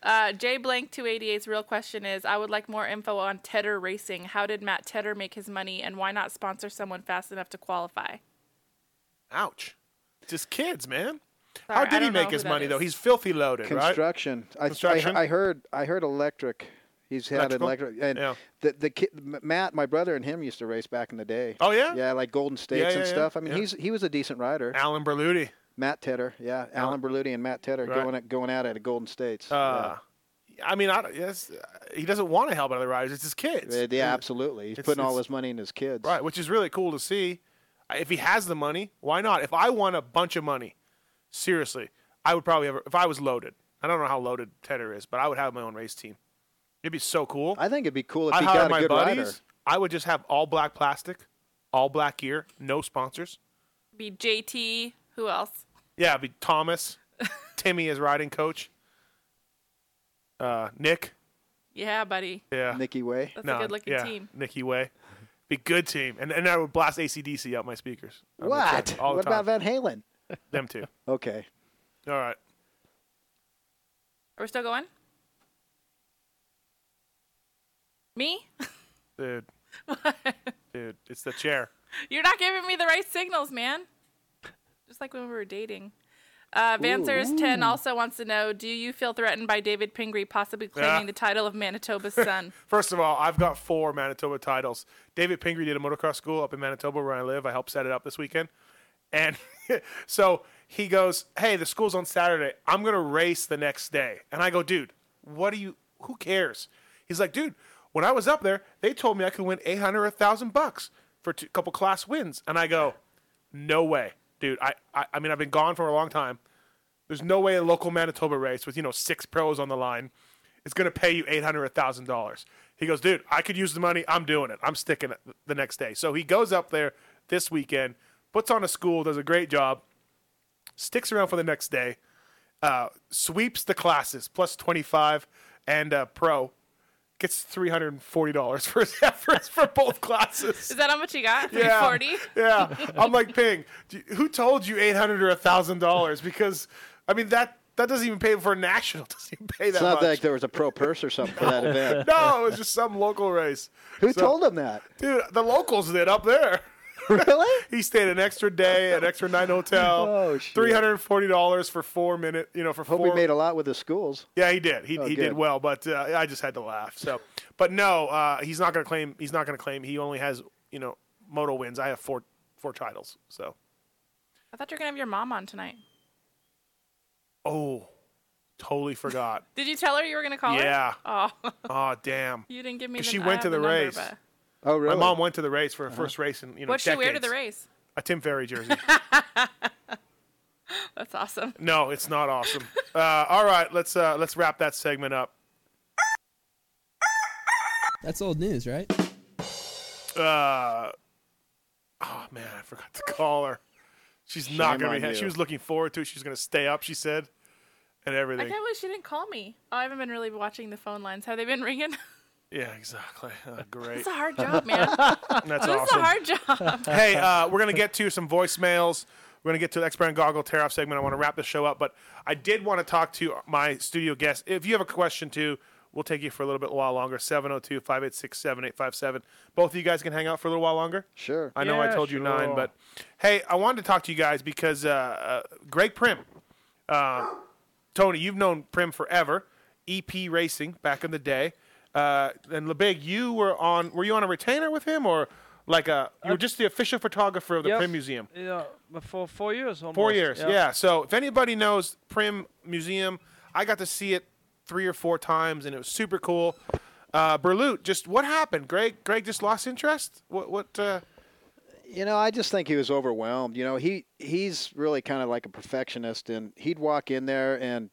S7: Uh, J blank 288's real question is I would like more info on Tedder Racing. How did Matt Tedder make his money and why not sponsor someone fast enough to qualify?
S4: Ouch. Just kids, man.
S7: Sorry,
S4: How
S7: I
S4: did he
S7: don't know
S4: make
S7: who
S4: his
S7: that
S4: money
S7: is.
S4: though? He's filthy loaded, right?
S5: Construction. I-
S4: Construction?
S5: I, I, heard. I heard electric. He's had
S4: Electrical?
S5: electric. And the the kid, M- Matt, my brother, and him used to race back in the day.
S4: Oh, yeah?
S5: Yeah, like Golden States
S4: Yeah,
S5: and
S4: yeah, yeah.
S5: stuff. I mean,
S4: Yeah.
S5: he's he was a decent rider.
S4: Alan Berluti.
S5: Matt Tedder. Yeah, Alan Berluti and Matt Tedder
S4: Right.
S5: going at, going at it at Golden States.
S4: Uh, I mean, I, don't- yes, he doesn't want to help other riders. It's his kids.
S5: Uh, yeah, yeah, absolutely. He's
S4: it's-
S5: putting all
S4: it's-
S5: his money in his kids.
S4: Right, which is really cool to see. I- If he has the money, why not? If I won a bunch of money, seriously, I would probably have. If I was loaded, I don't know how loaded Tedder is, but I would have my own race team. It'd be so cool.
S5: I think it'd be cool if
S4: I'd
S5: he
S4: hire
S5: got a
S4: my
S5: good
S4: buddies.
S5: rider.
S4: I would just have all black plastic, all black gear, no sponsors.
S7: Be JT. Who else?
S4: Yeah, it'd be Thomas, Timmy as riding coach, uh, Nick.
S7: Yeah, buddy.
S4: Yeah.
S5: Nikki Way.
S7: That's a good-looking team.
S4: Nikki Way. Be good team. And and I would blast ACDC out my speakers. I would
S5: What?
S4: say All the
S5: What
S4: time.
S5: about Van Halen?
S4: Them two.
S5: Okay.
S4: All right.
S7: Are we still going? Me?
S4: Dude. Dude, it's the chair.
S7: You're not giving me the right signals, man. Just like when we were dating. Uh, Vansers10
S4: Ooh.
S7: also wants to know Do you feel threatened by David Pingree possibly claiming
S4: Ah.
S7: the title of Manitoba's son?
S4: First of all, I've got four Manitoba titles. David Pingree did a motocross school up in Manitoba where I live. I helped set it up this weekend. And so he goes, Hey, the school's on Saturday. I'm going to race the next day. And I go, Dude, what do you, who cares? He's like, Dude, when I was up there, they told me I could win 800 or 1,000 bucks for a couple class wins. And I go, No way. Dude, I, I, I mean, I've been gone for a long time. There's no way a local Manitoba race with you know six pros on the line is going to pay you eight hundred, thousand dollars. He goes, dude, I could use the money. I'm doing it. I'm sticking it the next day. So he goes up there this weekend, puts on a school, does a great job, sticks around for the next day, uh, sweeps the classes plus twenty five, and uh, pro gets three hundred and forty dollars for his efforts for both classes.
S7: Is that how much you got?
S4: Yeah.
S7: 340?
S4: Yeah, I'm like Ping. do you- Who told you eight hundred or thousand dollars? Because I mean that that doesn't even pay for a national. Doesn't even pay that
S5: It's not
S4: much.
S5: like there was a pro purse or something for that event.
S4: no, it was just some local race.
S5: Who
S4: So-
S5: told him that?
S4: Dude, the locals did up there.
S5: Really?
S4: he stayed an extra day, an extra night hotel.
S5: Oh, shit.
S4: Three hundred and forty dollars for four minute. You know, for
S5: Hope
S4: four.
S5: we made a lot with the schools.
S4: Yeah, he did. He,
S5: Oh,
S4: he
S5: good.
S4: did well, but uh, I just had to laugh. So, but no, uh, he's not going to claim. He's not going to claim. He only has you know moto wins. I have four four titles. So
S7: I thought you were going to have your mom on tonight.
S4: oh, totally forgot.
S7: Did you tell her you were going to call
S4: Yeah.
S7: her? Oh,
S4: oh damn.
S7: you didn't give me
S4: 'Cause
S7: the
S4: she
S7: I
S4: went to
S7: have
S4: the
S7: number,
S4: race.
S7: but-
S5: Oh
S4: My
S5: really?
S4: mom went to the race
S2: Uh-huh.
S4: for her first race in you know
S7: What'd she wear to
S4: decades.
S7: the race?
S4: A Tim Ferry jersey.
S7: That's awesome.
S4: no, it's not awesome. Uh, all right, let's uh, let's wrap that segment up.
S2: That's old news, right?
S4: Uh, oh man, I forgot to call her. She's not
S2: Shame
S4: gonna be.
S2: on
S4: ha- She
S2: you.
S4: was looking forward to it. She's gonna stay up. She said, and
S7: I
S4: everything.
S7: can't believe she didn't call me. Oh, I haven't been really watching the phone lines. Have they been ringing?
S4: Yeah, exactly. Oh, great.
S7: It's a hard job, man.
S4: That's
S7: This is a
S4: awesome.
S7: hard job.
S4: hey, uh, we're gonna get to some voicemails. We're gonna get to the expert and goggle tear off segment. I want to wrap the show up, but I did want to talk to my studio guest. If you have a question too, we'll take you for a little bit while longer. 702-586-7857. Both of you guys can hang out for a little while longer.
S5: Sure.
S4: I know I
S5: Yeah,
S4: told you nine,
S5: sure.
S4: but hey, I wanted to talk to you guys because uh, uh, Greg Prim, uh, Tony, you've known Prim forever. EP Racing back in the day, uh, and Lebig, you were on. Were you on a retainer with him, or like a? You were just the official photographer of the
S11: Yep.
S4: Prim Museum.
S11: You know, for four years almost.
S4: Four years, yeah. So if anybody knows Prim Museum, I got to see it three or four times, and it was super cool. Uh, Berlut, just what happened? Greg, Greg just lost interest. What? What? Uh,
S5: You know, I just think he was overwhelmed. You know, he he's really kind of like a perfectionist, and he'd walk in there, and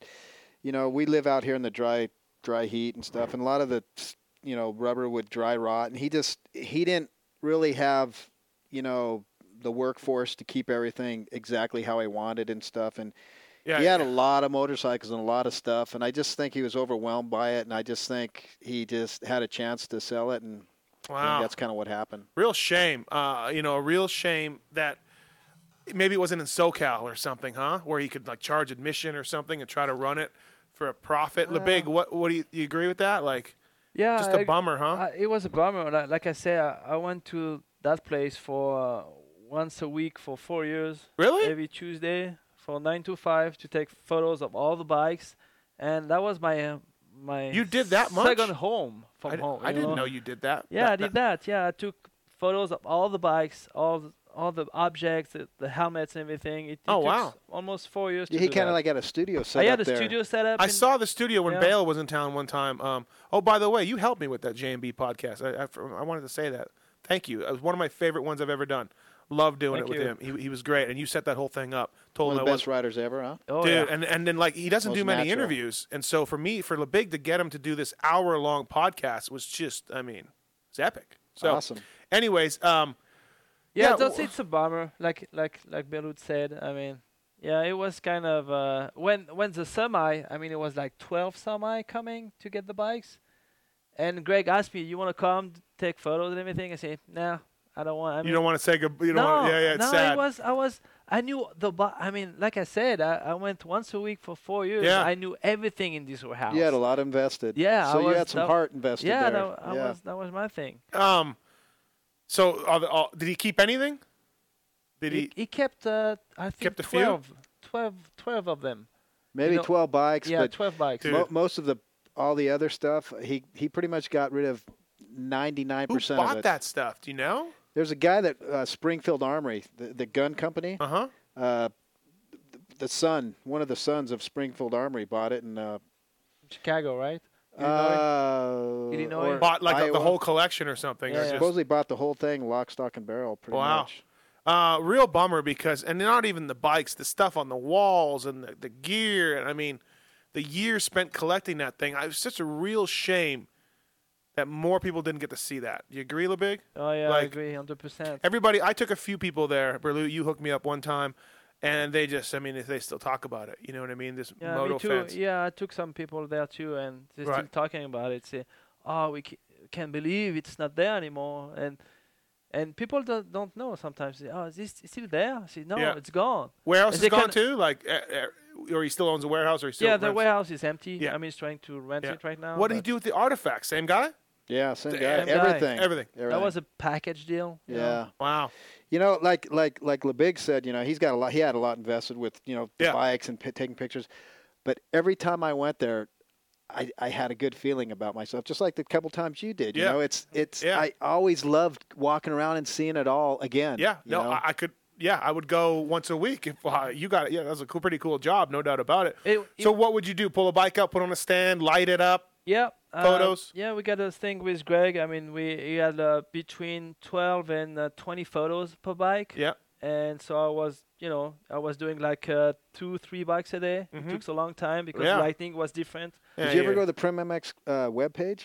S5: you know, we live out here in the dry dry heat and stuff, and a lot of the you know rubber would dry rot, and he just he didn't really have you know the workforce to keep everything exactly how he wanted and stuff, and he had a lot of motorcycles and a lot of stuff, and I just think he was overwhelmed by it, and I just think he just had a chance to sell it, and I think
S4: Wow.
S5: that's kind of what happened.
S4: Real shame. Uh, you know, a real shame that maybe it wasn't in SoCal or something, huh? Where he could like charge admission or something and try to run it for a
S5: Uh.
S4: profit.
S11: Well-
S4: Lebig, what what do you, you agree with that? Like,
S11: Yeah,
S4: just a
S11: I-
S4: bummer, huh?
S11: I- it was a bummer. Like, like I said, I, I went to that place for uh, once a week for four years.
S4: Really?
S11: Every Tuesday for nine to five to take photos of all the bikes, and that was my uh, my.
S4: You did that much?
S11: Second home from
S4: I d-
S11: home.
S4: I didn't know you did that.
S11: Yeah, I
S4: That-
S11: did that. Yeah, I took photos of all the bikes, all the, all the objects, the, the helmets, and everything. It, it
S4: Oh,
S11: took
S4: wow.
S11: s- Almost four years. To
S5: he
S11: do
S5: kind
S11: that.
S5: of like had a studio set
S11: I
S5: up
S11: had a
S5: there.
S11: studio set up.
S4: I
S11: in-
S4: saw the studio when
S11: Yeah.
S4: Bale was in town one time. Um, oh, by the way, you helped me with that JMB podcast. I, I, I wanted to say that. Thank you. It was one of my favorite ones I've ever done. Love doing
S5: Thank
S4: it with
S5: you.
S4: him. He, he was great, and you set that whole thing up. Told
S5: One
S4: him
S5: of
S4: I
S5: the
S4: was
S5: best riders ever, huh?
S11: Oh,
S4: dude. And and then like he doesn't
S5: Most
S4: do many
S5: natural.
S4: interviews, and so for me, for LeBig to get him to do this hour long podcast was just, I mean, it's epic. So,
S11: Awesome.
S4: Anyways, um,
S11: yeah,
S4: yeah,
S11: that's
S4: w-
S11: it's a bummer. Like like like Belut said. I mean, yeah, it was kind of uh, when when the semi. I mean, it was like twelve semi coming to get the bikes, and Greg asked me, "You want to come t- take photos and everything?" I say, "Nah, I don't want." I mean,
S4: you don't want to say good. You don't
S11: no,
S4: want. Yeah, yeah. It's
S11: no,
S4: sad.
S11: it was I was I knew the. Bi- I mean, like I said, I, I went once a week for four years.
S5: Yeah.
S11: I knew everything in this warehouse.
S5: You had a lot invested.
S11: Yeah, I
S5: So you
S11: was-
S5: had some
S11: that-
S5: heart invested
S11: yeah,
S5: there.
S11: that, I was that was my thing.
S4: Um, So, are the, are, did he keep anything? Did he?
S11: He, he kept, uh, I think,
S4: Kept a few?
S11: 12, 12, 12 of them.
S5: Maybe
S11: You know-
S5: 12 bikes.
S11: Yeah,
S5: but
S11: 12 bikes.
S5: Mo- most of the all the other stuff, he he pretty much got rid of 99% of
S4: Bought
S5: it.
S4: that stuff. Do you know?
S5: There's a guy that uh, Springfield Armory, the, the gun company.
S4: Uh-huh.
S5: Uh th- The son, one of the sons of Springfield Armory, bought it and. Uh,
S11: Chicago, right?
S5: uh,
S4: Illinois.
S5: or
S4: Bought like the
S5: Iowa.
S4: whole collection or something. or just-
S5: Supposedly bought the whole thing, lock, stock, and barrel. Pretty
S4: wow.
S5: much.
S4: Uh, real bummer because, and not even the bikes, the stuff on the walls and the, the gear. And I mean, the years spent collecting that thing. I, it was such a real shame that more people didn't get to see that. You agree, LeBig?
S11: Oh, yeah, I
S4: Like,
S11: agree, 100%.
S4: Everybody, I took a few people there. Berlu, you hooked me up one time, and they just, I mean, they still talk about it. You know what I mean? This
S11: Yeah,
S4: moto
S11: me too.
S4: fans.
S11: Yeah, I took some people there too, and they're still
S4: Right.
S11: talking about it. Say, oh, we c- can't believe it's not there anymore, and and people don't, don't know sometimes. Say, oh, is this it's still there? I say, no,
S4: Yeah.
S11: it's gone.
S4: Where else
S11: And
S4: is
S11: they
S4: it gone
S11: can-
S4: to? Like, uh, uh, or he still owns a warehouse, or he still
S11: yeah, the
S4: rents-
S11: warehouse is empty.
S4: Yeah.
S11: I mean, he's trying to rent
S4: Yeah.
S11: it right now.
S4: What did he
S11: but-
S4: do with the artifact? Same guy?
S5: Yeah, same
S4: Same
S5: guy.
S4: guy.
S5: Everything.
S4: Everything. That
S11: That was a package deal. you
S5: Yeah.
S11: know.
S4: Wow.
S5: You know, like like like LeBig said, you know, he's got a lot. He had a lot invested with you know the bikes and p- taking pictures. But every time I went there, I, I had a good feeling about myself, just like the couple times you did.
S4: Yeah.
S5: You know, it's it's
S4: Yeah.
S5: I always loved walking around and seeing it all again.
S4: Yeah,
S5: you
S4: no,
S5: know?
S4: I, I could. Yeah, I would go once a week if uh, you got it. Yeah, that's a cool, pretty cool job, no doubt about it. so, what would you do? Pull a bike up, put on a stand, light it up.
S11: Yeah. uh,
S4: Photos?
S11: yeah, we got a thing with Greg. I mean, we he had uh, between 12 and uh, 20 photos per bike.
S4: Yeah.
S11: And so I was, you know, I was doing like uh, two, three bikes a day.
S4: Mhm.
S11: It took a long time because
S5: Yeah.
S11: lighting was different.
S5: Did you ever go to the Prim MX uh, webpage?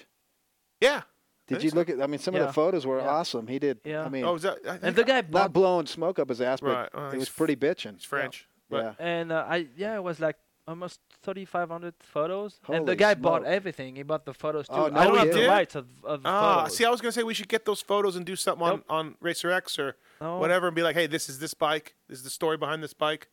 S4: Yeah.
S5: Did you look at? I mean, some of
S11: Yeah.
S5: the photos were awesome. He did.
S11: Yeah.
S5: I mean,
S11: Oh, is that- I And think- the guy
S5: not blowing smoke up his ass, but
S11: Right, well,
S5: it was
S11: he's-
S5: pretty bitching.
S4: He's French.
S5: Yeah.
S11: And uh, I, yeah, it was like almost 3,500 photos. and
S4: Holy
S11: the guy bought
S4: smoke.
S11: everything. He bought the photos too.
S5: Oh,
S11: I
S5: no,
S11: don't
S5: he
S11: have the
S5: did?
S11: rights of, of the
S4: Ah,
S11: photos.
S4: see, I was gonna say we should get those photos and do something on, on Racer X or
S11: No.
S4: whatever, and be like, hey, this is this bike. This is the story behind this bike.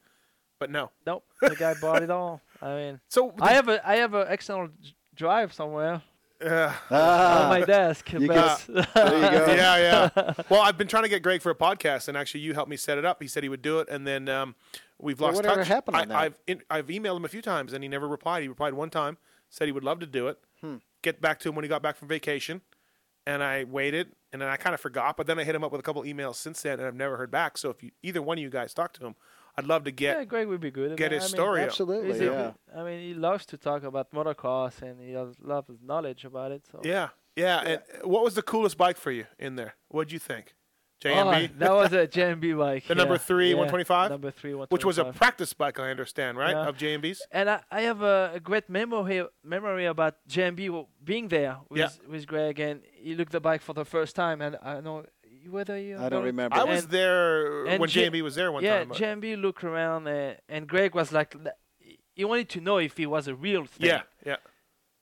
S4: But no,
S11: Nope, the guy bought it all. I mean,
S4: so
S11: I have a I have an external j- drive somewhere
S4: uh,
S11: on my desk. but-
S4: yeah, yeah. Well, I've been trying to get Greg for a podcast, and actually, you helped me set it up. He said he would do it, and then um, we've
S5: Well,
S4: lost
S5: whatever
S4: touch.
S5: happened
S4: I,
S5: on that?
S4: I've in, I've emailed him a few times, and he never replied. He replied one time, said he would love to do it.
S5: Hmm.
S4: Get back to him when he got back from vacation, and I waited, and then I kind of forgot. But then I hit him up with a couple emails since then, and I've never heard back. So if you, either one of you guys talk to him, I'd love to get
S11: yeah, Greg would be good. at
S4: get
S11: that.
S4: his
S11: I mean,
S4: story. up.
S11: he's a good- I mean, he loves to talk about motocross and he has a lot of knowledge about it. So
S4: yeah, yeah. And what was the coolest bike for you in there? What'd you think? JMB.
S11: Oh, that was a JMB bike.
S4: The number
S11: yeah,
S4: three,
S11: yeah,
S4: 125?
S11: Number three,
S4: Which was a
S11: 125.
S4: practice bike, I understand, right?
S11: Yeah.
S4: Of JMB's?
S11: And I, I have a, a great memory memory about JMB w- being there with
S4: Yeah.
S11: with Greg, and he looked the bike for the first time, and I know you- whether you.
S5: I don't remember.
S4: I was
S11: And-
S4: there
S11: and
S4: when
S11: J-
S4: JMB was there one
S11: yeah,
S4: time. but-
S11: JMB looked around, and, and Greg was like, l- he wanted to know if he was a real thing.
S4: yeah, yeah.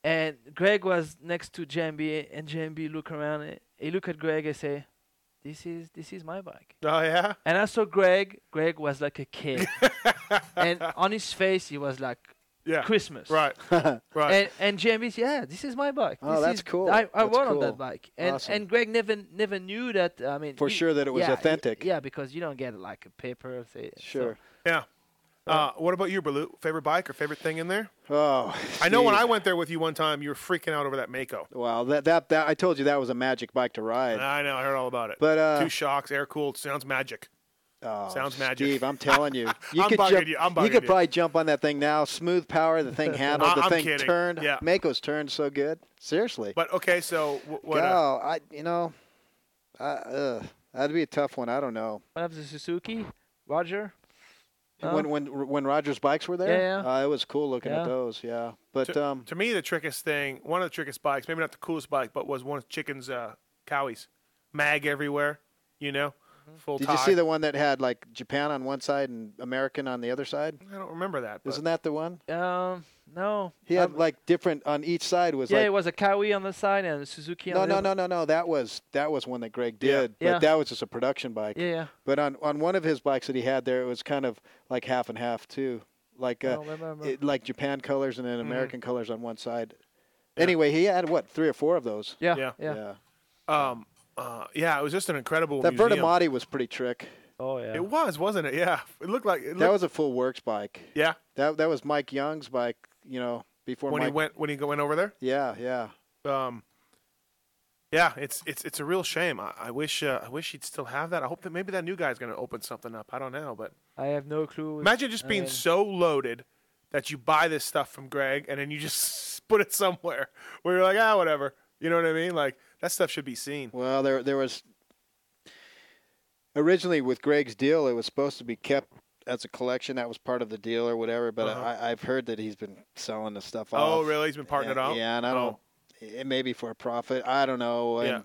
S11: And Greg was next to JMB, and JMB looked around. And he looked at Greg and say, "This is this is my bike."
S4: Oh yeah.
S11: And I saw Greg. Greg was like a kid, and on his face he was like
S4: Yeah.
S11: Christmas.
S4: Right. right.
S11: And and JMB, said, yeah, this is my bike.
S5: Oh,
S11: This
S5: that's
S11: is-
S5: cool.
S11: I, I
S5: That's
S11: rode on
S5: cool.
S11: that bike, and
S5: Awesome.
S11: and Greg never never knew that. I mean,
S5: For
S11: you-
S5: sure that it was
S11: yeah, y-
S5: authentic.
S11: Yeah, because you don't get like a paper. Say, so-
S5: Sure.
S4: yeah. Uh, what about you, Balut? Favorite bike or favorite thing in there?
S5: Oh,
S4: I know when
S5: gee.
S4: I went there with you one time, you were freaking out over that Mako.
S5: Wow, that, that that I told you that was a magic bike to ride.
S4: I know, I heard all about it.
S5: But, uh, Oh,
S4: two shocks, air cooled, sounds magic. sounds magic.
S5: Steve, I'm telling you, you
S4: I'm
S5: could
S4: bugging
S5: jump,
S4: you, I'm bugging
S5: could
S4: you.
S5: probably jump on that thing now. Smooth power, the thing handled,
S4: I-
S5: the
S4: I'm
S5: thing
S4: kidding.
S5: turned.
S4: Yeah.
S5: Mako's turned so good. Seriously.
S4: But okay, so wh- what? uh,
S5: Gal, I you know, I, uh, that'd be a tough one. I don't know.
S11: One of the Suzuki, Roger. No?
S5: When when when Rogers bikes were there,
S11: Yeah, yeah.
S5: Uh, it was cool looking
S11: Yeah.
S5: at those. Yeah, but
S4: to,
S5: um,
S4: to me, the trickiest thing, one of the trickiest bikes, maybe not the coolest bike, but was one of Chicken's uh, cowies, mag everywhere, you know, full
S5: Mm-hmm. did
S4: tie.
S5: you see the one that had like Japan on one side and American on the other side?
S4: I don't remember that. but-
S5: Isn't that the one?
S11: Um, no.
S5: He had like different on each side was
S11: Um, yeah,
S5: like
S11: it was a Kawi on the side and a Suzuki
S5: No,
S11: on the
S5: no,
S11: other.
S5: no, no, no. That was that was one that Greg
S11: Yeah.
S5: did,
S11: Yeah.
S5: but that was just a production bike.
S11: Yeah, yeah.
S5: But on on one of his bikes that he had there, it was kind of like half and half too, like
S11: Oh, I
S5: uh,
S11: don't remember.
S5: it, like Japan colors and then
S11: Mhm.
S5: American colors on one side. Anyway, he had what three or four of those.
S11: Yeah, yeah.
S5: yeah.
S4: Um, Uh, yeah, it was just an incredible.
S5: That
S4: museum.
S5: Vertimati was pretty trick.
S11: Oh yeah.
S4: It was, wasn't it? Yeah, it looked like it
S5: That
S4: looked-
S5: was a full works bike.
S4: Yeah.
S5: That that was Mike Young's bike. You know, before
S4: when
S5: Mike.
S4: he went when he go- went over there.
S5: Yeah, yeah.
S4: Um, yeah, it's it's it's a real shame. I, I wish uh, I wish he'd still have that. I hope that maybe that new guy's going to open something up. I don't know, but
S11: I have no clue.
S4: imagine just being
S11: Uh,
S4: so loaded that you buy this stuff from Greg and then you just put it somewhere where you're like, ah, whatever. You know what I mean? Like that stuff should be seen.
S5: Well, there there was originally with Greg's deal, it was supposed to be kept as a collection. That was part of the deal or whatever. But
S4: Uh-huh.
S5: I, I've heard that he's been selling the stuff.
S4: Oh,
S5: off.
S4: really? He's been parting it
S5: Yeah,
S4: out?
S5: Yeah, and I don't. It may be for a profit. I don't know.
S4: Yeah.
S5: And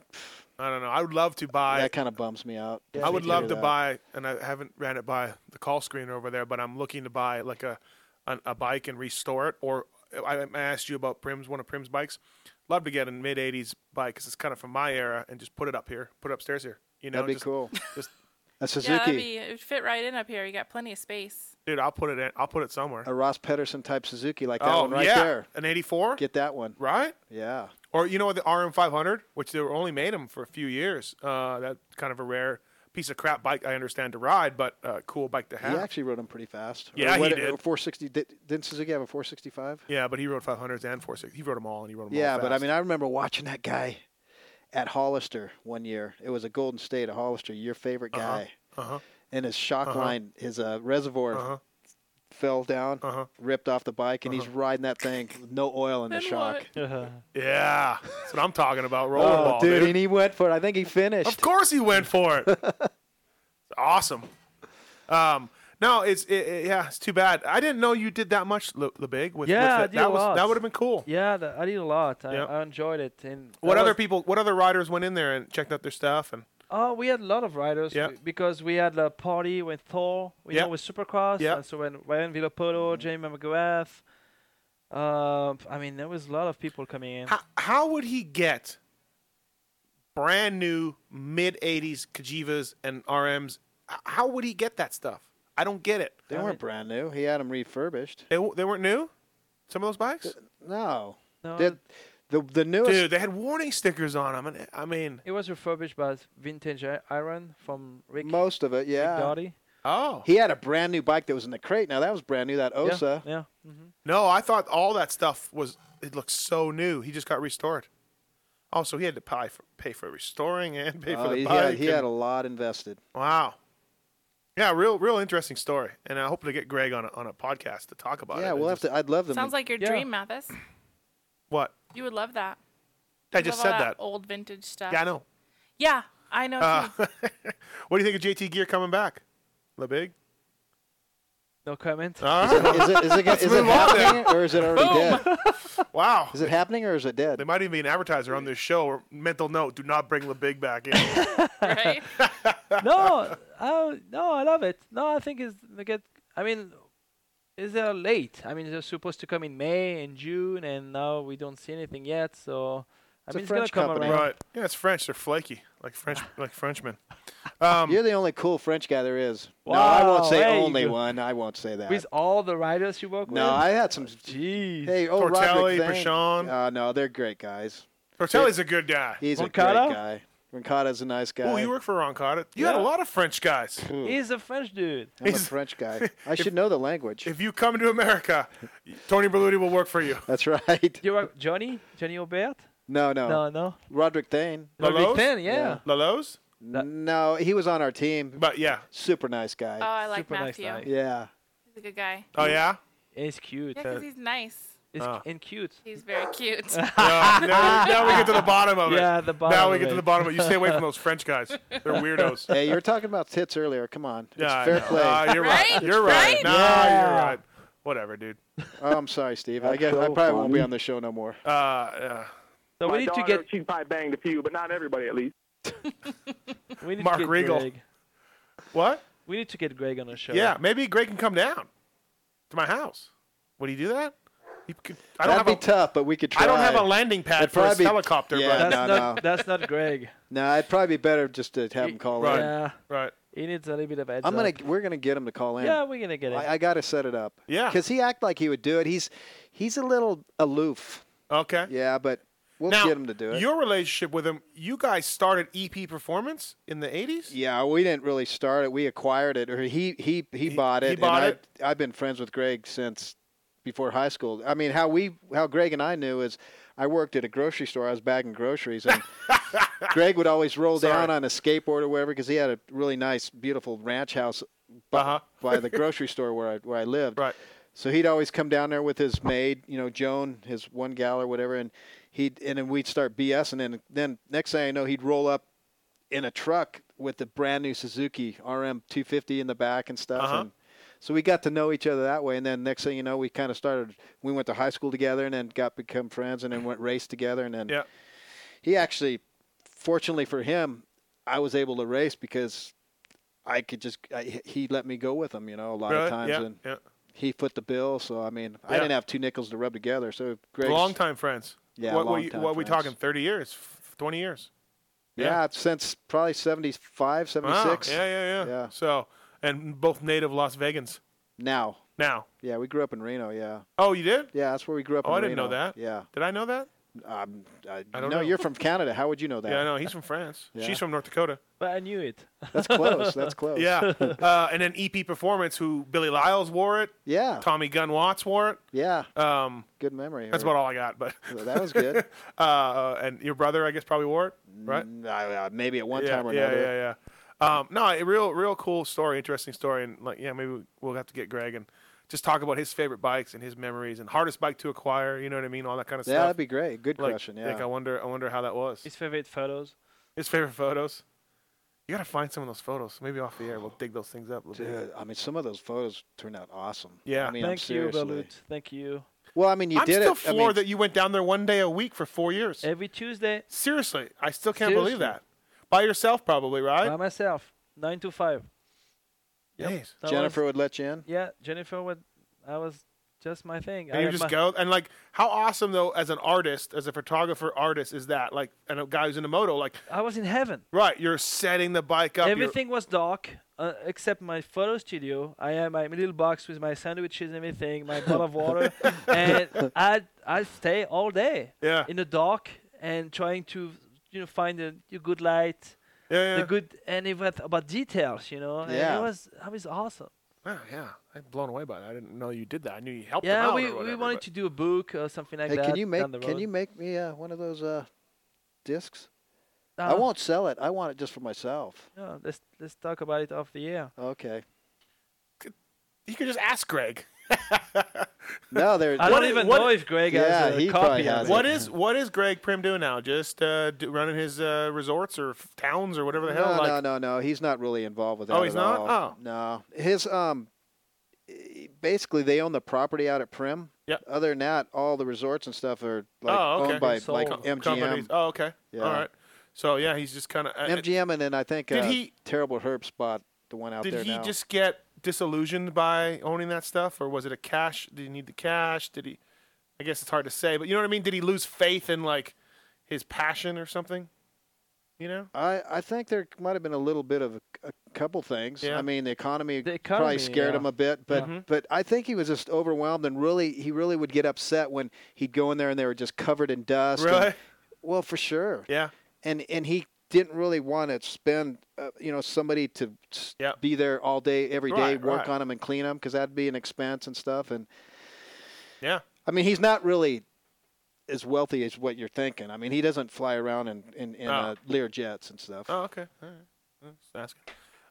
S4: I don't know. I would love to buy.
S5: That kind of bums me out.
S4: I would love to
S5: that.
S4: buy, and I haven't ran it by the call screen over there, but I'm looking to buy like a a, a bike and restore it. Or I, I asked you about Prim's one of Prim's bikes. Love to get a mid '80s bike because it's kind of from my era, and just put it up here, put it upstairs here. You know,
S5: That'd be
S4: just-
S5: cool.
S4: Just
S5: A
S7: Yeah, that'd
S5: Suzuki,
S7: be, it'd fit right in up here. You got plenty of space.
S4: dude, I'll put it in. I'll put it somewhere.
S5: a Ross Pedersen type Suzuki, like that
S4: Oh,
S5: one right
S4: yeah.
S5: there.
S4: An '84.
S5: Get that one.
S4: Right.
S5: Yeah.
S4: Or you know the RM500, which they were only made them for a few years. Uh, that kind of a rare piece of crap bike, I understand to ride, but uh, cool bike to have.
S5: He actually rode them pretty fast.
S4: Yeah,
S5: or
S4: he
S5: what-
S4: did.
S5: or 460. Did, didn't Suzuki have a 465?
S4: Yeah, but he rode 500s and 460s. He rode them all, and he rode them all.
S5: Yeah, but I
S4: fast.
S5: mean, I remember watching that guy at Hollister one year. It was a Golden State at Hollister, your favorite guy,
S4: uh-huh.
S5: and his shock
S4: Uh-huh.
S5: line, his uh, reservoir. Fell down,
S4: Uh-huh.
S5: ripped off the bike, and he's riding that thing with no oil in the shock.
S11: Uh-huh.
S4: yeah, that's what I'm talking about. Rollerball,
S5: Oh, dude,
S4: dude.
S5: and he went for it. I think he finished.
S4: Of course, he went for it. It's awesome. Um, no, it's it, it- yeah, it's too bad. I didn't know you did that much, Le, Le Big. With,
S11: yeah, I
S4: with it.
S11: did
S4: that
S11: a
S4: was
S11: lot.
S4: that would have been cool.
S11: Yeah, that, I did a lot. I,
S4: Yeah.
S11: I enjoyed it. And
S4: What
S11: that
S4: other
S11: was-
S4: people? What other riders went in there and checked out their stuff? And
S11: Oh, we had a lot of riders
S4: Yeah.
S11: b- because we had a party with Thor, you
S4: Yeah.
S11: know, with Supercross.
S4: Yeah. Mm-hmm.
S11: And so when Ryan Villapolo, Jamie McGrath, uh, I mean, there was a lot of people coming in.
S4: how, how would he get brand new mid '80s Kajivas and RMs? H- How would he get that stuff? I don't get it.
S5: They weren't brand new. He had them refurbished.
S4: They, w- they weren't new. Some of those bikes.
S5: No.
S11: No.
S5: Did- the the newest
S4: Dude, they had warning stickers on them, and I mean,
S11: It was refurbished by vintage i- iron from Rick.
S5: most of it, yeah.
S11: Doughty.
S4: Oh.
S5: He had a brand new bike that was in the crate. Now that was brand new. That Osa.
S11: Yeah. Mm-hmm.
S4: No, I thought all that stuff was. It looked so new. He just got restored. Oh, so he had to pay for, pay for restoring and pay for
S5: Oh,
S4: the
S5: he,
S4: bike.
S5: had, he
S4: and-
S5: had a lot invested.
S4: wow. Yeah, real real interesting story, and I hope to get Greg on a, on a podcast to talk about it.
S5: Yeah, we'll have to. I'd love them.
S7: Sounds like your dream, Mathis.
S4: What?
S7: You would love that.
S4: I
S7: You
S4: just
S7: love all
S4: said that.
S7: old vintage stuff.
S4: Yeah, I know.
S7: Yeah, I know.
S4: Uh,
S7: too.
S4: what do you think of JT Gear coming back? Le Big?
S11: No comment.
S4: All
S5: Is
S4: right.
S5: it, is it, is it,
S4: Let's
S5: is it
S4: move on then.
S5: happening or is it already dead?
S4: Wow.
S5: Is it happening or is it dead?
S4: There might even be an advertiser on this show. Or mental note: Do not bring Le Big back in.
S11: no, uh, I, Oh, no, I love it. No, I think it's they get. I mean, is they are late. I mean, they're supposed to come in May and June, and now we don't see anything yet. So I mean, it's gonna come around.
S4: right? Yeah, it's French. They're flaky, like French, like Frenchmen. Um,
S5: You're the only cool French guy there is. no, I won't
S11: Wow,
S5: say
S11: there you
S5: only
S11: go.
S5: one. I won't say that.
S11: With all the riders you work with.
S5: no, I had some.
S11: Jeez.
S5: Hey, oh, Roderick
S4: Tortelli,
S5: Vang.
S4: Prashant.
S5: Uh, no, they're great guys.
S4: Tortelli's a good guy.
S5: He's a
S4: Roncada?
S5: great guy. Rincada's a nice guy.
S4: Oh, you work for Roncada. You had
S5: Yeah.
S4: a lot of French guys.
S11: He's a French dude.
S5: I'm a French guy. I should know the language.
S4: If you come to America, Tony Berluti will work for you.
S5: That's right.
S11: You work Johnny, Johnny Aubert.
S5: No, no.
S11: No, no.
S5: Roderick Thane.
S4: Lalos?
S11: Thane, yeah.
S4: Lalos?
S5: No, he was on our team.
S4: But yeah.
S5: Super nice guy.
S7: Oh, I like
S11: Super nice
S7: Matthew.
S11: guy.
S5: Yeah.
S7: He's a good guy.
S4: Oh yeah. Uh.
S11: He's cute.
S7: Yeah, 'cause he's nice.
S11: It's and cute.
S7: He's very cute.
S4: Yeah, now, now we get to the bottom of it.
S11: Yeah, the
S4: Now
S11: bottom
S4: we
S11: of
S4: get to
S11: it.
S4: the bottom of it. You stay away from those French guys. They're weirdos.
S5: Hey, you were talking about tits earlier. Come on. It's
S4: Yeah, I
S5: fair
S4: know.
S5: play.
S4: Nah, you're right.
S5: It's
S4: You're
S5: fair-
S4: right. Nah, you're
S5: Yeah.
S4: right. Whatever, dude.
S5: Oh, I'm sorry, Steve. I
S4: That's
S5: guess I
S4: so
S5: probably won't be
S4: funny.
S5: on the show no more.
S4: Uh, uh,
S11: So
S5: we
S19: My
S5: need to
S19: daughter,
S5: get-
S19: She's probably banged a few, but not everybody at least.
S11: We need
S4: Mark
S11: to get
S4: Riegel.
S11: Greg.
S4: What?
S11: We need to get Greg on the show.
S4: Yeah, maybe Greg can come down to my house. Would he do that? He could, I don't
S5: That'd
S4: have
S5: be
S4: a,
S5: tough, but we could try.
S4: I don't have a
S5: it.
S4: landing pad
S5: It'd
S4: for his
S5: probably be-
S4: helicopter,
S5: Yeah,
S4: but-
S11: That's
S5: no,
S11: not
S5: no.
S11: that's not Greg.
S5: No, it'd probably be better just to have him call in.
S11: Yeah.
S4: Right.
S11: He needs a little bit of edge.
S5: I'm gonna. We're gonna get him to call in.
S11: Yeah, we're gonna get it.
S5: I, I gotta set it up.
S4: Yeah.
S5: Because he act like he would do it. He's he's a little aloof.
S4: Okay.
S5: Yeah, but We'll
S4: now,
S5: get him to do it.
S4: Your relationship with him, you guys started EP Performance in the 80s?
S5: Yeah, we didn't really start it. We acquired it, or he he he, bought it.
S4: he bought
S5: and
S4: it.
S5: I, I've been friends with Greg since before high school. I mean, how we how Greg and I knew is I worked at a grocery store. I was bagging groceries, and Greg would always roll down on a skateboard or wherever because he had a really nice, beautiful ranch house bu- by the grocery store where I where I lived.
S4: Uh-huh. Right.
S5: So he'd always come down there with his maid, you know, Joan, his one gal or whatever, and he'd and then we'd start BSing, and then next thing I know, he'd roll up in a truck with the brand new Suzuki RM 250 in the back and stuff.
S4: Uh-huh.
S5: And so we got to know each other that way, and then next thing you know, we kind of started. We went to high school together, and then got become friends, and then went race together, and then
S4: Yeah.
S5: he actually, fortunately for him, I was able to race because I could just I, he let me go with him, you know, a lot
S4: Really?
S5: of times,
S4: Yeah,
S5: and
S4: yeah.
S5: he put the bill. So I mean, I
S4: Yeah.
S5: didn't have two nickels to rub together. So Greg's,
S4: Long time friends.
S5: Yeah,
S4: What, were
S5: long
S4: you-
S5: time
S4: what we
S5: friends.
S4: talking? 30 years? F- 20 years?
S5: Yeah, since probably 75,
S4: Wow.
S5: 76.
S4: Yeah, yeah, yeah, So, and both native Las Vegans.
S5: Now.
S4: Now.
S5: Yeah, we grew up in Reno. Yeah.
S4: Oh, you did?
S5: Yeah, that's where we grew up.
S4: Oh,
S5: in
S4: I didn't know
S5: Reno.
S4: that.
S5: Yeah.
S4: Did I know that?
S5: Um, I,
S4: don't
S5: no,
S4: know.
S5: you're from Canada. How would you know that?
S4: Yeah, I know. He's from France.
S5: Yeah.
S4: She's from North Dakota.
S11: But I knew it.
S5: That's close. That's close.
S4: Yeah. Uh, and then EP Performance, who Billy Lyles wore it.
S5: Yeah.
S4: Tommy Gunn Watts wore it.
S5: Yeah.
S4: Um,
S5: Good memory.
S4: That's about all I got. But
S5: that was good.
S4: uh, and your brother, I guess, probably wore it, right?
S5: Uh, maybe at one
S4: yeah,
S5: time or
S4: yeah,
S5: another.
S4: Yeah, yeah, Um, no, a real, real cool story, interesting story, and like, yeah, maybe we'll have to get Greg and just talk about his favorite bikes and his memories and hardest bike to acquire. You know what I mean? All that kind of
S5: Yeah,
S4: stuff.
S5: that'd be great. Good
S4: Like-
S5: question, yeah.
S4: like I wonder, I wonder how that was. His
S11: favorite photos.
S4: His favorite photos. You gotta find some of those photos. Maybe off the air, we'll dig those things up. A little
S5: Dude,
S4: bit.
S5: I mean, some of those photos turned out awesome.
S4: Yeah.
S5: I mean,
S11: Thank you,
S5: seriously.
S11: Balut. Thank you.
S5: Well, I mean, you
S4: I'm
S5: did
S4: still
S5: it.
S4: floored
S5: I mean,
S4: that you went down there one day a week for four years.
S11: Every Tuesday.
S4: Seriously, I still can't believe
S11: Seriously.
S4: that. By yourself, probably, right?
S11: By myself, nine to five. Yep.
S4: Jeez.
S11: That
S5: Jennifer
S11: was-
S5: would let you in.
S11: yeah, Jennifer would. I was just my thing. I
S4: And you
S11: had
S4: just
S11: my-
S4: go and like how awesome though as an artist, as a photographer artist is that like and a guy who's in a moto like
S11: I was in heaven.
S4: Right, you're setting the bike up. you're-
S11: Everything was dark uh, except my photo studio. I had my little box with my sandwiches and everything, my bottle of water, and I I stay all day.
S4: Yeah.
S11: In the dark and trying to you know find the the good light.
S4: Yeah, yeah.
S11: The good and it was about details, you know. and
S4: Yeah.
S11: it was it was awesome.
S4: Wow, yeah, I'm blown away by that. I didn't know you did that. I knew you helped them
S11: yeah,
S4: out
S11: we
S4: or
S11: we
S4: whatever,
S11: wanted
S4: but-
S11: to do a book or something like
S5: hey,
S11: that.
S5: can you
S11: down the
S5: make can
S11: road.
S5: you make me uh, one of those uh, discs? I
S11: Uh,
S5: won't sell it. I want it just for myself.
S11: No, let's let's talk about it off the air.
S5: Okay.
S4: You could just ask Greg.
S5: No, there.
S11: I don't even know if Greg has
S5: yeah,
S11: a
S5: he
S11: copy
S5: probably
S11: of
S5: has
S4: What
S5: it.
S4: is what is Greg Prim doing now? Just uh, do, running his uh, resorts or f- towns or whatever the hell.
S5: No,
S4: like,
S5: no, no, no. He's not really involved with that.
S4: Oh, he's
S5: at
S4: not?
S5: all.
S4: Oh.
S5: no. His um, eh, basically they own the property out at Prim.
S4: Yep.
S5: Other than that, all the resorts and stuff are like
S4: oh, okay.
S5: owned by like
S4: Com-
S5: MGM.
S4: companies. Oh, okay.
S5: Yeah.
S4: All right. So yeah, he's just kind of uh,
S5: MGM, and then I think
S4: Did
S5: uh,
S4: he-
S5: terrible herb spot the one out
S4: Did
S5: there
S4: he
S5: now.
S4: just get disillusioned by owning that stuff, or was it a cash? Did he need the cash? Did he? I guess it's hard to say, but you know what I mean. Did he lose faith in like his passion or something? You know.
S5: I, I think there might have been a little bit of a, a couple things.
S4: Yeah.
S5: I mean, the economy,
S4: economy,
S5: probably scared
S4: yeah.
S5: him a bit, but
S4: Mhm.
S5: but I think he was just overwhelmed and really he really would get upset when he'd go in there and they were just covered in dust. and-
S4: Really?
S5: well, for sure.
S4: Yeah.
S5: And and he didn't really want to spend uh, you know somebody to s- be there all day every day,
S4: Right,
S5: work
S4: right.
S5: on him and clean him because that'd be an expense and stuff. And
S4: Yeah.
S5: I mean, he's not really as wealthy as what you're thinking. I mean, he doesn't fly around in in, in
S4: Oh.
S5: uh, Lear jets and stuff.
S4: Oh, okay. All right. Let's ask.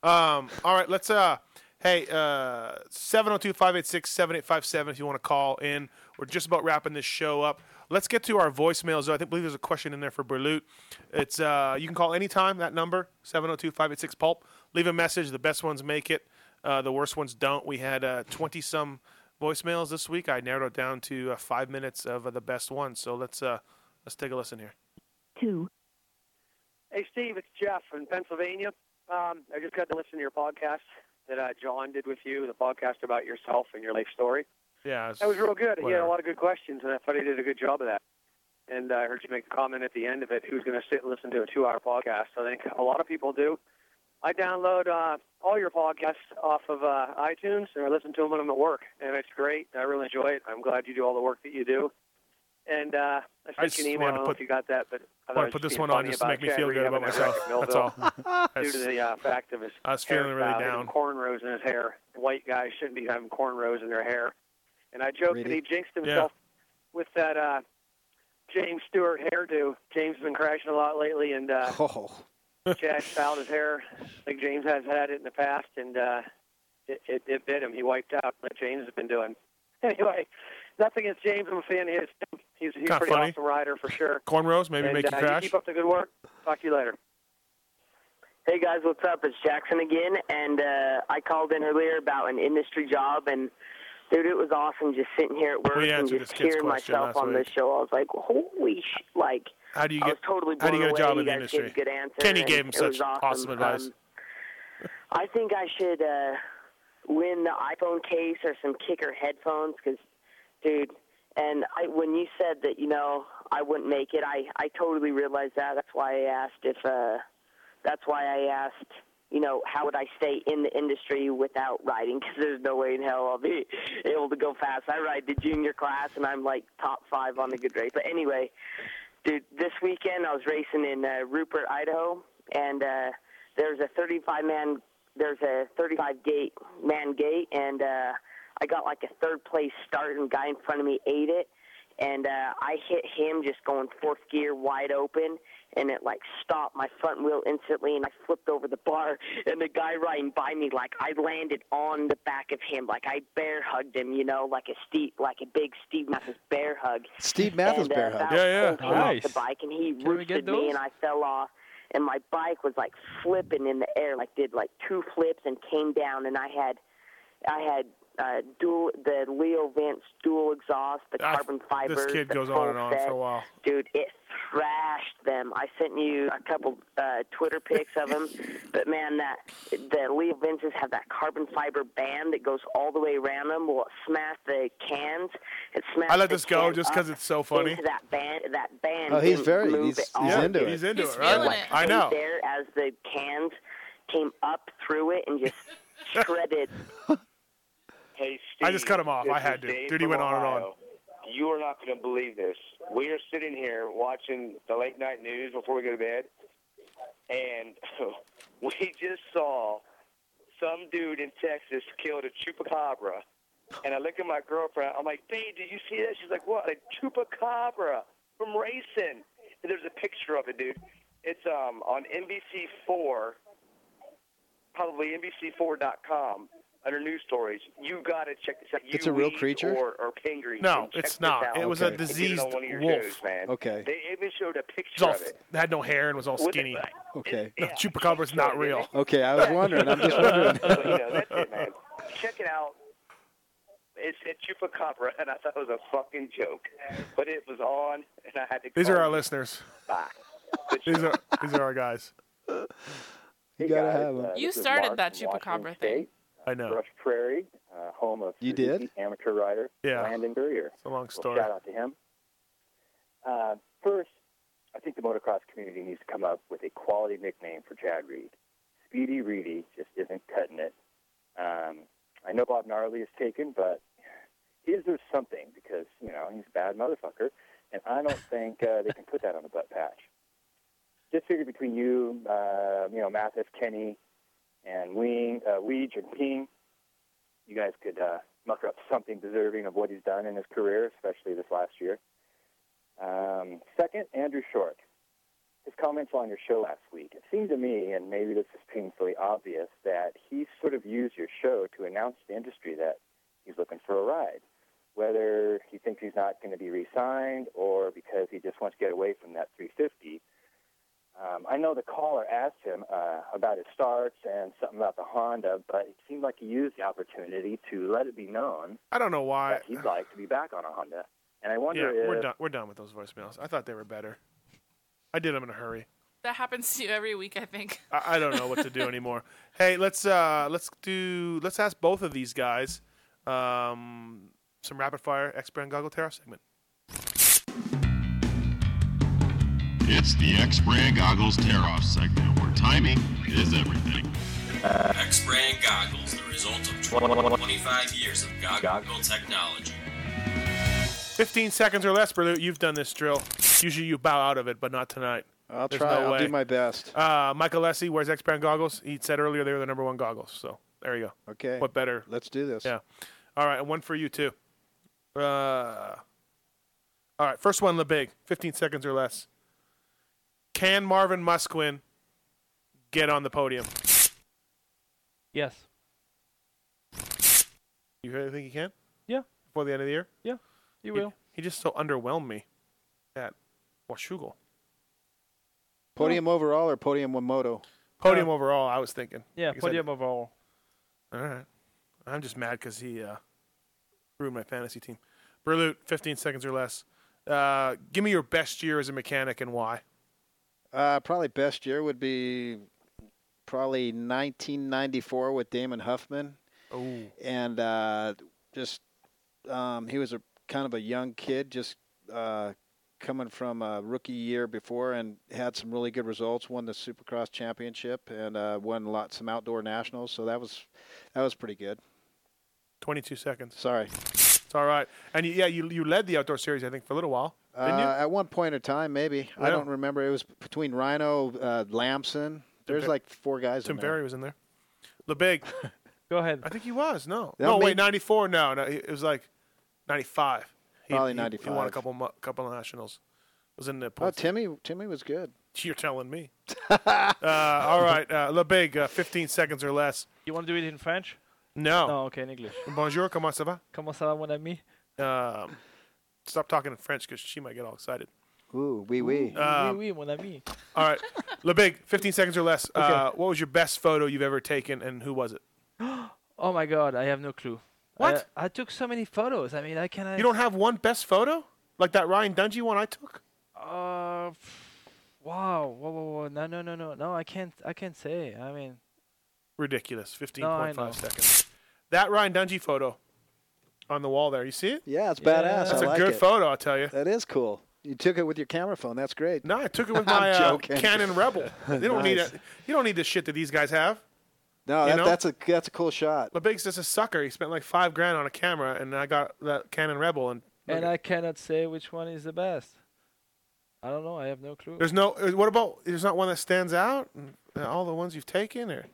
S4: Um, all right. Let's. Uh, hey, uh, 702-586-7857 if you want to call in. We're just about wrapping this show up. Let's get to our voicemails. Though. I think believe there's a question in there for Berlut. It's uh, you can call anytime that number 702-586 pulp. Leave a message. The best ones make it. Uh, the worst ones don't. We had uh, 20 some voicemails this week. I narrowed it down to uh, 5 minutes of uh, the best ones. So let's uh, let's take a listen here.
S17: Two.
S20: Hey, Steve, it's Jeff in Pennsylvania. Um, I just got to listen to your podcast that uh, John did with you, the podcast about yourself and your life story.
S4: Yeah.
S20: That was real good. He had
S4: whatever.
S20: a lot of good questions, and I thought he did a good job of that. And I heard you make a comment at the end of it who's going to sit and listen to a two hour podcast. I think a lot of people do. I download uh, all your podcasts off of uh, iTunes, and I listen to them when I'm at work, and it's great. I really enjoy it. I'm glad you do all the work that you do.
S19: And uh, I sent
S4: I
S19: you an
S4: just
S19: email. I
S4: wanted
S19: don't
S4: to
S19: know
S4: put-
S19: if you got that, but
S4: wanted to
S19: thought it was
S4: put this
S19: being
S4: one on
S19: funny
S4: just to make me feel
S19: Jeffrey
S4: good about
S19: having a haircut
S4: myself. That's all.
S19: Due to
S4: That's-
S19: the uh, fact of his
S4: I was feeling really
S19: hairstyle,
S4: down.
S19: having cornrows in his hair. White guys shouldn't be having cornrows in their hair. And I joked that
S4: Really?
S19: he jinxed himself with that uh, James Stewart hairdo. James has been crashing a lot lately, and uh,
S5: Oh,
S19: Chad fouled his hair like James has had it in the past, and uh, it, it, it bit him. He wiped out like James has been doing. Anyway, nothing against James. I'm a fan of his. He's, he's a
S4: Kinda
S19: pretty
S4: funny.
S19: awesome rider for sure.
S4: Cornrows maybe
S19: and,
S4: make
S19: uh,
S4: you crash.
S19: keep up the good work. Talk to you later.
S23: Hey guys, what's up? It's Jackson again, and uh, I called in earlier about an industry job, and dude, it was awesome just sitting here at work
S4: We
S23: and
S4: answered
S23: just
S4: this kid's
S23: hearing
S4: question
S23: myself
S4: last
S23: on this
S4: week.
S23: show. I was like, holy sh! Like,
S4: How do you
S23: I
S4: get
S23: was totally
S4: how do you get
S23: blown
S4: a job
S23: away.
S4: in the
S23: You guys gave
S4: industry?
S23: a good answer,
S4: Kenny
S23: and
S4: gave him
S23: it
S4: such
S23: was awesome.
S4: awesome advice.
S23: Um, I think I should uh, win the iPhone case or some kicker headphones, because, dude. And I, when you said that, you know, I wouldn't make it, I I totally realized that. That's why I asked if. uh that's why I asked, you know, how would I stay in the industry without riding? Because there's no way in hell I'll be able to go fast. I ride the junior class, and I'm like top five on the good race. But anyway, dude, this weekend I was racing in uh, Rupert, Idaho, and uh, there's a 35 man, there's a 35 gate man gate, and uh, I got like a third place start, and guy in front of me ate it. And uh, I hit him just going fourth gear wide open, and it like stopped my front wheel instantly and I flipped over the bar and the guy riding by me like I landed on the back of him like I bear hugged him you know like a Steve like a big Steve Mathis bear hug
S5: Steve Mathis
S23: and, uh,
S5: bear hug.
S23: that
S5: Yeah,
S23: was
S5: yeah.
S23: pulled
S5: Nice.
S23: off the bike and he
S5: Can we get
S23: roosted me
S5: those?
S23: and I fell off and my bike was like flipping in the air like did like two flips and came down and I had I had uh, dual the Leo Vance dual exhaust the carbon fiber
S4: Ah, This kid goes on and on for a while.
S23: dude, it thrashed them. I sent you a couple uh, Twitter pics of them, but man, that the Leo Vinces have that carbon fiber band that goes all the way around them. Well, it smashed the cans. It smashed.
S4: I let
S23: the
S4: this go
S23: can
S4: just
S23: up
S4: because it's so funny.
S23: Into that band, that band.
S4: Oh, he's
S23: didn't
S4: very-
S23: move
S4: he's-
S23: at
S4: he's
S23: all.
S4: into it. He's into He's it, right? feeling
S23: Like,
S4: it. I know.
S23: There, as the cans came up through it and just shredded. Hey, Steve.
S4: I just cut him off.
S23: this
S4: I had
S23: is
S4: to.
S23: Dave
S4: Dude, he
S23: from
S4: went on and on.
S23: Ohio. You are not going to believe this. We are sitting here watching the late night news before we go to bed, and we just saw some dude in Texas killed a chupacabra. And I look at my girlfriend. I'm like, "Babe, did you see that?" She's like, "What? A chupacabra from racing?" And there's a picture of it, dude. It's um on NBC4 probably NBC4.com under news stories. You got to check this out. You
S5: It's a real
S23: weed
S5: creature?
S23: Or, or pingree.
S4: No,
S23: and check
S4: it's
S23: this
S4: not.
S23: out.
S4: It was a
S23: And get
S4: diseased
S23: on one of your
S4: wolf.
S23: shows, man.
S5: Okay.
S23: They even showed a
S4: It was
S23: picture
S4: all
S23: of it.
S4: had no hair and was all skinny.
S5: Okay.
S4: No, chupacabra's not real.
S5: Okay, I was wondering. I'm just
S23: But, you know,
S5: wondering.
S23: that's it, man. Check it out. It's at Chupacabra, and I thought it was a fucking joke, but it was on, and I had to.
S4: These are
S23: call
S4: our
S23: you.
S4: listeners.
S23: Bye.
S4: These are these are our guys.
S5: You gotta have him.
S7: You started that chupacabra thing.
S4: I know.
S24: Brush Prairie, uh, home of
S5: You
S24: Suzuki
S5: did?
S24: amateur rider
S4: Yeah.
S24: Landon Greer.
S4: It's a long
S24: Well,
S4: story.
S24: shout out to him. Uh, first, I think the motocross community needs to come up with a quality nickname for Chad Reed. Speedy Reedy just isn't cutting it. Um, I know Bob Gnarly is taken, but he deserves something because you know he's a bad motherfucker, and I don't think uh, they can put that on the butt patch. Just figure between you, uh, you know, Mathis, Kenny, and Wing, uh, Weege, and Ping, you guys could uh, muster up something deserving of what he's done in his career, especially this last year. Um, second, Andrew Short. His comments on your show last week, it seemed to me, and maybe this is painfully obvious, that he sort of used your show to announce to the industry that he's looking for a ride, whether he thinks he's not going to be re-signed or because he just wants to get away from that 350. Um, I know the caller asked him uh, about his starts and something about the Honda, but it seemed like he used the opportunity to let it be known
S4: I don't know why.
S24: that he'd like to be back on a Honda. And I
S4: Yeah,
S24: wonder if
S4: we're done. We're done with those voicemails. I thought they were better. I did them in a hurry.
S7: That happens to you every week, I think.
S4: I, I don't know what to do anymore. Hey, let's uh, let's do let's ask both of these guys um, some rapid fire expert and goggle tarot segment.
S25: It's the X Brand Goggles Tear Off segment where timing is everything.
S15: X Brand goggles, the result of 25 years of goggle technology.
S4: 15 seconds or less, Berlute. You've done this drill. Usually you bow out of it, but not tonight.
S5: I'll
S4: There's
S5: try.
S4: No
S5: I'll
S4: way.
S5: do my best.
S4: Uh, Michael Lessie wears X brand goggles. He said earlier they were the number one goggles. So there you go.
S5: Okay.
S4: What better?
S5: Let's do this.
S4: Yeah. All right, and one for you too. Uh, all right, first one, the big, 15 seconds or less. Can Marvin Musquin get on the podium?
S11: Yes.
S4: You really think he can?
S11: Yeah.
S4: Before the end of the year?
S11: Yeah, he
S4: He,
S11: will.
S4: just so underwhelmed me. That Washugal.
S5: Podium overall or podium one moto?
S4: Podium overall, I was thinking.
S11: Yeah,
S4: Like I said-
S11: podium overall.
S4: All right. I'm just mad because he uh, ruined my fantasy team. Berlut, 15 seconds or less. Uh, give me your best year as a mechanic and why.
S5: Uh, probably best year would be probably 1994 with Damon Huffman.
S4: Oh.
S5: And uh, just um, he was a kind of a young kid, just uh, coming from a rookie year before, and had some really good results. Won the Supercross championship and uh, won lot some outdoor nationals. So that was that was pretty good.
S4: 22 seconds.
S5: Sorry.
S4: It's all right. And you, yeah, you you led the outdoor series, I think, for a little while, didn't you?
S5: Uh, at one point in time, maybe
S4: Yeah.
S5: I don't remember. It was between Rhino, uh, Lamson. There's
S4: Timper-
S5: like four guys. in
S4: Tim
S5: there.
S4: Ferry was in there. The big.
S11: Go ahead.
S4: I think he was. No.
S5: That
S4: no, wait,
S5: made-
S4: 94? No, no. It was like 95. He,
S5: Probably
S4: he- He won a
S5: 95.
S4: couple mu- couple nationals. Was in the
S5: Oh,
S4: points.
S5: Timmy, Timmy was good.
S4: You're telling me. uh, all right. Uh, Le Big, uh, 15 seconds or less.
S11: You want to do it in French?
S4: No.
S11: No, okay, in English.
S4: Bonjour, comment ça va?
S11: Comment ça va, mon ami?
S4: Um, stop talking in French because she might get all excited.
S5: Ooh, wee wee.
S4: Um,
S11: oui, oui, mon ami.
S4: All right. Le Big, 15 seconds or less. Uh, what was your best photo you've ever taken and who was it?
S11: Oh my god, I have no clue. Uh,
S4: What?
S11: I, I took so many photos. I mean, I can.
S4: You don't have one best photo? Like that Ryan Dungey one I took?
S11: Uh, pff, wow, whoa, whoa, whoa! No, no, no, no, no! I can't, I can't say. I mean,
S4: Ridiculous. 15.5
S11: No, I know.
S4: seconds. That Ryan Dungey photo on the wall there. You see it?
S5: Yeah, it's
S4: Yeah.
S5: badass.
S4: That's
S5: I
S4: a
S5: like
S4: good
S5: it.
S4: photo, I'll tell you.
S5: That is cool. You took it with your camera phone. That's great.
S4: No, I took it with
S5: I'm
S4: my uh,
S5: joking.
S4: Canon Rebel. They don't need
S5: Nice.
S4: it. You don't need the shit that these guys have.
S5: No,
S4: You
S5: that,
S4: know?
S5: that's a that's a cool shot.
S4: LeBig's just a sucker. He spent like five grand on a camera, and I got that Canon Rebel. And look
S11: and
S4: at-
S11: I cannot say which one is the best. I don't know. I have no clue.
S4: there's no. uh, What about? There's not one that stands out. Uh, All the ones you've taken, or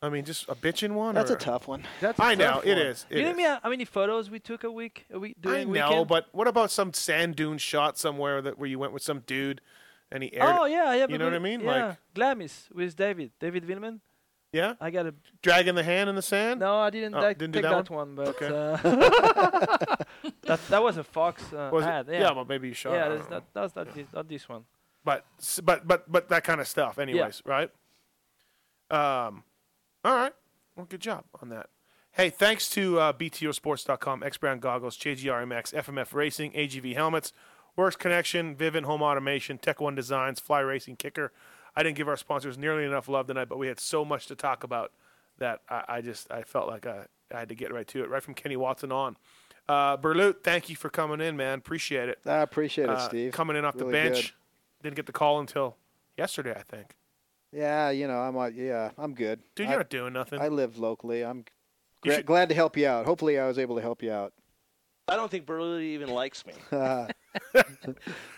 S4: I mean, just a bitching one.
S5: That's
S4: or,
S5: a tough one.
S11: That's a
S4: I know
S11: tough
S4: it
S11: one.
S4: is. it
S11: you know
S4: is.
S11: me- uh, how many photos we took a week? A week
S4: I
S11: during
S4: know,
S11: weekend?
S4: but what about some sand dune shot somewhere that where you went with some dude, and he aired?
S11: oh
S4: it?
S11: yeah, I have.
S4: You
S11: a
S4: know what I
S11: good-
S4: mean?
S11: Yeah,
S4: Like
S11: Glamis with David, David Willman.
S4: Oh, Yeah.
S11: I got a.
S4: dragging the hand in the sand.
S11: No, I didn't,
S4: Oh,
S11: like,
S4: didn't do
S11: take
S4: that
S11: that
S4: one?
S11: one, but
S4: Okay.
S11: uh, that that was a fox uh,
S4: Was it?
S11: ad.
S4: Yeah, but maybe you shot it, I
S11: Yeah,
S4: don't
S11: that's not that's not this, not this one.
S4: but s- but but but that kind of stuff anyways right um all right well good job on that hey thanks to uh, btosports.com x brown goggles jgrmx fmf racing agv helmets works connection vivint home automation tech one designs fly racing kicker i didn't give our sponsors nearly enough love tonight but we had so much to talk about that i, I just i felt like I, I had to get right to it right from kenny watson on uh, Berlut, thank you for coming in, man. Appreciate it.
S5: I appreciate it,
S4: Uh,
S5: Steve.
S4: Coming in off the
S5: Really
S4: bench. Didn't get the call until yesterday, I think.
S5: good. Yeah, you know, I'm like, yeah, I'm good.
S4: Dude,
S5: I,
S4: you're not doing nothing.
S5: I live locally. I'm
S4: You
S5: gra-
S4: should-
S5: glad to help you out. Hopefully, I was able to help you out.
S9: I don't think Berluti even likes me.
S5: you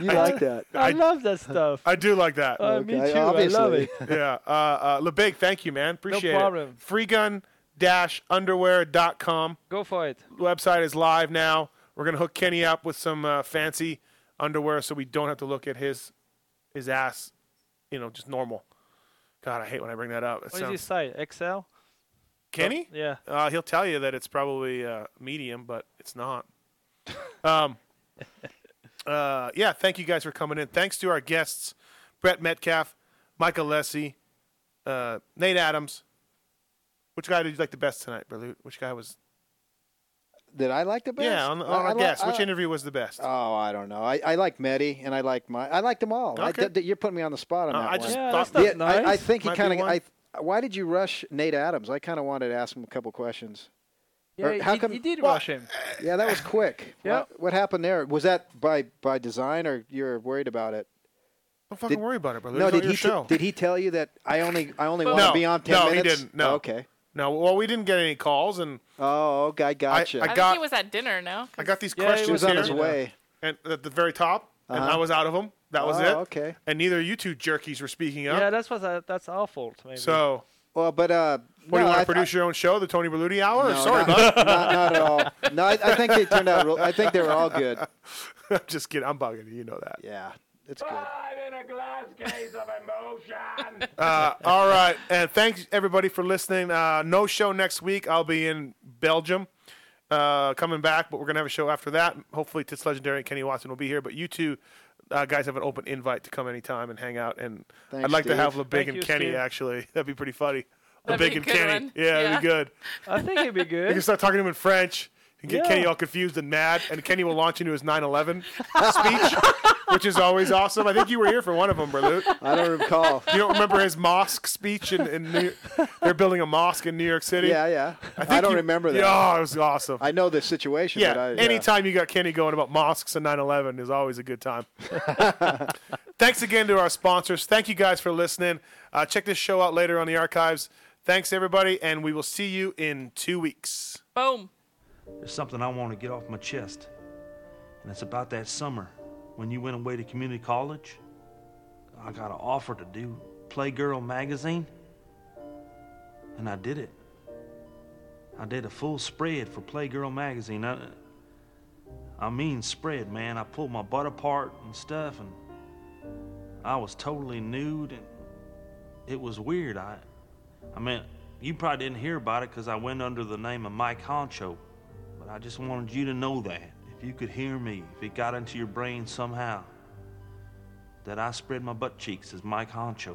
S5: like that?
S11: I, love that stuff.
S4: I do like that.
S11: Uh, me Okay, too. I obviously. love it.
S4: yeah. Uh, uh, LeBig, thank you, man. Appreciate
S11: problem.
S4: it. Freegun-underwear.com.
S11: Go for it.
S4: Website is live now. We're going to hook Kenny up with some uh, fancy underwear so we don't have to look at his his ass, you know, just normal. God, I hate when I bring that up. It
S11: What is
S4: sounds-
S11: this site? Excel?
S4: Kenny?
S11: Oh, yeah.
S4: Uh, he'll tell you that it's probably uh, medium, but it's not. Um, uh, yeah, thank you guys for coming in. Thanks to our guests, Brett Metcalf, Michael Lessie, uh, Nate Adams. Which guy did you like the best tonight, Berlut? Which guy was?
S5: Did I like the best?
S4: Yeah, on, on
S5: I- I
S4: our
S5: li-
S4: guest.
S5: I-
S4: Which interview was the best?
S5: Oh, I don't know. I, I like Medi and I like my I liked them all. I,
S4: Okay.
S5: th- th- you're putting me on the spot on
S4: Uh,
S5: that
S4: I
S5: one.
S4: just Yeah, thought- that's not
S5: I, I
S4: nice.
S5: think he
S4: Might be
S5: kind of.
S4: one.
S5: I why did you rush Nate Adams? I kind of wanted to ask him a couple questions.
S11: Yeah,
S5: Or how
S11: he,
S5: come-
S11: he did
S5: Well,
S11: rush him.
S4: uh,
S5: Yeah, that was quick.
S11: Yeah.
S5: What, what happened there? Was that by by design or you're worried about it?
S4: Don't fucking worry about it, Berlut.
S5: No,
S4: It's on
S5: did
S4: your
S5: he t-
S4: show.
S5: did he tell you that I only I only want
S4: No,
S5: to be on ten
S4: no, he
S5: minutes? Oh,
S4: didn't. No.
S5: okay.
S4: No, well, we didn't get any calls, and
S5: oh, okay, I
S4: gotcha. I,
S7: think
S4: got
S7: he was at dinner, no?
S4: I got these
S5: Yeah, he
S4: questions
S5: was on
S4: here
S5: his way.
S4: and at the very top, and
S5: Uh-huh.
S4: I was out of them. That was
S5: Oh,
S4: it.
S5: okay.
S4: And neither of you two jerkies were speaking up.
S21: Yeah, that's what
S11: uh,
S21: I, that's our fault. Maybe.
S4: So,
S5: well, but uh,
S4: what do you
S5: no,
S4: want
S5: I-
S4: to produce your own show, the Tony Berluti Hour?
S5: No,
S4: Sorry,
S5: not-
S4: bud.
S5: not- not at all. No, I- I think they turned out real- I think they were all good.
S4: I'm just kidding. I'm bugging you. You know that.
S5: Yeah, it's good.
S4: Uh, all right, and thanks everybody for listening. Uh, no show next week. I'll be in Belgium, uh, coming back, but we're gonna have a show after that. Hopefully, Tits Legendary and Kenny Watson will be here. But you two uh, guys have an open invite to come anytime and hang out. And
S21: Thanks,
S4: I'd like to
S21: Steve.
S4: have LeBig
S21: Thank
S4: and
S21: you,
S4: Kenny.
S21: Steve.
S4: Actually, that'd be pretty funny.
S21: That'd
S4: LeBig
S21: be a
S4: and
S21: good
S4: Kenny.
S21: one.
S4: Yeah, that'd be
S21: Yeah.
S4: good.
S21: I think it'd be
S4: You can
S21: good.
S4: start talking to him in French and get
S21: Yeah.
S4: Kenny all confused and mad, and Kenny will launch into his 9/11 speech, which is always awesome. I think you were here for one of them, Berlut.
S5: I don't recall.
S4: You don't remember his mosque speech in, in New They're building a mosque in New York City.
S5: Yeah, yeah. I,
S4: think
S5: don't
S4: you-
S5: remember that.
S4: Yeah, it was awesome.
S5: I know the situation.
S4: Yeah,
S5: but I,
S4: anytime you got Kenny going about mosques and 9/11 is always a good time. Thanks again to our sponsors. Thank you guys for listening. Uh, check this show out later on the archives. Thanks everybody, and we will see you in two weeks.
S7: Boom.
S9: There's something I want to get off my chest. And it's about that summer when you went away to community college. I got an offer to do Playgirl magazine. And I did it. I did a full spread for Playgirl magazine. I, I mean, spread, man. I pulled my butt apart and stuff, and I was totally nude, and it was weird. I, I mean, you probably didn't hear about it because I went under the name of Mike Honcho. But I just wanted you to know that if you could hear me, if it got into your brain somehow, that I spread my butt cheeks as Mike Honcho.